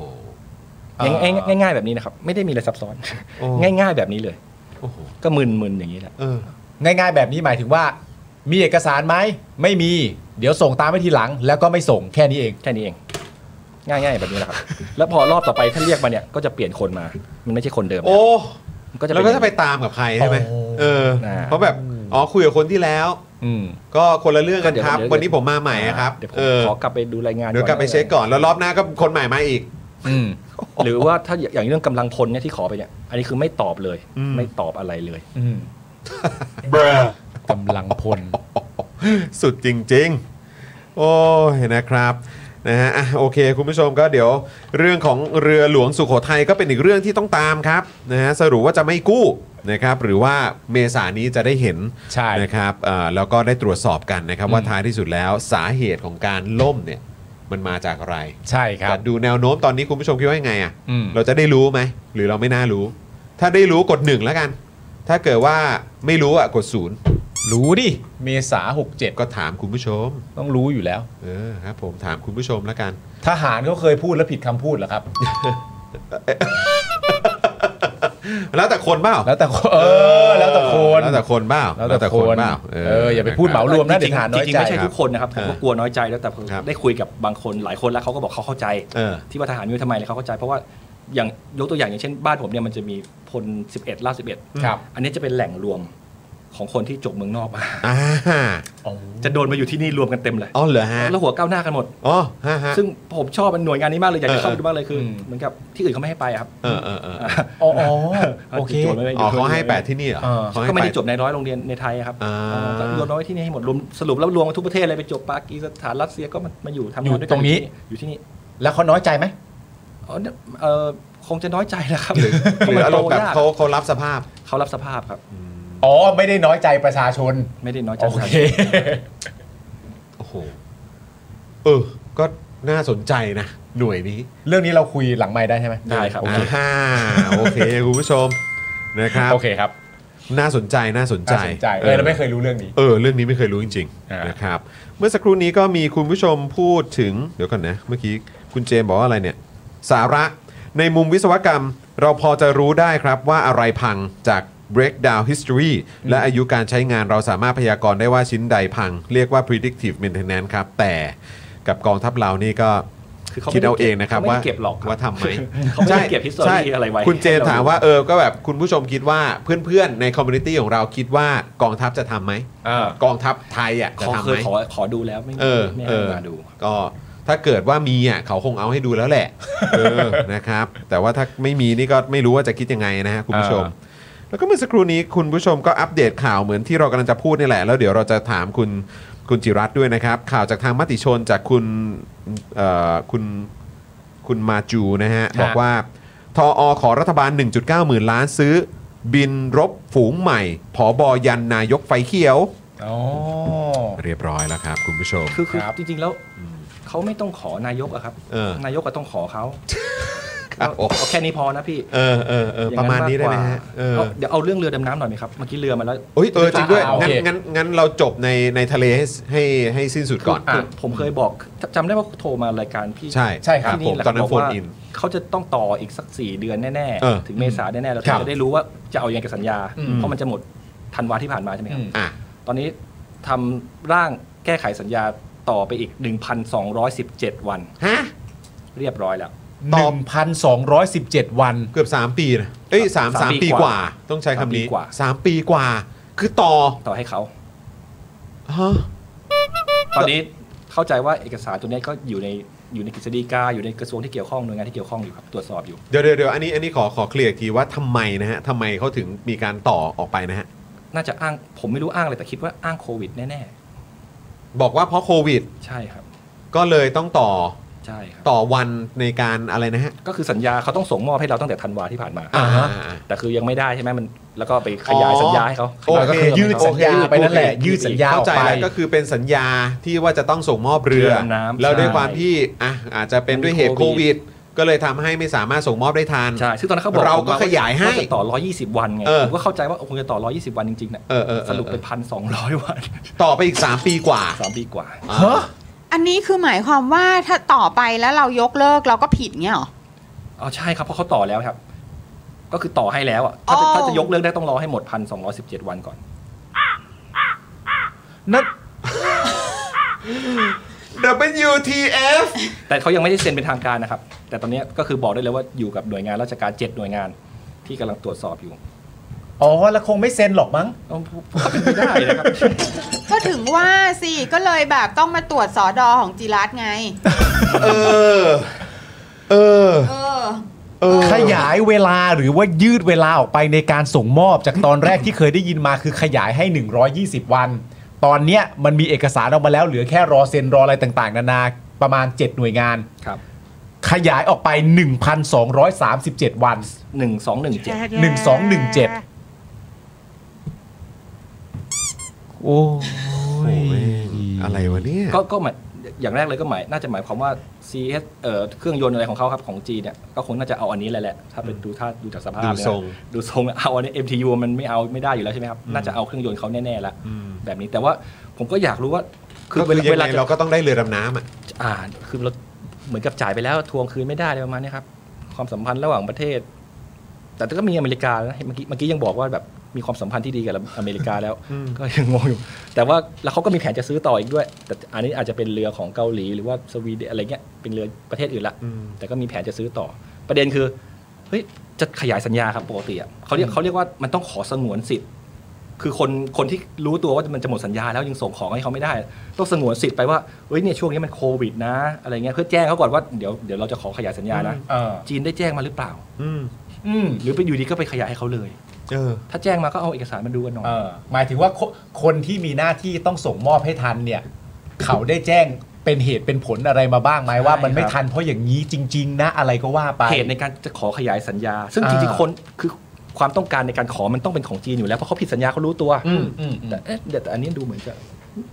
[SPEAKER 2] อ่า
[SPEAKER 5] ง่ายง่ายง่ายๆแบบนี้นะครับ ไม่ได้มีอะไรซับซ้อน
[SPEAKER 1] โอ้
[SPEAKER 5] ง่าย ๆ แบบนี้เลย
[SPEAKER 1] โอ้โห
[SPEAKER 5] ก็มึนมึนอย่างนี้แหละ
[SPEAKER 1] เออ
[SPEAKER 2] ง่าย ๆ แบบนี้หมายถึงว่า มีเอกสารไหมไม่มี เดี๋ยวส่งตามไปทีหลัง แล้วก็ไม่ส่งแค่นี้เอง
[SPEAKER 5] แค่นี้เอง ง่ายๆแบบนี้แหละครับ แล้วพอรอบต่อไปท่านเรียกมาเนี่ยก็จะเปลี่ยนคนมา มันไม่ใช่คนเดิม
[SPEAKER 1] โอ้
[SPEAKER 5] มันก็จะ
[SPEAKER 1] แล้วก็จะไป
[SPEAKER 5] น
[SPEAKER 1] ตามกับใครใช่ไหม
[SPEAKER 2] โอ้
[SPEAKER 1] เออ
[SPEAKER 5] อ่า
[SPEAKER 1] เพราะแบบ อ๋อ คุยกับคนที่แล้ว
[SPEAKER 5] อืม
[SPEAKER 1] ก็คนละเรื่องกันครับ
[SPEAKER 5] ดี๋ย
[SPEAKER 1] วันนี้ผมมาใหม่อะครับ
[SPEAKER 5] เดี๋ยวผม
[SPEAKER 1] เออ
[SPEAKER 5] ขอกลับไปดูรายงาน
[SPEAKER 1] เดี๋ยวกลับไปเช็คก่อน แล้วรอบหน้าก็คนใหม่มาอีก
[SPEAKER 5] อืมหรือว่าถ้าอย่างเรื่องกำลังพลเนี่ยที่ขอไปเนี่ยอันนี้คือไม่ตอบเลย
[SPEAKER 1] อืม
[SPEAKER 5] ไม่ตอบอะไรเลย
[SPEAKER 2] อืมกำลังพล
[SPEAKER 1] สุดจริง ๆ โอ้ยนะครับนะฮะอ่ะโอเค คุณผู้ชมก็เดี๋ยวเรื่องของเรือหลวงสุโขทัยก็เป็นอีกเรื่องที่ต้องตามครับนะฮะสรุปว่าจะไม่กู้นะครับหรือว่าเมษายนนี้จะได้เห็น
[SPEAKER 2] ใช่
[SPEAKER 1] นะครับเอ่อแล้วก็ได้ตรวจสอบกันนะครับ ว่าท้ายที่สุดแล้วสาเหตุของการล่มเนี่ยมันมาจากอะไร
[SPEAKER 2] ใช่ครับ
[SPEAKER 1] แต่ดูแนวโน้มตอนนี้คุณผู้ชมคิดว่ายังไงอ่ะ
[SPEAKER 2] อืม
[SPEAKER 1] เราจะได้รู้ไหมหรือเราไม่น่ารู้ ถ้าได้รู้กดหนึ่งแล้วกัน ถ้าเกิดว่าไม่รู้อ่ะกดศูนย์
[SPEAKER 2] รู้ดิเมษาหกเจ็ด
[SPEAKER 1] ก็ถามคุณผู้ชม
[SPEAKER 2] ต้องรู้อยู่แล้ว
[SPEAKER 1] เออครับผมถามคุณผู้ชมแล้วกัน
[SPEAKER 2] ทหารเขาเคยพูดแล้วผิดคำพูดเหรอครับ
[SPEAKER 1] แล้วแต่คนเปล่า
[SPEAKER 2] แล้วแต่คนเออ แล้วแต่คน
[SPEAKER 1] แล้วแต่คนเปล่า
[SPEAKER 2] แล้วแต่คน
[SPEAKER 1] เปล่า
[SPEAKER 2] เอออย่าไปพูดเหมา
[SPEAKER 1] นะครับ
[SPEAKER 2] รวมนะ
[SPEAKER 5] จริ
[SPEAKER 2] เด็ก
[SPEAKER 5] ง
[SPEAKER 2] หาน้อย
[SPEAKER 5] ๆจริงๆ
[SPEAKER 2] ใจ
[SPEAKER 5] ไม่ใช่
[SPEAKER 2] ครับ
[SPEAKER 5] ทุกคนนะครับผมก็
[SPEAKER 1] อ่าก
[SPEAKER 5] ลัวน้อยใจแล้วแต่ผม
[SPEAKER 1] ครับ
[SPEAKER 5] ได้คุยกับบางคนหลายคนแล้วเขาก็บอกเขาเข้าใจ
[SPEAKER 1] เออ
[SPEAKER 5] ที่ว่าทหารมีไว้ทำไมเลยเขาเข้าใจ เพราะว่าอย่างยกตัวอย่างอย่างเช่นบ้านผมเนี่ยมันจะมีพล 11ล่า11
[SPEAKER 2] ครับ
[SPEAKER 5] อันนี้จะเป็นแหล่งรวมของคนที่จบเมืองนอกมา
[SPEAKER 1] อ่า
[SPEAKER 5] จะโดนมาอยู่ที่นี่รวมกันเต็มเลย
[SPEAKER 1] อ๋อเหรอฮะ
[SPEAKER 5] แล้วหัวก้าวหน้ากันหมด
[SPEAKER 1] อ๋อฮะฮะ
[SPEAKER 5] ซึ่งผมชอบมันหน่วยงานนี้มากเลยอยากจะเข้า
[SPEAKER 1] เอ
[SPEAKER 5] ไป
[SPEAKER 1] อ
[SPEAKER 5] ดูมากเลยคืออ
[SPEAKER 2] ม
[SPEAKER 5] เหมือนกับที่อื่นเขาไม่ให้ไปอะครับ
[SPEAKER 1] เออเออเออ
[SPEAKER 2] อ๋ออ๋อโอเค
[SPEAKER 5] จุดโจรไม่ได้ยู่
[SPEAKER 1] อ๋อเขาให้
[SPEAKER 5] ที่นี่
[SPEAKER 1] แปดที่นี่เหรอ
[SPEAKER 2] เออ
[SPEAKER 1] เขาให้
[SPEAKER 5] ก็ไม่
[SPEAKER 1] แป
[SPEAKER 5] ได้จบในร้อยโรงเรียนในไทยอะครับ
[SPEAKER 1] อ่า
[SPEAKER 5] ก็รวมน้อยที่นี่ให้หมดรวมสรุปแล้วรวมกันทุกประเทศเลยไปจบปากีสถานรัสเซียก็มามาอยู่ทำงาน
[SPEAKER 2] อยู่
[SPEAKER 5] ด้วยกั
[SPEAKER 2] ตรงนี้
[SPEAKER 5] อยู่ที่นี่
[SPEAKER 2] แล้วเขาน้อยใจไหม
[SPEAKER 5] อ๋อเนี่ยเออคงจะน้อยใจแหล้วครับ
[SPEAKER 1] หรือหรืออารมณ์แบบ
[SPEAKER 5] เขา
[SPEAKER 1] เขาเขารับสภาพ
[SPEAKER 5] เขารับสภาพครับ
[SPEAKER 2] อ๋อ ไม่ได้น้อยใจประชาชน
[SPEAKER 5] ไม่ได้น้อยใจ
[SPEAKER 2] โอเค
[SPEAKER 1] โอ้โหเออ ก็น่าสนใจนะ หน่วยนี้
[SPEAKER 2] เรื่องนี้เราคุยหลังไม้ได้ใช่ไหม
[SPEAKER 5] ได้ครับ
[SPEAKER 1] อ่าโอเคคุณผู้ชมนะครับ
[SPEAKER 2] โอเคครับ
[SPEAKER 1] น่าสนใจน่าสนใจ
[SPEAKER 2] น่าสนใจเออเราไม่เคยรู้เรื่องนี้
[SPEAKER 1] เออเรื่องนี้ไม่เคยรู้จริง
[SPEAKER 2] อ่า
[SPEAKER 1] ๆ
[SPEAKER 2] น
[SPEAKER 1] นะครับเมื่อสักครู่นี้ก็มีคุณผู้ชมพูดถึงเดี๋ยวก่อนนะ เมื่อกี้คุณเจมบอกว่าอะไรเนี่ย สาระในมุมวิศวกรรมเราพอจะรู้ได้ครับว่าอะไรพังจาก breakdown history และอายุการใช้งานเราสามารถพยากรณ์ได้ว่าชิ้นใดพัง เรียกว่า predictive maintenance ครับ แต่กับกองทัพเรานี่ก็
[SPEAKER 5] คือเขาไม่
[SPEAKER 1] คิด
[SPEAKER 5] ได้
[SPEAKER 1] เอาเองนะครับ
[SPEAKER 5] เขาไม่
[SPEAKER 1] ว่า
[SPEAKER 5] ได้เก็บหรอกครับ
[SPEAKER 1] ว่าทำไหม
[SPEAKER 5] เขาไม่ได้เก็บ history
[SPEAKER 1] ใช่
[SPEAKER 5] อะไรไว้
[SPEAKER 1] คุณเจม
[SPEAKER 5] ให้เรา
[SPEAKER 1] ถามว่าเออก็แบบคุณผู้ชมคิดว่าเพื่อนๆในคอมมูนิตี้ของเราคิดว่ากองทัพจะทำไหม
[SPEAKER 2] อ่า
[SPEAKER 1] กองทัพไทยอ่ะ
[SPEAKER 5] ข
[SPEAKER 1] จะ
[SPEAKER 5] อ
[SPEAKER 1] ทำ
[SPEAKER 5] เค
[SPEAKER 1] ไห
[SPEAKER 5] ย
[SPEAKER 1] ม
[SPEAKER 5] ขอขอดูแล้วไม่
[SPEAKER 1] เออ
[SPEAKER 5] ไม่
[SPEAKER 1] เอ
[SPEAKER 5] ให้
[SPEAKER 1] อ
[SPEAKER 5] มาดู
[SPEAKER 1] ก็ ถ้าเกิดว่ามีอ่ะเขาคงเอาให้ดูแล้วแหละ [LAUGHS] เออนะครับ แต่ว่าถ้าไม่มีนี่ก็ไม่รู้ว่าจะคิดยังไงนะฮะคุณผู้ชม
[SPEAKER 2] อ่า
[SPEAKER 1] แล้วก็เมื่อสักครู่นี้คุณผู้ชมก็อัปเดตข่าวเหมือนที่เรากำลังจะพูดนี่แหละ แล้วเดี๋ยวเราจะถามคุณคุณจิรัตน์ด้วยนะครับ ข่าวจากทางมติชนจากคุณเอ่อคุณคุณมาจูนะฮะ บอกว่าทออขอรัฐบาล 1.9 หมื่นล้านซื้อ บินรบฝูงใหม่ผอบอยันนายกไฟเขียว
[SPEAKER 2] อ๋อ
[SPEAKER 1] เรียบร้อยแล้วครับ คุณผู้ชม
[SPEAKER 5] คือคือ
[SPEAKER 2] ครับ
[SPEAKER 5] จริงๆแล้วเขาไม่ต้องขอนายกอะครับ
[SPEAKER 1] เออน
[SPEAKER 5] ายกก็ต้องขอเขา
[SPEAKER 1] ครับผม
[SPEAKER 5] เอาแค่นี้พอนะพี่
[SPEAKER 1] เออเออเออ
[SPEAKER 5] อย่ง
[SPEAKER 1] ประมาณนี้ได้ไหม
[SPEAKER 5] กกว่
[SPEAKER 1] ฮะเออ
[SPEAKER 5] าเดี๋ยวเอาเรื่องเรือดำน้ำหน่อยไหมครับเมื่อกี้เรือมาแล้ว
[SPEAKER 1] เอ้ยเออจริงด้วย
[SPEAKER 2] อ่าโอ
[SPEAKER 1] งั้น
[SPEAKER 2] เค
[SPEAKER 1] งั้นงั้นเราจบในในทะเลให้ให้ให้สิ้นสุดก่อน
[SPEAKER 5] ผมผมเคยบอกจำได้ว่าโทรมารายการพี่
[SPEAKER 1] ใช่
[SPEAKER 2] ใช่ครับ
[SPEAKER 5] ที่
[SPEAKER 1] ผม
[SPEAKER 5] แหละ
[SPEAKER 1] ตอนนั้น
[SPEAKER 5] บก
[SPEAKER 1] โฟน
[SPEAKER 5] ว่า
[SPEAKER 1] อิน
[SPEAKER 5] เขาจะต้องต่ออีกสัก 4 เดือนแน่
[SPEAKER 1] เออ
[SPEAKER 5] ๆ ถึงเมษาแน่ๆ แล้ว
[SPEAKER 1] ครับ
[SPEAKER 5] จะได้รู้ว่าจะเอายังไงกับสัญญา
[SPEAKER 2] อืม
[SPEAKER 5] เพราะมันจะหมดธันวาที่ผ่านมาใช่ไหมครับ
[SPEAKER 1] อ่ะ
[SPEAKER 5] ตอนนี้ทำร่างแก้ไขสัญญาต่อไปอีก 1,217 วัน
[SPEAKER 1] ฮะ
[SPEAKER 5] เรียบร้อยแล้ว
[SPEAKER 2] หนึ่งพันสองร้อยสิบเจ็ดวัน
[SPEAKER 1] เกือบ 3 ปีนะเอ้ยสาม
[SPEAKER 5] สาม
[SPEAKER 1] สาม
[SPEAKER 5] ปี
[SPEAKER 1] ปีก
[SPEAKER 5] ก
[SPEAKER 1] ว่า
[SPEAKER 5] ว่า
[SPEAKER 1] ต้องใช้คำนี้
[SPEAKER 5] สามปีกว่า
[SPEAKER 1] สามปีกว่า คือต่อ
[SPEAKER 5] ต่อให้เขา
[SPEAKER 1] ฮะ
[SPEAKER 5] ตอนนี้เข้าใจว่าเอกสารตัวนี้ก็อยู่ในอยู่ในกฤษฎีกาอยู่ในกระทรวงที่เกี่ยวข้องหน่วยงานที่เกี่ยวข้องอยู่ครับตรวจสอบอยู่
[SPEAKER 1] เดี๋ยวเดี๋ยวเดี๋ยวอันนี้อันนี้ขอขอเคลียร์อีกทีว่าทำไมนะฮะทำไมเขาถึงมีการต่อออกไปนะฮะ
[SPEAKER 5] น่าจะอ้างผมไม่รู้อ้างอะไรแต่คิดว่าอ้างโควิดแน่
[SPEAKER 1] บอกว่าเพราะโควิด
[SPEAKER 5] ๆใช่ครับ
[SPEAKER 1] ก็เลยต้องต่อ
[SPEAKER 5] ใช่ครับ
[SPEAKER 1] ต่อวันในการอะไรนะฮะ
[SPEAKER 5] ก็คือสัญญาเขาต้องส่งมอบให้เราตั้งแต่ธันวาที่ผ่านมา
[SPEAKER 2] อ่าฮะ
[SPEAKER 1] อ่า
[SPEAKER 5] แต่คือยังไม่ได้ใช่ไหมมัน แล้วก็ไปขยายสัญญาให้เขา
[SPEAKER 1] โอ
[SPEAKER 5] ขาย
[SPEAKER 1] เค
[SPEAKER 5] ก็
[SPEAKER 1] ยืดสัญญา
[SPEAKER 2] ไปนั่นแหละ ยืดสัญญาอ
[SPEAKER 1] เข้า
[SPEAKER 2] อก
[SPEAKER 1] ใจ
[SPEAKER 2] ไป
[SPEAKER 1] แล้วก็คือเป็นสัญญาที่ว่าจะต้องส่งมอบเรือ
[SPEAKER 5] เรือดำน้ำ
[SPEAKER 1] แล้วด้วย
[SPEAKER 5] ใช่
[SPEAKER 1] ความที่อ่ะอาจจะเป็นด้วยเหตุโควิด ก็เลยทำให้ไม่สามารถส่งมอบได้ทัน
[SPEAKER 5] ใช่ซึ่งตอนนั้นเขาบอก
[SPEAKER 1] เราก็
[SPEAKER 5] ผมว่
[SPEAKER 1] ขยายให้
[SPEAKER 5] ว่จะต่อ 120 วันไง
[SPEAKER 1] เออ
[SPEAKER 5] ผมก็เข้าใจว่าคงจะต่อ 120 วันจริงๆนะ
[SPEAKER 1] เออเออเออ
[SPEAKER 5] สรุปไปพันสองร้อยวัน
[SPEAKER 1] ต่อไปอีก 3 ปีกว่า
[SPEAKER 5] สามปีกว่า
[SPEAKER 2] ฮะ
[SPEAKER 3] อันนี้คือหมายความว่าถ้าต่อไปแล้วเรายกเลิกเราก็ผิดเงี้ยเหรอ
[SPEAKER 5] อ๋อใช่ครับ เพราะเขาต่อแล้วครับ ก็คือต่อให้แล้วอ่ะถ้า
[SPEAKER 3] อ๋
[SPEAKER 5] จะ
[SPEAKER 3] อ
[SPEAKER 5] ถ้าจะยกเลิกได้ต้องรอให้หมดพันสองร้อยสิบเจ็ดวันก่อน
[SPEAKER 2] นั่น
[SPEAKER 1] อ่า WTF
[SPEAKER 5] แต่เขายังไม่ได้เซ็นเป็นทางการนะครับ แต่ตอนนี้ก็คือบอกได้เลยว่าอยู่กับหน่วยงานราชการเจ็ดหน่วยงานที่กำลังตรวจสอบอยู่
[SPEAKER 2] อ๋อ แล้วคงไม่เซ็นหรอกมั้ง
[SPEAKER 5] เอาก็เป็นไม่ได้
[SPEAKER 1] [LAUGHS]
[SPEAKER 5] นะครับ
[SPEAKER 3] [LAUGHS] ก็ถึงว่าสิก็เลยแบบต้องมาตรวจสอดอของจิรัต
[SPEAKER 1] [LAUGHS]
[SPEAKER 3] ไง
[SPEAKER 1] เออ เออ
[SPEAKER 3] เออ
[SPEAKER 1] เออ
[SPEAKER 2] ขยายเวลาหรือว่ายืดเวลาออกไปในการส่งมอบจากตอนแรกที่เคยได้ยินมาคือขยายให้ 120 วัน ตอนเนี้ยมันมีเอกสารออกมาแล้วเหลือแค่รอเซ็นรออะไรต่างๆ นานาประมาณ 7 หน่วยงาน
[SPEAKER 5] ครับ
[SPEAKER 2] ขยายออกไป 1,237 วัน
[SPEAKER 5] หนึ่งสองหนึ่งเจ็ด
[SPEAKER 2] 1217 โอ้
[SPEAKER 1] โอ้
[SPEAKER 2] ย
[SPEAKER 1] ยอะไรวะเนี่ย
[SPEAKER 5] ก็ก็หมายอย่างแรกเลยก็หมายน่าจะหมายความว่า CS เอ่อเครื่องยนต์อะไรของเขาครับของจีนเนี่ยก็คงน่าจะเอาอันนี้แหละแหละถ้าเป็นดูท่าดูจากสภาพ
[SPEAKER 1] ดู
[SPEAKER 5] เนี่ยนะ
[SPEAKER 1] ทรง
[SPEAKER 5] ดูทรง [LAUGHS] เอาอันนี้ MTU มันไม่เอาไม่ได้อยู่แล้วใช่ไหมครับน่าจะเอาเครื่องยนต์เขาแน่ๆละ
[SPEAKER 1] อืม
[SPEAKER 5] แบบนี้แต่ว่าผมก็อยากรู้ว่า
[SPEAKER 1] ก็
[SPEAKER 5] เว
[SPEAKER 1] คือ
[SPEAKER 5] ลา
[SPEAKER 1] ยังไง
[SPEAKER 5] เวลาจะ
[SPEAKER 1] เราก็ต้องได้เรือดำน้ำอ่ะ
[SPEAKER 5] อ่าคือเราเหมือนกับจ่ายไปแล้วทวงคืนไม่ได้อะไรประมาณเนี้ยครับความสัมพันธ์ระหว่างประเทศ แต่ก็มีอเมริกานะเมื่อกี้เมื่อกี้ยังบอกว่าแบบมีความสัมพันธ์ที่ดีกับอเมริกาแล้ว
[SPEAKER 1] อืม
[SPEAKER 5] ก็ยังงงอยู่ แต่ว่าแล้วเขาก็มีแผนจะซื้อต่ออีกด้วย แต่อันนี้อาจจะเป็นเรือของเกาหลีหรือว่าสวีเดนอะไรเงี้ย เป็นเรือประเทศอื่นละ
[SPEAKER 1] อืม
[SPEAKER 5] แต่ก็มีแผนจะซื้อต่อ ประเด็นคือ เฮ้ย จะขยายสัญญาครับปกติอ่ะเขาเรียกเขาเรียกว่ามันต้องขอสงวนสิทธิ์ คือคนคนที่รู้ตัวว่ามันจะหมดสัญญาแล้วยังส่งของให้เขาไม่ได้ ต้องสงวนสิทธิ์ไปว่า เฮ้ยเนี่ยช่วงนี้มันโควิดนะ อะไรเงี้ย เพื่อแจ้งเขาก่อนว่าเดี๋ยวเดี๋ยวเราจะขอขยายสัญญานะ
[SPEAKER 2] เออ
[SPEAKER 5] จีนได้แจ้งมาหรือเปล่า
[SPEAKER 1] อืม
[SPEAKER 2] อืม
[SPEAKER 5] หรือไปอยู่ดีก็ไปขยายให้เขาเลย
[SPEAKER 1] เออ
[SPEAKER 5] ถ้าแจ้งมาก็เอาเอกสารมาดูกันหน่อย
[SPEAKER 2] เออหมายถึงว่าคคนที่มีหน้าที่ต้องส่งมอบให้ทันเนี่ย เขาได้แจ้งเป็นเหตุเป็นผลอะไรมาบ้างไหมว่า มันไม่ทันเพราะอย่างนี้จริง ๆ นะอะไรก็ว่าไป
[SPEAKER 5] เหตุในการจะขอขยายสัญญา ซึ่งจริง
[SPEAKER 2] อ่า
[SPEAKER 5] ๆ คนคือความต้องการในการขอมันต้องเป็นของจีนอยู่แล้ว เพราะเขาผิดสัญญาเขารู้ตัว
[SPEAKER 2] อืมอืมอืม
[SPEAKER 5] แต่เอ๊ะเดี๋ยวแต่อันนี้ดูเหมือนจะ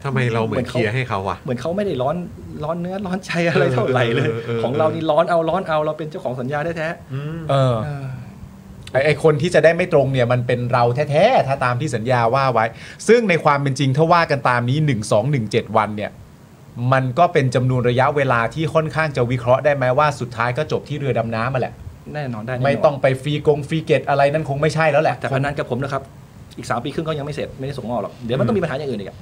[SPEAKER 1] ทำไมเราเหมือนเคลียร์ให้เขาวะ
[SPEAKER 5] เหมือนเขาไม่ได้ร้อนร้อนเนื้อร้อนใจอะไรเท่าไหร่เลย
[SPEAKER 1] เออเออเออ
[SPEAKER 5] ของเรานี่ร้อนเอาร้อนเอาเราเป็นเจ้าของสัญญาแท้
[SPEAKER 1] อืม
[SPEAKER 2] เออ
[SPEAKER 5] ๆเออ
[SPEAKER 2] ไอ้ไอคนที่จะได้ไม่ตรงเนี่ยมันเป็นเราแท้ๆ ถ้าตามที่สัญญาว่าไว้ ซึ่งในความเป็นจริงถ้าว่ากันตามนี้ 1 2 1 7 วันเนี่ย มันก็เป็นจำนวนระยะเวลาที่ค่อนข้างจะวิเคราะห์ได้ไหมว่าสุดท้ายก็จบที่เรือดำน้ำมาแหละ
[SPEAKER 5] แน่นอนได้แน่นน
[SPEAKER 2] ไม่ต้องไปฟรีกงฟรีเกตอะไรนั่นคงไม่ใช่แล้วแหละ
[SPEAKER 5] แต่พนันกับผมนะครับ อีกสามปีครึ่งก็ยังไม่เสร็จไม่ได้ส่งออกหรอกเดี๋ยวมันต้องมีปัญหาอย่างอื่นอีกอะ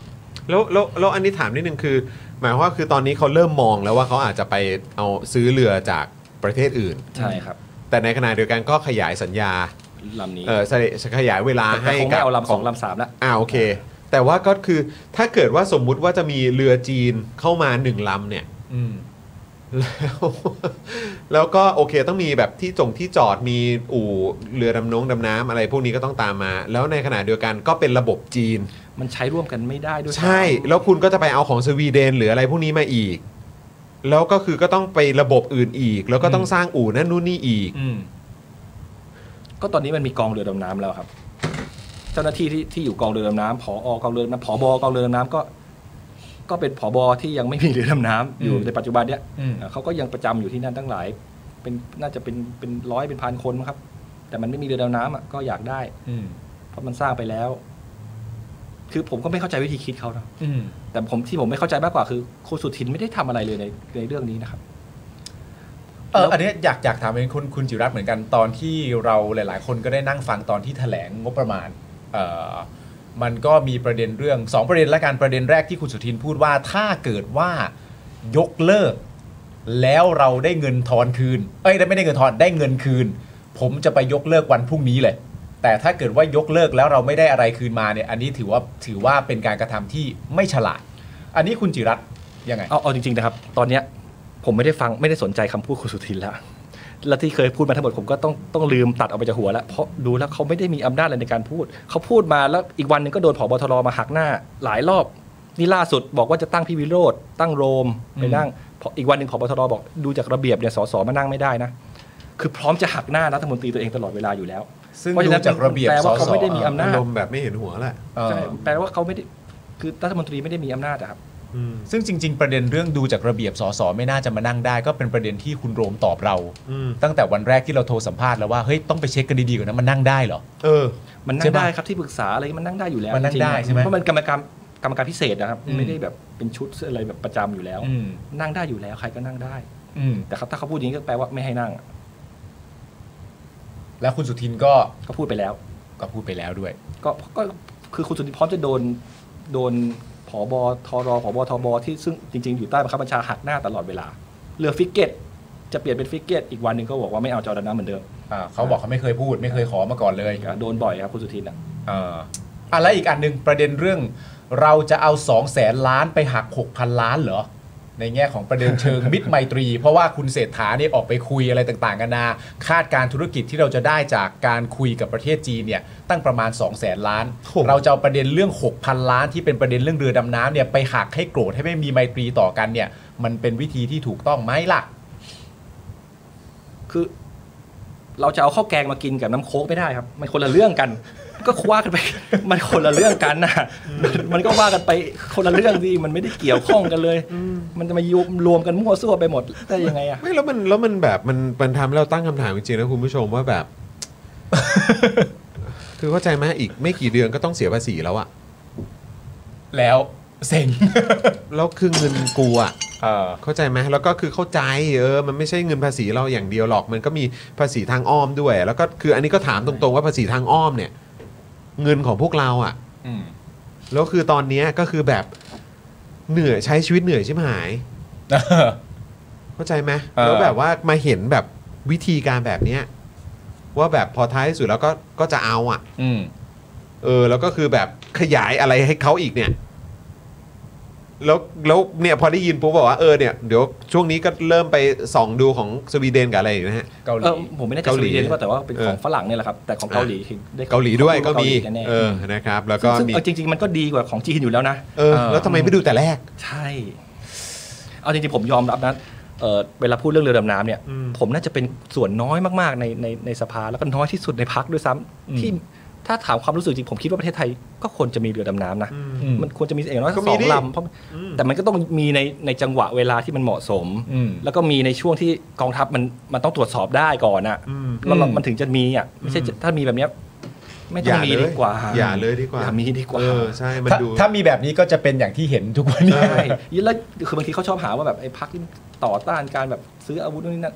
[SPEAKER 1] แล้วแล้วแล้วอันนี้ถามนิดนึงคือ หมายความว่าคือตอนนี้เขาเริ่มมองแล้วว่าเขาอาจจะไปเอาซื้อเรือจากประเทศอื่น
[SPEAKER 5] ใช่ครับ
[SPEAKER 1] แต่ในขณะเดียวกันก็ขยายสัญญา
[SPEAKER 5] ลำนี้
[SPEAKER 1] เออใช่ขยายเวลา
[SPEAKER 5] แต่
[SPEAKER 1] ให้
[SPEAKER 5] คง
[SPEAKER 1] กั
[SPEAKER 5] ไม่
[SPEAKER 1] บ
[SPEAKER 5] เอาลำสอง
[SPEAKER 1] ข
[SPEAKER 5] ลำสามละ
[SPEAKER 1] อ่าโอเค แต่ว่าก็คือถ้าเกิดว่าสมมุติว่าจะมีเรือจีนเข้ามาหนึ่งลำเนี่ย [LAUGHS]
[SPEAKER 2] อืม
[SPEAKER 1] แล้ว แล้วก็โอเคต้องมีแบบที่จงที่จอดมีอู่เรือดำน้ำดำน้ำอะไรพวกนี้ก็ต้องตามมา แล้วในขณะเดียวกันก็เป็นระบบจีน
[SPEAKER 5] มันใช้ร่วมกันไม่ได้ด้วย
[SPEAKER 1] ใช่ แล้วคุณก็จะไปเอาของสวีเดนหรืออะไรพวกนี้มาอีก แล้วก็คือก็ต้องไประบบอื่นอีก แล้วก็ต้อง
[SPEAKER 5] อืม
[SPEAKER 1] สร้างอู่นั่นนู่นนี่อีก
[SPEAKER 5] อืมก็ตอนนี้มันมีกองเรือดำน้ำแล้วครับ เจ้าหน้าที่ที่ที่อยู่กองเรือดำน้ำผอกองเรือดำน้ำผบกองเรือดำน้ำก็ ก็เป็นผบที่ยังไม่มีเรือดำน้ำอยู่
[SPEAKER 2] อืม
[SPEAKER 5] ในปัจจุบันเนี้ย
[SPEAKER 2] อืม
[SPEAKER 5] เอ่อเขาก็ยังประจำอยู่ที่นั่นตั้งหลาย เป็นน่าจะเป็นเป็นร้อยเป็นพันคนมั้งครับ แต่มันไม่มีเรือดำน้ำอ่ะก็อยากได้
[SPEAKER 2] อืม
[SPEAKER 5] เพราะมันสร้างไปแล้ว คือผมก็ไม่เข้าใจวิธีคิดเขานะ
[SPEAKER 2] อืม
[SPEAKER 5] แต่ผมที่ผมไม่เข้าใจมากกว่าคือคุณสุทินไม่ได้ทำอะไรเลยในในเรื่องนี้นะครับ
[SPEAKER 2] เอออันเนี้ยอยากอยากถามเองคุณคุณจิรัตน์เหมือนกันตอนที่เราหลาย ๆ คนก็ได้นั่งฟังตอนที่แถลงงบประมาณเอ่อมันก็มีประเด็นเรื่องสองประเด็นและการประเด็นแรกที่คุณสุทินพูดว่าถ้าเกิดว่ายกเลิก แล้วเราได้เงินทอนคืน เอ้ยได้ไม่ได้เงินทอนได้เงินคืน ผมจะไปยกเลิกวันพรุ่งนี้เลย แต่ถ้าเกิดว่ายกเลิกแล้วเราไม่ได้อะไรคืนมาเนี่ย อันนี้ถือว่าถือว่าเป็นการกระทำที่ไม่ฉลาด อันนี้คุณจิรัตน์ยังไง
[SPEAKER 5] เอาเอาจริงๆนะครับ ตอนเนี้ยผมไม่ได้ฟังไม่ได้สนใจคำพูดคุณสุทินแล้วและที่เคยพูดมาทั้งหมดผมก็ต้องต้องลืมตัดออกไปจากหัวแล้ว เพราะดูแล้วเขาไม่ได้มีอำนาจอะไรในการพูด เขาพูดมาแล้วอีกวันหนึ่งก็โดนผบทรมาหักหน้าหลายรอบ นี่ล่าสุดบอกว่าจะตั้งพี่วิโรธตั้งโรมไป
[SPEAKER 2] อืม
[SPEAKER 5] นั่งพออีกวันหนึ่งผบทรบอกดูจากระเบียบเนี่ยสสมานั่งไม่ได้นะ คือพร้อมจะหักหน้ารัฐมนตรีตัวเองตลอดเวลาอยู่แล้ว
[SPEAKER 1] ซึ่ง
[SPEAKER 5] เพราะฉะนั้น
[SPEAKER 1] ดูจากระเบียบ
[SPEAKER 5] แปลว่าเขา
[SPEAKER 1] สส
[SPEAKER 5] ไม่ได้มีอำนาจ
[SPEAKER 1] รมณ์แบบไม่เห็นหัวแหละ
[SPEAKER 2] เอ่อ
[SPEAKER 5] ใช่แปลว่าเขาไม่ได้คือรัฐมนตรีไม่ได้มีอำนาจอะครับ
[SPEAKER 1] อืม
[SPEAKER 2] ซึ่งจริง ๆ ประเด็นเรื่องดูจากระเบียบสสไม่น่าจะมานั่งได้ ก็เป็นประเด็นที่คุณโรมตอบเรา
[SPEAKER 1] อืม
[SPEAKER 2] ตั้งแต่วันแรกที่เราโทรสัมภาษณ์แล้วว่าเฮ้ยต้องไปเช็คกันดีๆก่อนนะมันนั่งได้เหรอ
[SPEAKER 1] เออ
[SPEAKER 5] มันนั่
[SPEAKER 2] ใช่
[SPEAKER 5] ง
[SPEAKER 2] ปะ
[SPEAKER 5] ได้ครับที่ปรึกษาอะไรมันนั่งได้อยู่แล้ว
[SPEAKER 2] มันนั่ง
[SPEAKER 5] จริๆ
[SPEAKER 2] ได้ใช่ไหม
[SPEAKER 5] เพราะมันกรรมการกรรมการพิเศษนะครับ
[SPEAKER 2] อืม
[SPEAKER 5] ไม่ได้แบบเป็นชุดอะไรแบบประจำอยู่แล้ว
[SPEAKER 2] อืม
[SPEAKER 5] นั่งได้อยู่แล้วใครก็นั่งได้
[SPEAKER 2] อืม
[SPEAKER 5] แต่ครับถ้าเขาพูดอย่างนี้ก็แปลว่าไม่ให้นั่งอะ
[SPEAKER 2] แล้วคุณสุทินก็
[SPEAKER 5] ก็พูดไปแล้ว
[SPEAKER 2] ก็พูดไปแล้วด้วย
[SPEAKER 5] ก็ก็คือคุณสุนิพร้อมจะโดนโดนผบทรผบทบที่ซึ่งจริง ๆ อยู่ใต้บังคับบัญชาหักหน้าตลอดเวลาเรือฟิกเกต จะเปลี่ยนเป็นฟิกเกต อีกวันหนึ่งก็บอกว่าไม่เอาจะเอาดำน้ำเหมือนเดิม
[SPEAKER 2] อ่าเขาบอกเขาไม่เคยพูด ไม่เคยขอมาก่อนเลย
[SPEAKER 5] ก็โดนบ่อยครับคุณสุทินอะ
[SPEAKER 2] อ่าอ่ะแล้วอีกอันหนึ่งประเด็นเรื่อง เราจะเอา2องแสนล้านไปหัก 6,000 ล้านเหรอ ในแง่ของประเด็นเชิง [LAUGHS] มิตรไมตรี เพราะว่าคุณเศรษฐาเนี่ยออกไปคุยอะไรต่างๆกันานาคาดการณ์ธุรกิจที่เราจะได้จากการคุยกับประเทศจีนเนี่ยตั้งประมาณ 2 0 0แสนล้าน
[SPEAKER 1] โอ้โห
[SPEAKER 2] เราจะเอาประเด็นเรื่อง 6,000 ล้านที่เป็นประเด็นเรื่องเรือดำน้ำเนี่ยไปหักให้โกรธให้ไม่มีไมตรีต่อกันเนี่ยมันเป็นวิธีที่ถูกต้องไหมล่ะ
[SPEAKER 5] คือเราจะเอาข้าวแกงมากินกับน้ำโค้กไม่ได้ครับ มันคนละเรื่องกัน ก็ว่ากันไป [LAUGHS] มันคนละเรื่องกันนะมันก็ว่ากันไปคนละเรื่องดีมันไม่ได้เกี่ยวข้องกันเลย มันจะมารวมรวมกันมั่วซั่วไปหมดได้ยังไงอะ
[SPEAKER 1] ไม่แล้วมันแล้วมันแบบมันมันทำให้เราตั้งคำถามจริงๆนะคุณผู้ชมว่าแบบ [LAUGHS] คือเข้าใจไหมอีกไม่กี่เดือนก็ต้องเสียภาษีแล้วอะ
[SPEAKER 2] แล้วเซ็ง
[SPEAKER 1] แล้วคือเงินกูอะ
[SPEAKER 2] เออ
[SPEAKER 1] เข้าใจไหมแล้วก็คือเข้าใจเออมันไม่ใช่เงินภาษีเราอย่างเดียวหรอก มันก็มีภาษีทางอ้อมด้วย แล้วก็คืออันนี้ก็ถามตรงๆว่าภาษีทางอ้อมเนี่ย เงินของพวกเราอะ่ะ
[SPEAKER 2] อืม [LAUGHS]
[SPEAKER 1] แล้วคือตอนเนี้ยก็คือแบบเหนื่อยใช้ชีวิตเหนื่อยชิบหาย เข้าใจไหม
[SPEAKER 2] เออ
[SPEAKER 1] แล้วแบบว่ามาเห็นแบบวิธีการแบบเนี้ยว่าแบบพอท้ายสุดแล้วก็ก็จะเอาอ่ะ
[SPEAKER 2] อืม
[SPEAKER 1] เออแล้วก็คือแบบขยายอะไรให้เขาอีกเนี่ย แล้วแล้วเนี่ยพอได้ยินปุ๊บบอกว่าเออเนี่ยเดี๋ยวช่วงนี้ก็เริ่มไปส่องดูของสวีเดนกับอะไรอีกนะฮะ
[SPEAKER 2] เกาห
[SPEAKER 5] เอ
[SPEAKER 2] ลี
[SPEAKER 5] อผมไม่แน่ใจ
[SPEAKER 1] เกา
[SPEAKER 5] ส
[SPEAKER 1] หลี
[SPEAKER 5] วีเดนหรือเปล่าแต่ว่าเป็น
[SPEAKER 1] เออ
[SPEAKER 5] ของฝรั่งเนี่ยแหละครับ แต่ของเกาหลีห็นไ
[SPEAKER 1] เกาหลีด้วยก็มี
[SPEAKER 5] เาหลีแน่ๆ
[SPEAKER 1] เออนะครับ แล้วก็
[SPEAKER 5] ซึ่ง
[SPEAKER 1] มี
[SPEAKER 5] เอาจริง ๆ มันก็ดีกว่าของจีนอยู่แล้วนะ
[SPEAKER 1] เออแล้วทำไมไม่ดูแต่แรก
[SPEAKER 5] ใช่ เอาจริงๆผมยอมรับนะเอ่อเวลาพูดเรื่องเรือดำน้ำเนี่ย
[SPEAKER 1] อืม
[SPEAKER 5] ผมน่าจะเป็นส่วนน้อยมากๆในในในสภาแล้วก็น้อยที่สุดในพักด้วยซ้ำที่ถ้าถามความรู้สึกจริงผมคิดว่าประเทศไทยก็ควรจะมีเรือดำน้ำนะ
[SPEAKER 2] อืม
[SPEAKER 5] มันควรจะมีอย่างน้อยสัก
[SPEAKER 1] ก็มี
[SPEAKER 5] สอง
[SPEAKER 1] ดิ
[SPEAKER 5] ลำเพราะแต่มันก็ต้องมีในในจังหวะเวลาที่มันเหมาะสม
[SPEAKER 2] อืม
[SPEAKER 5] แล้วก็มีในช่วงที่กองทัพมันมันต้องตรวจสอบได้ก่อนอะ
[SPEAKER 1] อืม
[SPEAKER 5] แล้วเรามันถึงจะมีอ่ะไม่ใช่จะถ้ามีแบบเนี้ยไม่ต้อง
[SPEAKER 1] อ
[SPEAKER 5] มี
[SPEAKER 1] ย่าเลย
[SPEAKER 5] ดีกว่า
[SPEAKER 1] อย่าเลยดีกว่า
[SPEAKER 5] อย่ามีดีกว่า
[SPEAKER 1] เออใช่มัน
[SPEAKER 2] ถ้า
[SPEAKER 1] ดู
[SPEAKER 2] ถ้ามีแบบนี้ก็จะเป็นอย่างที่เห็นทุกวันนี้
[SPEAKER 5] ใช่แล้วคือบางทีเขาชอบหาว่าแบบไอ้พักที่ต่อต้านการแบบซื้ออาวุธนู่นนี่นั่น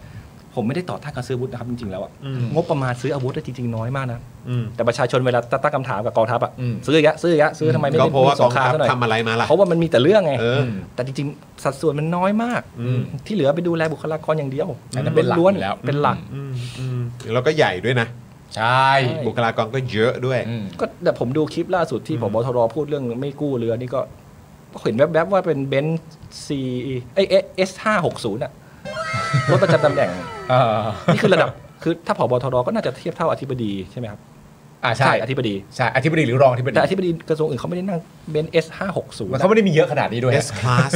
[SPEAKER 5] ผมไม่ได้ต่อต้านการซื้ออาวุธนะครับจริงๆแล้วอะ
[SPEAKER 1] อืม
[SPEAKER 5] งบประมาณซื้ออาวุธได้จริงๆน้อยมากนะ
[SPEAKER 1] อืม
[SPEAKER 5] แต่ประชาชนเวลาตั้งคำถามกับกองทัพอะ
[SPEAKER 2] อืม
[SPEAKER 5] ซื้ออีกอะซื้ออีกอะซื้อทำไมไม่
[SPEAKER 1] ก็
[SPEAKER 5] ได้
[SPEAKER 1] เพราะว่าก
[SPEAKER 5] ส
[SPEAKER 1] อง ง
[SPEAKER 5] คราม
[SPEAKER 1] ทัพ
[SPEAKER 5] ซะหน่อย
[SPEAKER 1] ทำอะไรมาล่ะ
[SPEAKER 5] เพราะว่ามันมีแต่เรื่องไง
[SPEAKER 1] เออ
[SPEAKER 5] แต่จริงๆ สัดส่วนมันน้อยมาก
[SPEAKER 1] อืม
[SPEAKER 5] ที่เหลือไปดูแลบุคลากรอย่างเดียว
[SPEAKER 2] อันนั้นเป็นหลัก
[SPEAKER 5] ล้วน
[SPEAKER 2] อยู่แล้ว
[SPEAKER 5] เป็นหลัก
[SPEAKER 1] อืมอืมแล้วก็ใหญ่ด้วยนะ
[SPEAKER 2] ใช่
[SPEAKER 5] ใช่
[SPEAKER 1] บุคลากรก็เยอะด้วย
[SPEAKER 2] อืม
[SPEAKER 5] ก็แต่ผมดูคลิปล่าสุดที่ผบทรพูดเรื่องไม่กู้เรือ
[SPEAKER 2] [LAUGHS]
[SPEAKER 5] นี่ก็ก็เห็นแวบๆว่าเป็นเบนซ์ซีเอเอสห้าหกศูนย์อะ รถประจำตำแหน่ง
[SPEAKER 2] เอ่อ
[SPEAKER 5] นี่คือระดับ คือถ้าผบทรก็น่าจะเทียบเท่าอธิบดีใช่ไหมครับ
[SPEAKER 2] อ่าใช่
[SPEAKER 5] อธิบดี
[SPEAKER 2] ใช่อธิบดีหรือรองอธิบดี
[SPEAKER 5] แต่อธิบดีกระทรวงอื่นเขาไม่ได้นั่งเบนเอสห้าหกศูนย์
[SPEAKER 2] มันเขาไม่ได้มีเยอะขนาดนี้ด้วย
[SPEAKER 1] S
[SPEAKER 5] [LAUGHS]
[SPEAKER 1] class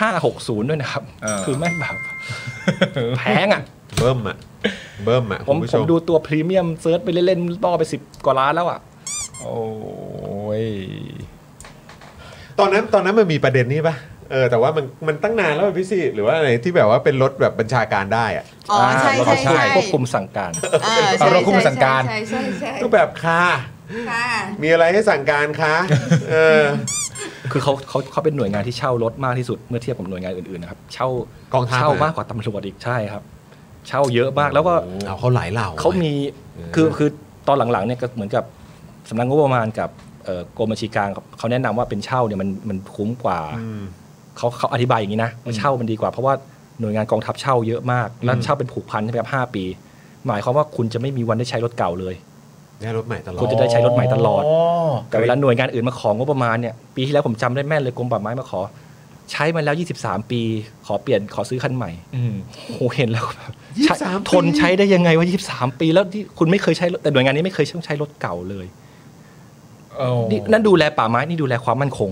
[SPEAKER 5] ห้าหกศูนย์ด้วยนะครับ
[SPEAKER 2] เออ
[SPEAKER 5] คือแม่ง
[SPEAKER 2] [LAUGHS]
[SPEAKER 5] แบบแพงอ่ะ
[SPEAKER 1] เบิ่มอะเบิ่มอะ
[SPEAKER 5] ผม
[SPEAKER 1] คุณผู้
[SPEAKER 5] ผ
[SPEAKER 1] ช
[SPEAKER 5] ม
[SPEAKER 1] ม
[SPEAKER 5] ดูตัวพรีเมียมเซิร์ชไปเล่นๆล่อไปสิบกว่าล้านแล้วอ่ะ
[SPEAKER 2] โอ้ย
[SPEAKER 1] ตอนนั้นตอนนั้นมันมีประเด็นนี้ปะเออแต่ว่ามันมันตั้งนานแล้วอะพี่สิหรือว่าอะไรที่แบบว่าเป็นรถแบบบัญชาการได้อะ
[SPEAKER 3] อ๋อใช่ใช่ใช่
[SPEAKER 5] ควบคุมสั่งการ
[SPEAKER 3] อ่าใช่
[SPEAKER 2] เราควบคุมสั่งการ
[SPEAKER 3] ใช่ใช่ใช่
[SPEAKER 1] ก็แบบค่ะ
[SPEAKER 3] ค่ะ
[SPEAKER 1] มีอะไรให้สั่งการคะเอ
[SPEAKER 5] [LAUGHS]
[SPEAKER 1] อ
[SPEAKER 5] คือเขาเขาเขาเป็นหน่วยงานที่เช่ารถมากที่สุดเมื่อเทียบกับหน่วยงานอื่นๆนะครับ เช่าก
[SPEAKER 1] องทัพ
[SPEAKER 5] เช่า
[SPEAKER 1] อะ
[SPEAKER 5] มากกว่าตำรวจอีกใช่ครับ เช่าเยอะมากแล้วก็
[SPEAKER 1] เอาเขาหลายเหล่า
[SPEAKER 5] เขามีคือคือตอนหลังๆเนี่ยก็เหมือนกับสำนักงบประมาณกับเอ่อกรมบัญชีกลางเขาแนะนำว่าเป็นเช่าเนี่ยมันมันคุ้มกว่า เขาเขาอธิบายอย่างนี้นะว่าเช่ามันดีกว่าเพราะว่าหน่วยงานกองทัพเช่าเยอะมาก แล้วเช่าเป็นผูกพันใช่ไหมครับห้าปี หมายความว่าคุณจะไม่มีวันได้ใช้รถเก่าเลย
[SPEAKER 1] ได้รถใหม่ตลอ
[SPEAKER 5] คุ
[SPEAKER 1] ด
[SPEAKER 5] ณจะได้ใช้รถใหม่ตลอด
[SPEAKER 2] อ๋อ
[SPEAKER 5] แต่เวลาหน่วยงานอื่นมาของงบประมาณเนี่ยปีที่แล้วผมจำได้แม่นเลยกรมป่าไม้มาขอ ใช้มาแล้ว 23 ปี ขอเปลี่ยนขอซื้อคันใหม่
[SPEAKER 2] อืม
[SPEAKER 5] โอ้โหเห็นแล้วแบบ
[SPEAKER 1] ยี่สิบสามปี
[SPEAKER 5] ทนใช้ได้ยังไงว่า 23 ปีแล้วที่คุณไม่เคยใช้รถแต่หน่วยงานนี้ไม่เคยต้องใช้รถเก่าเลย
[SPEAKER 2] โอ้
[SPEAKER 5] นี่นั่นดูแลป่าไม้นี่ดูแลความมั่นคง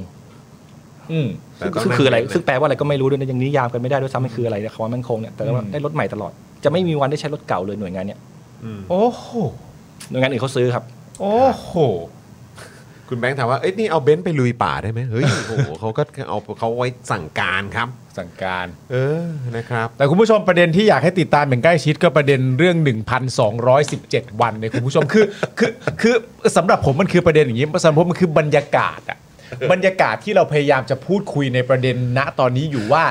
[SPEAKER 2] อืม
[SPEAKER 5] ซึ่ง
[SPEAKER 1] แต่ตน
[SPEAKER 5] ซึ่ง
[SPEAKER 1] นั้น
[SPEAKER 5] คืออะไร ซึ่ง
[SPEAKER 1] เ
[SPEAKER 5] แปลว่าอะไรก็ไม่รู้ด้วยนะยังนิยามกันไม่ได้ด้วยซ้ำมันคืออะไรนะคำว่ามั่นคงเนี่ย แต่ว่า
[SPEAKER 2] อืม
[SPEAKER 5] ได้รถใหม่ตลอด จะไม่มีวันได้ใช้รถเก่าเลยหน่วยงานเนี่ย
[SPEAKER 1] อืม
[SPEAKER 2] โอ้โห
[SPEAKER 5] หน่วยงานอื่นเขาซื้อครับ
[SPEAKER 2] โอ้โห
[SPEAKER 1] คุณแบงค์ถามว่า เอ้ยนี่เอาเบนซ์ไปลุยป่าได้ไหมเฮ้ย โอ้โหเขาก็เอาเขาไว้สั่งการครับ
[SPEAKER 2] สั่งการ
[SPEAKER 1] เออ นะครับ
[SPEAKER 2] แต่คุณผู้ชมประเด็นที่อยากให้ติดตามอย่างใกล้ชิดก็ประเด็นเรื่อง 1,217 วันเนี่ยคุณผู้ชม [LAUGHS] คือคือคือสำหรับผมมันคือประเด็นอย่างนี้สำหรับผมมันคือบรรยากาศอะบรรยากาศที่เราพยายามจะพูดคุยในประเด็นณตอนนี้อยู่ว่า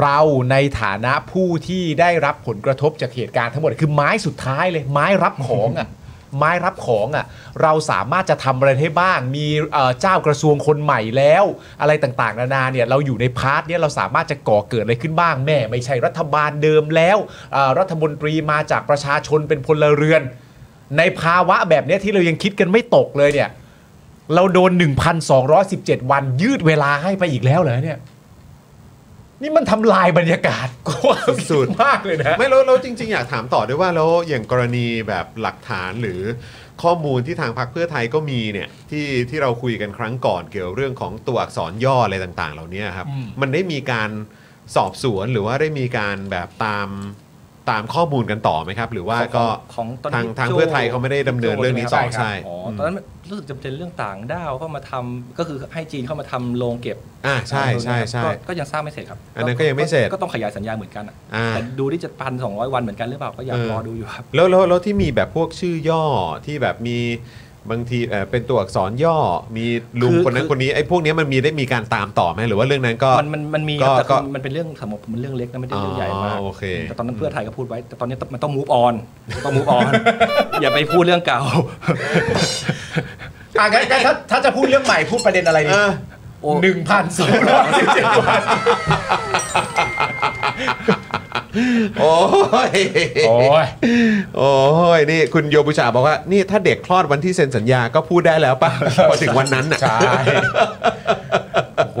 [SPEAKER 2] เราในฐานะผู้ที่ได้รับผลกระทบจากเหตุการณ์ทั้งหมดคือไม้สุดท้ายเลย ไม้รับของอะ ไม้รับของอะ่ะเราสามารถจะทำอะไรให้บ้าง มีเอ่อเจ้ากระทรวงคนใหม่แล้ว อะไรต่างๆ นานาเนี่ยเราอยู่ในพาร์ทเนี่ยเราสามารถจะก่อเกิดอะไรขึ้นบ้างแม่ไม่ใช่รัฐบาลเดิมแล้วเอ่อรัฐมนตรีมาจากประชาชนเป็นพลเรือน ในภาวะแบบเนี้ยที่เรายังคิดกันไม่ตกเลยเนี่ย เราโดน 1,217 วันยืดเวลาให้ไปอีกแล้วเหรอเนี่ย นี่มันทำลายบรรยากาศ [LAUGHS] กว้าง
[SPEAKER 1] สุด
[SPEAKER 2] มากเลยนะ
[SPEAKER 1] ไม่แล้วแล้วจริง ๆ อยากถามต่อด้วยว่าแล้วอย่างกรณีแบบหลักฐานหรือข้อมูลที่ทางพรรคเพื่อไทยก็มีเนี่ยที่ที่เราคุยกันครั้งก่อนเกี่ยวเรื่องของตัวอักษรย่ออะไรต่าง ๆ เหล่านี้ครับ
[SPEAKER 2] อืม
[SPEAKER 1] มันได้มีการสอบสวนหรือว่าได้มีการแบบตามตามข้อมูลกันต่อไหมครับ หรือว่าก็
[SPEAKER 5] ของตอน
[SPEAKER 1] ทาง
[SPEAKER 5] ที่
[SPEAKER 1] ทาง
[SPEAKER 5] โจ้
[SPEAKER 1] เพื่อไทยเขาไม่ได้ดำเนินเรื่องนี้ต่อ
[SPEAKER 5] โจ้ไหมครับ
[SPEAKER 1] ใช่
[SPEAKER 5] อ๋อตอนนั้นรู้สึกจะเป็นเรื่องต่างด้าวเข้ามาทำก็คือให้จีนเข้ามาทำโรงเก็บ
[SPEAKER 1] อ่าใช่ใช่ใช่
[SPEAKER 5] ก็ก็ยังสร้างไม่เสร็จครับ
[SPEAKER 1] อันนั้นก็ยังไม่เสร็จ
[SPEAKER 5] ก็ต้องขยายสัญญาเหมือนกันอะ
[SPEAKER 1] อ่า
[SPEAKER 5] แต่ดูที่จะพันสองร้อยวันเหมือนกันหรือเปล่าก็อยาก
[SPEAKER 1] เออ
[SPEAKER 5] รอดูอยู่ครับ
[SPEAKER 1] แล้วแล้วแล้วที่มีแบบพวกชื่อย่อที่แบบมีบางทีเอ่อเป็นตัวอักษรย่อมีลุง
[SPEAKER 5] คือ
[SPEAKER 1] คนนั้
[SPEAKER 5] คื
[SPEAKER 1] น
[SPEAKER 5] อ
[SPEAKER 1] คนนี้ไอ้พวกเนี้ยมันมีได้มีการตามต่อไหมหรือว่าเรื่องนั้นก็
[SPEAKER 5] มันมันมันมี
[SPEAKER 1] ก็
[SPEAKER 5] แต่
[SPEAKER 1] ก็
[SPEAKER 5] มันมันเป็นเรื่องสมมติมันเรื่องเล็กนะไม่ได้เรื่องใหญ่มาก
[SPEAKER 1] อ๋อโอเค
[SPEAKER 5] แต่ตอนนั้นเพื่อไทยก็พูดไว้ แต่ตอนนี้ต้องมันต้อง move on ต้อง move
[SPEAKER 1] [LAUGHS]
[SPEAKER 5] on อย่าไปพูดเรื่องเก่า
[SPEAKER 2] อ่ะงั้นงั้นถ้าถ้าจะพูดเรื่องใหม่พูดประเด็นอะไรดี
[SPEAKER 1] เออ
[SPEAKER 5] โอ้
[SPEAKER 2] หนึ่งพันสองร้อยสิบเจ็ดวัน
[SPEAKER 1] โอ้ย
[SPEAKER 2] โอ้ย
[SPEAKER 1] โอ้ยนี่คุณโยบุชาบอกว่านี่ถ้าเด็กคลอดวันที่เซ็นสัญญาก็พูดได้แล้วป่ะ
[SPEAKER 2] [LAUGHS]
[SPEAKER 1] พอถึงวันนั้นน่ะ
[SPEAKER 2] ใช่ โอ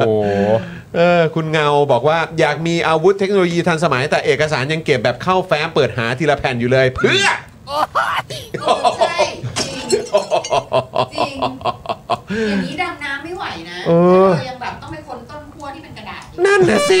[SPEAKER 2] ้โห
[SPEAKER 1] เออคุณเงาบอกว่าอยากมีอาวุธเทคโนโลยีทันสมัย แต่เอกสารยังเก็บแบบเข้าแฟ้มเปิดหาทีละแผ่นอยู่เลย [LAUGHS] เพื่อ
[SPEAKER 3] ใช่จริง จริง อย่างนี้ดำน้ำไม่ไหวนะ
[SPEAKER 1] เออ
[SPEAKER 3] เรายังแบบต้องไปค้นต้นขั้วที่เป็นกระดาษอีก
[SPEAKER 1] นั่นน่ะสิ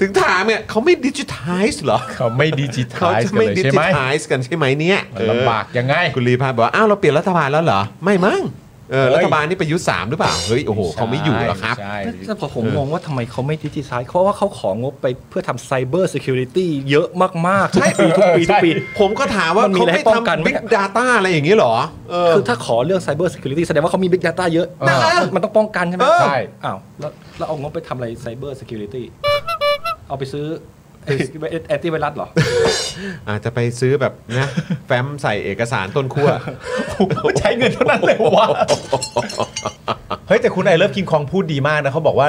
[SPEAKER 1] ถึงถามเนี่ยเขาไม่ดิจิทัลเหรอ
[SPEAKER 2] เขาไม่ดิจิทั
[SPEAKER 1] เขา
[SPEAKER 2] ล
[SPEAKER 1] จะ
[SPEAKER 2] กัน
[SPEAKER 1] ไม่
[SPEAKER 2] เลย
[SPEAKER 1] ดิ
[SPEAKER 2] ใช่
[SPEAKER 1] จิ
[SPEAKER 2] ไหม
[SPEAKER 1] ทัลกันใช่ไหมเนี่ย
[SPEAKER 2] มันลำบากยังไง
[SPEAKER 1] เออคุณลีพาบอกว่าอ้าวเราเปลี่ยนรัฐบาลแล้วเหรอ ไม่มั้งเออ
[SPEAKER 2] เฮ้ย
[SPEAKER 1] รัฐบาลนี่ประยุทธ์สามหรือเปล่า เฮ้ย โอ้โหเขาไม่อยู่แล้วครับ
[SPEAKER 2] ใช่ใช่
[SPEAKER 5] แต่ผมงงว่าทำไมเขาไม่ดิจิทัลเพราะว่าเขาของงบไปเพื่อทำไซเบอร์ c u คิวริตี้เยอะมาก ๆ ทุกปี ทุกปี ทุกปี
[SPEAKER 1] ผมก็ถามว่า
[SPEAKER 5] มันมี
[SPEAKER 1] เขา
[SPEAKER 5] อะไร
[SPEAKER 1] ไม่
[SPEAKER 5] ป้องกัน
[SPEAKER 1] ทำ
[SPEAKER 5] ไหม
[SPEAKER 1] บิ๊ก
[SPEAKER 5] เนี่ย
[SPEAKER 1] ดาต้าอะไรอย่างนี้เหรอ เออ
[SPEAKER 5] คือถ้าขอเรื่องไซเบอร์ c u คิวริตี้แสดงว่าเขามี Big Data เยอะ
[SPEAKER 2] เออ
[SPEAKER 5] มันมันต้องป้องกันใช่ไหม
[SPEAKER 1] เออ
[SPEAKER 2] ใช่
[SPEAKER 5] อ้าวแล้วแล้วเอางบไปทำอะไรไซเบอร์ c u คิวริตี้เอาไปซื้อแอนตี้ไวรัสเหรอ
[SPEAKER 1] อาจจะไปซื้อแบบ
[SPEAKER 2] [LAUGHS]
[SPEAKER 1] นะ แฟ้มใส่เอกสารต้นขั้ว
[SPEAKER 2] ใช้เงินเท่านั้นเลยวะ เฮ้ยแต่คุณไอเลิฟคิงคองพูดดีมากนะเขาบอกว่า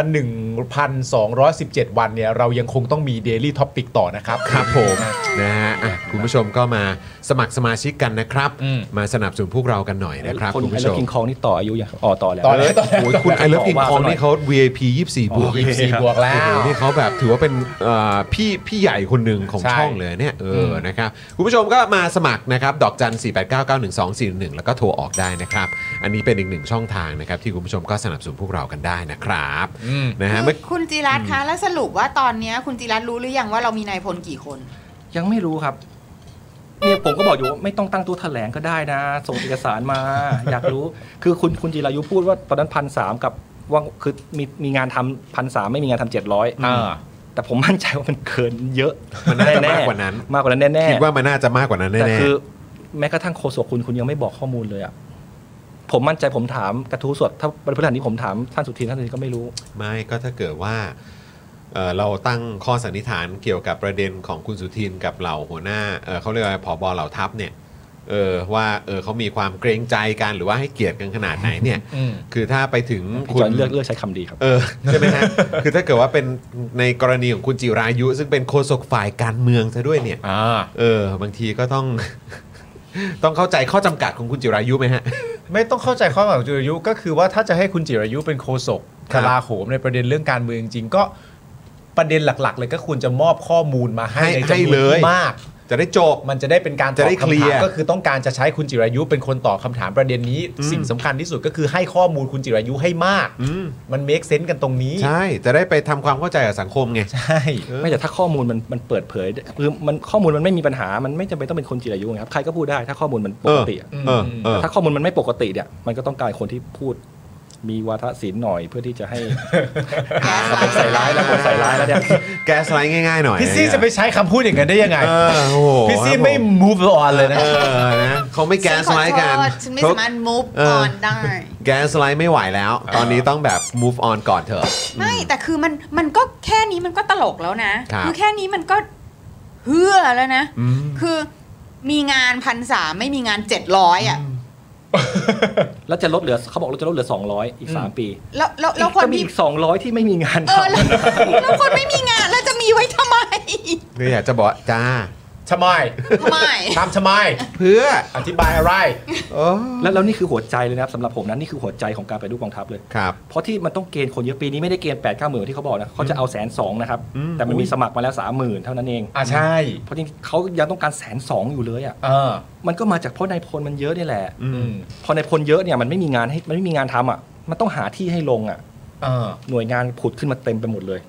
[SPEAKER 2] 1,217 วันเนี่ยเรายังคงต้องมี Daily Topic ต่อนะครับ
[SPEAKER 1] ครับผมนะฮะอ่ะคุณผู้ชมก็มาสมัครสมาชิกกันนะครับ
[SPEAKER 2] อืม
[SPEAKER 1] มาสนับสนุนพวกเรากันหน่อยนะครับ
[SPEAKER 5] คน
[SPEAKER 1] คุณ
[SPEAKER 5] ไอ้
[SPEAKER 1] ผู้ช
[SPEAKER 5] เลิฟ
[SPEAKER 1] ม
[SPEAKER 5] กินคองนี่ต่ออายุยังอ๋อต่อแล้ว
[SPEAKER 2] ต่อเลยต่อเลย
[SPEAKER 1] โอ้ยคุณไอเลิฟกิง
[SPEAKER 5] ว่า
[SPEAKER 1] คอง
[SPEAKER 5] ซะหน่อย
[SPEAKER 1] นี่เขา VIP 24บวก
[SPEAKER 5] โอเค
[SPEAKER 1] 24บวกแล้วโอ้โหนี่เขาแบบถือว่าเป็นเอ่อพี่พี่ใหญ่คนหนึ่งของ
[SPEAKER 2] ใช่
[SPEAKER 1] ช่องเลยเนี่ยเอออนะครับคุณผู้ชมก็มาสมัครนะครับดอกจัน 4 8 9 9 1 2 4 1 แล้วก็โทรออกได้นะครับ อันนี้เป็นอีกหนึ่งช่องทางนะครับที่คุณผู้ชมก็สนับสนุนพวกเรากันได้นะครับนะฮะเมื่อ
[SPEAKER 3] คุณจิรัตน์คะแล้วสรุปว่าตอนเนี้ยคุณจิรัตน์รู้หรือยังว่าเรามีนายพลกี่คน
[SPEAKER 5] ยังไม่รู้ครับเนี่ยผมก็บอกอยู่ว่าไม่ต้องตั้งตู้แถลงก็ได้นะ ส่งเอกสารมา อยากรู้ คือคุณคุณจิรายุพูดว่าตอนนั้นพันสามกับว่าคือมีมีงานทำพันสามไม่มีงานทำเจ็ดร้อย
[SPEAKER 2] อ่า
[SPEAKER 5] แต่ผมมั่นใจว่ามันเกินเยอะ
[SPEAKER 1] มันน่าจะ
[SPEAKER 5] แๆ
[SPEAKER 1] มากกว่านั้น
[SPEAKER 5] มากกว่านั้นแน่ๆ
[SPEAKER 1] คิดว่ามันน่าจะมากกว่านั้น
[SPEAKER 5] แต่
[SPEAKER 1] แน่
[SPEAKER 5] คือแม้กระทั่งโฆษกคุณคุณยังไม่บอกข้อมูลเลยอ่ะผมมั่นใจผมถามกระทู้สด ถ้าวันพฤหัสนี้ผมถามท่านสุทินท่านสุทินก็ไม่รู้
[SPEAKER 1] ๆไม่ก็ถ้าเกิดว่าเอ่อเราตั้งข้อสันนิษฐานเกี่ยวกับประเด็นของคุณสุทินกับเหล่าหัวหน้าเอ่อเขาเรียกว่าผบเหล่าทัพเนี่ยเออว่าเออเขามีความเกรงใจกันหรือว่าให้เกียรติกันขนาดไหนเนี่ย คือถ้าไปถึง
[SPEAKER 5] พี่
[SPEAKER 1] คุ
[SPEAKER 5] จ
[SPEAKER 1] ณ
[SPEAKER 5] อยเลือกเลือกใช้คำดีครับ
[SPEAKER 1] เออใช่ไหมฮะ คือถ้าเกิดว่าเป็นในกรณีของคุณจิรายุ ซึ่งเป็นโฆษกฝ่ายการเมืองซะด้วยเนี่ย
[SPEAKER 2] อ่า
[SPEAKER 1] เออบางทีก็ต้อง [LAUGHS] ต้องเข้าใจข้อจำกัดของคุณจิรายุไหมฮะ
[SPEAKER 2] ไม่ต้องเข้าใจข้อหมายของจิรายุก็คือว่าถ้าจะให้คุณจิรายุเป็นโฆษก
[SPEAKER 1] ครั
[SPEAKER 2] ก
[SPEAKER 1] บ
[SPEAKER 2] ลาโหมในประเด็นเรื่องการเมืองจริงๆก็ประเด็นหลักๆ เลยก็ควรจะมอบข้อมูลมาให้
[SPEAKER 1] ให้
[SPEAKER 2] ใน
[SPEAKER 1] ให้
[SPEAKER 2] จำนวน
[SPEAKER 1] เลย
[SPEAKER 2] ที่มาก
[SPEAKER 1] จะได้จบ
[SPEAKER 2] มันจะได้เป็นการต
[SPEAKER 1] จะ
[SPEAKER 2] อบ
[SPEAKER 1] ได้เคลีย
[SPEAKER 2] คำถา
[SPEAKER 1] ร์
[SPEAKER 2] มก็คือต้องการจะใช้คุณจิรายุเป็นคนตอบคำถามประเด็นนี้
[SPEAKER 1] อืม
[SPEAKER 2] สิ่งสำคัญที่สุดก็คือให้ข้อมูลคุณจิรายุให้มาก
[SPEAKER 1] อืม
[SPEAKER 2] มันเมคเซนส์กันตรงนี้
[SPEAKER 1] ใช่ จะได้ไปทำความเข้าใจกับสังคมไง
[SPEAKER 2] ใช่
[SPEAKER 5] ไม่แต่ถ้าข้อมูลมันมันเปิดเผยคือมันข้อมูลมันไม่มีปัญหา มันไม่จำเป็นต้องเป็นคนจิรายุไงครับใครก็พูดได้ถ้าข้อมูลมันปกติอะ
[SPEAKER 1] เออเออ
[SPEAKER 5] แต่ถ้าข้อมูลมันไม่ปกติเนี่ยมันก็ต้องการคนที่พูด มีวาทศิลป์หน่อยเพื่อที่จะให้ สังคมใส่ร้ายแล้วคนใส่ร้ายแล้วเนี่ย
[SPEAKER 1] แกสไลด์ง่ายๆหน่อย
[SPEAKER 2] พี่ซี่จะไปใช้คำพูดอย่างนั้นได้ยังไง
[SPEAKER 1] เออโอ้โห
[SPEAKER 2] พี่ซี่ไม่ move on เลยนะ
[SPEAKER 1] เออนะเขาไม่แกสไลด์กัน
[SPEAKER 3] ฉันขอโทษฉันไม่
[SPEAKER 1] เขา
[SPEAKER 3] สามารถ move
[SPEAKER 1] เออ
[SPEAKER 3] on ได้
[SPEAKER 1] แกสไลด์ไม่ไหวแล้ว ตอนนี้ต้องแบบ move on ก่อนเถอะ
[SPEAKER 3] ไม่ แต่คือมันมันก็แค่นี้มันก็ตลกแล้วนะครับ อแค่นี้มันก็เฮือแล้วนะ
[SPEAKER 1] อืม
[SPEAKER 3] คือมีงานพันสามไม่มีงานเจ็ดร้อยอ่ะ
[SPEAKER 5] แล้วจะลดเหลือเขาบอกเราจะลดเหลือ 200 อีก 3 ปี
[SPEAKER 3] แล้วแล้วแล้วค
[SPEAKER 5] ก็
[SPEAKER 3] น
[SPEAKER 5] มี
[SPEAKER 3] มี
[SPEAKER 5] อีก200 ที่ไม่มีงาน
[SPEAKER 3] เออ
[SPEAKER 5] ทำ
[SPEAKER 3] แล้วแล้วคนไม่มีงานแล้วจะมีไว้ทำไม
[SPEAKER 1] คืออยากจะบอกว่าจ้า
[SPEAKER 2] ทำไม
[SPEAKER 3] ทำไม
[SPEAKER 2] ทำทำไม
[SPEAKER 1] เพื่อ
[SPEAKER 2] อธิบายอะไร
[SPEAKER 1] โอ้
[SPEAKER 5] แล้วแล้วนี่คือหัวใจเลยนะครับสำหรับผมนะนี่คือหัวใจของการไปรูปกองทัพเลย
[SPEAKER 1] ครับ
[SPEAKER 5] เพราะที่มันต้องเกณฑ์คนเยอะปีนี้ไม่ได้เกณฑ์8ปดเก้าหมื่นที่เขาบอกนะเขาจะเอาแสนสองนะครับ
[SPEAKER 1] อืม
[SPEAKER 5] แต่มันมีสมัครมาแล้วสามหมื่นเท่านั้นเอง
[SPEAKER 2] อ่ะใช่
[SPEAKER 5] เพราะจริงๆเขายังต้องการแสนสองอยู่เลยอ่ะ
[SPEAKER 2] เออ
[SPEAKER 5] มันก็มาจากเพราะนายพลมันเยอะนี่แหละ
[SPEAKER 2] อืม
[SPEAKER 5] พอนายพลเยอะเนี่ยมันไม่มีงานให้มันไม่มีงานทำอ่ะมันต้องหาที่ให้ลงอ่ะ
[SPEAKER 2] เออ
[SPEAKER 5] หน่วยงานผุดขึ้นมาเต็มไปหมดเลย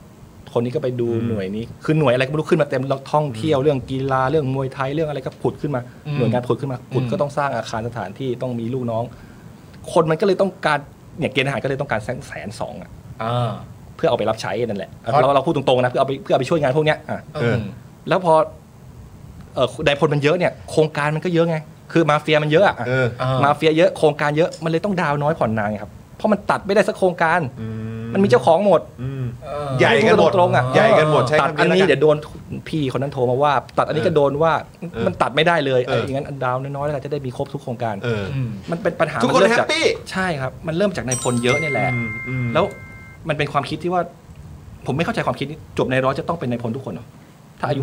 [SPEAKER 5] คนนี้ก็ไปดูหน่วยนี้คือหน่วยอะไรก็ไม่รู้ขึ้นมาเต็มแล้วท่องเที่ยวเรื่องกีฬาเรื่องมวยไทยเรื่องอะไรก็ผุดขึ้นมา
[SPEAKER 2] อืม
[SPEAKER 5] หน่วยงานผุดขึ้นมาผุด
[SPEAKER 2] อืม
[SPEAKER 5] ก็ต้องสร้างอาคารสถานที่ต้องมีลูกน้อง คนมันก็เลยต้องการเนี่ยเกณฑ์ทหารก็เลยต้องการแสนสองอะ
[SPEAKER 2] เออ
[SPEAKER 5] เพื่อเอาไปรับใช้นั่นแหละ
[SPEAKER 2] ครับ
[SPEAKER 5] เราเราพูดตรงๆนะเพื่อเอาไปเพื่อเอาไปช่วยงานพวกเนี้ยอ่ะ
[SPEAKER 1] เออ
[SPEAKER 5] แล้วพอเออได้ผลมันเยอะเนี่ยโครงการมันก็เยอะไง คือมาเฟียมันเยอะอ่ะ
[SPEAKER 1] เออ
[SPEAKER 2] เออ
[SPEAKER 5] มาเฟียเยอะโครงการเยอะมันเลยต้องดาวน้อยผ่อนนานไงครับเพราะมันตัดไม่ได้สักโครงการ
[SPEAKER 1] อื
[SPEAKER 5] มันมีเจ้าของหมด
[SPEAKER 1] อืม
[SPEAKER 2] เออ
[SPEAKER 1] ใหญ่กันหมด
[SPEAKER 5] ตรงๆอ่ะ
[SPEAKER 1] ใหญ่กันหมดใช้
[SPEAKER 5] ตัด
[SPEAKER 1] คำ
[SPEAKER 5] อัน
[SPEAKER 1] นี้
[SPEAKER 5] นี้
[SPEAKER 1] แล้วกั
[SPEAKER 5] เดี๋ย
[SPEAKER 1] น
[SPEAKER 5] วโดนพี่คนนั้นโทรมาว่า ตัดอันนี้ก็โดนว่า
[SPEAKER 1] เออ
[SPEAKER 5] มันตัดไม่ได้เลย
[SPEAKER 1] เออ
[SPEAKER 5] เอออย่างนั้นดาวน้อยๆแล้วกันจะได้มีครบทุกโครงการ
[SPEAKER 1] เออ
[SPEAKER 2] อืม
[SPEAKER 5] มันเป็นปัญหา
[SPEAKER 1] ทุกคน
[SPEAKER 5] มัเริ่มจา
[SPEAKER 1] แฮปปี้
[SPEAKER 5] ใช่ครับ มันเริ่มจากในายพลเยอะเนี่ยแหละ
[SPEAKER 1] อืมอืม
[SPEAKER 5] แล้วมันเป็นความคิดที่ว่า ผมไม่เข้าใจความคิดนี้จบในร้อยจะต้องเป็นในายพลทุกคนเหรอถ้าอายุ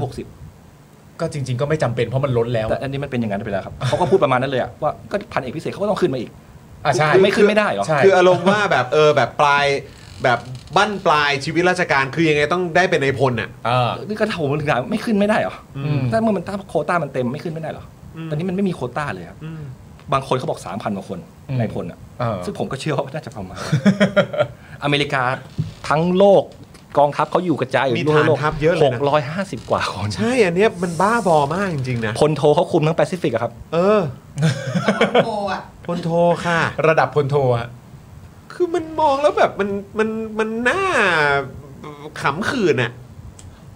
[SPEAKER 5] 60
[SPEAKER 2] ก็จริง ๆ ก็ไม่จำเป็นเพราะมันล้นแล้ว
[SPEAKER 5] แต่อันนี้มันเป็นอย่างนั้นไปแล้วครับ เขาก็พูดประมาณนั้นเลยอะว่าก็พันเอกพิเศษเขาก็ต้องขึ้นมาอีก
[SPEAKER 2] อ่ะใช่
[SPEAKER 5] ไม่ขึ้นไม่ได้เหรอ
[SPEAKER 2] ใช่
[SPEAKER 1] คืออารมณ์ว่าแบบเออแบบปลายแบบบั้นปลายชีวิตราชการคือยังไงต้องได้เป็นในายพลน่ะ
[SPEAKER 2] เออ
[SPEAKER 5] นี่ก็ถามผมถึงถามไม่ขึ้นไม่ได้เหรออ
[SPEAKER 2] ม
[SPEAKER 5] ถ้าเมื่อมันตั้งโควต้ามันเต็มไม่ขึ้นไม่ได้เหรออตอนนี้มันไม่มีโควต้าเลยครับบางคนเขาบอก 3,000กว่าคนในายพลอะ
[SPEAKER 2] เออ
[SPEAKER 5] ซึ่งผมก็เชื่อว่าน่าจะประมาณ อเมริกาทั้งโลกกองทัพเขาอยู่กระจายอยู่
[SPEAKER 1] มี
[SPEAKER 5] ทั่วโลก
[SPEAKER 1] ฐานทัพเยอะเลยนะ
[SPEAKER 5] หกร้อยห้าสิบกว่าคน
[SPEAKER 1] ใช่อันเนี้ยมันบ้าบอมากจริงๆนะ
[SPEAKER 5] พลโทเขาคุมทั้งแปซิฟิกอะครับ
[SPEAKER 1] เออ
[SPEAKER 3] โอ้อะ
[SPEAKER 1] พลโทค่ะ
[SPEAKER 2] ระดับพลโทอะ
[SPEAKER 1] คือมันมองแล้วแบบมันมันมันน่าขำขื่นอ่ะ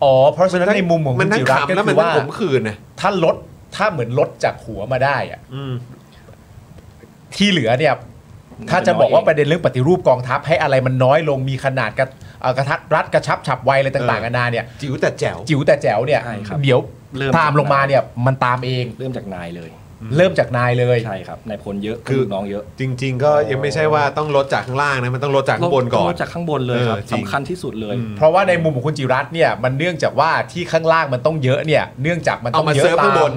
[SPEAKER 2] อ๋อ เพราะฉะนั้นในมุมของ
[SPEAKER 1] มัน
[SPEAKER 2] คุณ
[SPEAKER 1] ทั้ง
[SPEAKER 2] จิรัต
[SPEAKER 1] ขำ
[SPEAKER 2] น์ก็
[SPEAKER 1] แล้ว
[SPEAKER 2] คื
[SPEAKER 1] มัน
[SPEAKER 2] อ
[SPEAKER 1] ทั้
[SPEAKER 2] ว่าง
[SPEAKER 1] ขมขื่นนะ
[SPEAKER 2] ถ้าลดถ้าเหมือนลดจากหัวมาได้อะ
[SPEAKER 1] อืม
[SPEAKER 2] ที่เหลือเนี่ย ถ้าจะบอกว่าประเด็นเรื่องปฏิรูปกองทัพให้อะไรมันน้อยลงมีขนาดกระเอ่อกระทัดรัดกระชับฉับไวอะไรต่า
[SPEAKER 1] เอ
[SPEAKER 2] ง
[SPEAKER 1] อ
[SPEAKER 2] ๆกันานาเนี่ย
[SPEAKER 1] จิ๋วแต่แจ๋ว
[SPEAKER 2] จิ๋วแต่แจ๋วเนี่ย
[SPEAKER 5] ใช่ครับ
[SPEAKER 2] เดี๋ยว
[SPEAKER 5] เริ่ม
[SPEAKER 2] ตามลงมาเนี่ยมันตามเอง
[SPEAKER 5] เริ่มจากนายเลย
[SPEAKER 2] เริ่มจากนายเลย
[SPEAKER 5] ใช่ครับนายพลเยอะ
[SPEAKER 1] คือ
[SPEAKER 5] ลูกน้องเยอะ
[SPEAKER 1] จริง ๆ ก็ยังไม่ใช่ว่าต้องลดจากข้างล่างนะมันต้องลดจากข้างบนก่อน
[SPEAKER 5] จากข้างบนเลยครับ
[SPEAKER 1] เออจริง
[SPEAKER 5] สำคัญที่สุดเลย
[SPEAKER 2] เพราะว่าในมุมของคุณจิรัตน์เนี่ยมันเนื่องจากว่าที่ข้างล่างมันต้องเยอะเนี่ยเนื่องจากมันต้
[SPEAKER 1] เอา
[SPEAKER 2] อง
[SPEAKER 1] มา
[SPEAKER 2] เยอะ
[SPEAKER 1] เซิร์ฟ
[SPEAKER 2] ตา
[SPEAKER 1] ข้างบ
[SPEAKER 2] ม
[SPEAKER 1] น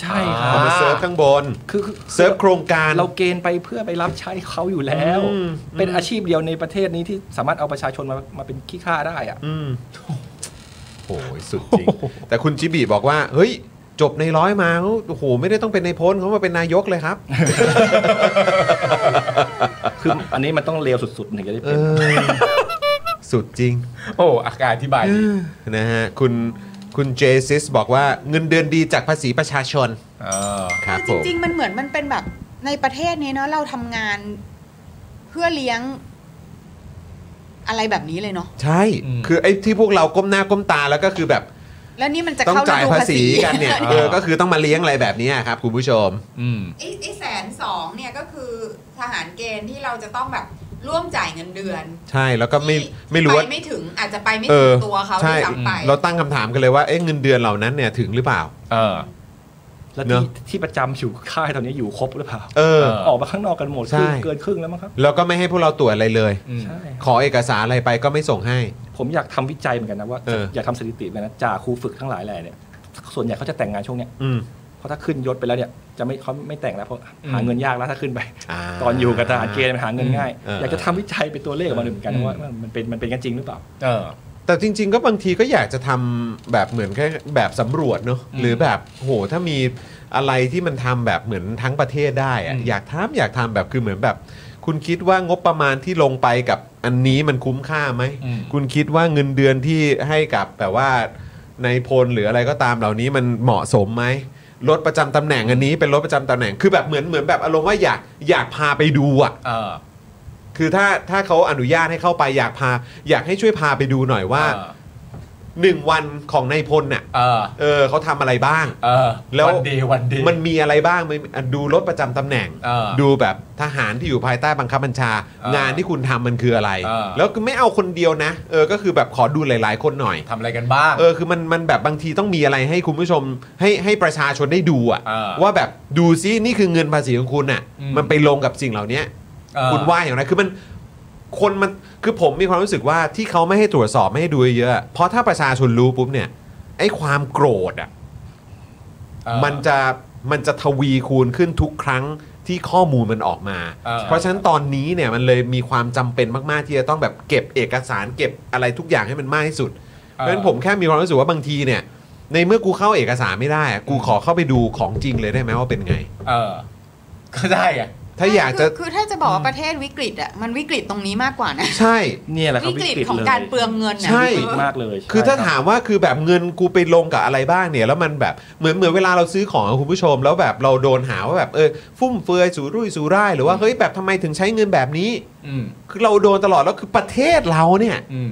[SPEAKER 5] ใช่ค
[SPEAKER 1] เอา
[SPEAKER 5] รับ
[SPEAKER 1] มาเซิร์ฟข้างบน
[SPEAKER 5] คือคือ
[SPEAKER 1] เซิร์ฟโครงการ
[SPEAKER 5] เราเกณฑ์ไปเพื่อไปรับใช้เขาอยู่แล้ว
[SPEAKER 1] อืม
[SPEAKER 5] เป็นอาชีพเดียวในประเทศนี้ที่สามารถเอาประชาชนมามาเป็นขี้ข้าได้อะ
[SPEAKER 1] อืมโอ้ยสุดจริง แต่คุณจิบีบอกว่า เฮ้ย จบในร้อยมาเขาโอ้โห ไม่ได้ต้องเป็นในายพลเขามาเป็นนายกเลยครับ
[SPEAKER 5] คืออันนี้มันต้องเลวสุดๆถึงจะได้
[SPEAKER 1] เอ
[SPEAKER 5] เป็น
[SPEAKER 1] อ [LAUGHS] สุดจริง
[SPEAKER 2] โอ้อาการอธิบายดี
[SPEAKER 1] นะฮะ คุณคุณเจซิสบอกว่าเงินเดือนดีจากภาษีประชาชน
[SPEAKER 2] เออ
[SPEAKER 1] ครับ
[SPEAKER 3] คือ
[SPEAKER 1] ผ
[SPEAKER 3] จ
[SPEAKER 1] ม
[SPEAKER 3] ริง ๆ มันเหมือนมันเป็นแบบในประเทศนี้เนาะเราทำงานเพื่อเลี้ยงอะไรแบบนี้เลยเนาะ
[SPEAKER 1] ใช่ คือไอ้ที่พวกเราก้มหน้าก้มตาแล้วก็คือแบบ
[SPEAKER 3] แล้วนี่มันจะ
[SPEAKER 1] ต้อง
[SPEAKER 3] เข้า
[SPEAKER 1] จ่าย
[SPEAKER 3] ฤดู
[SPEAKER 1] ภาษีกันเนี่ย เออ ก็คือต้องมาเลี้ยงอะไรแบบนี้ครับ คุณผู้ชม
[SPEAKER 2] อืม
[SPEAKER 3] ไอ้ไอ้แสนสองเนี่ยก็คือทหารเกณฑ์ที่เราจะต้องแบบร่วมจ่ายเงินเดือน
[SPEAKER 1] ใช่ แล้วก็ไม่ ไม่รู้ว่า
[SPEAKER 3] ปไม่ถึงอาจจะไปไม่
[SPEAKER 1] เอ
[SPEAKER 3] ถึ
[SPEAKER 1] อ
[SPEAKER 3] งตัวเขา
[SPEAKER 1] ใช่
[SPEAKER 3] ด้วยซ้ำไป
[SPEAKER 1] เราตั้งคำถามกันเลยว่า เอ๊ะ เงินเดือนเหล่านั้นเนี่ยถึงหรือเปล่า
[SPEAKER 2] เออ
[SPEAKER 5] แล้ว
[SPEAKER 1] เน
[SPEAKER 5] ที่
[SPEAKER 1] อะ
[SPEAKER 5] ที่ประจำอยู่ค่ายตอนนี้อยู่ครบหรือเปล่า
[SPEAKER 1] เออ
[SPEAKER 2] อ
[SPEAKER 5] ออกมาข้างนอกกันหมด
[SPEAKER 1] ใช่
[SPEAKER 5] ครึ่งเกินครึ่งแล้วมั้งครับ
[SPEAKER 1] แล้วก็ไม่ให้พวกเราตรวจอะไรเลย
[SPEAKER 2] อืม
[SPEAKER 5] ใช่
[SPEAKER 1] ขอเอกสารอะไรไปก็ไม่ส่งให้
[SPEAKER 5] ผมอยากทำวิจัยเหมือนกันนะว่า
[SPEAKER 1] เอออ
[SPEAKER 5] อยากทำสถิติเหมือนกันนะจ่าครูฝึกทั้งหลายแหล่เนี่ย ส่วนใหญ่เขาจะแต่งงานช่วงเนี้ย
[SPEAKER 1] อืม
[SPEAKER 5] เพราะถ้าขึ้นยศไปแล้วเนี่ยจะไม่เขาไม่แต่งแล้วเพราะหาเงินยากแล้วถ้าขึ้นไป
[SPEAKER 1] า
[SPEAKER 5] ตอนอยู่กับทหารเกณฑ์มันหาเงินง่าย
[SPEAKER 1] เอออ
[SPEAKER 5] อยากจะทำวิจัยเป็นตัวเลขออกมาดูเหมือนกันนะว่ามันเป็นมันเป็นกันจริงหรือเปล่า
[SPEAKER 2] เออ
[SPEAKER 1] แต่จริง ๆ ก็บางทีก็อยากจะทำแบบเหมือนแค่แบบสำรวจเนอะ
[SPEAKER 2] อืม
[SPEAKER 1] หรือแบบโหถ้ามีอะไรที่มันทำแบบเหมือนทั้งประเทศได้อะ
[SPEAKER 2] อืม
[SPEAKER 1] อยากทำอยากทำแบบคือเหมือนแบบ คุณคิดว่างบประมาณที่ลงไปกับอันนี้มันคุ้มค่าไหม
[SPEAKER 2] อืม
[SPEAKER 1] คุณคิดว่าเงินเดือนที่ให้กับแบบว่าในพลหรืออะไรก็ตามเหล่านี้มันเหมาะสมไหมรถประจำตำแหน่งอันนี้เป็นรถประจำตำแหน่งคือแบบเหมือนเหมือนแบบอารมณ์ว่าอยากอยากพาไปดูอะ
[SPEAKER 2] เออ
[SPEAKER 1] คือถ้าถ้าเขาอนุญาตให้เข้าไปอยากพา อยากให้ช่วยพาไปดูหน่อยว่าหนึ่งวันของนายพลน่ะ
[SPEAKER 2] เออ
[SPEAKER 1] เออเขาทำอะไรบ้าง
[SPEAKER 2] เออ
[SPEAKER 1] แล้ว
[SPEAKER 2] วันดีวันดี
[SPEAKER 1] มันมีอะไรบ้างมันดูรถประจำตำแหน่ง
[SPEAKER 2] เออ
[SPEAKER 1] ดูแบบทหารที่อยู่ภายใต้บังคับบัญชา
[SPEAKER 2] ออง
[SPEAKER 1] งานที่คุณทำมันคืออะไร
[SPEAKER 2] เออ
[SPEAKER 1] แล้วก็ไม่เอาคนเดียวนะเออก็คือแบบขอดูหลาย ๆ คนหน่อย
[SPEAKER 2] ทำอะไรกันบ้าง
[SPEAKER 1] เออคือมันมันแบบบางทีต้องมีอะไรให้คุณผู้ชมให้ให้ประชาชนได้ดูอะ
[SPEAKER 2] เออ
[SPEAKER 1] ว่าแบบดูซินี่คือเงินภาษีของคุณน่ะ
[SPEAKER 2] อืม
[SPEAKER 1] มันไปลงกับสิ่งเหล่านี้
[SPEAKER 2] เออ
[SPEAKER 1] คุณว่าอย่างไรคือมันคนมันคือผมมีความรู้สึกว่าที่เขาไม่ให้ตรวจสอบไม่ให้ดูเยอะเพราะถ้าประชาชนรู้ปุ๊บเนี่ยไอ้ความโกรธอ่ะ
[SPEAKER 2] เออ
[SPEAKER 1] มันจะมันจะทวีคูณขึ้นทุกครั้งที่ข้อมูลมันออกมา
[SPEAKER 2] เออ
[SPEAKER 1] เพราะฉะนั้นตอนนี้เนี่ยมันเลยมีความจำเป็นมากๆที่จะต้องแบบเก็บเอกสารเก็บอะไรทุกอย่างให้มันมากที่สุด เพราะฉะนั้นผมแค่มีความรู้สึกว่าบางทีเนี่ย ในเมื่อกูเข้าเอกสารไม่ได้อะกูขอเข้าไปดูของจริงเลยได้ไหมว่าเป็นไง
[SPEAKER 2] เอ [LAUGHS] อ ก็ได้อะ
[SPEAKER 1] ถ้าอยากจะ
[SPEAKER 3] คืคือถ้าจะบอกว่าประเทศวิกฤตอ่ะมันวิกฤตตรงนี้มากกว่านะ
[SPEAKER 1] ใช่
[SPEAKER 5] เนี่ยแหละครับ
[SPEAKER 3] วิกฤตของการเปลืองเงินน่ะ
[SPEAKER 1] ใช่
[SPEAKER 5] วิกฤตมากเลย
[SPEAKER 1] คือ
[SPEAKER 5] ใช่
[SPEAKER 1] ถ้า
[SPEAKER 5] รับ
[SPEAKER 1] ถามว่าคือแบบเงินกูไปลงกับอะไรบ้างเนี่ย แล้วมันแบบเหมือนเหมือนเวลาเราซื้อของอะคุณผู้ชม แล้วแบบเราโดนหาว่าแบบเออฟุ่มเฟือยสูรุ่ยสูร่ายหรือว่าเฮ้ยแบบทำไมถึงใช้เงินแบบนี้
[SPEAKER 2] อืม
[SPEAKER 1] คือเราโดนตลอดแล้วคือประเทศเราเนี่ย
[SPEAKER 2] อืม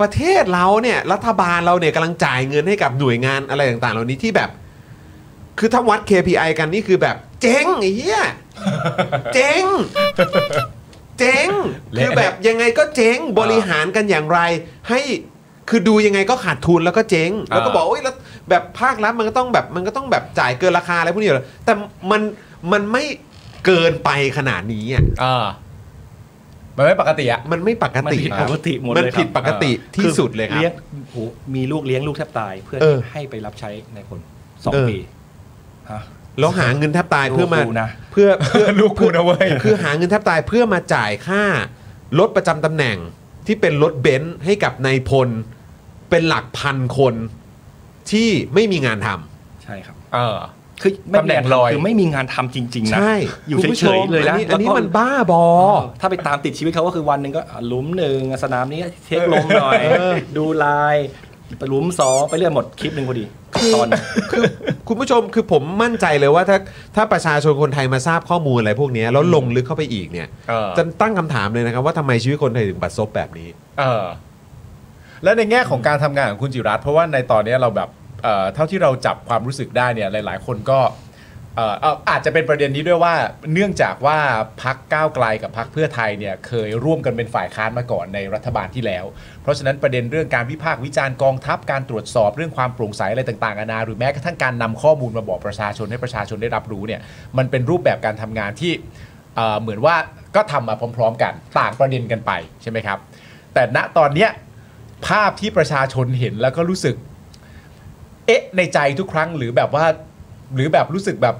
[SPEAKER 1] ประเทศเราเนี่ยรัฐบาลเราเนี่ยกำลังจ่ายเงินให้กับหน่วยงานอะไรต่างๆ เหล่านี้ที่แบบ คือถ้าวัด KPI กันนี่คือแบบ เจ๊งไอ้เหี้ยเจ๊งเจ๊ง
[SPEAKER 2] เละ
[SPEAKER 1] คือแบบยังไงก็เจ๊งบริหารกันอย่างไร ให้คือดูยังไงก็ขาดทุนแล้วก็เจ๊ง แล้วก็
[SPEAKER 2] อ่า
[SPEAKER 1] บอกโอ้ยแล้วแบบภาครัฐมันก็ต้องแบบมันก็ต้องแบบจ่ายเกินราคาอะไรพวกนี้อยู่แล้วแต่มันมันไม่เกินไปขนาดนี้อ่ะ
[SPEAKER 2] เออมันไม่ปกติอะ
[SPEAKER 1] มันไม่ปกติ
[SPEAKER 5] มันผิดปกติหมด
[SPEAKER 1] มัน
[SPEAKER 5] เลยครับ
[SPEAKER 1] ผิดปกติที่สุดเลยครั
[SPEAKER 5] เลี้ย
[SPEAKER 1] บ
[SPEAKER 5] งโหมีลูกเลี้ยงลูกแทบตาย เพื่อ
[SPEAKER 1] เออ
[SPEAKER 5] ให้ไปรับใช้ในคนสอง
[SPEAKER 1] เออ
[SPEAKER 5] ปีฮะ
[SPEAKER 1] แล้วหาเงินแทบตายเพื่อมา
[SPEAKER 5] ดูนะ
[SPEAKER 1] เพื่อเพื่อ
[SPEAKER 2] ลูกคุณนะเว้ย
[SPEAKER 1] คือหาเงินแทบตายเพื่อมาจ่ายค่ารถประจำตำแหน่งที่เป็นรถเบนซ์ให้กับนายพล เป็นหลักพันคนที่ไม่มีงานทำ
[SPEAKER 5] ใช่ครับ
[SPEAKER 2] เออ
[SPEAKER 5] คือไม่
[SPEAKER 2] ตำแหน่ง
[SPEAKER 5] มีาน
[SPEAKER 2] ลอย
[SPEAKER 5] คือไม่มีงานทำจริง ๆ นะ
[SPEAKER 1] ใช่
[SPEAKER 5] อยู่
[SPEAKER 1] คุณผู้ช
[SPEAKER 5] เฉ
[SPEAKER 1] ม
[SPEAKER 5] ยๆเลย
[SPEAKER 1] อั
[SPEAKER 5] นะ
[SPEAKER 1] นนี้อันนี้
[SPEAKER 5] แล้วก็
[SPEAKER 1] มันบ้าบอ
[SPEAKER 5] ถ้าไปตามติดชีวิตเขาก็คือวันหนึ่งก็อ่ะหลุมหนึ่งสนามนี้เทคลมหน่อย ดูลายหลุมสองไปเรื่อยหมดคลิปหนึ่งพอดีตอน
[SPEAKER 1] คือคุณผู้ชมคือผมมั่นใจเลยว่าถ้าถ้าประชาชนคนไทยมาทราบข้อมูลอะไรพวกเนี้ยแล้วลงลึกเข้าไปอีกเนี่ย
[SPEAKER 2] เออ
[SPEAKER 1] จะตั้งคำถามเลยนะครับว่าทำไมชีวิตคนไทยถึงบัดซบแบบนี้
[SPEAKER 2] เออและในแง่ของการทำงานของคุณจิรัตน์เพราะว่าในตอนเนี้ยเราแบบเอ่อเท่าที่เราจับความรู้สึกได้เนี่ยหลาย ๆ คนก็ เอ่อเอาอาจจะเป็นประเด็นนี้ด้วยว่า เนื่องจากว่าพักก้าวไกลกับพักเพื่อไทยเนี่ยเคยร่วมกันเป็นฝ่ายค้านมาก่อนในรัฐบาลที่แล้ว เพราะฉะนั้นประเด็นเรื่องการวิพากษ์วิจารณ์กองทัพการตรวจสอบเรื่องความโปร่งใสอะไรต่างๆนานาหรือแม้กระทั่งการนำข้อมูลมาบอกประชาชนให้ประชาชนได้รับรู้เนี่ยมันเป็นรูปแบบการทำงานที่เอ่อเหมือนว่าก็ทำมาพร้อม ๆ กันต่างประเด็นกันไปใช่ไหมครับ แต่ณตอนเนี้ยภาพที่ประชาชนเห็นแล้วก็รู้สึก เอ๊ะในใจทุกครั้งหรือแบบว่า หรือแบบรู้สึกแบบ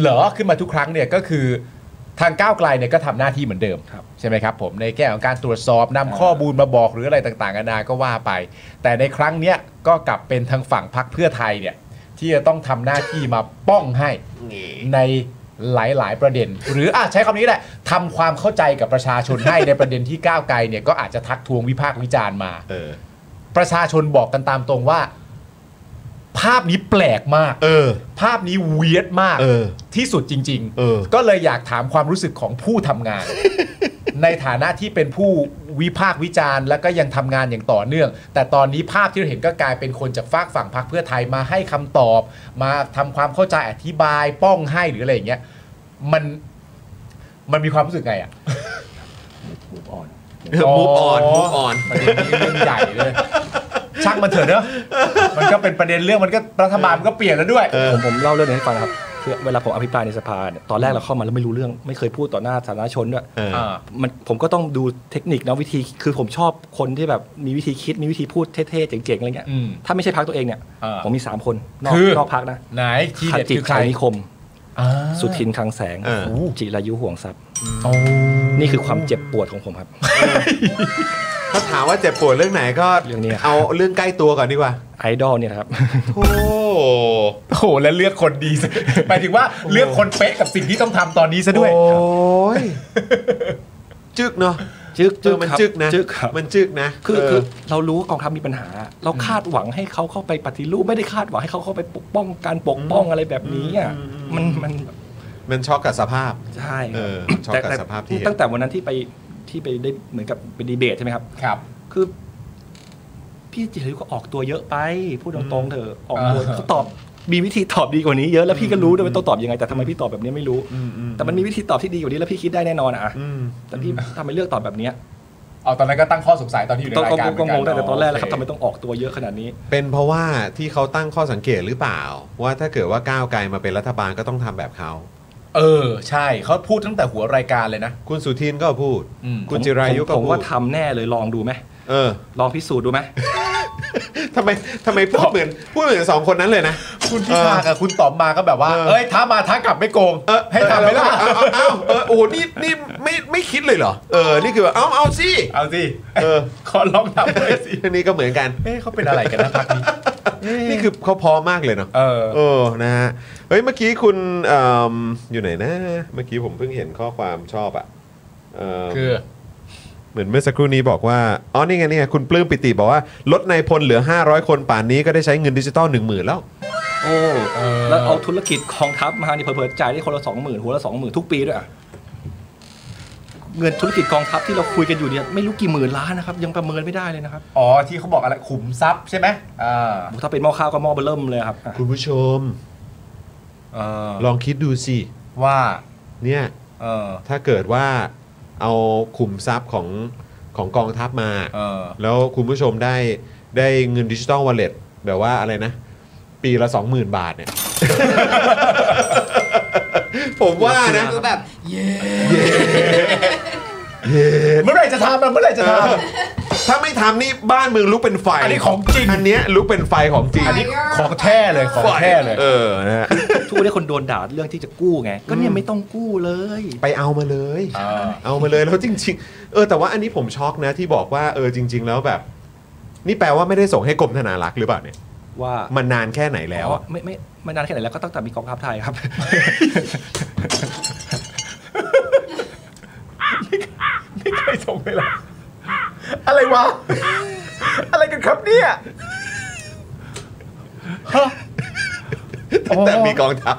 [SPEAKER 2] เหรอขึ้นมาทุกครั้งเนี่ยก็คือทางก้าวไกลเนี่ยก็ทำหน้าที่เหมือนเดิม
[SPEAKER 5] ครับ
[SPEAKER 2] ใช่ไหมครับผมในแง่ของการตรวจสอบนำข้อมูลมาบอกหรืออะไรต่างๆนานาก็ว่าไป แต่ในครั้งเนี้ยก็กลับเป็นทางฝั่งพรรคเพื่อไทยเนี่ยที่จะต้องทำหน้าที่มาป้องให้ในหลายๆประเด็น หรืออ่ะใช้คำนี้แหละทำความเข้าใจกับประชาชนให้ ในประเด็นที่ก้าวไกลเนี่ยก็อาจจะทักทวงวิพากษ์วิจารณ์มา
[SPEAKER 1] เออ
[SPEAKER 2] ประชาชนบอกกันตามตรงว่า ภาพนี้แปลกมาก
[SPEAKER 1] เออ
[SPEAKER 2] ภาพนี้เวียดมาก
[SPEAKER 1] เออ
[SPEAKER 2] ที่สุดจริง
[SPEAKER 1] เออ
[SPEAKER 2] ๆ ก็เลยอยากถามความรู้สึกของผู้ทำ
[SPEAKER 1] [LAUGHS]
[SPEAKER 2] งาน ในฐานะที่เป็นผู้วิพากษ์วิจารณ์ แล้วก็ยังทำงานอย่างต่อเนื่อง แต่ตอนนี้ภาพที่เราเห็นก็กลายเป็นคนจากฝากฝั่งพรรคเพื่อไทยมาให้คำตอบ มาทำความเข้าใจอธิบายป้องให้หรืออะไรอย่างเงี้ยมันมันมีความรู้สึกไงอะ
[SPEAKER 1] มูฟออนมูฟออน
[SPEAKER 2] ประเด็นนี้เรื่องใหญ่เลยช่างมันเถอะเนอะมันก็เป็นประเด็นเรื่องมันก็รัฐบาลมันก็เปลี่ยนแล้วด้วย
[SPEAKER 5] ผมผมเล่าเรื่องนี้ให้ฟังนะครับคือเวลาผมอภิปรายในสภาเนี่ยตอนแรกเราเข้ามาแล้วไม่รู้เรื่องไม่เคยพูดต่อหน้าสาธารณชนด้วย
[SPEAKER 1] เออ
[SPEAKER 2] อ่า
[SPEAKER 5] มันผมก็ต้องดูเทคนิคนะวิธีคือผมชอบคนที่แบบมีวิธีคิดมีวิธีพูดเท่ๆเจ๋งๆอะไรเงี้ย
[SPEAKER 2] อืม
[SPEAKER 5] ถ้าไม่ใช่พักตัวเองเนี่ย
[SPEAKER 2] อ่า
[SPEAKER 5] ผมมี 3 คน นอก
[SPEAKER 2] คือ
[SPEAKER 5] นอกพักนะ
[SPEAKER 2] ไหนที่
[SPEAKER 5] ข
[SPEAKER 2] เด็ด
[SPEAKER 5] จิต
[SPEAKER 2] คือใคร
[SPEAKER 5] ชัยนิคม
[SPEAKER 2] อ่า
[SPEAKER 5] สุทินคลังแสง
[SPEAKER 1] เออ
[SPEAKER 5] จิรายุห่วงทรัพย์
[SPEAKER 2] โอ้
[SPEAKER 5] นี่คือความเจ็บปวดของผมครับ
[SPEAKER 1] ถ้าถามว่าเจ็บปวดเรื่องไหนก็
[SPEAKER 5] เรื่องเนี้ย
[SPEAKER 1] เอาเรื่องใกล้ตัวก่อนดีกว่า
[SPEAKER 5] ไอดอลเนี่ยนะครับ
[SPEAKER 1] โอ้
[SPEAKER 2] โหแล้วเลือกคนดีซะหมายถึงว่าเลือกคนเป๊ะกับสิ่งที่ต้องทำตอนนี้ซะด้วย
[SPEAKER 1] โอ้ยจึกเนาะ
[SPEAKER 5] จึก
[SPEAKER 1] เออมัน
[SPEAKER 5] ครับ
[SPEAKER 1] จึกนะ
[SPEAKER 5] จึกครับ
[SPEAKER 1] มันจึกนะ
[SPEAKER 5] คือ
[SPEAKER 1] เ
[SPEAKER 5] คือเรารู้ว่ากองทัพมีปัญหา เราคาดหวังให้เขาเข้าไปปฏิรูปไม่ได้คาดหวังให้เขาเข้าไปปกป้องการปกป้องอะไรแบบนี้อ่ะมันมัน
[SPEAKER 1] มันช็อกกับสภาพ
[SPEAKER 5] ใช่
[SPEAKER 1] เออช็อกกับสภาพที่เห็น
[SPEAKER 5] ตั้งแต่วันนั้นที่ไปที่ไปได้เหมือนกับไปดีเบตใช่ไหมครับ
[SPEAKER 2] ครับ
[SPEAKER 5] คือ พี่จิรายุก็ออกตัวเยอะไป พูดตรงๆเถอะออกตัว
[SPEAKER 2] อ่า
[SPEAKER 5] เขาตอบมีวิธีตอบดีกว่านี้เยอะแล้วพี่ก็รู้ด้วยว่าต้องตอบยังไงแต่ทำไมพี่ตอบแบบนี้ไม่รู้ แต่มันมีวิธีตอบที่ดีกว่านี้แล้วพี่คิดได้แน่นอนอะ
[SPEAKER 1] อืม
[SPEAKER 5] แต่พี่ทำไมเลือกตอบแบบเนี้ย
[SPEAKER 2] เอาตอนนั้นก็ตั้งข้อสงสัยตอนที่อยู่ใน
[SPEAKER 5] ต้อง
[SPEAKER 2] รายการเหมื
[SPEAKER 5] ก็
[SPEAKER 2] อน
[SPEAKER 5] ง
[SPEAKER 2] กั
[SPEAKER 5] งตั้งแต่ตอนแรกแล้วครับ
[SPEAKER 2] โ
[SPEAKER 5] ทำไมต้องออกตัวเยอะขนาดนี้
[SPEAKER 1] เป็นเพราะว่าที่เขาตั้งข้อสังเกตหรือเปล่า ว่าถ้าเกิดว่าก้าวไกลมาเป็นรัฐบาลก็ต้องทำแบบเขา
[SPEAKER 2] เออ ใช่เขาพูดตั้งแต่หัวรายการเลยนะ
[SPEAKER 1] คุณสุทินก็พูด
[SPEAKER 2] อืม
[SPEAKER 1] คุณจิรายุก็
[SPEAKER 5] ผมผม
[SPEAKER 1] พูด
[SPEAKER 5] ว่าทำแน่เลยลองดูไหม
[SPEAKER 1] เออ
[SPEAKER 5] ลองพิสูจน์ดูไหม
[SPEAKER 1] ทำไมทำไมพูดเหมือนพูดเหมือนสองคนนั้นเลยนะ
[SPEAKER 2] คุณพิธากับคุณตอบมาก็แบบว่า
[SPEAKER 1] เออ
[SPEAKER 2] เอ้ยถ้ามาท้ากลับไม่โกงให้ทำไหมล่ะ
[SPEAKER 1] เออเอาเอาเอาเออโอ้โหนี่นี่ไม่ไม่คิดเลยเหรอ เออ นี่คือแบบเอาเอาสิ
[SPEAKER 2] เอาสิ
[SPEAKER 1] เออ
[SPEAKER 2] ขอลองทำเลยสิ
[SPEAKER 1] อันนี้ก็เหมือนกัน
[SPEAKER 2] เอ๊ะเขาเป็นอะไรกันนะพักนี้
[SPEAKER 1] นี่คือเขาพร้อมมากเลยเนาะ
[SPEAKER 2] เออ
[SPEAKER 1] เออนะฮะเฮ้ยเมื่อกี้คุณเอิ่มอยู่ไหนนะ เมื่อกี้ผมเพิ่งเห็นข้อความชอบอ่ะเอิ่ม
[SPEAKER 2] คือ
[SPEAKER 1] เหมือนเมื่อสักครู่นี้บอกว่า อ๋อ นี่ไงนี่ไงคุณปลื้มปิติบอกว่า ลดนายพลเหลือ 500 คนป่านนี้ก็ได้ใช้เงินดิจิตอล1 0,000 แล้ว
[SPEAKER 5] โอ้
[SPEAKER 2] เออ
[SPEAKER 5] แล้วเอาธุรกิจกองทัพมานี่เผลอๆจ่ายได้คนละสองหมื่นหัวละสองหมื่นทุกปีด้วยอะเงินธุรกิจกองทัพที่เราคุยกันอยู่เนี่ยไม่รู้กี่หมื่นล้านนะครับ ยังประเมินไม่ได้เลยนะครับ
[SPEAKER 2] อ๋อที่เขาบอกอะไรขุมทรัพย์ใช่ไหมอ่า
[SPEAKER 5] ถ้าเป็นหม้อข้าวก็หม้อเบอร์เริ่มเลยครับ
[SPEAKER 1] คุณผู้ชม
[SPEAKER 2] เออ
[SPEAKER 1] ลองคิดดูสิ
[SPEAKER 2] ว่า
[SPEAKER 1] เนี่ย
[SPEAKER 2] เออ
[SPEAKER 1] ถ้าเกิดว่าเอาขุมทรัพย์ของของกองทัพมา
[SPEAKER 2] เออ
[SPEAKER 1] แล้วคุณผู้ชมได้ได้เงินดิจิตอลวอลเล็ตแบบว่าอะไรนะ ปีละ 20,000 บาทเนี่ย [LAUGHS] ผมว่านะ
[SPEAKER 3] คือแบบ
[SPEAKER 2] เมื่อไหร่จะทำอะเมื่อไหร่จะท
[SPEAKER 1] ถ้าไม่ทำนี่บ้านเมืองลุกเป็นไฟ
[SPEAKER 2] อันนี้ของจริง
[SPEAKER 1] อันเนี้ยลุกเป็นไฟของจริง
[SPEAKER 2] ำอันนี้ของแท้เลยของแท้เลย
[SPEAKER 1] เออนะฮะ
[SPEAKER 5] ทุกวันนี้คนโดนด่าเรื่องที่จะกู้ไง ก็เนี่ยไม่ต้องกู้เลย
[SPEAKER 1] ไปเอามาเลย
[SPEAKER 2] เออ
[SPEAKER 1] เอามาเลยแล้วจริง ๆ เออแต่ว่าอันนี้ผมช็อกนะที่บอกว่าเออจริง ๆ แล้วแบบ นี่แปลว่าไม่ได้ส่งให้กรมธนารักษ์หรือเปล่าเนี่ย
[SPEAKER 5] ว่า
[SPEAKER 1] มันนานแค่ไหนแล้วอะ
[SPEAKER 5] ไม่ไม่ไม่นานแค่ไหนแล้วก็ตั้งแต่มีกองทัพไทยครับ
[SPEAKER 2] ไม่เคยส่งเลยล่ะอะไรวะ อะไรกันครับเนี่ยฮะ
[SPEAKER 1] ตั้งแต่มีกองทัพ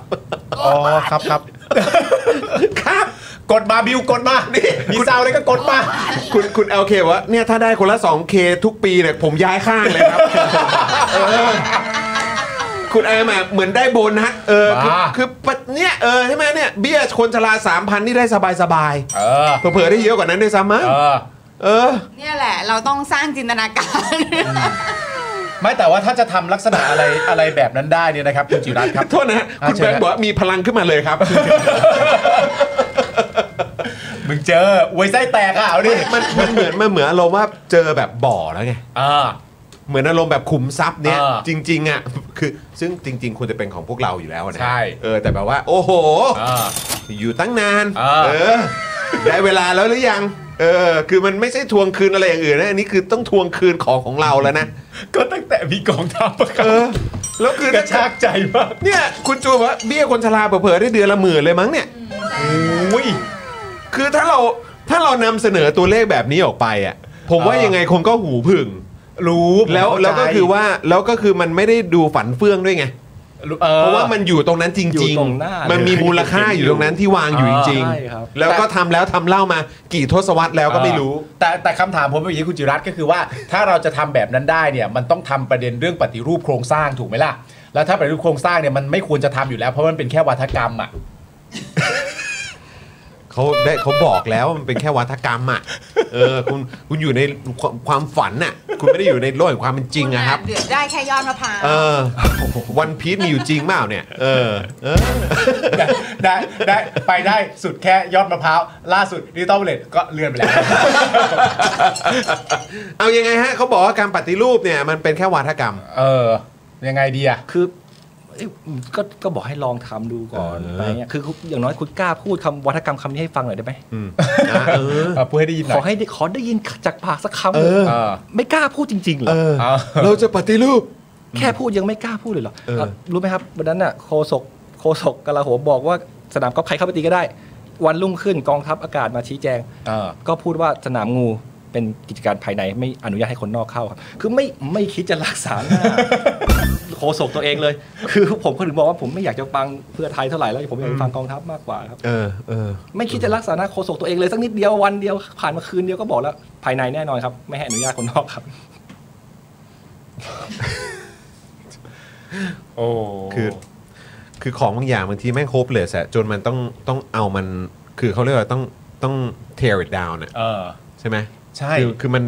[SPEAKER 2] อ๋อครับครับ
[SPEAKER 1] ครับ
[SPEAKER 2] กดมาบิวกดมานี่มีซาวอะไรก็กดมา
[SPEAKER 1] คุณคุณเอลเคว่าเนี่ยถ้าได้คนละ 2K ทุกปีเนี่ยผมย้ายข้างเลยครับ คุณไอ้มาเหมือนได้โบนัสเออคือ
[SPEAKER 2] บ้า
[SPEAKER 1] คือปะเนี่ยเออใช่ไหมเนี่ยเบี้ยคนชราสามพันนี่ได้สบายสบาย
[SPEAKER 2] เออ
[SPEAKER 1] ๆเผลอๆได้เยอะกว่านั้นด้วยซ้ำมั้ง
[SPEAKER 2] เออ
[SPEAKER 1] เออ
[SPEAKER 3] เนี่ยแหละ เราต้องสร้างจินตนาการ
[SPEAKER 2] ไม่แต่ว่าถ้าจะทำลักษณะอะไรอะไรแบบนั้นได้เนี่ยนะครับคุณจิรัตน์ครับ
[SPEAKER 1] โทษนะฮะ
[SPEAKER 2] อ่ะ
[SPEAKER 1] คุณ
[SPEAKER 2] เชิ
[SPEAKER 1] แบ
[SPEAKER 2] ญ
[SPEAKER 1] ง
[SPEAKER 2] ครั
[SPEAKER 1] ค์
[SPEAKER 2] บ
[SPEAKER 1] บอกว่ามีพลังขึ้นมาเลยครับ
[SPEAKER 2] มึงเจอไว้ไส้แตกอ่ะเอาดิ
[SPEAKER 1] มันมันเหมือนมันเหมือนอารมณ์ว่าเจอแบบบ่อแล้วไง
[SPEAKER 2] อ่า
[SPEAKER 1] เหมือนอารมณ์แบบขุมทรัพย์เนี่ย
[SPEAKER 2] เออ
[SPEAKER 1] จริงๆอ่ะคือซึ่งจริง ๆควรจะเป็นของพวกเราอยู่แล้วนะ
[SPEAKER 2] ใช่
[SPEAKER 1] เออแต่แบบว่า โอ้โห
[SPEAKER 2] อ่า
[SPEAKER 1] อยู่ตั้งนาน
[SPEAKER 2] เออ
[SPEAKER 1] อได้เวลาแล้วหรือยังเออคือมันไม่ใช่ทวงคืนอะไรอย่างอื่นนะอันนี้คือต้องทวงคืนของของเราแล้วนะ
[SPEAKER 2] ก็ตั้งแต่มีกองทัพประกา
[SPEAKER 1] เอ
[SPEAKER 2] ศ
[SPEAKER 1] อ แล้วคือก
[SPEAKER 2] ระชากใจมาก
[SPEAKER 1] เนี่ยคุณจูนบอกว่าเบี้ยคนชราเผลอๆได้เดือนละหมื่นเลยมั้งเนี่ย
[SPEAKER 2] อุ้ย
[SPEAKER 1] คือถ้าเราถ้าเรานำเสนอตัวเลขแบบนี้ออกไปอ่ะผมว่า
[SPEAKER 2] เออ
[SPEAKER 1] ยังไงคนก็หูผึ่ง
[SPEAKER 2] รู้ผม
[SPEAKER 1] แล้ว
[SPEAKER 2] เข้าใจ
[SPEAKER 1] แล้วก็คือว่าแล้วก็คือมันไม่ได้ดูฝันเฟื่องด้วยไง
[SPEAKER 2] เออ
[SPEAKER 1] เพราะว่ามันอยู่ตรงนั้นจ
[SPEAKER 5] อยู่
[SPEAKER 1] ริง
[SPEAKER 5] ตรงหน้า
[SPEAKER 1] มันมีมูลค่าอยู่ตรงนั้นที่วางอยู่จร
[SPEAKER 2] อ่า
[SPEAKER 1] ิง
[SPEAKER 5] ใช่ครับ
[SPEAKER 1] ๆแล้วก็ทำแล้วทำเล่ามากี่ทศวรรษแล้วก็ไม่รู้
[SPEAKER 2] แต่แต่คำถามผมเป็นอย่างนี้คุณจิรัตน์ก็คือว่า ถ้าเราจะทำแบบนั้นได้เนี่ยมันต้องทำประเด็นเรื่องปฏิรูปโครงสร้างถูกไหมล่ะ แล้วถ้าปฏิรูปโครงสร้างเนี่ยมันไม่ควรจะทำอยู่แล้วเพราะมันเป็นแค่วัฒกรรมอ่ะ
[SPEAKER 1] [LAUGHS] เขาได้เขาบอกแล้วว่ามันเป็นแค่วัฒกรรมอ่ะ เออคุณคุณอยู่ในความความฝันน่ะ คุณไม่ได้อยู่ในโลกแห่งความเป็นจริงอะครับ
[SPEAKER 3] [LAUGHS] เดือดได้แค่ยอดมะพร้าว
[SPEAKER 1] เออ วันพีชมีอยู่จริงเปล่าเนี่ย เออ เออ
[SPEAKER 2] ได้ได้ได้ไปได้สุดแค่ยอดมะพร้าวล่าสุดดิจิตอลเลตก็เลื่อนไปแล้ว
[SPEAKER 1] เอายังไงฮะเขาบอกว่าการปฏิรูปเนี่ยมันเป็นแค่วัฒกรรม
[SPEAKER 2] เออ ยังไงดีอะ
[SPEAKER 5] คือเอ้ยก็ก็บอกให้ลองทำดูก่อน
[SPEAKER 1] เออ
[SPEAKER 5] อะไรเงี้ยคืออย่างน้อยคุณกล้าพูดคำวัฒกรรมคำนี้ให้ฟังหน่อยได้ไหม
[SPEAKER 1] อืมนะเออ
[SPEAKER 2] เออพูดให้ได้ยินหน่
[SPEAKER 5] ข
[SPEAKER 2] อ
[SPEAKER 5] อย ให้ได้ขอได้ยินจากปากสักคำ
[SPEAKER 1] เออ
[SPEAKER 2] เออ
[SPEAKER 5] ไม่กล้าพูดจริงๆเหร
[SPEAKER 1] เออ
[SPEAKER 5] อ
[SPEAKER 2] เอา
[SPEAKER 1] เราจะปฏิรูป
[SPEAKER 5] แค่พูดยังไม่กล้าพูดเลยเหรอ
[SPEAKER 1] เออ
[SPEAKER 5] เอารู้ไหมครับวันนั้นน่ะโคศกโคศกกลาโหมบอกว่าสนามก็ใครเข้าไปตีก็ได้ วันรุ่งขึ้นกองทัพอากาศมาชี้แจง
[SPEAKER 2] เออ
[SPEAKER 5] ก็พูดว่าสนามงูเป็นกิจการภายในไม่อนุญาตให้คนนอกเข้าครับ คือไม่ไม่คิดจะรักษาหน้า [LAUGHS] โคศกตัวเองเลย คือผมก็ถึงบอกว่าผมไม่อยากจะฟังเพื่อไทยเท่าไหร่แล้วผมอยากไปฟังกองทัพมากกว่าครับ
[SPEAKER 1] เออ เออ
[SPEAKER 5] ไม่คิดจะรักษาหน้าโคศกตัวเองเลยสักนิดเดียววันเดียวผ่านมาคืนเดียวก็บอกแล้วภายในแน่นอนครับไม่ให้อนุญาตคนนอกครับ
[SPEAKER 2] โอ้
[SPEAKER 1] คือ คือของบางอย่างบางทีแม่งโฮปเลสอะจนมันต้องต้องเอามัน คือเขาเรียกว่าต้องต้อง tear it down อะ
[SPEAKER 2] เออ
[SPEAKER 1] ใช่ไหม
[SPEAKER 2] ใช่
[SPEAKER 1] คือคือมัน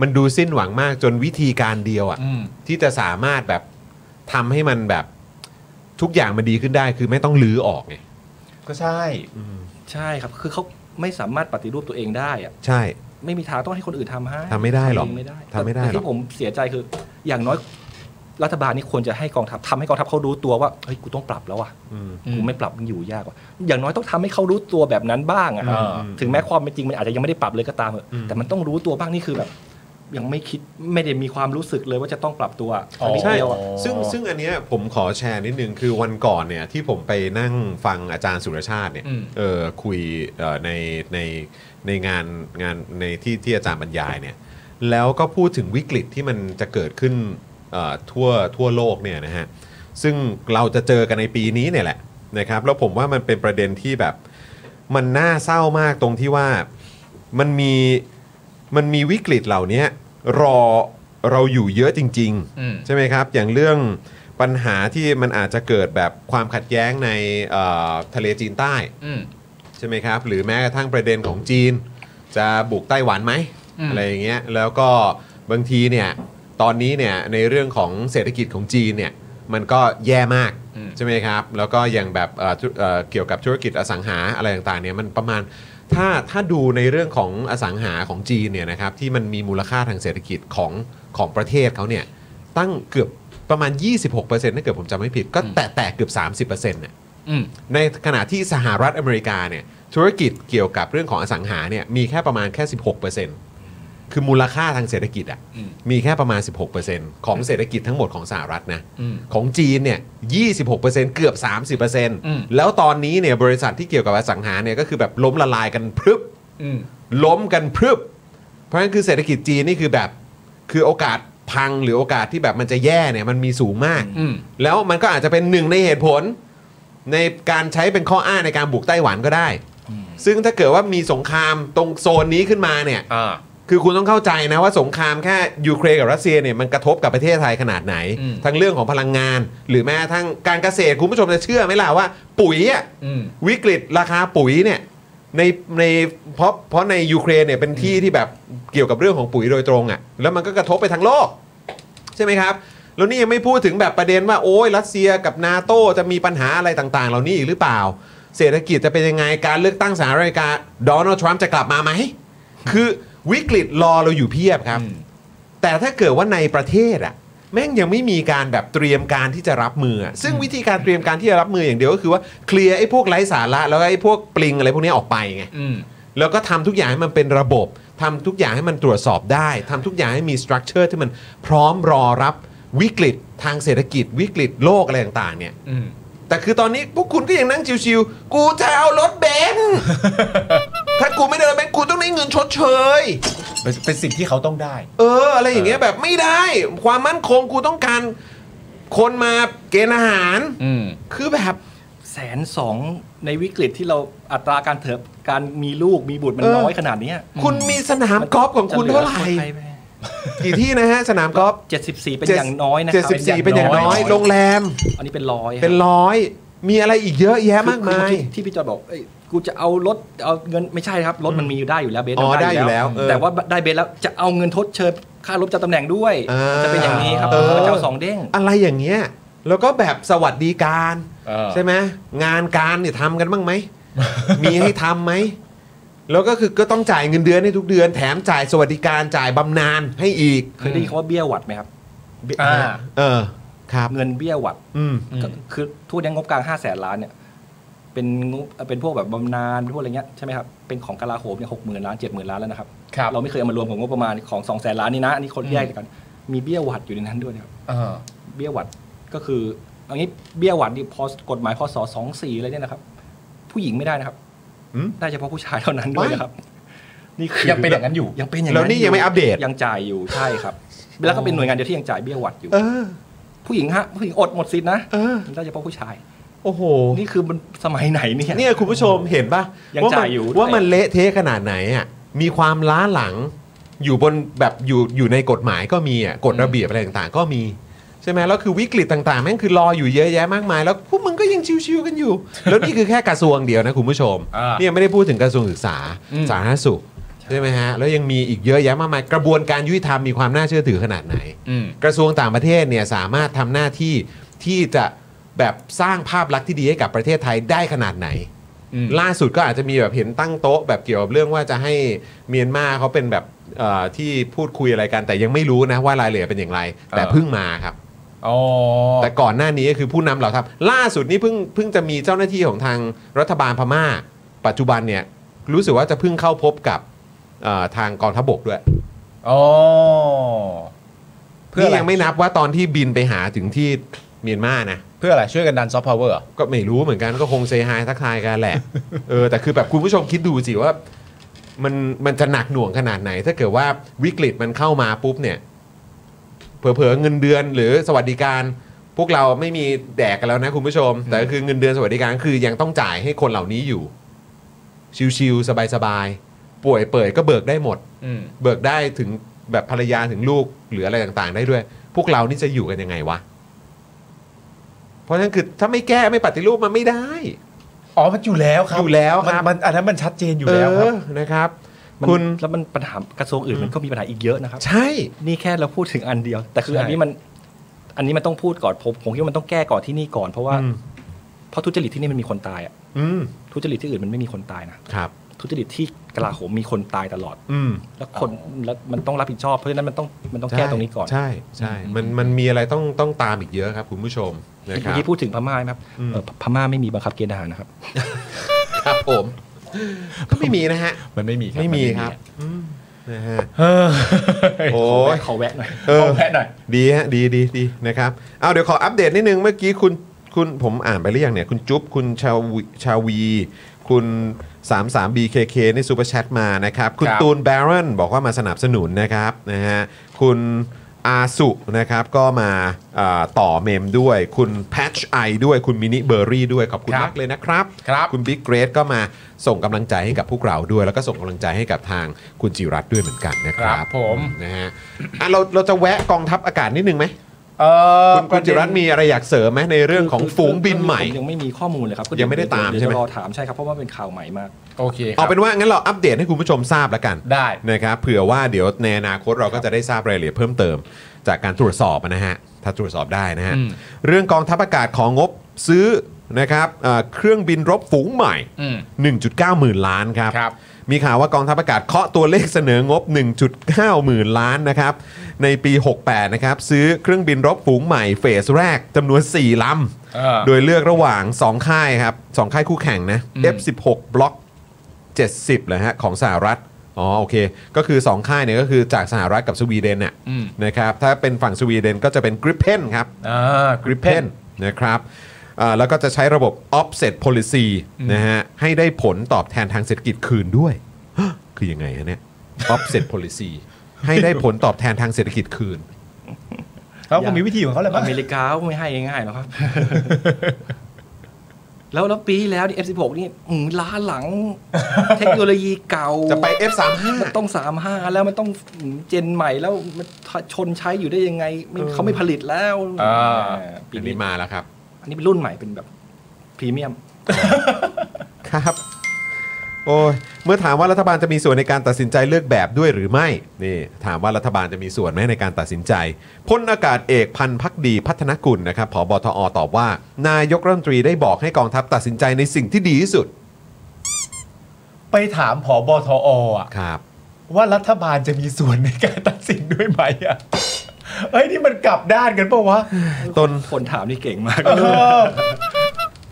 [SPEAKER 1] มันดูสิ้นหวังมากจนวิธีการเดียวอะ
[SPEAKER 2] อืม
[SPEAKER 1] ที่จะสามารถแบบทำให้มันแบบทุกอย่างมันดีขึ้นได้คือไม่ต้องลื้อออกไง
[SPEAKER 2] ก็ใช่
[SPEAKER 5] ใช่ครับ คือเขาไม่สามารถปฏิรูปตัวเองได้อะ
[SPEAKER 1] ใช่
[SPEAKER 5] ไม่มีทางต้องให้คนอื่นทำให้
[SPEAKER 1] ทำไม่ได้หรอก
[SPEAKER 5] ทำเงไม่ได้
[SPEAKER 1] ทำไม่ได้หรอก
[SPEAKER 5] แต่ที่ผมเสียใจคือ อย่างน้อยรัฐบาลนี่ควรจะให้กองทัพทำให้กองทัพเขารู้ตัวว่าเฮ้ยกูต้องปรับแล้วอ่ะ
[SPEAKER 1] อืม
[SPEAKER 5] กูไม่ปรับมันอยู่ยากว่ะอย่างน้อยต้องทำให้เขารู้ตัวแบบนั้นบ้างอะครับ
[SPEAKER 2] อ่า
[SPEAKER 5] ถึงแม้ความเป็นจริงมันอาจจะยังไม่ได้ปรับเลยก็ตามเถอะ
[SPEAKER 1] อืม
[SPEAKER 5] แต่มันต้องรู้ตัวบ้างนี่คือแบบ ยังไม่คิดไม่ได้มีความรู้สึกเลยว่าจะต้องปรับตัว
[SPEAKER 2] อ๋อ
[SPEAKER 5] นิด
[SPEAKER 1] ใช่
[SPEAKER 5] เดียวอะ
[SPEAKER 1] ซึ่งซึ่งอันเนี้ยผมขอแชร์นิดนึง คือวันก่อนเนี่ยที่ผมไปนั่งฟังอาจารย์สุรชาติเนี่ย
[SPEAKER 2] อืม
[SPEAKER 1] เออคุยเอ่อในในในงานงานในที่ที่อาจารย์บรรยายเนี่ยแล้วก็พูดถึงวิกฤตที่มันจะเกิดขึ้นเอ่อทั่วทั่วโลกเนี่ยนะฮะซึ่งเราจะเจอกันในปีนี้เนี่ยแหละนะครับแล้วผมว่ามันเป็นประเด็นที่แบบมันน่าเศร้ามากตรงที่ว่ามันมีมันมีวิกฤตเหล่านี้รอเราอยู่เยอะจริง ๆ
[SPEAKER 2] อืม
[SPEAKER 1] ใช่ไหมครับ อย่างเรื่องปัญหาที่มันอาจจะเกิดแบบความขัดแย้งในเอ่อทะเลจีนใต้
[SPEAKER 2] อืม
[SPEAKER 1] ใช่ไหมครับ หรือแม้กระทั่งประเด็นของจีน จะบุกไต้หวันไหม
[SPEAKER 2] อืม
[SPEAKER 1] อะไรอย่างเงี้ย แล้วก็บางทีเนี่ย ตอนนี้เนี่ยในเรื่องของเศรษฐกิจของจีนเนี่ย มันก็แย่มาก
[SPEAKER 2] อืม
[SPEAKER 1] ใช่ไหมครับ แล้วก็อย่างแบบเอ่อธุเอ่อเกี่ยวกับธุรกิจอสังหาอะไรต่างๆเนี่ยมันประมาณถ้าถ้าดูในเรื่องของอสังหาของจีนเนี่ยนะครับที่มันมีมูลค่าทางเศรษฐกิจของของประเทศเขาเนี่ยตั้งเกือบประมาณ 26%ถ้าเกิดผมจำไม่ผิด ก็แต่แต่เกือบ 30%เนี่ย
[SPEAKER 2] อืม
[SPEAKER 1] ในขณะที่สหรัฐอเมริกาเนี่ยธุรกิจเกี่ยวกับเรื่องของอสังหาเนี่ยมีแค่ประมาณแค่ 16%คือมูลค่าทางเศรษฐกิจอ่ะ
[SPEAKER 2] อืม
[SPEAKER 1] มีแค่ประมาณ 16%ของเศรษฐกิจทั้งหมดของสหรัฐนะ
[SPEAKER 2] อืม
[SPEAKER 1] ของจีนเนี่ย26%เกือบ
[SPEAKER 2] ม
[SPEAKER 1] 30%แล้วตอนนี้เนี่ยบริษัทที่เกี่ยวกับอสังหาเนี่ยก็คือแบบล้มละลายกันพรึบ
[SPEAKER 2] อืม
[SPEAKER 1] ล้มกันพรึบ เพราะฉะนั้นคือเศรษฐกิจจีนนี่คือแบบ คือโอกาสพังหรือโอกาสที่แบบมันจะแย่เนี่ยมันมีสูงมาก
[SPEAKER 2] อืม
[SPEAKER 1] แล้วมันก็อาจจะเป็นหนึ่งในเหตุผล ในการใช้เป็นข้ออ้างในการบุกไต้หวันก็ได้ ซึ่งถ้าเกิดว่ามีสงครามตรงโซนนี้ขึ้นมาเนี่ย
[SPEAKER 2] อ่า
[SPEAKER 1] คือคุณต้องเข้าใจนะว่าสงครามแค่ยูเครนกับรัสเซียเนี่ยมันกระทบกับประเทศไทยขนาดไหน
[SPEAKER 2] อืม
[SPEAKER 1] ทั้งเรื่องของพลังงาน หรือแม้กระทั้งการเกษตรคุณผู้ชมจะเชื่อไหมล่ะว่า ปุ๋ยอะ
[SPEAKER 2] อืม
[SPEAKER 1] วิกฤตราคาปุ๋ยเนี่ยในในเพราะเพราะในยูเครนเนี่ยเป็นที่ที่แบบเกี่ยวกับเรื่องของปุ๋ยโดยตรงอะ่ะแล้วมันก็กระทบไปทั้งโลก ใช่ไหมครับ แล้วนี่ยังไม่พูดถึงแบบประเด็นว่าโอ้ยรัสเซียกับนาโตจะมีปัญหาอะไรต่างๆ เหล่านี้อีกหรือเปล่า เศรษฐกิจจะเป็นยังไงการเลือกตั้งสหรัฐอเมริกาโดนัลด์ทรัมป์จะกลับมาไหม คือวิกฤตรอเราอยู่เพียบครับ
[SPEAKER 2] อืม
[SPEAKER 1] แต่ถ้าเกิดว่าในประเทศอะแม่งยังไม่มีการแบบเตรียมการที่จะรับมืออะซึ่งวิธีการเตรียมการที่จะรับมืออย่างเดียวก็คือว่าเคลียร์ไอ้พวกไร้สาระแล้วก็ไอ้พวกปลิงอะไรพวกนี้ออกไปไง
[SPEAKER 2] อืม
[SPEAKER 1] แล้วก็ทำทุกอย่างให้มันเป็นระบบทำทุกอย่างให้มันตรวจสอบได้ทำทุกอย่างให้มีสตรัคเจอร์ที่มันพร้อมรอรับวิกฤตทางเศรษฐกิจ วิกฤตโลกอะไรต่างๆเนี่ย
[SPEAKER 2] อืม
[SPEAKER 1] แต่คือตอนนี้พวกคุณก็ยังนั่งชิวๆกูจะเอารถเบนซ์ ถ้ากูไม่ได้รถเบนซ์กูต้องได้เงินชดเชย
[SPEAKER 2] เป็นเป็นสิ่งที่เขาต้องได้
[SPEAKER 1] เออ อะไรอย่างเงี้ยแบบไม่ได้ ความมั่นคงกูต้องการคนมาเกณฑ์อาหาร
[SPEAKER 2] อืม
[SPEAKER 1] คือแบบ
[SPEAKER 5] แสนสองในวิกฤตที่เราอัตราการเถิบการมีลูกมีบุตรมัน
[SPEAKER 1] เออ
[SPEAKER 5] น้อยขนาดเนี้ย
[SPEAKER 1] คุณมีสนามกอล์ฟของคุณเท่าไหร่กี่ที่นะฮะสนามกอล์ฟ
[SPEAKER 5] เจ็ดสิบสี่เป็นอย่างน้อยนะค
[SPEAKER 1] เจ็ด
[SPEAKER 5] รั
[SPEAKER 1] สิบสี่เป็นอย่างน้อย
[SPEAKER 2] เป็นอย่างน้อย
[SPEAKER 1] โรงแรม
[SPEAKER 5] อันนี้เป็นร้อย
[SPEAKER 1] เป็นร้อย มีอะไรอีกเยอะแยะ
[SPEAKER 5] คือ
[SPEAKER 1] มากมาย
[SPEAKER 5] คือที่พี่จอยบอกเอ้ยกูจะเอารถเอาเงินไม่ใช่ครับรถมันมีอยู่ได้อยู่แล้วเบส
[SPEAKER 1] อ๋อ
[SPEAKER 5] มัน
[SPEAKER 1] ได้อยู่แล้วเออ
[SPEAKER 5] แต่ว่าได้เบสแล้วจะเอาเงินทดเชยค่ารถจะตำแหน่งด้วย
[SPEAKER 1] อ่า
[SPEAKER 5] จะเป็นอย่างนี้ครับ
[SPEAKER 1] เออ
[SPEAKER 5] จะเอาสองเด้ง
[SPEAKER 1] อะไรอย่างเงี้ย แล้วก็แบบสวัสดิการ
[SPEAKER 2] เออ
[SPEAKER 1] ใช่ไหมงานการเนี่ยทำกัน
[SPEAKER 5] [LAUGHS]
[SPEAKER 1] บ้างไหม มีให้ทำไหม แล้วก็คือก็ต้องจ่ายเงินเดือนให้ทุกเดือน แถมจ่ายสวัสดิการจ่ายบำนาญให้อีก
[SPEAKER 5] เคยได้ยินคำว่าเบี้ยหวัดไหมครับ
[SPEAKER 2] อ่า
[SPEAKER 1] เออ ครับ
[SPEAKER 5] เงินเบี้ยหวัด
[SPEAKER 1] อืม
[SPEAKER 2] อืม
[SPEAKER 5] ก็คือทุกเนี้ยงบกลางห้าแสนล้านเนี่ยเป็นงบเป็นพวกแบบบำนาญพวกอะไรเงี้ยใช่ไหมครับเป็นของกลาโหมเนี่ยหกหมื่นล้านเจ็ดหมื่นล้านแล้วนะครับ
[SPEAKER 2] ครับ
[SPEAKER 5] เราไม่เคยเอามารวมของงบประมาณของสองแสนล้านนี่นะอันนี้คนแยกกันมีเบี้ยหวัดอยู่ในนั้นด้วยนะครับ
[SPEAKER 2] เออ
[SPEAKER 5] เบี้ยหวัดก็คือเอางี้เบี้ยหวัดนี่พอกฎหมายพศสองสี่อะไรเนี่ยนะครับ ผู้หญิงไม่ได้นะครับ
[SPEAKER 1] อืม
[SPEAKER 5] ได้เฉพาะผู้ชายเท่านั้นด้วยนะครับ นี่คือ
[SPEAKER 2] ยังเป็นอย่างนั้นอยู่
[SPEAKER 5] ยังเป็นอย่าง
[SPEAKER 1] แล้วนี่ยังไม่อัปเดต
[SPEAKER 5] ยังจ่ายอยู่ใช่ครับ แล้วก็เป็นหน่วยงานเดียวที่ยังจ่ายเบี้ยหวัดอยู่
[SPEAKER 1] เออ
[SPEAKER 5] ผู้หญิงฮะผู้หญิงอดหมดสิทธินะ
[SPEAKER 1] เออ
[SPEAKER 5] ได้เฉพาะผู้ชาย
[SPEAKER 1] โอ้โห
[SPEAKER 5] นี่คือมันสมัยไหนเนี่ย
[SPEAKER 1] เนี่ยคุณผู้ชมเห็นปะ
[SPEAKER 5] ยัง
[SPEAKER 1] ว่ามั
[SPEAKER 5] จ่ายอยู่ด้วย
[SPEAKER 1] ว่ามันเละเทะขนาดไหนอ่ะมีความล้าหลังอยู่บนแบบอยู่อยู่ในกฎหมายก็มีอ่ะกฎระเบียบอะไรต่างๆ ก็มีใช่ไหมแล้วคือวิกฤตต่างๆแม่งคือรออยู่เยอะแยะมากมาย แล้วพวกมึงก็ยังชิวๆกันอยู่ แล้วนี่คือแค่กระทรวงเดียวนะคุณผู้ชม
[SPEAKER 2] อ่า
[SPEAKER 1] เนี่ยไม่ได้พูดถึงกระทรวงศึกษา
[SPEAKER 2] อืม
[SPEAKER 1] สาธารณสุขใช่ไหมฮะแล้วยังมีอีกเยอะแยะมากมายกระบวนการยุติธรรมมีความน่าเชื่อถือขนาดไหน
[SPEAKER 2] อืม
[SPEAKER 1] กระทรวงต่างประเทศเนี่ยสามารถทำหน้าที่ที่จะแบบสร้างภาพลักษณ์ที่ดีให้กับประเทศไทยได้ขนาดไหน
[SPEAKER 2] อืม
[SPEAKER 1] ล่าสุดก็อาจจะมีแบบเห็นตั้งโต๊ะแบบเกี่ยวกับเรื่องว่าจะให้เมียนมาเขาเป็นแบบเอ่อที่พูดคุยอะไรกัน แต่ยังไม่รู้นะว่ารายละเอียดเป็นอย่างไร แต่
[SPEAKER 2] เออ
[SPEAKER 1] เพิ่งมาครับ
[SPEAKER 2] อ๋อ
[SPEAKER 1] แต่ก่อนหน้านี้ก็คือผู้นำเหล่าทัพล่าสุดนี่เพิ่งเพิ่งจะมีเจ้าหน้าที่ของทางรัฐบาลพม่า ปัจจุบันเนี่ยรู้สึกว่าจะเพิ่งเข้าพบกับเอ่อทางกองทัพบกด้วย
[SPEAKER 2] อ๋อ เพื่ออะ
[SPEAKER 1] นี่
[SPEAKER 2] ไร
[SPEAKER 1] ยังไม่นับว่าตอนที่บินไปหาถึงที่เมียนมานะ
[SPEAKER 2] เพื่ออะไรช่วยกันดันซอฟต์พาวเวอร์
[SPEAKER 1] ก็ไม่รู้เหมือนกันก็คงเซฮายทักทายกันแหละ [LAUGHS] เออแต่คือแบบคุณผู้ชมคิดดูสิว่ามันมันจะหนักหน่วงขนาดไหน ถ้าเกิดว่าวิกฤตมันเข้ามาปุ๊บเนี่ย เผลอๆเงินเดือนหรือสวัสดิการ พวกเราไม่มีแดกกันแล้วนะคุณผู้ชม แต่ก็คือเงินเดือนสวัสดิการคือยังต้องจ่ายให้คนเหล่านี้อยู่ ชิวๆสบายๆป่วยเปิดก็เบิกได้หมด
[SPEAKER 2] อืม
[SPEAKER 1] เบิกได้ถึงแบบภรรยาถึงลูกหรืออะไรต่างๆ ได้ด้วย พวกเรานี่จะอยู่กันยังไงวะ เพราะฉะนั้นคือถ้าไม่แก้ไม่ปฏิรูปมันไม่ได้
[SPEAKER 2] อ๋อ มันอยู่แล้วครับ
[SPEAKER 1] อยู่แล้วครับ
[SPEAKER 2] มันมันอันนั้นมันชัดเจนอยู่แล้วครับ
[SPEAKER 1] เนะครับ
[SPEAKER 5] มัน
[SPEAKER 1] คุณ
[SPEAKER 5] แล้วมันปัญหากระทรวงอื่นมันก็มีปัญหาอีกเยอะนะครับ
[SPEAKER 1] ใช่
[SPEAKER 5] นี่แค่เราพูดถึงอันเดียว แต่คือ
[SPEAKER 2] ใช่
[SPEAKER 5] อันนี้มัน อันนี้มันต้องพูดก่อนผมผมคิดว่ามันต้องแก้ก่อนที่นี่ก่อน เพราะว่า
[SPEAKER 1] อืม
[SPEAKER 5] เพราะทุจริตที่นี่มันมีคนตายอะ
[SPEAKER 1] อืม
[SPEAKER 5] ทุจริตที่อื่นมันไม่มีคนตายนะครับ ทุจริตที่กลาโหมมีคนตายตลอด
[SPEAKER 1] อืม
[SPEAKER 5] แล้วคนแล้วมันต้องรับผิดชอบเพราะฉะนั้นมันต้องมันต้อง
[SPEAKER 1] ใช่
[SPEAKER 5] แก้ตรงนี้ก่อน
[SPEAKER 1] ใช่ใช่มันมันมีอะไรต้องต้องตามอีกเยอะครับ คุณผู้ชมนะค
[SPEAKER 5] เมื่
[SPEAKER 1] รั
[SPEAKER 5] อบกี้พูดถึงพม่าไหมครับเอ่อพม่าไม่มีบังคับเกณฑ์ทหารนะครับ
[SPEAKER 1] ครับผม ก็ไม่มีนะฮะ
[SPEAKER 2] มันไม่มีครับ
[SPEAKER 1] ไม่มี
[SPEAKER 2] น
[SPEAKER 1] ครับอืมนะฮะ
[SPEAKER 2] เออ
[SPEAKER 1] โอ้ย
[SPEAKER 5] ขอแวะหน่อย
[SPEAKER 1] เออ
[SPEAKER 2] เอาแพะหน่อย
[SPEAKER 1] ดีฮะดีดีดีนะครับเอาเดี๋ยวขออัปเดตนิดนึงเมื่อกี้คุณคุณผมอ่านไปหรือยังเนี่ย คุณจุ๊บคุณชาวีชาวี คุณ 33BKK นี่ซูเปอร์แชทมานะครับ คุณ
[SPEAKER 2] ครับ
[SPEAKER 1] ตูนแบรอนบอกว่ามาสนับสนุนนะครับนะฮะคุณ อาสุนะครับก็มาเอ่อต่อเมมด้วย คุณแพทช์ไอด้วยคุณมินิเบอร์รี่ด้วยขอบคุณ
[SPEAKER 2] ครับ
[SPEAKER 1] มากเลยนะครับ
[SPEAKER 2] ครับ
[SPEAKER 1] คุณบิ๊กเกรดก็มาส่งกำลังใจให้กับพวกเราด้วย แล้วก็ส่งกำลังใจให้กับทางคุณจิรัตน์ด้วยเหมือนกันนะครั
[SPEAKER 2] ครับ บผม
[SPEAKER 1] นะฮะอ่ะเราเราจะแวะกองทัพอากาศนิดนึงไหม
[SPEAKER 2] เออ
[SPEAKER 1] คุณคุณจิรัตน์มีอะไรอยากเสริมไหมในเรื่องของฝูงบินใหม่
[SPEAKER 5] ผมยังไม่มีข้อมูลเลยครับก็
[SPEAKER 1] ยังไม่ได้ตาม
[SPEAKER 5] เยว
[SPEAKER 1] ใช่ไหม
[SPEAKER 5] จะรอถามใช่ครับเพราะว่าเป็นข่าวใหม่มาก
[SPEAKER 2] โอเคครั
[SPEAKER 1] เอา
[SPEAKER 2] บ
[SPEAKER 1] เป็นว่างั้นเราอัปเดตให้คุณผู้ชมทราบแล้วกัน
[SPEAKER 2] ได้
[SPEAKER 1] นะครับเผื่อว่าเดี๋ยวในอนาคตเราก็จะได้ทราบรายละเอียดเพิ่มเติม จากการตรวจสอบนะฮะถ้าตรวจสอบได้นะฮะ
[SPEAKER 2] อืม
[SPEAKER 1] เรื่องกองทัพอากาศของงบซื้อนะครับเอ่อเครื่องบินรบฝูงใหม่
[SPEAKER 2] อืม
[SPEAKER 1] 1.9 หมื่นล้านครับ
[SPEAKER 2] ครับ
[SPEAKER 1] มีข่าวว่ากองทัพอากาศเคาะตัวเลขเสนองบ 1.9 หมื่นล้านนะครับ ในปี 68 นะครับ ซื้อเครื่องบินรบฝูงใหม่เฟสแรกจำนวน 4 ล
[SPEAKER 2] เออ
[SPEAKER 1] ำ โดยเลือกระหว่าง 2 ค่ายครับ 2 ค่ายคู่แข่งนะ
[SPEAKER 2] อืม
[SPEAKER 1] F16 บล็อก 70เหรอฮะ ของสหรัฐ อ๋อ โอเค ก็คือ 2 ค่ายเนี่ยก็คือจากสหรัฐกับสวีเดนน่ะ
[SPEAKER 2] อืม
[SPEAKER 1] นะครับ ถ้าเป็นฝั่งสวีเดนก็จะเป็นกริปเพนครับ
[SPEAKER 2] อ่ากริปเพน
[SPEAKER 1] Gripen นะครับอ่าแล้วก็จะใช้ระบบ offset policy นะฮะ ให้ได้ผลตอบแทนทางเศรษฐกิจคืนด้วย [GASPS] คือยังไงฮะเนี่ย offset policy ให้ได้ผลตอบแทนทางเศรษฐกิจคืน
[SPEAKER 2] เขาคงมีวิธีของเขาแหละมั้ง
[SPEAKER 5] อเมริกาก็ไม่ให้ง่ายๆหรอกครับ [LAUGHS] แล้วแล้วปีที่แล้วนี่ F16 นี่อืมล้าหลัง เทคโนโลยีเก่า
[SPEAKER 1] จะไป F35
[SPEAKER 5] มันต้องสามห้าแล้วมันต้องอืมเจนใหม่แล้วมันชนใช้อยู่ได้ยังไงไม่เขาไม่ผลิตแล้ว
[SPEAKER 2] อ่า
[SPEAKER 5] แหมปี
[SPEAKER 1] อัน
[SPEAKER 5] นี้
[SPEAKER 1] นี้มาแล้วครับ
[SPEAKER 5] อันนี้เป็นรุ่นใหม่เป็นแบบพรีเมียม
[SPEAKER 1] ครับ โอ้ยเมื่อถามว่ารัฐบาลจะมีส่วนในการตัดสินใจเลือกแบบด้วยหรือไม่นี่ถามว่ารัฐบาลจะมีส่วนไหมในการตัดสินใจพลอากาศเอกพันธ์พักดีพัฒนกุลนะครับผบทอตอบว่า นายกรัฐมนตรีได้บอกให้กองทัพตัดสินใจในสิ่งที่ดีที่สุด
[SPEAKER 2] ไปถามผอบทออ่ะ
[SPEAKER 1] ครับ
[SPEAKER 2] ว่ารัฐบาลจะมีส่วนในการตัดสินด้วยไหมอ่ะ เอ้ยนี่มันกลับด้านกันปะวะ
[SPEAKER 1] ตน
[SPEAKER 5] คนถามนี่เก่งมาก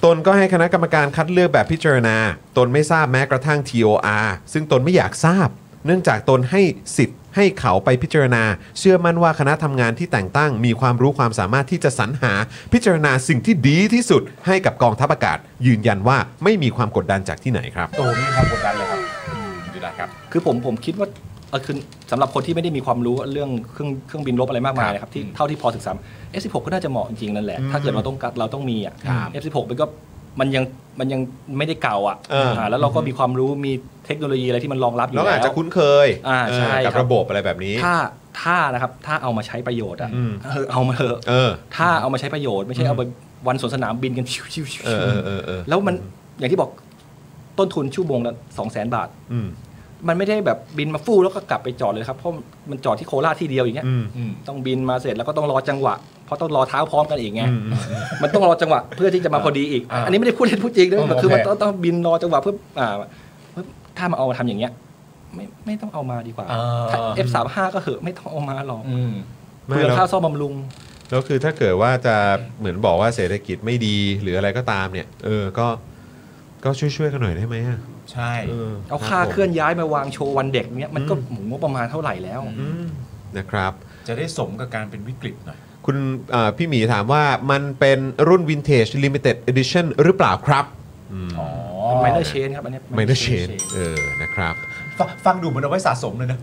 [SPEAKER 1] ตนก็ให้คณะกรรมการคัดเลือกแบบพิจารณา ตนไม่ทราบแม้กระทั่ง TOR ซึ่งตนไม่อยากทราบ เนื่องจากตนให้สิทธิ์ให้เขาไปพิจารณา เชื่อมั่นว่าคณะทำงานที่แต่งตั้ง มีความรู้ความสามารถที่จะสรรหา พิจารณาสิ่งที่ดีที่สุด ให้กับกองทัพอากาศ ยืนยันว่าไม่มีความกดดันจากที่ไหนครับ
[SPEAKER 2] โอ้มีความกดดันเลยครับอืมดูได้ครับ
[SPEAKER 5] คือผมผมคิดว่าเออคือสำหรับคนที่ไม่ได้มีความรู้เรื่องเครื่องเครื่องบินรบอะไรมากมายนะครับที่เท่าที่พอศึกษา F16 ก็น่าจะเหมาะจริงๆนั่นแหละ ถ้าเกิดเราต้องการเราต้องมีอ่ะ
[SPEAKER 1] ครับ
[SPEAKER 5] F16 มันก็มันยังมันยังไม่ได้เก่าอ่ะ
[SPEAKER 1] เอออ่
[SPEAKER 5] าแล้วเราก็มีความรู้มีเทคโนโลยีอะไรที่มันรองรับอยู่
[SPEAKER 1] แล้ว
[SPEAKER 5] แล้
[SPEAKER 1] อาจจะ
[SPEAKER 5] ว
[SPEAKER 1] คุ้นเคย
[SPEAKER 5] อ่าใช่
[SPEAKER 1] เออกับ
[SPEAKER 5] ครับ
[SPEAKER 1] ระบบอะไรแบบนี้
[SPEAKER 5] ถ้าถ้านะครับถ้าเอามาใช้ประโยชน์อ่ะ
[SPEAKER 1] อืม
[SPEAKER 5] เออเอามาเถอะ
[SPEAKER 1] เออ
[SPEAKER 5] ถ้าเอามาใช้ประโยชน์ไม่ใช่เอาไปวันสวนสนามบินกันชิวชิวชิว
[SPEAKER 1] เออเออเออเออ
[SPEAKER 5] แล้วมันอย่างที่บอกต้นทุนชั่วโมงละสองแสนบาท
[SPEAKER 1] อืม
[SPEAKER 5] มันไม่ได้แบบบินมาฟู่แล้วก็กลับไปจอดเลยครับเพราะมันจอดที่โคราชที่เดียวอย่างเงี้ย
[SPEAKER 1] อืม
[SPEAKER 2] อืม
[SPEAKER 5] ต้องบินมาเสร็จแล้วก็ต้องรอจังหวะ เพราะต้องรอเท้าพร้อมกันอีกไง
[SPEAKER 1] อืมอืม
[SPEAKER 5] มันต้องรอจังหวะเพื่อที่จะมาพอดีอีก
[SPEAKER 2] อ่า
[SPEAKER 5] อันนี้ไม่ได้พูดเล่นพูดจริงด้วย
[SPEAKER 2] อ๋อ
[SPEAKER 5] มันคือ
[SPEAKER 2] โอเค
[SPEAKER 5] มันต้องต้องบินรอจังหวะเพื่ออ่าเพื่อถ้ามาเอามาทำอย่างเงี้ย ไม่ไม่ต้องเอามาดีกว่าถ้า F35 ก็เหอะไม่ต้องเอามาหรอก
[SPEAKER 2] อืม
[SPEAKER 5] เพื่อค่าซ่อมบำรุง
[SPEAKER 1] แล้วคือถ้าเกิดว่าจะเหมือนบอกว่าเศรษฐกิจไม่ดีหรืออะไรก็ตามเนี่ย เออก็ก็ช่วยๆกันหน่อยได้ไหมอะ
[SPEAKER 2] ใช่
[SPEAKER 1] เออ
[SPEAKER 5] เอาค่า
[SPEAKER 1] รับผม
[SPEAKER 5] เคลื่อนย้ายมาวางโชว์วันเด็กเนี้ยมันก็หมูงบประมาณเท่าไหร่แล้ว
[SPEAKER 2] อืม
[SPEAKER 1] อืมนะครับ
[SPEAKER 2] จะได้สมกับการเป็นวิกฤตหน่อย
[SPEAKER 1] คุณเอ่อพี่หมีถามว่ามันเป็นรุ่นวินเทจ Limited Edition หรือเปล่าครับ
[SPEAKER 2] อ๋อ
[SPEAKER 5] ไมเนอร์เชนครับอันเนี้ย
[SPEAKER 1] ไม่
[SPEAKER 5] minor
[SPEAKER 1] ได้เชน
[SPEAKER 5] chain
[SPEAKER 1] เออนะครับ
[SPEAKER 2] ฟฟังดูเหมือนเอาไว้สะสมเลยนะ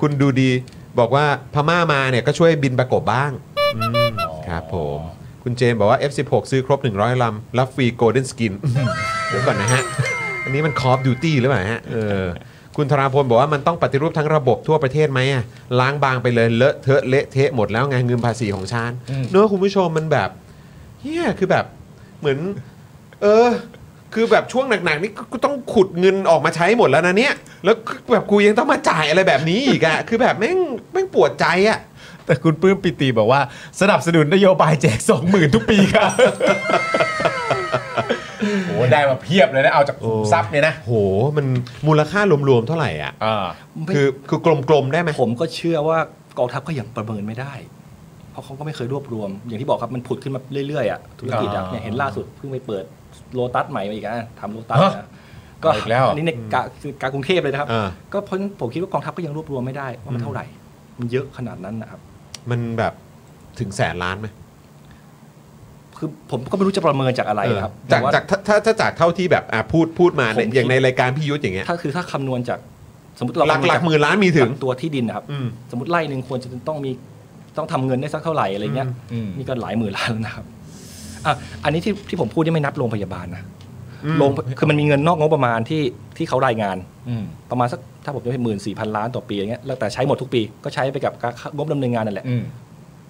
[SPEAKER 1] คุณดูดีบอกว่าพม่ามาเนี่ยก็ช่วยบินประกบบ้างอืมครับผม คุณเจมส์บอกว่า F16 ซื้อครบ 100 ลำ รับฟรีโกลเด้นสกิน [LAUGHS] เดี๋ยวก่อนนะฮะ อันนี้มันคอฟดิวตี้หรือเปล่าฮะเออคุณธราพลบอกว่ามันต้องปฏิรูปทั้งระบบทั่วประเทศไหมอะล้างบางไปเลย เลอะเทอะเละเทะหมดแล้วไงเงินภาษีของชาญ
[SPEAKER 2] อืม
[SPEAKER 1] เนอะคุณผู้ชมมันแบบเฮียคือแบบเหมือน เออ คือแบบช่วงหนักๆนี่กูต้องขุดเงินออกมาใช้หมดแล้วนะเนี่ย แล้วแบบกูยังต้องมาจ่ายอะไรแบบนี้อีกอะ [LAUGHS] คือแบบแม่งแม่งปวดใจอะ
[SPEAKER 2] แต่คุณปลื้มปิติบอกว่า สนับสนุนนโยบายแจกสองหมื่นทุกปีครับ โอ้ได้มาเพียบเลยนะ เอาจากขุมทรัพย์เนี่ยนะ
[SPEAKER 1] โห มันมูลค่ารวมๆเท่าไหร่อ่ะ
[SPEAKER 2] อ่า
[SPEAKER 5] ไม่
[SPEAKER 1] คือคือกลมๆได้ไหม
[SPEAKER 5] ผมก็เชื่อว่ากองทัพก็ยังประเมินไม่ได้ เพราะเขาก็ไม่เคยรวบรวม อย่างที่บอกครับมันผุดขึ้นมาเรื่อยๆอ่ะธุรกิจอ่ะ
[SPEAKER 2] อ่า
[SPEAKER 5] เนี่ยเห็นล่าสุดเพิ่งไปเปิดโลตัสใหม่มาอีกอ่ะทำโลตัส
[SPEAKER 2] ฮะ
[SPEAKER 5] นะก็
[SPEAKER 2] เอาอีกแล้ว
[SPEAKER 5] อันนี้ในกะคือกากรุงเทพเลยนะครับ
[SPEAKER 1] อ่า
[SPEAKER 5] ก็เพราะฉะนั้นผมคิดว่ากองทัพก็ยังรวบรวมไม่ได้ว่ามันเท่าไหร่ มันเยอะขนาดนั้นนะครับ
[SPEAKER 1] มันแบบถึงแสนล้านไหม
[SPEAKER 5] คือผมก็ไม่รู้จะประเมินจากอะไรนะครับ
[SPEAKER 1] เออจาก
[SPEAKER 5] แต่ว่
[SPEAKER 1] จากถ้าถ้าถ้าจากเท่าที่แบบอ่ะพูดพูดมา
[SPEAKER 5] ผม
[SPEAKER 1] ใน
[SPEAKER 5] คิด
[SPEAKER 1] อย่างในรายการพี่ยุทธอย่างเงี้ย
[SPEAKER 5] ถ้าคือถ้าคำนวณจาก สมมติเรา
[SPEAKER 1] หลักหลักหมื่นล้านมีถึง
[SPEAKER 5] ตัวที่ดินนะครับ
[SPEAKER 1] อืม
[SPEAKER 5] สมมติไร่หนึ่งควรจะต้องมีต้องทำเงินได้สักเท่าไหร่อะไรเงี้ย
[SPEAKER 2] อืม
[SPEAKER 5] นี่ก็หลายหมื่นล้านแล้วนะครับอ่ะอันนี้ที่ที่ผมพูดนี่ไม่นับโรงพยาบาลนะโรงคือมันมีเงินนอกงบประมาณที่ที่เขารายงาน
[SPEAKER 2] อืม
[SPEAKER 5] ประมาณสักถ้าผมจะไม่หมื่นสี่พันล้านต่อปีอย่างเงี้ยแล้วแต่ใช้หมดทุกปีก็ใช้ไปกับการงบดำเนินงานนั่นแหละ
[SPEAKER 2] อืม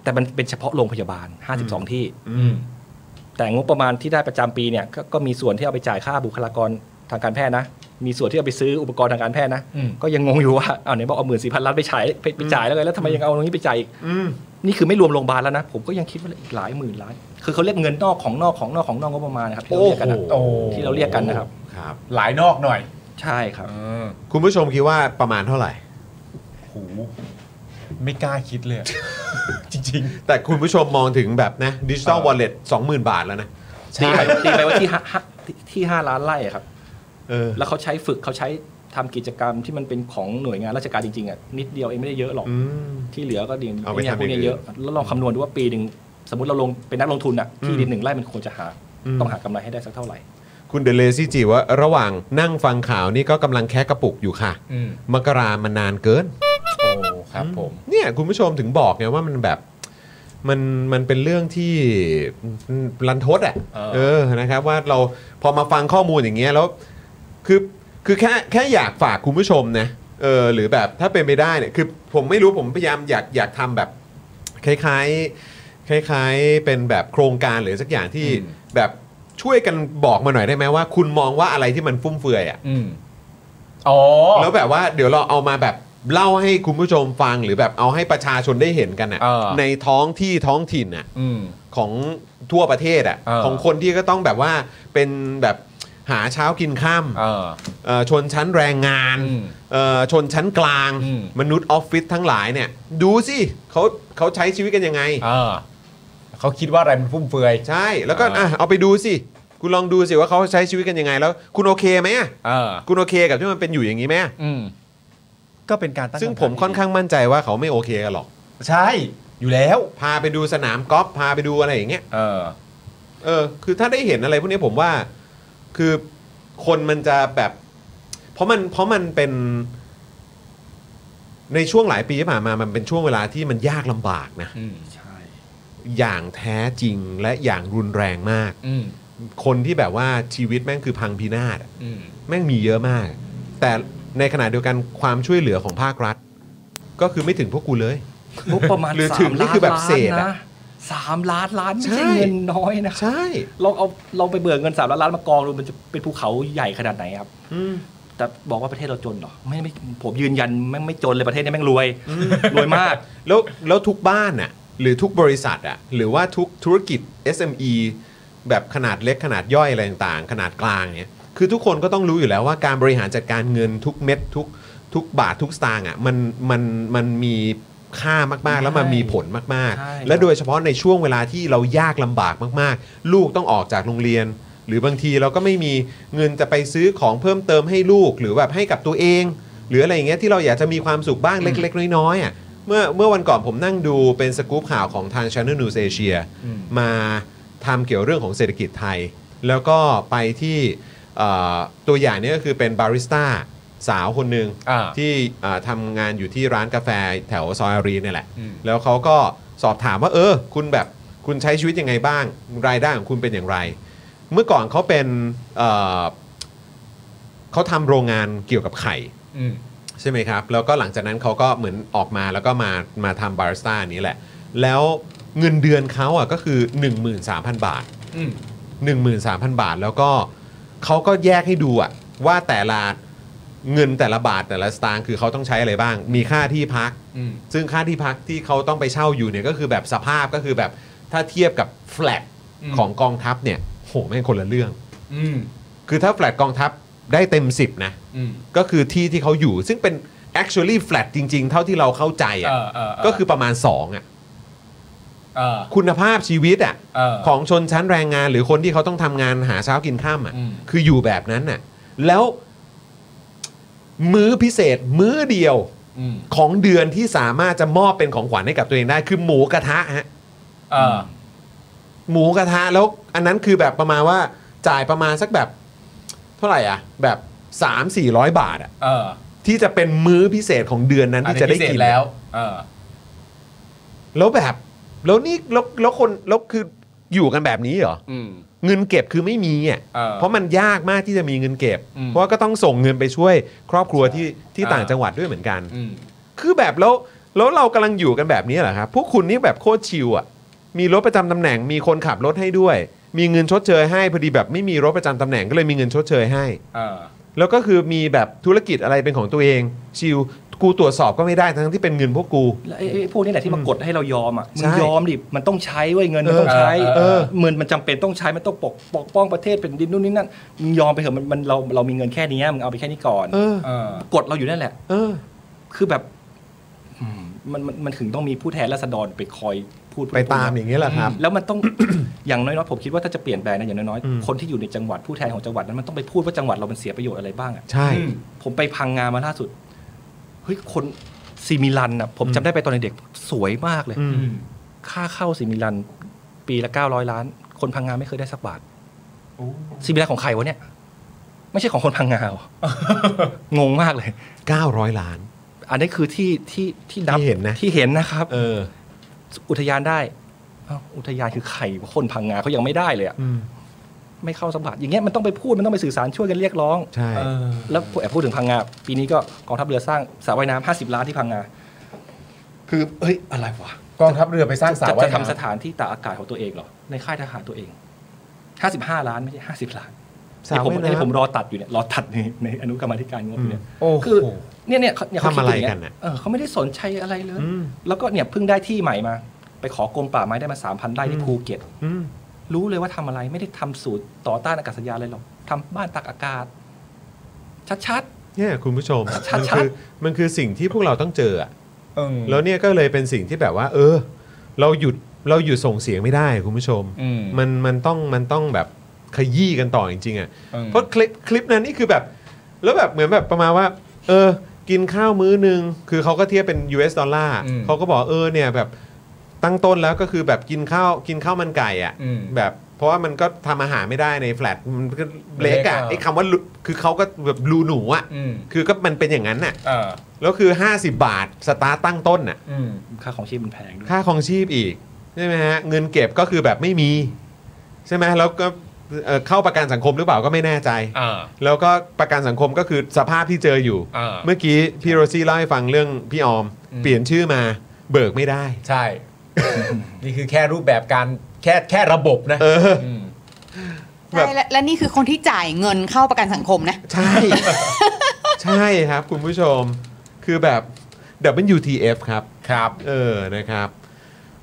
[SPEAKER 5] แต่มันเป็นเฉพาะโรงพยาบาล 52 ที่
[SPEAKER 2] อืม
[SPEAKER 5] แต่งบประมาณที่ได้ประจำปีเนี่ยกก็มีส่วนที่เอาไปจ่ายค่าบุคลากรทางการแพทย์นะ มีส่วนที่เอาไปซื้ออุปกรณ์ทางการแพทย์นะ
[SPEAKER 2] อืม
[SPEAKER 5] ก็ยังงงอยู่ว่าเอาวไหนบอกเอาหมื่นสี่พันล้านไปใช้ไปไปจ่ายแล้วไงแล้วทำไมยังเอาตรงนี้ไปจ่ายอีก
[SPEAKER 1] อืม
[SPEAKER 5] นี่คือไม่รวมโรงพยาบาลแล้วนะ ผมก็ยังคิดว่าอีกหลายหมื่นล้าน คือเขาเรียกเงินนอกของนอกของนอกของนอกงบประมาณนะครับที่เราเรียกกันนะ
[SPEAKER 1] โอ้โห
[SPEAKER 5] ที่เราเรียกกันนะครับ
[SPEAKER 1] ครับ
[SPEAKER 2] หลายนอกหน่อย
[SPEAKER 5] ใช่ครับ
[SPEAKER 2] อ
[SPEAKER 1] คุณผู้ชมคิดว่าประมาณเท่าไหร่
[SPEAKER 2] โหไม่กล้าคิดเลยอะ จริง
[SPEAKER 1] แต่คุณผู้ชมมองถึงแบบนะดิจิตอล
[SPEAKER 2] เออ
[SPEAKER 1] วอลเล็ตสองหมื่นบาทแล้วนะ
[SPEAKER 5] ตีไปตีไปว่าที่ห้าห้าที่ที่ห้าล้านไร่อะครับ
[SPEAKER 1] เออ
[SPEAKER 5] แล้วเขาใช้ฝึกเขาใช้ทำกิจกรรมที่มันเป็นของหน่วยงานราชการจริงๆอ่ะนิดเดียวเองไม่ได้เยอะหรอก
[SPEAKER 1] อืม
[SPEAKER 5] ที่เหลือก็ดิน
[SPEAKER 1] เอาไป
[SPEAKER 5] เนี่ย
[SPEAKER 1] ทำ
[SPEAKER 5] พวกเนี้ย
[SPEAKER 1] อย่างอื่น
[SPEAKER 5] เยอะ แล้วลองคำนวณดูว่าปีหนึ่งสมมติเราลงเป็นนักลงทุนอ่ะที่ดินหนึ่งไร่มันควรจะหา
[SPEAKER 1] อืม
[SPEAKER 5] ต้องหากำไรให้ได้สักเท่าไหร่
[SPEAKER 1] คุณเดลเลซี่จีว่าระหว่างนั่งฟังข่าวนี่ก็กำลังแคะกระปุกอยู่ค่ะ
[SPEAKER 2] ๆ อืม
[SPEAKER 1] มกรามันนานเกิน
[SPEAKER 2] โอ้ครับผม
[SPEAKER 1] เนี่ยคุณผู้ชมถึงบอกไงว่ามันแบบมันมันเป็นเรื่องที่รันทดอ่ะ
[SPEAKER 2] เออ
[SPEAKER 1] นะครับว่าเราพอมาฟังข้อมูลอย่างเงี้ยแล้วคือคือแค่แค่อยากฝากคุณผู้ชมนะเออหรือแบบถ้าเป็นไปได้เนี่ยคือผมไม่รู้ผมพยายามอยากอยากทำแบบคล้ายๆคล้ายๆเป็นแบบโครงการหรือสักอย่างที่
[SPEAKER 2] อืม
[SPEAKER 1] แบบช่วยกันบอกมาหน่อยได้ไหมว่า คุณมองว่าอะไรที่มันฟุ่มเฟือยอ่ะ
[SPEAKER 2] อืม อ๋อ
[SPEAKER 1] [LAUGHS] แล้วแบบว่าเดี๋ยวเราเอามาแบบเล่าให้คุณผู้ชมฟังหรือแบบเอาให้ประชาชนได้เห็นกัน
[SPEAKER 2] เออ
[SPEAKER 1] อะ่ะในท้องที่ท้องถิ่นอ่ะ
[SPEAKER 2] อืม
[SPEAKER 1] ของทั่วประเทศอ่ะ
[SPEAKER 2] เออ
[SPEAKER 1] ของคนที่ก็ต้องแบบว่าเป็นแบบหาเช้ากินข้าม
[SPEAKER 2] เออ
[SPEAKER 1] ชนชั้นแรงงาน
[SPEAKER 2] อืม
[SPEAKER 1] เอ่อชนชั้นกลาง
[SPEAKER 2] อืม
[SPEAKER 1] มนุษย์ออฟฟิศทั้งหลายเนี่ย ดูสิเขาเขาใช้ชีวิตกันยังไง
[SPEAKER 2] เออเขาคิดว่าอะไรมันฟุ่มเฟือย
[SPEAKER 1] ใช่แล้วก็
[SPEAKER 2] อ่า
[SPEAKER 1] อ่ะเอาไปดูสิ คุณลองดูสิว่าเขาใช้ชีวิตกันยังไง แล้วคุณโอเคไหมอะ
[SPEAKER 2] เออ
[SPEAKER 1] คุณโอเคกับที่มันเป็นอยู่อย่างนี้ไหมอะ
[SPEAKER 2] อืม ก็เป็นการตั้ง
[SPEAKER 1] ซึ่งผมค่อนข้างมั่นใจว่าเขาไม่โอเคกันหรอก
[SPEAKER 2] ใช่ อยู่แล้ว
[SPEAKER 1] พาไปดูสนามกอล์ฟพาไปดูอะไรอย่างเงี้ย
[SPEAKER 2] เออ
[SPEAKER 1] เออคือถ้าได้เห็นอะไรพวกนี้ผมว่าคือคนมันจะแบบ เพราะมันเพราะมันเป็น ในช่วงหลายปีที่ผ่านมามันเป็นช่วงเวลาที่มันยากลำบากนะ
[SPEAKER 2] อืม
[SPEAKER 5] ใช่
[SPEAKER 1] อย่างแท้จริงและอย่างรุนแรงมาก
[SPEAKER 2] อืม
[SPEAKER 1] คนที่แบบว่าชีวิตแม่งคือพังพินาศอะ
[SPEAKER 2] อืม
[SPEAKER 1] แม่งมีเยอะมาก แต่ในขณะเดียวกันความช่วยเหลือของภาครัฐ ก็คือไม่ถึงพวกกูเลย
[SPEAKER 5] งบประมาณ
[SPEAKER 1] หรือ
[SPEAKER 5] สา
[SPEAKER 1] ถึง
[SPEAKER 5] ม
[SPEAKER 1] นี่
[SPEAKER 5] ล้าน
[SPEAKER 1] คือแบบ
[SPEAKER 5] ล้าน
[SPEAKER 1] เศษอะ
[SPEAKER 5] นะสามล้านล้านไม่
[SPEAKER 1] ใช่
[SPEAKER 5] ใช่เงินน้อยนะ
[SPEAKER 1] ใช่
[SPEAKER 5] เราเอาเราไปเบิกเงินสามล้านล้านมากองดูมันจะเป็นภูเขาใหญ่ขนาดไหนครับ
[SPEAKER 1] อืม
[SPEAKER 5] แต่บอกว่าประเทศเราจนเหรอไม่ไม่ผมยืนยันแม่งไม่จนเลยประเทศเนี้แม่งรวยรวยมาก
[SPEAKER 1] แล้วแล้วทุกบ้านน่ะหรือทุกบริษัทอ่ะหรือว่าทุกธุรกิจ SME แบบขนาดเล็กขนาดย่อยอะไรต่างๆ ขนาดกลางเนี่ยคือทุกคนก็ต้องรู้อยู่แล้วว่าการบริหารจัดการเงินทุกเม็ดทุกทุกบาททุกสตางค์อ่ะมันมันมันมีค่ามากๆ แล้วมันมีผลมาก
[SPEAKER 5] ใช่
[SPEAKER 1] ๆ และโดยเฉพาะในช่วงเวลาที่เรายากลำบากมากๆ ลูกต้องออกจากโรงเรียน หรือบางทีเราก็ไม่มีเงินจะไปซื้อของเพิ่มเติมให้ลูกหรือแบบให้กับตัวเอง หรืออะไรอย่างเงี้ยที่เราอยากจะมีความสุขบ้างเล็ก ๆ น้อยๆอ่ะเมื่อเมื่อวันก่อนผมนั่งดูเป็นสกู๊ปข่าวของทาง Channel News Asia
[SPEAKER 2] อืม
[SPEAKER 1] มาทำเกี่ยวเรื่องของเศรษฐกิจไทย แล้วก็ไปที่เอ่อตัวอย่างเนี้ก็คือเป็นบาริสต้าสาวคนหนึ่ง
[SPEAKER 2] อ่า
[SPEAKER 1] ที่เอ่อทำงานอยู่ที่ร้านกาแฟแถวซอยอารีเนี่ยแหละ
[SPEAKER 2] อืม
[SPEAKER 1] แล้วเขาก็สอบถามว่าเออ คุณแบบคุณใช้ชีวิตยังไงบ้าง รายได้ของคุณเป็นอย่างไร เมื่อก่อนเขาเป็นเอ่อเขาทำโรงงานเกี่ยวกับไข่
[SPEAKER 2] อืม
[SPEAKER 1] ใช่ไหมครับ แล้วก็หลังจากนั้นเขาก็เหมือนออกมาแล้วก็มามาทำบาริสต้านี้แหละ แล้วเงินเดือนเขาอ่ะก็คือ 13,000 บาท
[SPEAKER 2] อืม
[SPEAKER 1] 13,000 บาท แล้วก็เขาก็แยกให้ดูอ่ะว่าแต่ละเงินแต่ละบาทแต่ละสตางค์คือเขาต้องใช้อะไรบ้าง มีค่าที่พัก
[SPEAKER 2] อืม
[SPEAKER 1] ซึ่งค่าที่พักที่เขาต้องไปเช่าอยู่เนี่ยก็คือแบบสภาพก็คือแบบถ้าเทียบกับแฟลต
[SPEAKER 2] อืม
[SPEAKER 1] ของกองทัพเนี่ยโหแม่งคนละเรื่อง
[SPEAKER 2] อืม
[SPEAKER 1] คือถ้าแฟลตกองทัพได้เต็ม 10 นะ
[SPEAKER 2] อืม
[SPEAKER 1] ก็คือที่ที่เขาอยู่ ซึ่งเป็น actually flat จริง ๆ เท่าที่เราเข้าใจ
[SPEAKER 2] เอ
[SPEAKER 1] อ่ะ
[SPEAKER 2] อเออเ
[SPEAKER 1] ก็คือประมาณ 2 อ่ะ
[SPEAKER 2] เออ
[SPEAKER 1] คุณภาพชีวิตอ่ะ
[SPEAKER 2] เออ
[SPEAKER 1] ของชนชั้นแรงงานหรือคนที่เขาต้องทำงานหาเช้ากินข้ามอ่ะ
[SPEAKER 2] อืม
[SPEAKER 1] คืออยู่แบบนั้นน่ะ แล้วมื้อพิเศษมื้อเดียว
[SPEAKER 2] อืม
[SPEAKER 1] ของเดือนที่สามารถจะมอบเป็นของขวัญให้กับตัวเองได้คือหมูกระทะฮะ
[SPEAKER 2] เออ
[SPEAKER 1] หมูกระทะแล้วอันนั้นคือแบบประมาณว่าจ่ายประมาณสักแบบ เท่าไหร่อ่ะ แบบ 3 4 0 0 บาทอ่ะ
[SPEAKER 2] เออ
[SPEAKER 1] ที่จะเป็นมื้อพิเศษของเดือนนั้น
[SPEAKER 2] อัน
[SPEAKER 1] ที่
[SPEAKER 2] นี้
[SPEAKER 1] จะได้
[SPEAKER 2] พิเศษ
[SPEAKER 1] กิน
[SPEAKER 2] แล้วเออ
[SPEAKER 1] แล้วแบบแล้วนี่แล้วแล้วคนแล้วคืออยู่กันแบบนี้เหรอ
[SPEAKER 2] อืม
[SPEAKER 1] เงินเก็บคือไม่มีอ่ะ
[SPEAKER 2] เออ
[SPEAKER 1] เพราะมันยากมากที่จะมีเงินเก็บ
[SPEAKER 2] อืม
[SPEAKER 1] เพราะว่าก็ต้องส่งเงินไปช่วยครอบครัวที่ที่
[SPEAKER 2] อ่า
[SPEAKER 1] ต่างจังหวัดด้วยเหมือนกัน
[SPEAKER 2] อืม
[SPEAKER 1] คือแบบแล้วแล้วเรากำลังอยู่กันแบบนี้เหรอครับ พวกคุณนี่แบบโคตรชิลอ่ะ มีรถประจำตำแหน่งมีคนขับรถให้ด้วย มีเงินชดเชยให้พอดีแบบไม่มีรถประจำตำแหน่งก็เลยมีเงินชดเชยให้
[SPEAKER 2] เออ
[SPEAKER 1] แล้วก็คือมีแบบธุรกิจอะไรเป็นของตัวเองชิลกูตรวจสอบก็ไม่ได้ทั้งที่เป็นเงินพวกกู
[SPEAKER 5] แล้วไอ้ไอ้พวกนี้แหละที่มากดให้เรายอมอ่ะมึ
[SPEAKER 1] ใช่
[SPEAKER 5] งยอมดิมันต้องใช้เว้ยเงินมันต้องใช้
[SPEAKER 2] เออเออ
[SPEAKER 5] เงินมันจำเป็นต้องใช้มันต้องปกปกป้องประเทศเป็นดินนู่นนี่นั่นมึงยอมไปเถอะมันมันเราเรามีเงินแค่นี้มึงเอาไปแค่นี้ก่อน
[SPEAKER 1] เออ
[SPEAKER 2] เออ
[SPEAKER 5] กดเราอยู่นั่นแหละ
[SPEAKER 1] เออ
[SPEAKER 5] คือแบบอืมมันมันมันถึงต้องมีผู้แทนราษฎรไปคอยพูด
[SPEAKER 1] ไปตาม
[SPEAKER 5] พูด
[SPEAKER 1] อย่างนี้แหละครับ
[SPEAKER 5] แล้วมันต้อง [COUGHS] อย่างน้อยๆผมคิดว่าถ้าจะเปลี่ยนแปลงนะอย่างน้อย
[SPEAKER 1] อืม
[SPEAKER 5] ๆคนที่อยู่ในจังหวัดผู้แทนของจังหวัดนั้นมันต้องไปพูดว่าจังหวัดเรามันเสียประโยชน์อะไรบ้างอะ
[SPEAKER 1] ใช่
[SPEAKER 2] อืม
[SPEAKER 5] ผมไปพังงามาล่าสุด เฮ้ย คนซีมิลันอ่ะ ผมจำได้ไปตอนเด็กๆสวยมากเลย
[SPEAKER 1] อืม
[SPEAKER 2] อืม
[SPEAKER 5] ค่าเข้าซีมิลัน ปีละ 900 ล้าน คนพังงาไม่เคยได้สักบาท
[SPEAKER 2] โอ้
[SPEAKER 5] ซีมิลันของใครวะเนี่ย ไม่ใช่ของคนพังงา [LAUGHS] เหรอ งงมากเลย
[SPEAKER 1] 900 ล้าน
[SPEAKER 5] อันนี้คือที่ที่ที่นับ
[SPEAKER 1] ที่เห็นนะ
[SPEAKER 5] ที่เห็นนะครับ
[SPEAKER 1] เออ
[SPEAKER 5] อุทยานได้อ้าวอุทยานคือใครวะคนพังงาเขายังไม่ได้เลยอะ
[SPEAKER 1] อืม
[SPEAKER 5] ไม่เข้าสักบาทอย่างเงี้ยมันต้องไปพูดมันต้องไปสื่อสารช่วยกันเรียกร้อง
[SPEAKER 1] ใช่
[SPEAKER 2] เออ
[SPEAKER 5] แล้วแอบพูดถึงพังงาปีนี้ก็กองทัพเรือสร้างสระว่ายน้ำ 50 ล้านที่พังงา คือเอ้ย อะไรวะ
[SPEAKER 2] กองทัพเรือไปสร้างสระ
[SPEAKER 5] จะ
[SPEAKER 2] ว่า
[SPEAKER 5] จะ
[SPEAKER 2] ย
[SPEAKER 5] ทำส
[SPEAKER 2] น้ำ
[SPEAKER 5] ถานที่ตากอากาศของตัวเองเหรอ ในค่ายทหารตัวเอง 55 ล้านไม่ใช่ 50 ล้าน
[SPEAKER 1] สระ
[SPEAKER 5] นี่ผม
[SPEAKER 1] ว่ายน้ำ
[SPEAKER 5] นี่ผมรอตัดอยู่เนี่ย รอตัดในในอนุกรรมาธิการงบอยู่เนี่ย
[SPEAKER 2] โอ้โห
[SPEAKER 5] คือเนี่ยเนี่ยเขาเนี่ยเขา
[SPEAKER 1] ทำอะไร
[SPEAKER 5] คิดย่าง
[SPEAKER 1] กัน
[SPEAKER 5] เงี้
[SPEAKER 1] น่ะ
[SPEAKER 5] ยเออเขาไม่ได้สนใจอะไรเลย
[SPEAKER 1] อืม
[SPEAKER 5] แล้วก็เนี่ยเพิ่งได้ที่ใหม่มา ไปขอกรมป่าไม้ได้มา 3,000 ไร่ที่ภูเก็ต
[SPEAKER 1] อืม
[SPEAKER 5] รู้เลยว่าทำอะไรไม่ได้ทำสูตรต่อต้านอากาศยานเลยหรอกทำบ้านตากอากาศ ชัด
[SPEAKER 1] เนี่ยคุณผู้ชม
[SPEAKER 5] ชั
[SPEAKER 1] มั
[SPEAKER 5] ดๆ
[SPEAKER 1] คือมันคือสิ่งที่พวกเราต้องเจออะ
[SPEAKER 2] เออ
[SPEAKER 1] แล้วเนี่ยก็เลยเป็นสิ่งที่แบบว่า เออ เราหยุดเราหยุดส่งเสียงไม่ได้คุณผู้ชม
[SPEAKER 2] อืม
[SPEAKER 1] มันมันต้องมันต้องแบบขยี้กันต่อจริงๆอ่ะ
[SPEAKER 2] ออ
[SPEAKER 1] เพราะคลิปคลิปนั้นนี่คือแบบ แล้วแบบเหมือนแบบประมาณว่า เออ กินข้าวมื้อหนึ่งคือเขาก็เทียบเป็น US ดอลลาร์
[SPEAKER 2] อืม
[SPEAKER 1] เขาก็บอกเออเนี่ยแบบตั้งต้นแล้วก็คือแบบกินข้าวกินข้าวมันไก่อะ่ะ
[SPEAKER 2] อืม
[SPEAKER 1] แบบเพราะว่ามันก็ทำอาหารไม่ได้ในแฟลตมันก็เล็ก
[SPEAKER 2] เล็ก
[SPEAKER 1] อะ่ะ
[SPEAKER 2] อะ
[SPEAKER 1] ไอ้คำว่าลุคือเขาก็แบบรูหนูอะ่ะ
[SPEAKER 2] อืม
[SPEAKER 1] คือก็มันเป็นอย่างนั้นน่ะ
[SPEAKER 2] เออ
[SPEAKER 1] แล้วคือ 50 บาทสตาร์ตตั้งต้นน่ะ
[SPEAKER 2] อืม
[SPEAKER 5] ๆ ค่าของชีพมันแพงด้วย
[SPEAKER 1] ค่าของชีพอีกใช่ไหมฮะเงินเก็บก็คือแบบไม่มี ใช่ไหมแล้วก็เอ่อเข้าประกันสังคมหรือเปล่าก็ไม่แน่ใจ
[SPEAKER 2] อ่า
[SPEAKER 1] แล้วก็ประกันสังคมก็คือสภาพที่เจออยู่
[SPEAKER 2] อ่า
[SPEAKER 1] เมื่อกี้พี่โรซี่เล่าให้ฟังเรื่องพี่ออม
[SPEAKER 2] อืม
[SPEAKER 1] เปลี่ยนชื่อมาเบิกไม่ได้
[SPEAKER 2] ใช่ [LAUGHS] นี่คือแค่รูปแบบการแค่แค่ระบบนะ
[SPEAKER 1] เออ
[SPEAKER 2] ม
[SPEAKER 1] แบ
[SPEAKER 3] ใช่
[SPEAKER 1] บ
[SPEAKER 3] และและนี่คือคนที่จ่ายเงินเข้าประกันสังคมนะ
[SPEAKER 1] ใช่ [LAUGHS] ใช่ครับคุณผู้ชมคือแบบ WTF ครับ
[SPEAKER 2] ครับ
[SPEAKER 1] เออนะครับ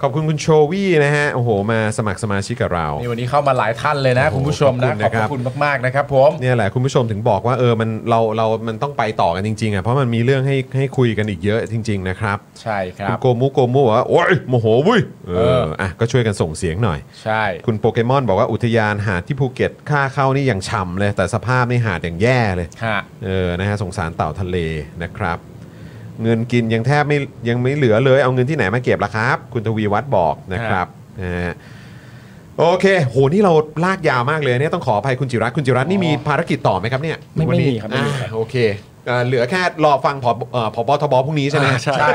[SPEAKER 1] ขอบคุณคุณโชวี่นะฮะ โอ้โห มาสมัครสมาชิกกับเรา
[SPEAKER 2] นี่วันนี้เข้ามาหลายท่านเลยนะ
[SPEAKER 1] โอ้โห
[SPEAKER 2] คุณผู้ชมนะ
[SPEAKER 1] ข
[SPEAKER 2] ข
[SPEAKER 1] อบบ คุณ
[SPEAKER 2] อ
[SPEAKER 1] นะครับ
[SPEAKER 2] พระคุณมาก ๆ นะครับผม
[SPEAKER 1] เนี่ยแหละคุณผู้ชมถึงบอกว่าเออมันเราเรามันต้องไปต่อกันจริงๆอ่ะเพราะมันมีเรื่องให้ให้คุยกันอีกเยอะจริง ๆ นะครับ
[SPEAKER 2] ใช่ค
[SPEAKER 1] คุณ
[SPEAKER 2] รับ
[SPEAKER 1] โกมุโกมุบอกว่าโอ้ยโมโหเวุ้ยเอ
[SPEAKER 2] เอ
[SPEAKER 1] อ
[SPEAKER 2] อ
[SPEAKER 1] อ่ะก็ช่วยกันส่งเสียงหน่อย
[SPEAKER 2] ใช่
[SPEAKER 1] คุณโปเกมอนบอกว่าอุทยานหาดที่ภูเก็ตค่าเข้านี่อย่างฉ่ำเลย แต่สภาพนี่หาดอย่างแย่เลย
[SPEAKER 2] ฮะ
[SPEAKER 1] เออนะฮะสงสารเต่าทะเลนะครับ เงินกินยังแทบไม่ยังไม่เหลือเลย เอาเงินที่ไหนมาเก็บล่ะครับ คุณทวีวัฒน์บอกนะครับนะฮะโอเค โหนี่เราลากยาวมากเลยเนี่ยต้องขออภัยคุณจิรัตน์คุณจิรัตน์นี่มีภารกิจต่อไหมครับเนี่ย
[SPEAKER 5] ไม่
[SPEAKER 1] วันนี้
[SPEAKER 5] ไม่มีครับไม่มีครับ
[SPEAKER 1] อ่าโอเคอ่าเหลือแค่รอฟังผบเอ่อผบทบพรุ่งนี้ใช่ไหม
[SPEAKER 5] อ่าใช่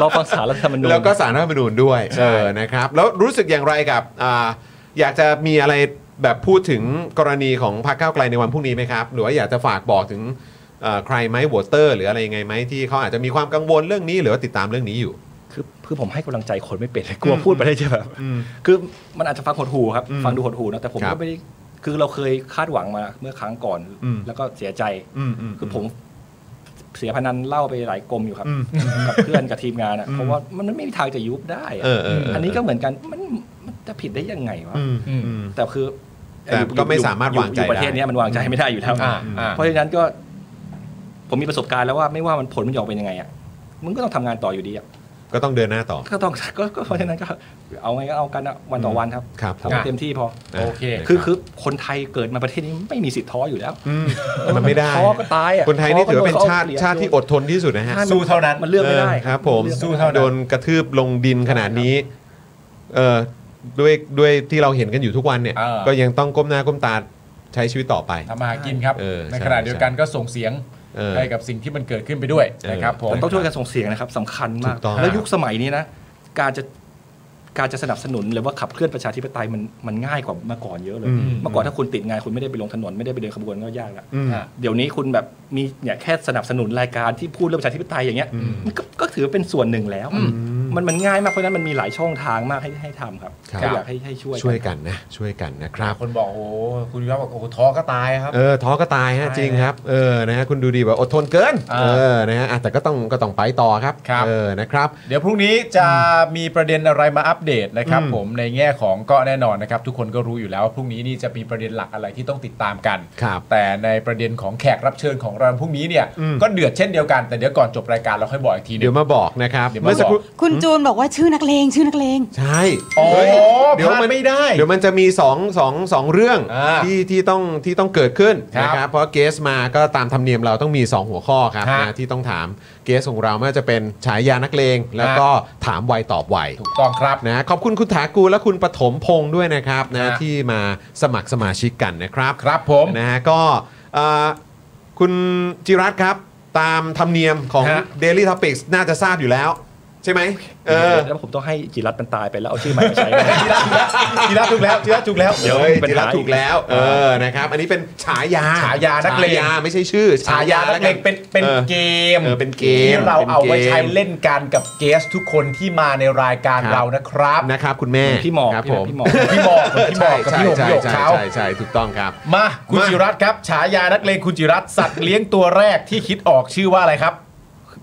[SPEAKER 5] เราฟังสารรัฐธรรมนูญ
[SPEAKER 1] แล้วก็สารรัฐธรรมนูญด้วยเออนะครับ แล้วรู้สึกอย่างไรกับอ่าอยากจะมีอะไรแบบพูดถึงกรณีของพรรคก้าวไกลในวันพรุ่งนี้ไหมครับ หรือว่าอยากจะฝากบอกถึงเอ่อใครไหมวอเตอร์ หรืออะไรยังไงไหมที่เขาอาจจะมีความกังวลเรื่องนี้ หรือว่าติดตามเรื่องนี้อยู่
[SPEAKER 5] คือคือผมให้กำลังใจคนไม่เป็นกลัวพูดไปได้ใช่ไหมคือมันอาจจะฟังหดหูครับ
[SPEAKER 1] อืม
[SPEAKER 5] ฟังดูหดหูนะแต่ผม
[SPEAKER 1] ครั
[SPEAKER 5] ก็
[SPEAKER 1] บ
[SPEAKER 5] ไม่ได้คือเราเคยคาดหวังมาเมื่อครั้งก่อน
[SPEAKER 1] อืม
[SPEAKER 5] แล้วก็เสียใจ
[SPEAKER 1] อืมอืม
[SPEAKER 5] คือผมเสียพนันเหล่าไปหลายกลมอยู่ครับ
[SPEAKER 1] อืม
[SPEAKER 5] กับเพื่อนกับทีมงานอะ
[SPEAKER 1] อืม
[SPEAKER 5] เพราะว่ามันไม่มีทางจะยุบได้อะ
[SPEAKER 1] เออเออเ
[SPEAKER 5] อันนี้ก็เหมือนกันมันมันจะผิดได้ยังไงวะ
[SPEAKER 1] อืมอืมอืม
[SPEAKER 5] แต่คือ
[SPEAKER 1] แต่ก็ไม่สามารถวางใจ
[SPEAKER 5] อยู่ประเทศ
[SPEAKER 1] ได้
[SPEAKER 5] เนี้ยมันวางใจไม่ได้อยู่แล้ว
[SPEAKER 2] อ่าอ่า
[SPEAKER 5] เพราะฉะนั้นก็ผมมีประสบการณ์แล้วว่าไม่ว่ามันผลมันจะออกเป็นยังไงอ่ะมึงก็ต้องทำงานต่ออยู่ดีอ่ะ
[SPEAKER 1] ก็ต้องเดินหน้าต่อ
[SPEAKER 5] ก็ต้องก็ก็เพราะฉะนั้นก็เอาไงก็เอากันอะวันต่อวันครับ
[SPEAKER 1] ครับ
[SPEAKER 5] ทำให้เต็มที่พอ
[SPEAKER 1] ะ
[SPEAKER 2] โอเค
[SPEAKER 1] นะ
[SPEAKER 5] คือ
[SPEAKER 1] รับ
[SPEAKER 5] คือคนไทยเกิดมาประเทศนี้ไม่มีสิทธิ์ท้ออยู่แล้ว
[SPEAKER 1] มมันไม่ได้
[SPEAKER 5] ท้อก็ตายอ่ะ
[SPEAKER 1] คนไทยนี่ถือว่าเป็น
[SPEAKER 5] ท้ก็
[SPEAKER 1] ชาติ
[SPEAKER 5] โดนข
[SPEAKER 1] ชาติที่อดทนที่สุดนะฮะ
[SPEAKER 5] ใช่
[SPEAKER 2] สู้เท่านั้น
[SPEAKER 5] มันเลือกไม่ได้
[SPEAKER 1] เออครับผม
[SPEAKER 5] ลือกไได้
[SPEAKER 2] สู้เท่านั้น
[SPEAKER 1] โดนกระทืบลงดินขนาดนี้เออด้วยด้วยที่เราเห็นกันอยู่ทุกวันเนี่ย
[SPEAKER 2] เออ
[SPEAKER 1] ก็ยังต้องก้มหน้าก้มตาใช้ชีวิตต่อไป
[SPEAKER 2] ทำมาหากินครับ
[SPEAKER 1] เออใช่
[SPEAKER 2] ในขณะเดียวกันก็ส่งเสียง
[SPEAKER 1] เออ
[SPEAKER 2] ไปกับสิ่งที่มันเกิดขึ้นไปด้วย
[SPEAKER 1] เออ
[SPEAKER 2] นะครับผม
[SPEAKER 5] แต่ต้องช่วยกันส่งเสียงนะครับสำคัญ
[SPEAKER 1] ถู
[SPEAKER 5] มาก
[SPEAKER 1] กต้อง
[SPEAKER 5] แล้วยุคสมัยนี้นะการจะการจะสนับสนุนหรือว่าขับเคลื่อนประชาธิปไตยมันมันง่ายกว่าเมื่อก่อนเยอะเลย
[SPEAKER 1] อืม
[SPEAKER 5] เมื่อก่อนถ้าคุณติดงานคุณไม่ได้ไปลงถนนไม่ได้ไปเดินขบวนก็ยากละ
[SPEAKER 1] อืม
[SPEAKER 5] เดี๋ยวนี้คุณแบบมีเนี่ยแค่สนับสนุนรายการที่พูดเรื่องประชาธิปไตยอย่างเงี้ยมันก็ก็ถือเป็นส่วนหนึ่งแล้ว
[SPEAKER 2] อืม
[SPEAKER 5] มันมันง่ายมากเพราะฉะนั้นมันมีหลายช่องทางมากให้ให้ทำครับ
[SPEAKER 1] ครับ
[SPEAKER 5] ก็อยากให้ให้ช่วย
[SPEAKER 1] ช่วยกันนะ ช่วยกันนะครับ
[SPEAKER 2] คนบอกโอ้โหคุณยอดบอกโอ้โหท้อก็ตายครับ
[SPEAKER 1] เออท้อก็ตายฮะ
[SPEAKER 2] ตาย
[SPEAKER 1] จริงครับเออนะฮะคุณดูดีแบบอดทนเกิน
[SPEAKER 2] อ่า
[SPEAKER 1] เออนะฮะอ่ะแต่ก็ต้องก็ต้องไปต่อครับ
[SPEAKER 2] ครับ
[SPEAKER 1] เออนะครับ
[SPEAKER 2] เดี๋ยวพรุ่งนี้จะมีประเด็นอะไรมาอัปเดตนะครับ
[SPEAKER 1] อืม
[SPEAKER 2] ผมในแง่ของก็แน่นอนนะครับทุกคนก็รู้อยู่แล้วว่าพรุ่งนี้นี่จะมีประเด็นหลักอะไรที่ต้องติดตามกัน
[SPEAKER 1] ครับ
[SPEAKER 2] แต่ในประเด็นของแขกรับเชิญของเราพรุ่งนี้เนี่ย
[SPEAKER 1] อืม
[SPEAKER 2] ก็เดือดเช่นเดียวกันแต่เดี๋ยวก่อนจบรายการเราค่อยบอกอีกทีหนึ
[SPEAKER 1] เดี๋ย
[SPEAKER 2] ง
[SPEAKER 1] วมาบอกนะครับ
[SPEAKER 2] เดี๋ยวมา
[SPEAKER 1] อสักครู่
[SPEAKER 6] คุณจูนบอกว่าชื่อนักเลงชื่อนักเลง
[SPEAKER 1] ใช่
[SPEAKER 2] อ๋อ
[SPEAKER 1] เฮ้ย
[SPEAKER 2] เดี๋ยวมันไม่ได้
[SPEAKER 1] เดี๋ยวมันจะมี2องสองสองเรื่อง
[SPEAKER 2] อ่า
[SPEAKER 1] ที่ที่ต้องที่ต้องเกิดขึ้น
[SPEAKER 2] ครับ
[SPEAKER 1] นะครับเพราะเกสมาก็ตามธรรมเนียมเราต้องมี 2 หัวข้อครับ
[SPEAKER 2] ฮะ
[SPEAKER 1] นะที่ต้องถามเกสของเราไม่ว่าจะเป็นฉายานักเลง แล้ว
[SPEAKER 2] ฮะ
[SPEAKER 1] ก็ถามไวตอบไว
[SPEAKER 2] ถูกต้องครับ
[SPEAKER 1] นะขอบคุณคุณถากูลและคุณปฐมพงษ์ด้วยนะครับ
[SPEAKER 2] ครั
[SPEAKER 1] นะ
[SPEAKER 2] บ
[SPEAKER 1] ที่มาสมัครสมาชิกกันนะครับ
[SPEAKER 2] ครับผม
[SPEAKER 1] นะฮะก็เอ่อคุณจิรัตน์ครับ ตามธรรมเนียมของ
[SPEAKER 2] ฮะ
[SPEAKER 1] Daily Topics น่าจะทราบอยู่แล้ว ใช่ไหมเออ
[SPEAKER 5] แล้วผมต้องให้จิรัตน์มันตายไปแล้วเอาชื่อใหม่มาใช้
[SPEAKER 1] [LAUGHS]
[SPEAKER 2] ทีละถูกแล้วทีละถูกแล้ว
[SPEAKER 5] เดี๋ยว
[SPEAKER 1] อ้
[SPEAKER 5] มันเป็น
[SPEAKER 1] จิรัตน์
[SPEAKER 5] หาอีก
[SPEAKER 1] ถูกแล้ว เออนะครับ อันนี้เป็นฉายา
[SPEAKER 2] ฉายานักเลง
[SPEAKER 1] ฉายาไม่ใช่ชื่อ
[SPEAKER 2] ฉายานักเลง
[SPEAKER 1] ะ
[SPEAKER 2] เป็นเป็นเกม
[SPEAKER 1] เออเป็นเกม
[SPEAKER 2] ที่เรา
[SPEAKER 1] เป็นเกม
[SPEAKER 2] เอาไว้ใช้เล่นกันกับเกสทุกคนที่มาในรายการ
[SPEAKER 1] ครับ
[SPEAKER 2] เรานะครับ
[SPEAKER 1] นะครับคุณแม่
[SPEAKER 5] พี่หมอก
[SPEAKER 1] ครับ
[SPEAKER 5] พี่
[SPEAKER 1] ผม
[SPEAKER 5] พี่หมอก
[SPEAKER 2] พี่บอกพี่บ
[SPEAKER 1] ใช่
[SPEAKER 2] อกกับ
[SPEAKER 1] ใช่
[SPEAKER 2] พี่หง
[SPEAKER 1] ใช่
[SPEAKER 2] พี่หง
[SPEAKER 1] ใช่
[SPEAKER 2] เขา
[SPEAKER 1] ใช่ใช่ถูกต้องครับ
[SPEAKER 2] มาคุณ
[SPEAKER 1] มา
[SPEAKER 2] จิรัตน์ครับฉายานักเลงคุณจิรัตน์สัตว์เลี้ยงตัวแรกที่คิดออกชื่อว่าอะไรครับ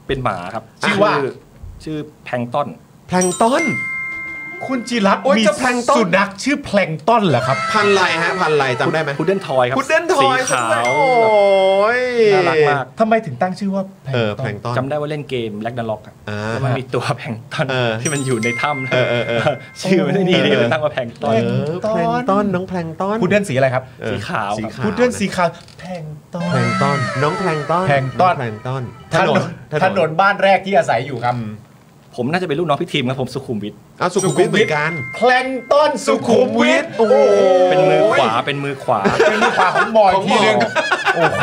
[SPEAKER 5] เป็นหมาครับ
[SPEAKER 2] ชื่อว่า
[SPEAKER 5] ชื่อแพลงก์ต้น
[SPEAKER 1] แพลงก์ต้น
[SPEAKER 2] คุณจิรัตน์
[SPEAKER 1] โอ๊ย
[SPEAKER 2] มี
[SPEAKER 1] จะแพลงก์ต้น
[SPEAKER 2] สุนัขชื่อแพลงก์ต้นเหรอครับ
[SPEAKER 1] พันไรฮะพันไรจำได้ไหม
[SPEAKER 5] พุดเดิ้ลทอยครับ
[SPEAKER 1] พุดเดิ้ลทอย
[SPEAKER 5] สีขาว
[SPEAKER 1] โอ้ย
[SPEAKER 5] น่ารักมาก
[SPEAKER 2] ทำไมถึงตั้งชื่อว่าแพลง
[SPEAKER 1] เออ
[SPEAKER 2] ก์
[SPEAKER 1] แพล
[SPEAKER 2] ต้น
[SPEAKER 1] งก์ต้น
[SPEAKER 5] จำได้ว่าเล่นเกมแล็กนาล็อกอ่ะ
[SPEAKER 1] อ่า
[SPEAKER 5] แล้วมันมีตัวแพลงก์ต้น
[SPEAKER 1] เออ
[SPEAKER 5] ที่มันอยู่ในถ้ำนะ
[SPEAKER 1] เออเออเออ
[SPEAKER 5] ชื่อมันไม่ดีเลยมันตั้งว่าแพลงก์ต้น
[SPEAKER 1] เออแพลงก์ต้นน้องแพลงก์ต้น
[SPEAKER 2] พุดเดิ้ลสีอะไรครับ
[SPEAKER 1] เออ
[SPEAKER 5] สีขาว
[SPEAKER 1] สี
[SPEAKER 5] ครั
[SPEAKER 1] ขา
[SPEAKER 5] บ
[SPEAKER 1] ว
[SPEAKER 2] พุดเดิ้ลสีขาวแพลงก์ต้น
[SPEAKER 1] แพลงก์ต้นน้องแพลงก์ต้น
[SPEAKER 2] แพลงก์ต้
[SPEAKER 1] อง
[SPEAKER 2] น
[SPEAKER 1] แพลงก์ต้น
[SPEAKER 2] ถนนถนนบ้านแรกที่อาศัยอยู่ครับ
[SPEAKER 5] ผมน่าจะเป็นลูกน้องพี่ทีมครับผมสุขุมวิท
[SPEAKER 1] เอาสุขุมวิทเหมือนกัน
[SPEAKER 2] แพลงก์ต้นสุขุมวิท
[SPEAKER 1] โอ้โห
[SPEAKER 5] เป็นมือขวาเป็นมือขวา
[SPEAKER 2] เป็นลูกปลาของหมอย
[SPEAKER 1] ของหม
[SPEAKER 2] ที
[SPEAKER 1] อ
[SPEAKER 2] นึงโอ้โห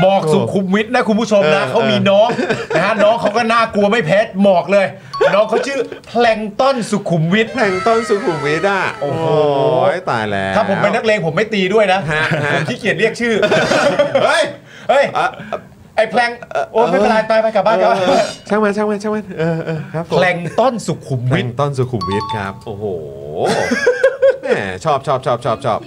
[SPEAKER 2] หมอกสุขุมวิทนะคุณผู้ชมนะ
[SPEAKER 1] เออ
[SPEAKER 2] เขามี
[SPEAKER 1] เออ
[SPEAKER 2] น้องนะฮะน้องเขาก็น่ากลัวไม่แพ้หมอกเลย น้องเขาชื่อแพลงก์ต้นสุขุมวิท
[SPEAKER 1] แพลงก์ต้นสุขุมวิทอ่ะ
[SPEAKER 2] โอ้โห
[SPEAKER 1] ยตายแล้ว
[SPEAKER 2] ถ้าผมเป็นนักเลงผมไม่ตีด้วยนะ
[SPEAKER 1] ฮะฮะ
[SPEAKER 2] ผมขี้เกียจเรียกชื่อเฮ้ยเฮ้ย
[SPEAKER 1] อ่ะ
[SPEAKER 2] ไอ้แพลงโอ้ไม่เป็นไรไปไปกลับบ้านกลับบ้าน
[SPEAKER 1] เออช่างมันช่างมันช่างมันเออเออครับผม
[SPEAKER 2] แพลงก์ต้นสุขุม
[SPEAKER 1] แพล
[SPEAKER 2] วิท
[SPEAKER 1] งก์ต้นสุขุมวิทครับ โอ้โห แหมชอบชอบชอบชอบชอบ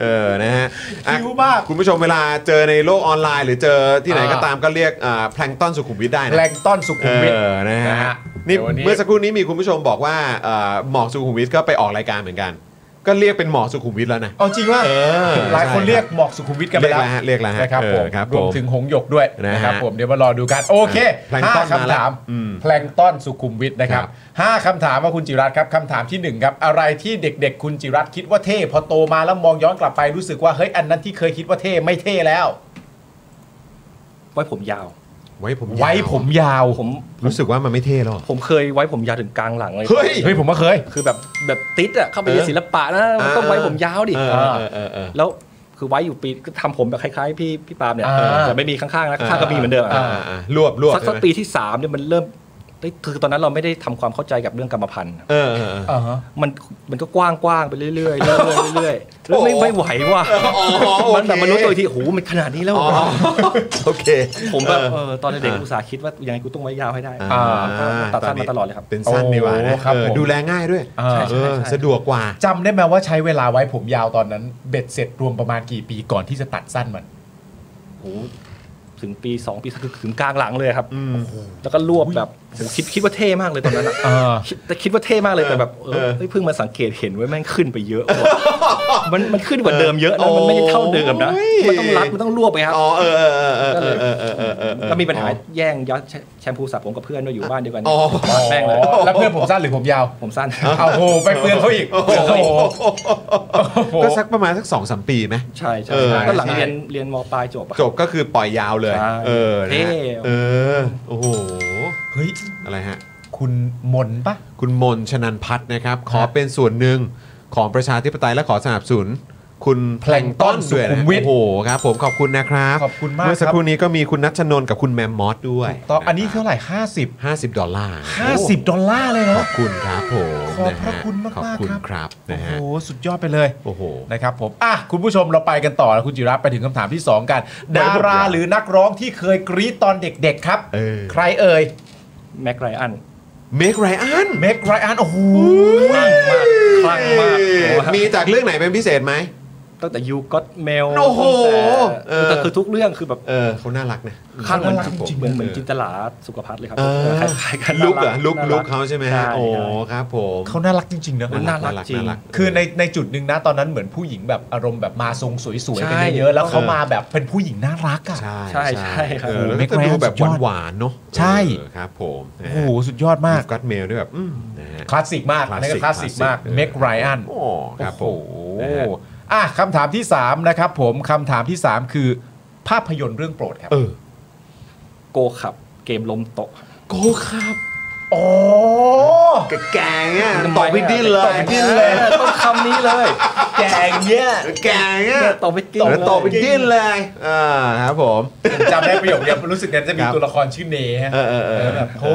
[SPEAKER 1] เออนะฮะอ่ะ
[SPEAKER 2] หิวมาก
[SPEAKER 1] คุณผู้ชมเวลาเจอในโลกออนไลน์ หรือเจอที่ไหน
[SPEAKER 2] อ่า
[SPEAKER 1] ก็ตามก็เรียกอ่าแพลงก์ต้นสุขุมวิทได้นะ
[SPEAKER 2] แพลงก์ต้นสุ
[SPEAKER 1] เอ
[SPEAKER 2] ขุมวิท
[SPEAKER 1] อนะฮะ
[SPEAKER 2] นะฮะ
[SPEAKER 1] นี่
[SPEAKER 2] เดี๋ยววันนี้
[SPEAKER 1] เมื่อสักครู่นี้มีคุณผู้ชมบอกว่าเอ่อหมอกสุขุมวิทก็ไปออกรายการเหมือนกัน ก็เรียกเป็นหมอกสุขุมวิทแล้วนะ
[SPEAKER 2] เอาจริงว่า
[SPEAKER 1] เออ
[SPEAKER 2] หลายคน
[SPEAKER 1] ใช่
[SPEAKER 2] เรียกหมอกสุขุมวิทกันไปแล้ว
[SPEAKER 1] เรียกแล้วฮะเรียกแล้วฮะ
[SPEAKER 2] นะครับผม
[SPEAKER 1] เออครับ
[SPEAKER 2] รวม
[SPEAKER 1] ผม
[SPEAKER 2] ถึงหงหยกด้วย
[SPEAKER 1] นะฮะ
[SPEAKER 2] นะครับผมเดี๋ยวมารอดูกันโอเค
[SPEAKER 1] แพลงก์
[SPEAKER 2] ห้า
[SPEAKER 1] ต้อนมา
[SPEAKER 2] คำ
[SPEAKER 1] แล้ว
[SPEAKER 2] ถาม
[SPEAKER 1] อืม
[SPEAKER 2] แพลงก์ต้อนสุขุมวิทนะครับ
[SPEAKER 1] ครับ
[SPEAKER 2] ห้าคำถามว่าคุณจิรัตน์ครับคำถามที่หนึ่งครับอะไรที่เด็กๆ คุณจิรัตน์คิดว่าเท่พอโตมาแล้วมองย้อนกลับไปรู้สึกว่าเฮ้ยอันนั้นที่เคยคิดว่าเท่ไม่เท่แล้ว
[SPEAKER 5] ไว้ผมยาว
[SPEAKER 1] ไว้ผมยาว
[SPEAKER 2] ไว้ผมยาว
[SPEAKER 5] ผม
[SPEAKER 1] รู้สึกว่ามันไม่เท่หรอก
[SPEAKER 5] ผมเคยไว้ผมยาวถึงกลางหลังเลย
[SPEAKER 1] เฮ้ย
[SPEAKER 2] เฮ้ยผมก็เคย
[SPEAKER 5] คือแบบแบบติดอ่ะเข้าไปเรียน
[SPEAKER 1] เออ
[SPEAKER 5] ศิลปะนะมันต้อง
[SPEAKER 1] อ่า
[SPEAKER 5] ไว้ผมยาวดิ
[SPEAKER 1] เออเออเออเออ
[SPEAKER 5] แล้วคือไว้อยู่ปีก็ทำผมแบบคล้ายๆ พี่พี่ปาล์มเนี่ย
[SPEAKER 2] อ่า
[SPEAKER 5] แต่ไม่มีข้างๆนะ
[SPEAKER 1] อ่า
[SPEAKER 5] ข้างๆก็มีเหมือนเดิมอะ
[SPEAKER 1] อ่าอ่าอ่ารวบรวบ
[SPEAKER 5] สักสั
[SPEAKER 1] ใช่
[SPEAKER 5] ก
[SPEAKER 1] ไหม
[SPEAKER 5] ปีที่สามเนี่ยมันเริ่มเอ้ยคือตอนนั้นเราไม่ได้ทำความเข้าใจกับเรื่องกรรมพันธุ์
[SPEAKER 1] เออเออเออ
[SPEAKER 5] มันมันก็กว้างๆไปเรื่อยๆเรื่อยๆเรื่อยๆแล้วไม่
[SPEAKER 1] โอ้โห
[SPEAKER 5] ไม่ไหวว่ะ
[SPEAKER 1] อ๋อโอเค
[SPEAKER 5] มันแบบมนุษย์ตัวอีกทีโอ้โหมันขนาดนี้แล้วเหร
[SPEAKER 1] อ๋อ
[SPEAKER 5] อ
[SPEAKER 1] โอเค
[SPEAKER 5] ผมแบบ
[SPEAKER 1] เออ
[SPEAKER 5] เออตอนเด็กๆอุตส่าห์คิดว่ายังไงกูต้องไว้ยาวให้ได้
[SPEAKER 1] อ่า
[SPEAKER 5] ก็ตัดสั้นมาตลอดเลยครับ
[SPEAKER 1] เป็นสั้นดีกว่านะ
[SPEAKER 2] โอ้ครับ
[SPEAKER 1] เออ
[SPEAKER 2] ผม
[SPEAKER 1] ดูแลง่ายด้วย
[SPEAKER 2] อ่า
[SPEAKER 5] ใช่ใช่
[SPEAKER 1] เออ
[SPEAKER 5] ใช่
[SPEAKER 1] สะดวกกว่า
[SPEAKER 2] จำได้ไหมว่าใช้เวลาไว้ผมยาวตอนนั้น เบ็ดเสร็จรวมประมาณกี่ปีก่อนที่จะตัดสั้นมัน
[SPEAKER 5] โอ้โหถึงปีสองปีคือถึงกลางหลังเลยครับ
[SPEAKER 1] อืม
[SPEAKER 5] โอ้โหแล้วก็รวบแบบโอ้โหคิดคิดว่าเท่มากเลยตอนนั้นอะ คิดแต่คิดว่าเท่มากเลยแต่แบบเออ
[SPEAKER 1] เออ
[SPEAKER 5] เฮ้ยเพิ่งมาสังเกตเห็นเว่าแม่งขึ้นไปเยอะว่ะมันมันขึ้นกว่าเดิมเยอะนะมันไม่ได้เท่าเดิมนะ
[SPEAKER 1] โอ้ย
[SPEAKER 5] มันต้องรัดมันต้องรวบไปครับ
[SPEAKER 1] อ๋อเออเออเออเออเออเออเออเออเออ
[SPEAKER 5] ก็มีปัญหาแย่งย้อนแชมพูสระผมกับเพื่อนด้วยอยู่บ้านเดียวกัน
[SPEAKER 1] อ๋อ
[SPEAKER 5] ปาดแม่งเลย
[SPEAKER 2] แล้วเพื่อนผมสั้นหรือผมยาว
[SPEAKER 5] ผมสั้น
[SPEAKER 2] เอาโหไปเปลืองเขาอีกโอ้โห
[SPEAKER 1] ก็สักประมาณสักสองสามปีไหม
[SPEAKER 5] ใช่ใช่
[SPEAKER 1] เออ
[SPEAKER 5] ใช่ก็หลังเรียนเรียนมปลายจบอะ
[SPEAKER 1] จบก็คือปล่อยยาวเลย
[SPEAKER 5] ใช่
[SPEAKER 1] เออนะฮะ
[SPEAKER 5] เท่
[SPEAKER 1] เออโอ้โห
[SPEAKER 2] เฮ้ย
[SPEAKER 1] อะไรฮะ
[SPEAKER 2] คุณมนปะ
[SPEAKER 1] คุณมนชนันพัฒน์นะครับ ขอเป็นส่วนหนึ่งของประชาธิปไตยและขอสนับสนุน คุณ
[SPEAKER 2] Plankton
[SPEAKER 1] Plankton ด้วย
[SPEAKER 2] สุขุ
[SPEAKER 1] นะ
[SPEAKER 2] มวิท
[SPEAKER 1] โอ้โหครับผมขอบคุณนะครับ
[SPEAKER 2] ขอบคุณมาก
[SPEAKER 1] เมื่อสัก
[SPEAKER 2] ครับ
[SPEAKER 1] ครู่นี้ก็มีคุณนัชชนนกับคุณแมมมอสด้วย
[SPEAKER 2] ต่ออันนี้เท่าไหร่ 50
[SPEAKER 1] 50 ดอลลาร์
[SPEAKER 2] 50 ดอลลาร์เลย
[SPEAKER 1] ข
[SPEAKER 2] เนาะ
[SPEAKER 1] อบคุณครับผม
[SPEAKER 2] ขอบ
[SPEAKER 1] น
[SPEAKER 2] พระคุณมากๆ
[SPEAKER 1] ขอบคุณ
[SPEAKER 2] ครับ
[SPEAKER 1] ครับ
[SPEAKER 2] โอ้
[SPEAKER 1] นะ
[SPEAKER 2] โห
[SPEAKER 1] ฮะ
[SPEAKER 2] สุดยอดไปเลย
[SPEAKER 1] โอ้โห
[SPEAKER 2] นะครับผม อ่ะ คุณผู้ชมเราไปกันต่อนะคุณจิระไปถึงคำถามที่ 2 กัน ดาราหรือนักร้องที่เคยกรี๊ดตอนเด็กๆครับ
[SPEAKER 1] เออ
[SPEAKER 2] ใครเอ่ย
[SPEAKER 5] แม็กไรอัน
[SPEAKER 1] เมกไรอัน
[SPEAKER 2] เมกไรอันโอ้โห
[SPEAKER 5] คลั่งมากคลั่งมากโอ้โห
[SPEAKER 1] มีจากเรื่องไหนเป็นพิเศษไหม
[SPEAKER 5] ตั้งแต่ยูก็เมล
[SPEAKER 1] โอ้โหเออ
[SPEAKER 5] แต่คือทุกเรื่องคือแบบ
[SPEAKER 1] เออเขาน่ารักนะ
[SPEAKER 5] คลั่งเหมือน
[SPEAKER 2] น่ารักจริงๆ
[SPEAKER 5] เหมือนเหมือนจินตลาสุขภัทรเลยครับ
[SPEAKER 1] เออ
[SPEAKER 5] คล้ายๆกัน
[SPEAKER 1] ลุกเหรอ
[SPEAKER 5] น่า
[SPEAKER 1] ลุก
[SPEAKER 5] น่
[SPEAKER 1] ลุกเขาใช่ไหมฮะ
[SPEAKER 5] ใช่
[SPEAKER 1] โอ้
[SPEAKER 5] ใช่
[SPEAKER 1] ครับผม
[SPEAKER 2] เขาน่ารักจริงๆเนอะ
[SPEAKER 5] น่ารักจริง
[SPEAKER 1] น่า
[SPEAKER 2] คือในในจุดหนึ่งนะตอนนั้นเหมือนผู้หญิงแบบอารมณ์แบบมาทรงสวยๆกันเยอะๆแล้วเขามาแบบเป็นผู้หญิงน่ารักอ่ะ
[SPEAKER 1] ใช่
[SPEAKER 5] ใช่ใช่ครับ
[SPEAKER 1] เออแล้ว
[SPEAKER 2] เมก
[SPEAKER 1] ก็
[SPEAKER 2] ไรอัน
[SPEAKER 1] ดูแบบ
[SPEAKER 2] สุดยอด
[SPEAKER 1] หวานๆเนาะ
[SPEAKER 2] ใช่
[SPEAKER 1] เออครับผม
[SPEAKER 2] โอ้โหสุดยอดมาก
[SPEAKER 1] กัดเมลด้วยแบบอืมนะฮะ
[SPEAKER 2] คลาสสิกมากอันนั่นก็คลาสสิกมาก
[SPEAKER 1] คลาสสิก
[SPEAKER 2] เมกไรอัน
[SPEAKER 1] โอ้ครับผม
[SPEAKER 2] โอ้โหอ่ะคำถามที่ 3 นะครับผมคำถามที่ 3 คือ ภาพยนตร์เรื่องโปรดครับ
[SPEAKER 1] เออ
[SPEAKER 5] โกขับเกมลมโตะครับ
[SPEAKER 1] โกครับ
[SPEAKER 2] โอ้
[SPEAKER 1] แกงเนี่ยตบไปดิ้นเล
[SPEAKER 5] ตบ
[SPEAKER 1] ย
[SPEAKER 5] ไปดิ้นเลยต้องคำนี้เลย
[SPEAKER 2] แกงเนี่ย
[SPEAKER 1] แกงเนี่ย
[SPEAKER 5] ตบไปกิน
[SPEAKER 1] แล้วตบไปดิ้นเลยอ่าครับผม
[SPEAKER 2] ผมจำได้ประโยคเนี้ยรู้สึกเนี่ยจะมี
[SPEAKER 1] ครับ
[SPEAKER 2] ตัวละครชื่อเนฮะ
[SPEAKER 1] เออเออเออ
[SPEAKER 2] แบบโห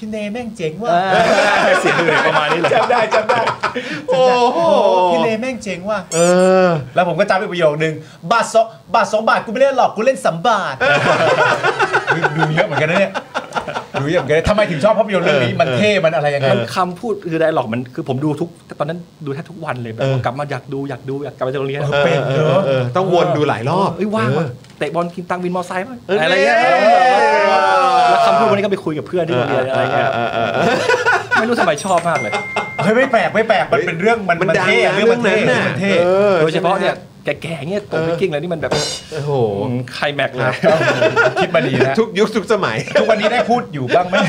[SPEAKER 2] พี่เนแม่งเจ๋งว่ะ
[SPEAKER 5] เออเสียงเหนื่อยประมาณนี้เลย
[SPEAKER 2] จำได้จำได้
[SPEAKER 1] โอ้โห
[SPEAKER 2] พี่เนแม่งเจ๋งว่ะ
[SPEAKER 1] เออ
[SPEAKER 2] แล้วผมก็จำไปประโยคนึงบาทสองบาทสองบาทกูไม่เล่นหรอกกูเล่นสามบาทดูเยอะเหมือนกันนะเนี่ยดูเยอะเหมือนกันนะทำไมถึงชอบภาพยนตร์เรื่องนี้มันเท่มันอะไรยังไง
[SPEAKER 5] มันคำพูดคือไดร็อกมันคือผมดูทุกตอนนั้นดูแทบทุกวันเลยแบบ
[SPEAKER 1] เออ
[SPEAKER 5] กลับมาอยากดูอยากดูอยากกลับไปจากโรงเรียน
[SPEAKER 2] เออ ป็นเนอะ
[SPEAKER 1] เออต้องวนดูหลายรอบ
[SPEAKER 5] เอ้ยว่างว่ะ
[SPEAKER 1] เออ
[SPEAKER 5] เตะบอลกินตังค์วินมอไซค์ป่ะ
[SPEAKER 1] เออ
[SPEAKER 5] อะไรเงี้ย
[SPEAKER 1] เออ
[SPEAKER 5] แล้วคำพูดวันนี้ก็ไปคุยกับเพื่อนที่โรงเรียนอะไรเงี้ย
[SPEAKER 1] เออเออเออ
[SPEAKER 5] ไม่รู้ทำไมชอบมากเลย
[SPEAKER 2] เฮ้ยไม่แปลกไม่แปลกมันเป็นเรื่องมัน
[SPEAKER 1] มันดัง
[SPEAKER 2] เท่
[SPEAKER 1] นะ
[SPEAKER 2] เรื่องมันเท่
[SPEAKER 1] เรื่องนั้นน่ะ
[SPEAKER 2] มันเท่
[SPEAKER 1] เออ
[SPEAKER 5] โดยเฉพาะเนี่ยแก่ๆเนี่ยตบไปกิ้งแล้วนี่มันแบบ
[SPEAKER 1] โอ้โห
[SPEAKER 5] ไคลแม็กซ์เลย
[SPEAKER 2] คิดมาดีนะ
[SPEAKER 1] ทุกยุคทุกสมัย
[SPEAKER 2] ทุกวันนี้ได้พูดอยู่บ้างไหม [LAUGHS]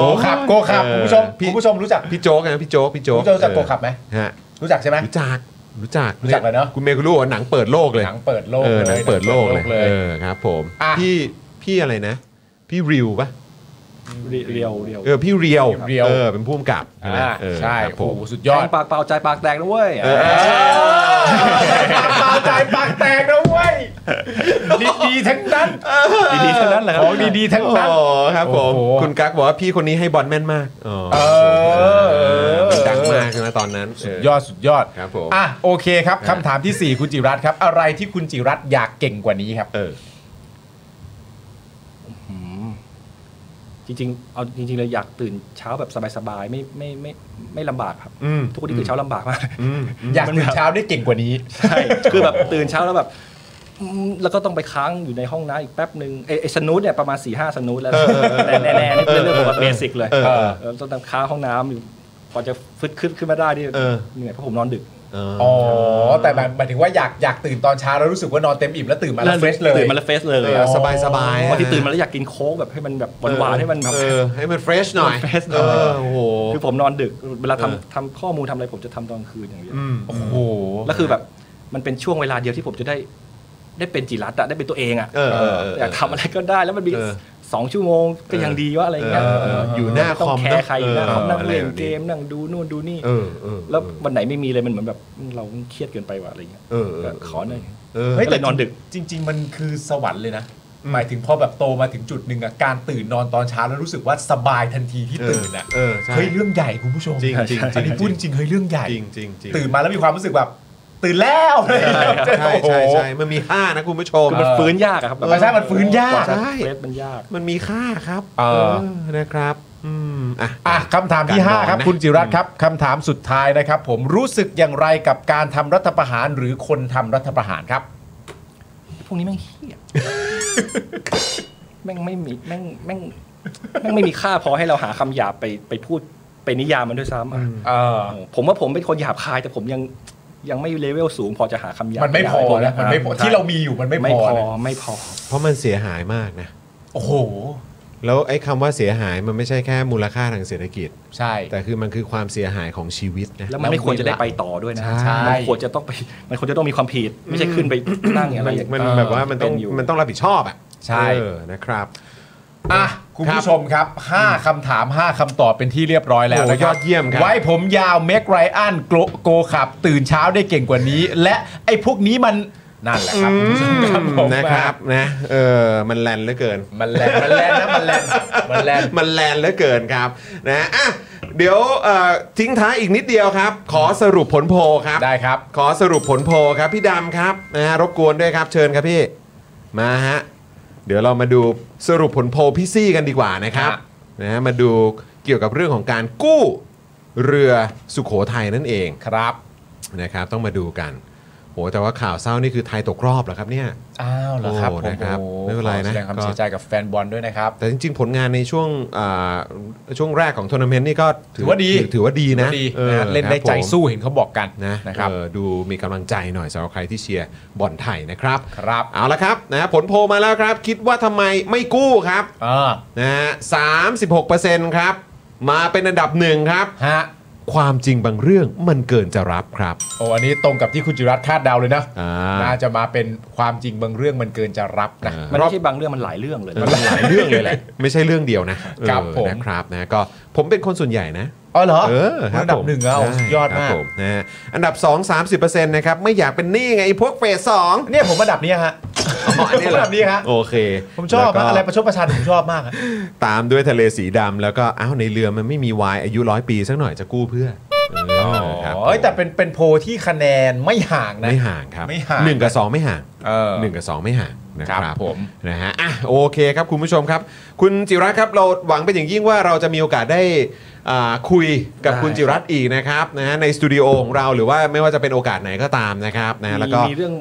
[SPEAKER 2] โกขับโกขับ
[SPEAKER 1] เออ
[SPEAKER 2] คุณผู้ชม
[SPEAKER 1] พี่
[SPEAKER 2] คุณผู้ชมรู้จัก
[SPEAKER 1] พี่โจ๊กนะพี่โจ๊กพี่โจ๊ก
[SPEAKER 2] คุณผู้ชมรู้จักโกขับไหม
[SPEAKER 1] ฮะ
[SPEAKER 2] รู้จักใช่ไหม
[SPEAKER 1] รู้จักรู้จัก
[SPEAKER 2] รู้จักเลยเนอะ
[SPEAKER 1] คุณเมย์คุณรู้ว่าหนังเปิดโลกเลย
[SPEAKER 2] หนังเปิดโลก
[SPEAKER 1] เออห
[SPEAKER 2] เลย
[SPEAKER 1] นังเปิดโลกเลย
[SPEAKER 2] เลย
[SPEAKER 1] เออครับผม
[SPEAKER 2] อ่ะ
[SPEAKER 1] พี่พี่อะไรนะ พี่ริวปะ
[SPEAKER 5] เรียวเรียวเรียว
[SPEAKER 1] เออพี่เรียว
[SPEAKER 2] เรียว
[SPEAKER 1] เออเป็นผู้กำกับใช่ไหม
[SPEAKER 2] อ่า
[SPEAKER 1] เออ
[SPEAKER 2] ใช่
[SPEAKER 1] ครับผ
[SPEAKER 2] โอ้
[SPEAKER 1] ม
[SPEAKER 2] โหสุดย
[SPEAKER 5] ยอ
[SPEAKER 2] อ
[SPEAKER 5] ด
[SPEAKER 2] ด
[SPEAKER 5] ปากเปล่าใจปากแตกนะเว้ย
[SPEAKER 1] เออเออ
[SPEAKER 2] เปล่าใจปากแตกนะเว้ยดีๆทั้งนั้น
[SPEAKER 5] ดีๆทั้งนั้นแหละครั
[SPEAKER 2] ข
[SPEAKER 5] บ
[SPEAKER 2] องดีๆทั้ง
[SPEAKER 1] โอ้
[SPEAKER 2] นั้น
[SPEAKER 1] โหครับผม
[SPEAKER 2] โอ้โห
[SPEAKER 1] คุณกั๊กบอกว่าพี่คนนี้ให้บอลแม่นมากอ๋อ
[SPEAKER 2] เออเออ
[SPEAKER 1] ดังมากใช่ไหมตอนนั้น
[SPEAKER 2] สุดยอดสุดยอด
[SPEAKER 1] ครับผม
[SPEAKER 2] อ่ะโอเคครับคำถามทีสี่ 4 คุณจิรัตน์ครับ อะไรที่คุณจิรัตน์อยากเก่งกว่านี้ครับ
[SPEAKER 1] เออ
[SPEAKER 5] อืมจริงๆ เอาจริงๆเลยอยากตื่นเช้าแบบสบายๆ ไม่ไม่ไม่ไม่ลำบากครับ
[SPEAKER 1] อืม
[SPEAKER 5] ทุกคนที่ตื่นเช้าลำบากมาก
[SPEAKER 1] อืมอืม
[SPEAKER 2] อยากตื่นเช้าได้เก่งกว่านี้
[SPEAKER 5] ใช่ [LAUGHS] คือแบบตื่นเช้าแล้วแบบอืมแล้วก็ต้องไปค้างอยู่ในห้องน้ำอีกแป๊บหนึ่งไอ้ไอ้สนุดเนี่ยประมาณ4ี่ห้าสนุดแล้ว
[SPEAKER 1] เออเออเออ
[SPEAKER 5] แน่ๆแน่ๆนี่เป็นเรื่องของเบสิกเลย
[SPEAKER 1] เออเออ
[SPEAKER 5] เออต้องค้างห้องน้ำอยู่กว่าจะฟึดขึ้นขึ้นมาได้นี่
[SPEAKER 1] เออ
[SPEAKER 5] เหนื่อยเพราะผมนอนดึก
[SPEAKER 1] เออ
[SPEAKER 2] อ๋อ แต่แบบหมายถึงว่าอยากอยากตื่นตอนเช้าแล้วรู้สึกว่านอนเต็มอิ่มแล้วตื่นมาแล้วเฟรชเลย
[SPEAKER 5] ตื่นมาแล้วเฟสเลย
[SPEAKER 1] เออสบายสบาย
[SPEAKER 5] บางทีตื่นมาแล้วอยากกินโค้กแบบให้มันแบบหวานๆให้มันแบบ
[SPEAKER 1] เออให้มันเฟรชหน่อย
[SPEAKER 5] ให้มัน fresh หน่อย
[SPEAKER 1] เออโอ้โห
[SPEAKER 5] คือผมนอนดึกเวลา
[SPEAKER 1] เออ
[SPEAKER 5] ทำทำข้อมูลทำอะไรผมจะทำตอนคืนอย่างเดียว
[SPEAKER 1] อืม
[SPEAKER 2] โอ้โห
[SPEAKER 5] แล้วคือแบบมันเป็นช่วงเวลาเดียวที่ผมจะได้ ได้เป็นจิรัตอะได้เป็นตัวเองอะ
[SPEAKER 1] เออเออเออ
[SPEAKER 5] อยากทำอะไรก็ได้แล้วมันมี
[SPEAKER 1] เออ
[SPEAKER 5] สองชั่วโมงก็ยังดีว่าอะไรเงี้ย
[SPEAKER 1] เออเออ
[SPEAKER 5] เ
[SPEAKER 1] อยู่หน้า
[SPEAKER 5] ต้อ
[SPEAKER 1] คอม
[SPEAKER 5] งแคร์ใครอยู่หน้า
[SPEAKER 1] เออ
[SPEAKER 5] คอมนั่งเล่
[SPEAKER 1] อะ
[SPEAKER 5] น
[SPEAKER 1] ไรแบบนี้
[SPEAKER 5] เกมนั่งดูนู่นดูนี่
[SPEAKER 1] เออเออ
[SPEAKER 5] แล้ววันไหนไม่มีเลยมันเหมือนแบบเราเครียดเกินไปว่ะอะไรเงี้ย
[SPEAKER 1] เออเอ
[SPEAKER 5] ก็
[SPEAKER 1] อ
[SPEAKER 5] ขอหน่อย
[SPEAKER 1] เออ
[SPEAKER 2] เฮ้ยแต่
[SPEAKER 5] นอนดึก
[SPEAKER 2] จริงจริง ๆ มันคือสวรรค์เลยนะ หมายถึงพอแบบโตมาถึงจุดหนึ่งอะการตื่นนอนตอนเช้าแล้วรู้สึกว่าสบายทันทีที่ตื่นอะ
[SPEAKER 1] เออเออใช่
[SPEAKER 2] เฮ้ยเรื่องใหญ่คุณผู้ชม
[SPEAKER 1] จริงจริง
[SPEAKER 2] อันนี้
[SPEAKER 1] จริง
[SPEAKER 2] พูดจริงเฮ้ยเรื่องใหญ่
[SPEAKER 1] จริงจริงจริง
[SPEAKER 2] ตื่นมาแล้วมีความรู้สึกแบบ ตื่นแล้วเลย
[SPEAKER 1] ใช่ใช่ใช่มันมีค่านะคุณผู้ชม
[SPEAKER 5] คือมันฟื้นยากอะครับแบบ
[SPEAKER 2] มันใช่มันฟื้นยาก
[SPEAKER 1] ใช่
[SPEAKER 5] เฟสมันยาก
[SPEAKER 1] มันมีค่าครับ
[SPEAKER 2] เออ
[SPEAKER 1] นะครับ อืมอ่ะ
[SPEAKER 2] อ่ะคำถามที่
[SPEAKER 1] การนอน
[SPEAKER 2] 5 ครับ
[SPEAKER 1] นะ
[SPEAKER 2] คุณจิรัตน์ครับคำถามสุดท้ายนะครับ ผมรู้สึกอย่างไรกับการทำรัฐประหารหรือคนทำรัฐประหารครับ
[SPEAKER 5] พวกนี้แม่งเฮี้ย [LAUGHS] แม่งไม่มีแม่งแม่งแม่งไม่มีค่าพอให้เราหาคำหยาบไปไปพูดไปนิยามมันด้วยซ้ำอะ
[SPEAKER 2] เออ
[SPEAKER 5] ผมว่าผมเป็นคนหยาบคายแต่ผมยังยังไม่เลเวลสูงพอจะหาคำหยาบ
[SPEAKER 2] มันไม่พอนะมันไม่พอที่เรามีอยู่มันไม่
[SPEAKER 5] ไม่
[SPEAKER 2] พ
[SPEAKER 5] พ
[SPEAKER 2] อ
[SPEAKER 5] อ
[SPEAKER 2] นะ
[SPEAKER 5] ไม่พอ
[SPEAKER 1] เพราะมันเสียหายมากนะ
[SPEAKER 2] โอ้โห
[SPEAKER 1] แล้วไอ้คำว่าเสียหายมันไม่ใช่แค่มูลค่าทางเศรษฐกิจ
[SPEAKER 2] ใช่
[SPEAKER 1] แต่คือมันคือความเสียหายของชีวิตนะ
[SPEAKER 5] แล้วมันไม่ควรจะได้ไปต่อด้วยนะ
[SPEAKER 1] ใช่
[SPEAKER 5] มันควรจะต้องไปมันควรจะต้องมีความผิด ไม่ใช่ขึ้นไป [COUGHS] นั่งอะไร
[SPEAKER 1] มัน
[SPEAKER 5] อย่าง
[SPEAKER 1] มัน
[SPEAKER 5] เออ
[SPEAKER 1] แบบว่ามันต้อง
[SPEAKER 5] เป็อยู่
[SPEAKER 1] มันต้องรับผิดชอบอ่ะ
[SPEAKER 2] ใช่
[SPEAKER 1] เออนะครับ
[SPEAKER 2] อ่ะคุณผู้ชมครับ 5คำถาม 5คำตอบเป็นที่เรียบร้อยแล้ว
[SPEAKER 1] โอ้
[SPEAKER 2] นะค
[SPEAKER 1] ย
[SPEAKER 2] รั
[SPEAKER 1] อดเยี่ยมครับ
[SPEAKER 2] ไว้ผมยาวเมกไรอันโกขับ ตื่นเช้าได้เก่งกว่านี้ และไอ้พวกนี้มันนั่นแหละครับคุณผู้ชมครับผม
[SPEAKER 1] นะครับนะเออมันแลนเหลือเกิน
[SPEAKER 2] มันแลนมันแลนนะมันแลนมันแลน
[SPEAKER 1] มันแลนเหลือเกินครับนะอ่ะเดี๋ยวเอ่อทิ้งท้ายอีกนิดเดียวครับ ขอสรุปผลโพลครับ
[SPEAKER 2] ได้ครับ
[SPEAKER 1] ขอสรุปผลโพลครับ พี่ดำครับนะฮะรบกวนด้วยครับเชิญครับพี่ มาฮะ เดี๋ยวเรามาดูสรุปผลโพลพี่ซี่กันดีกว่านะครับ
[SPEAKER 2] ฮะ
[SPEAKER 1] นะฮะมาดูเกี่ยวกับเรื่องของการกู้เรือสุโขทัยนั่นเองครับนะครับต้องมาดูกันโหแต่ว่าข่าวเศร้านี่คือไทยตกรอบเหรอครับเนี่ย
[SPEAKER 2] อ้าวเหรอครับ
[SPEAKER 1] โอ้
[SPEAKER 2] ผม
[SPEAKER 1] นะครับ
[SPEAKER 2] โอ้โห
[SPEAKER 1] ไม่เป็นไรนะ
[SPEAKER 2] ขอแสดงความ
[SPEAKER 1] ก็
[SPEAKER 2] เสียใจกับแฟนบอลด้วยนะครับ
[SPEAKER 1] แต่จริงๆ ผลงานในช่วงอ่าช่วงแรกของทัวร์นาเมนต์นี่ก็
[SPEAKER 2] ถือว่าดี
[SPEAKER 1] ถืถือว่าดีนะ
[SPEAKER 2] ถือว่านะเล่นได้ใจ
[SPEAKER 1] ครับผม
[SPEAKER 2] สู้เห็นเขาบอกกัน
[SPEAKER 1] นะ
[SPEAKER 2] นะครับ
[SPEAKER 1] เออดูมีกำลังใจหน่อยสำหรับใครที่เชียร์บอลไทยนะครับ
[SPEAKER 2] ครับ
[SPEAKER 1] เอาละครับนะผลโพลมาแล้วครับ คิดว่าทำไมไม่กู้ครับ
[SPEAKER 2] เออ
[SPEAKER 1] นะฮะสามสิบหกเปอร์เซ็นต์ครับ มาเป็นอันดับหนึ่งครับ
[SPEAKER 2] ฮะ
[SPEAKER 1] ความจริงบางเรื่องมันเกินจะรับครับ
[SPEAKER 2] โอ้อันนี้ตรงกับที่คุณจิรัตน์คาดเดาเลยนะ
[SPEAKER 1] อ่า
[SPEAKER 2] น่าจะมาเป็นความจริงบางเรื่องมันเกินจะรับนะ
[SPEAKER 5] มันไม่ใช่บางเรื่องมันหลายเรื่องเลย
[SPEAKER 1] มันหลายเรื่อง
[SPEAKER 2] [LAUGHS]
[SPEAKER 1] เลยแหละ ไม่ใช่เรื่องเดียวนะครับ เออ
[SPEAKER 2] ผม
[SPEAKER 1] นะครับนะก็ผมเป็นคนส่วนใหญ่นะ
[SPEAKER 2] อ๋อเหรอ
[SPEAKER 1] เออค
[SPEAKER 2] อันดั
[SPEAKER 1] ผ
[SPEAKER 2] บ
[SPEAKER 1] ม
[SPEAKER 2] หนึ่งอะโอ้
[SPEAKER 1] ใช่
[SPEAKER 2] สุดยอด
[SPEAKER 1] ค
[SPEAKER 2] มาก
[SPEAKER 1] รับผนะฮะอันดับ 2 30%นะครับ ไม่อยากเป็นหนี้ไงไอ้พวกเฟสสอง
[SPEAKER 2] เนี่ยผมอันดับเนี้ยฮะ
[SPEAKER 1] อันนี้
[SPEAKER 2] ผม
[SPEAKER 1] เหรอน
[SPEAKER 2] อัดับนี้ฮะ
[SPEAKER 1] โอเค
[SPEAKER 2] ผมชอบ
[SPEAKER 1] แล้ว
[SPEAKER 2] อะ
[SPEAKER 1] ก็
[SPEAKER 2] อะไรประชดประชันผมชอบมากอะ
[SPEAKER 1] ตามด้วยทะเลสีดำแล้วก็อ้าวในเรือมันไม่มีวายอายุร้อยปีสักหน่อยจะกู้เพื่อเออครับ
[SPEAKER 2] โอ้ยแต่เป็นเป็นโพลที่คะแนนไม่ห่างนะ
[SPEAKER 1] ไม่ห่างครับ
[SPEAKER 2] ไม่ห่าง
[SPEAKER 1] หนึ่งกับสองไม่ห่าง
[SPEAKER 2] เออ
[SPEAKER 1] หนึ่งกับสองไม่ห่างนะค
[SPEAKER 2] ครั
[SPEAKER 1] รับบ
[SPEAKER 2] ผม
[SPEAKER 1] นะฮะอ่ะโอเคครับคุณผู้ชมครับ คุณจิรัตน์ครับเราหวังเป็นอย่างยิ่งว่าเราจะมีโอกาสได้อ่าคุยกับ
[SPEAKER 5] ได้
[SPEAKER 1] คุณจิรัตน์อีกนะครับนะฮะในสตูดิโอของเราหรือว่าไม่ว่าจะเป็นโอกาสไหนก็ตามนะครับนะฮะแล้วก็
[SPEAKER 5] มีมีเรื่อง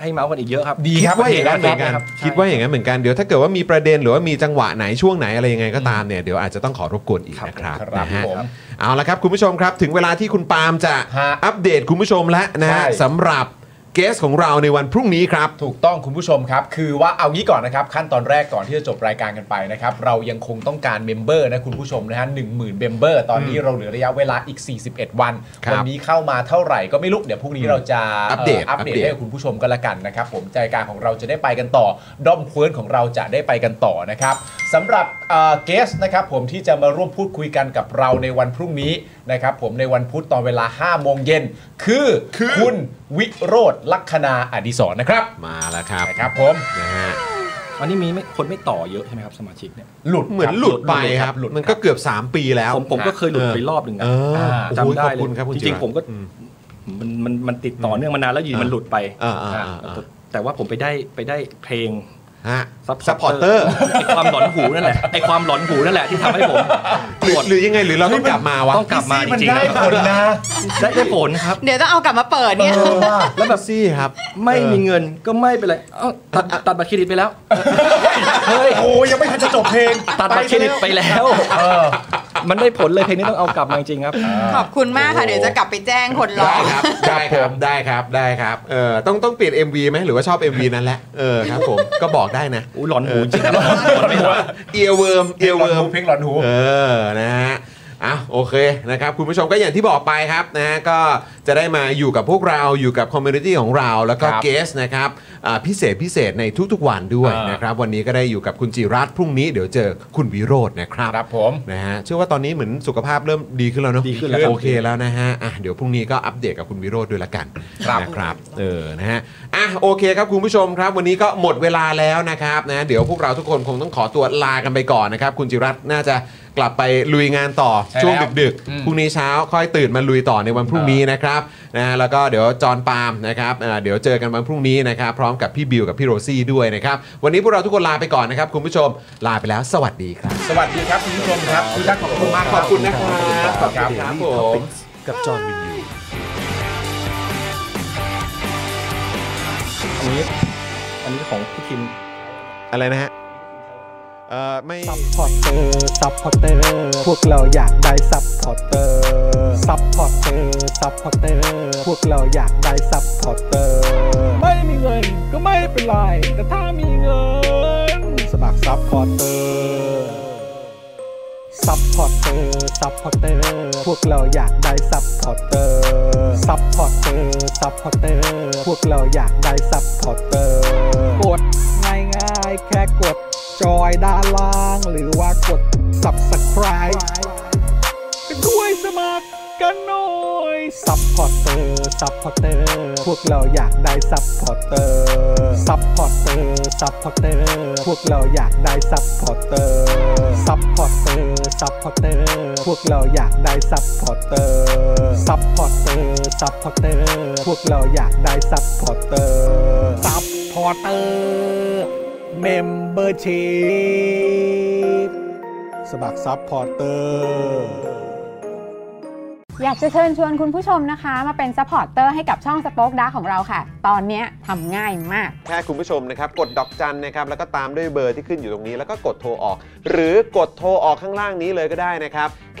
[SPEAKER 5] ให้เมาส์กันอีกเยอะครับ
[SPEAKER 2] ดีครับ
[SPEAKER 1] คิดว่าอย่างนั้นเหมือนกัน
[SPEAKER 5] ครับ
[SPEAKER 1] คิดว่าอย่างนั้นเหมือนกันเดี๋ยวถ้าเกิดว่ามีประเด็นหรือว่ามีจังหวะไหนช่วงไหนอะไรยังไงก็ตามเนี่ยเดี๋ยวอาจจะต้องขอรบกวนอีกนะครับ
[SPEAKER 2] ครับ
[SPEAKER 1] นะฮะ
[SPEAKER 2] ผม
[SPEAKER 1] เอาละครับคุณผู้ชมครับ ถึงเวลาที่คุณปาล์มจะ
[SPEAKER 2] ฮะ
[SPEAKER 1] อัปเดตคุณผู้ชมแล้วนะฮะ
[SPEAKER 2] ใช่
[SPEAKER 1] สำหรับเกสของเราในวันพรุ่งนี้ครับ
[SPEAKER 2] ถูกต้องคุณผู้ชมครับ คือว่าเอางี้ก่อนนะครับ ขั้นตอนแรกก่อนที่จะจบรายการกันไปนะครับ เรายังคงต้องการเมมเบอร์นะคุณผู้ชมนะฮะหนึ่งหมื่นเมมเบอร์ตอนนี้เราเหลือระยะเวลาอีก 41 วัน
[SPEAKER 1] ครับ
[SPEAKER 2] วันี้เข้ามาเท่าไหร่ก็ไม่รู้เดี๋ยวพรุ่งนี้เราจะ
[SPEAKER 1] อัปเดต
[SPEAKER 2] อัปเดต
[SPEAKER 1] อัปเดต
[SPEAKER 2] ให้คุณผู้ชมก็แล้วกันนะครับ ผมใจกลารของเราจะได้ไปกันต่อด้อมเควิร์นของเราจะได้ไปกันต่อนะครับสำหรับเกสนะครับผมที่จะมาร่วมพูดคุยกันกับเราในวันพรุ่งนี้นะครับผมในวันพุธตอนเวลา5โมงเย็นคือคุณวิโรธลัคนาอดิศรนะครับ
[SPEAKER 1] มาแล้วครับ
[SPEAKER 2] นะครับผม
[SPEAKER 1] นะฮะ
[SPEAKER 5] วันนี้มีไม่คนไม่ต่อเยอะใช่ไหมครับสมาชิกเนี่ย
[SPEAKER 2] หลุด
[SPEAKER 1] เหมือน
[SPEAKER 2] ครับ
[SPEAKER 1] หลุดไป
[SPEAKER 5] หลุดค
[SPEAKER 1] ค
[SPEAKER 5] รั
[SPEAKER 1] รับ บมันก็เกือบ 3 ปีแล้ว
[SPEAKER 5] ผมผมก็เคยหลุด
[SPEAKER 1] เออ
[SPEAKER 5] ไปรอบหนึ่งนะ
[SPEAKER 1] เอออ่าโอ้ย
[SPEAKER 5] จำได้
[SPEAKER 1] ขอบ
[SPEAKER 5] เล
[SPEAKER 1] คุณครับคุณ
[SPEAKER 5] ย
[SPEAKER 1] จิ
[SPEAKER 5] จริ
[SPEAKER 1] รัต
[SPEAKER 5] ง
[SPEAKER 1] น์
[SPEAKER 5] ๆผมก็
[SPEAKER 1] อืม
[SPEAKER 5] มันมันมันติดต่อเนื่องมานานแล้วอยู่ดีมันหลุดไป
[SPEAKER 1] อ่าอ่าอ่า
[SPEAKER 5] แต่
[SPEAKER 1] อ่า
[SPEAKER 5] แต่ว่าผมไปได้ไปได้เพลง
[SPEAKER 1] ฮะ
[SPEAKER 5] Supporter
[SPEAKER 1] ซัพพอร์เตอร์
[SPEAKER 5] ไอความหลอนหูนั่นแหละไอความหลอนหูนั่นแหละที่ทำให้ผม
[SPEAKER 1] ห
[SPEAKER 5] ป
[SPEAKER 1] รือ
[SPEAKER 5] วด
[SPEAKER 1] หรือยังไงหรือเราต้องกลับมาวะ
[SPEAKER 5] ต้องกลับมาจ
[SPEAKER 2] มัน
[SPEAKER 5] ริง
[SPEAKER 2] ได้
[SPEAKER 5] ๆ
[SPEAKER 2] ผลนะ
[SPEAKER 5] ได้ได้ผลครับ
[SPEAKER 3] เดี๋ยวต้องเอากลับมาเปิดเนี่ย
[SPEAKER 1] แล้วแบบซี่ครับ
[SPEAKER 5] ไม่
[SPEAKER 1] เอ
[SPEAKER 5] มี
[SPEAKER 1] อ
[SPEAKER 5] เงินก็ไม่เป็นไรเอ้าตัดตัดบัตรเครดิตไปแล้ว เฮ้ย
[SPEAKER 2] โอ้ยยังไม่ทันจะจบเพลง
[SPEAKER 5] ตัดบัตรเครดิตไปแล้ว
[SPEAKER 2] เออ
[SPEAKER 5] มันได้ผลเลยเพลงนี้ต้องเอากลับมาจริงๆครับ
[SPEAKER 3] ขอบคุณมากค่ะ เดี๋ยวจะกลับไปแจ้งคนร้อ
[SPEAKER 1] ได้
[SPEAKER 3] ง
[SPEAKER 1] ครับได้ครับได้ครับได้ครับเออต้องต้องเปลี่ยน MV ไหมหรือว่าชอบ MV นั้นแหละเออครับผมก็บอกได้นะ
[SPEAKER 5] อู้หลอนหูจริงครับหลอนไม่หลอน
[SPEAKER 1] เอียเวิร์มเอียเวิร์ม
[SPEAKER 2] เพลงหลอนหู
[SPEAKER 1] เออนะฮะอ่ะโอเคนะครับคุณผู้ชมก็อย่างที่บอกไปครับนะฮะก็จะได้มาอยู่กับพวกเราอยู่กับคอมมูนิตี้ของเรา แล้วก็
[SPEAKER 2] ครับ
[SPEAKER 1] เกสนะครับอ่าพิเศษพิเศษในทุกๆวันด้วย
[SPEAKER 2] อ่าน
[SPEAKER 1] นะครับวันนี้ก็ได้อยู่กับคุณจิรัตน์พรุ่งนี้เดี๋ยวเจอคุณวิโรจน์นะครับ
[SPEAKER 2] ครับผม
[SPEAKER 1] นะฮะเชื่อว่าตอนนี้เหมือนสุขภาพเริ่มดีขึ้นแล้วเนาะ
[SPEAKER 5] ดีขึ้นแล้วครับ
[SPEAKER 1] โอเคแล้วนะฮะอ่ะเดี๋ยวพรุ่งนี้ก็อัปเดตกับคุณวิโรจน์ด้วยละกัน
[SPEAKER 2] ครับ
[SPEAKER 1] นะครับเออนะฮะอ่ะโอเคครับคุณผู้ชมครับ วันนี้ก็หมดเวลาแล้วนะครับนะเดี๋ยวพวกเราทุกคนคงต้องขอตัวลากันไปก่อนนะครับคุณจิรัตน์น่าจะกลับไปลุยงานต่อ
[SPEAKER 2] ใช่
[SPEAKER 1] ช่วง
[SPEAKER 2] แล้ว
[SPEAKER 1] ดึก
[SPEAKER 2] อืม
[SPEAKER 1] ๆพรุ่งนี้เช้าค่อยตื่นมาลุยต่อในวันพรุ่งนี้นะครับนะฮะแล้วก็เดี๋ยวจอห์นปาล์มนะครับอ่าเดี๋ยวเจอกันวันพรุ่งนี้นะครับพร้อมกับพี่บิวกับพี่โรซี่ด้วยนะครับวันนี้พวกเราทุกคนลาไปก่อนนะครับคุณผู้ชมลาไปแล้ว สวัสดีครับ
[SPEAKER 2] สวัสดีครับคุณผู้ชมครับคุณทักขอบคุณมาก
[SPEAKER 1] ขอบคุณนะครับ
[SPEAKER 2] ขอบคุณครับ
[SPEAKER 1] ผม
[SPEAKER 7] กับจอห์นวินยู
[SPEAKER 5] อันนี้ อันนี้ของพี่ทิม
[SPEAKER 1] อะไรนะฮะเอ่อไม่
[SPEAKER 4] ซัพพอร์เตอร์ ซัพพอร์เตอร์ พวกเราอยากได้ซัพพอร์เตอร์ ซัพพอร์เตอร์ ซัพพอร์เตอร์ พวกเราอยากได้ซัพพอร์เตอร์ ไม่มีเงินก็ไม่เป็นไร แต่ถ้ามีเงิน สมัครซัพพอร์เตอร์ ซัพพอร์เตอร์ ซัพพอร์เตอร์ พวกเราอยากได้ซัพพอร์เตอร์ ซัพพอร์เตอร์ ซัพพอร์เตอร์ พวกเราอยากได้ซัพพอร์เตอร์ กดง่ายๆ ง่ายๆ แค่กดจอยด้านล่าง หรือว่ากด subscribe กันด้วยสมัครกันหน่อย ซัพพอร์เตอร์ ซัพพอร์เตอร์ พวกเราอยากได้ซัพพอร์เตอร์ ซัพพอร์เตอร์ ซัพพอร์เตอร์ พวกเราอยากได้ซัพพอร์เตอร์ ซัพพอร์เตอร์ ซัพพอร์เตอร์ พวกเราอยากได้ซัพพอร์เตอร์ ซัพพอร์เตอร์ ซัพพอร์เตอร์ พวกเราอยากได้ซัพพอร์เตอร์ ซัพพอร์เตอร์ เมมเบอร์ชีพสมัครซัพพอร์เตอร์
[SPEAKER 8] อยากจะเชิญชวนคุณผู้ชมนะคะ มาเป็นซัพพอร์ตเตอร์ให้กับช่องสป็อคดาของเราค่ะ ตอนเนี้ยทำง่ายมาก
[SPEAKER 1] แค่คุณผู้ชมนะครับ กดดอกจันนะครับ แล้วก็ตามด้วยเบอร์ที่ขึ้นอยู่ตรงนี้ แล้วก็กดโทรออก หรือกดโทรออกข้างล่างนี้เลยก็ได้นะครับ แ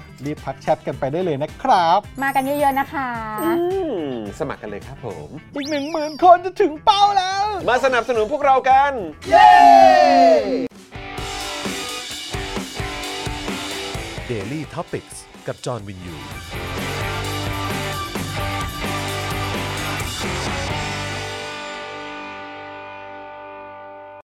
[SPEAKER 4] รีบทักแชทกันไปได้เลยนะครับ
[SPEAKER 8] มากันเยอะๆนะคะ
[SPEAKER 1] อืมสมัครกันเลยครับผม
[SPEAKER 4] อีก 1 0,000 คนจะถึงเป้าแล้ว
[SPEAKER 1] มาสนับสนุนพวกเรากัน
[SPEAKER 7] Daily t o p i c กกับจอห์นวินยู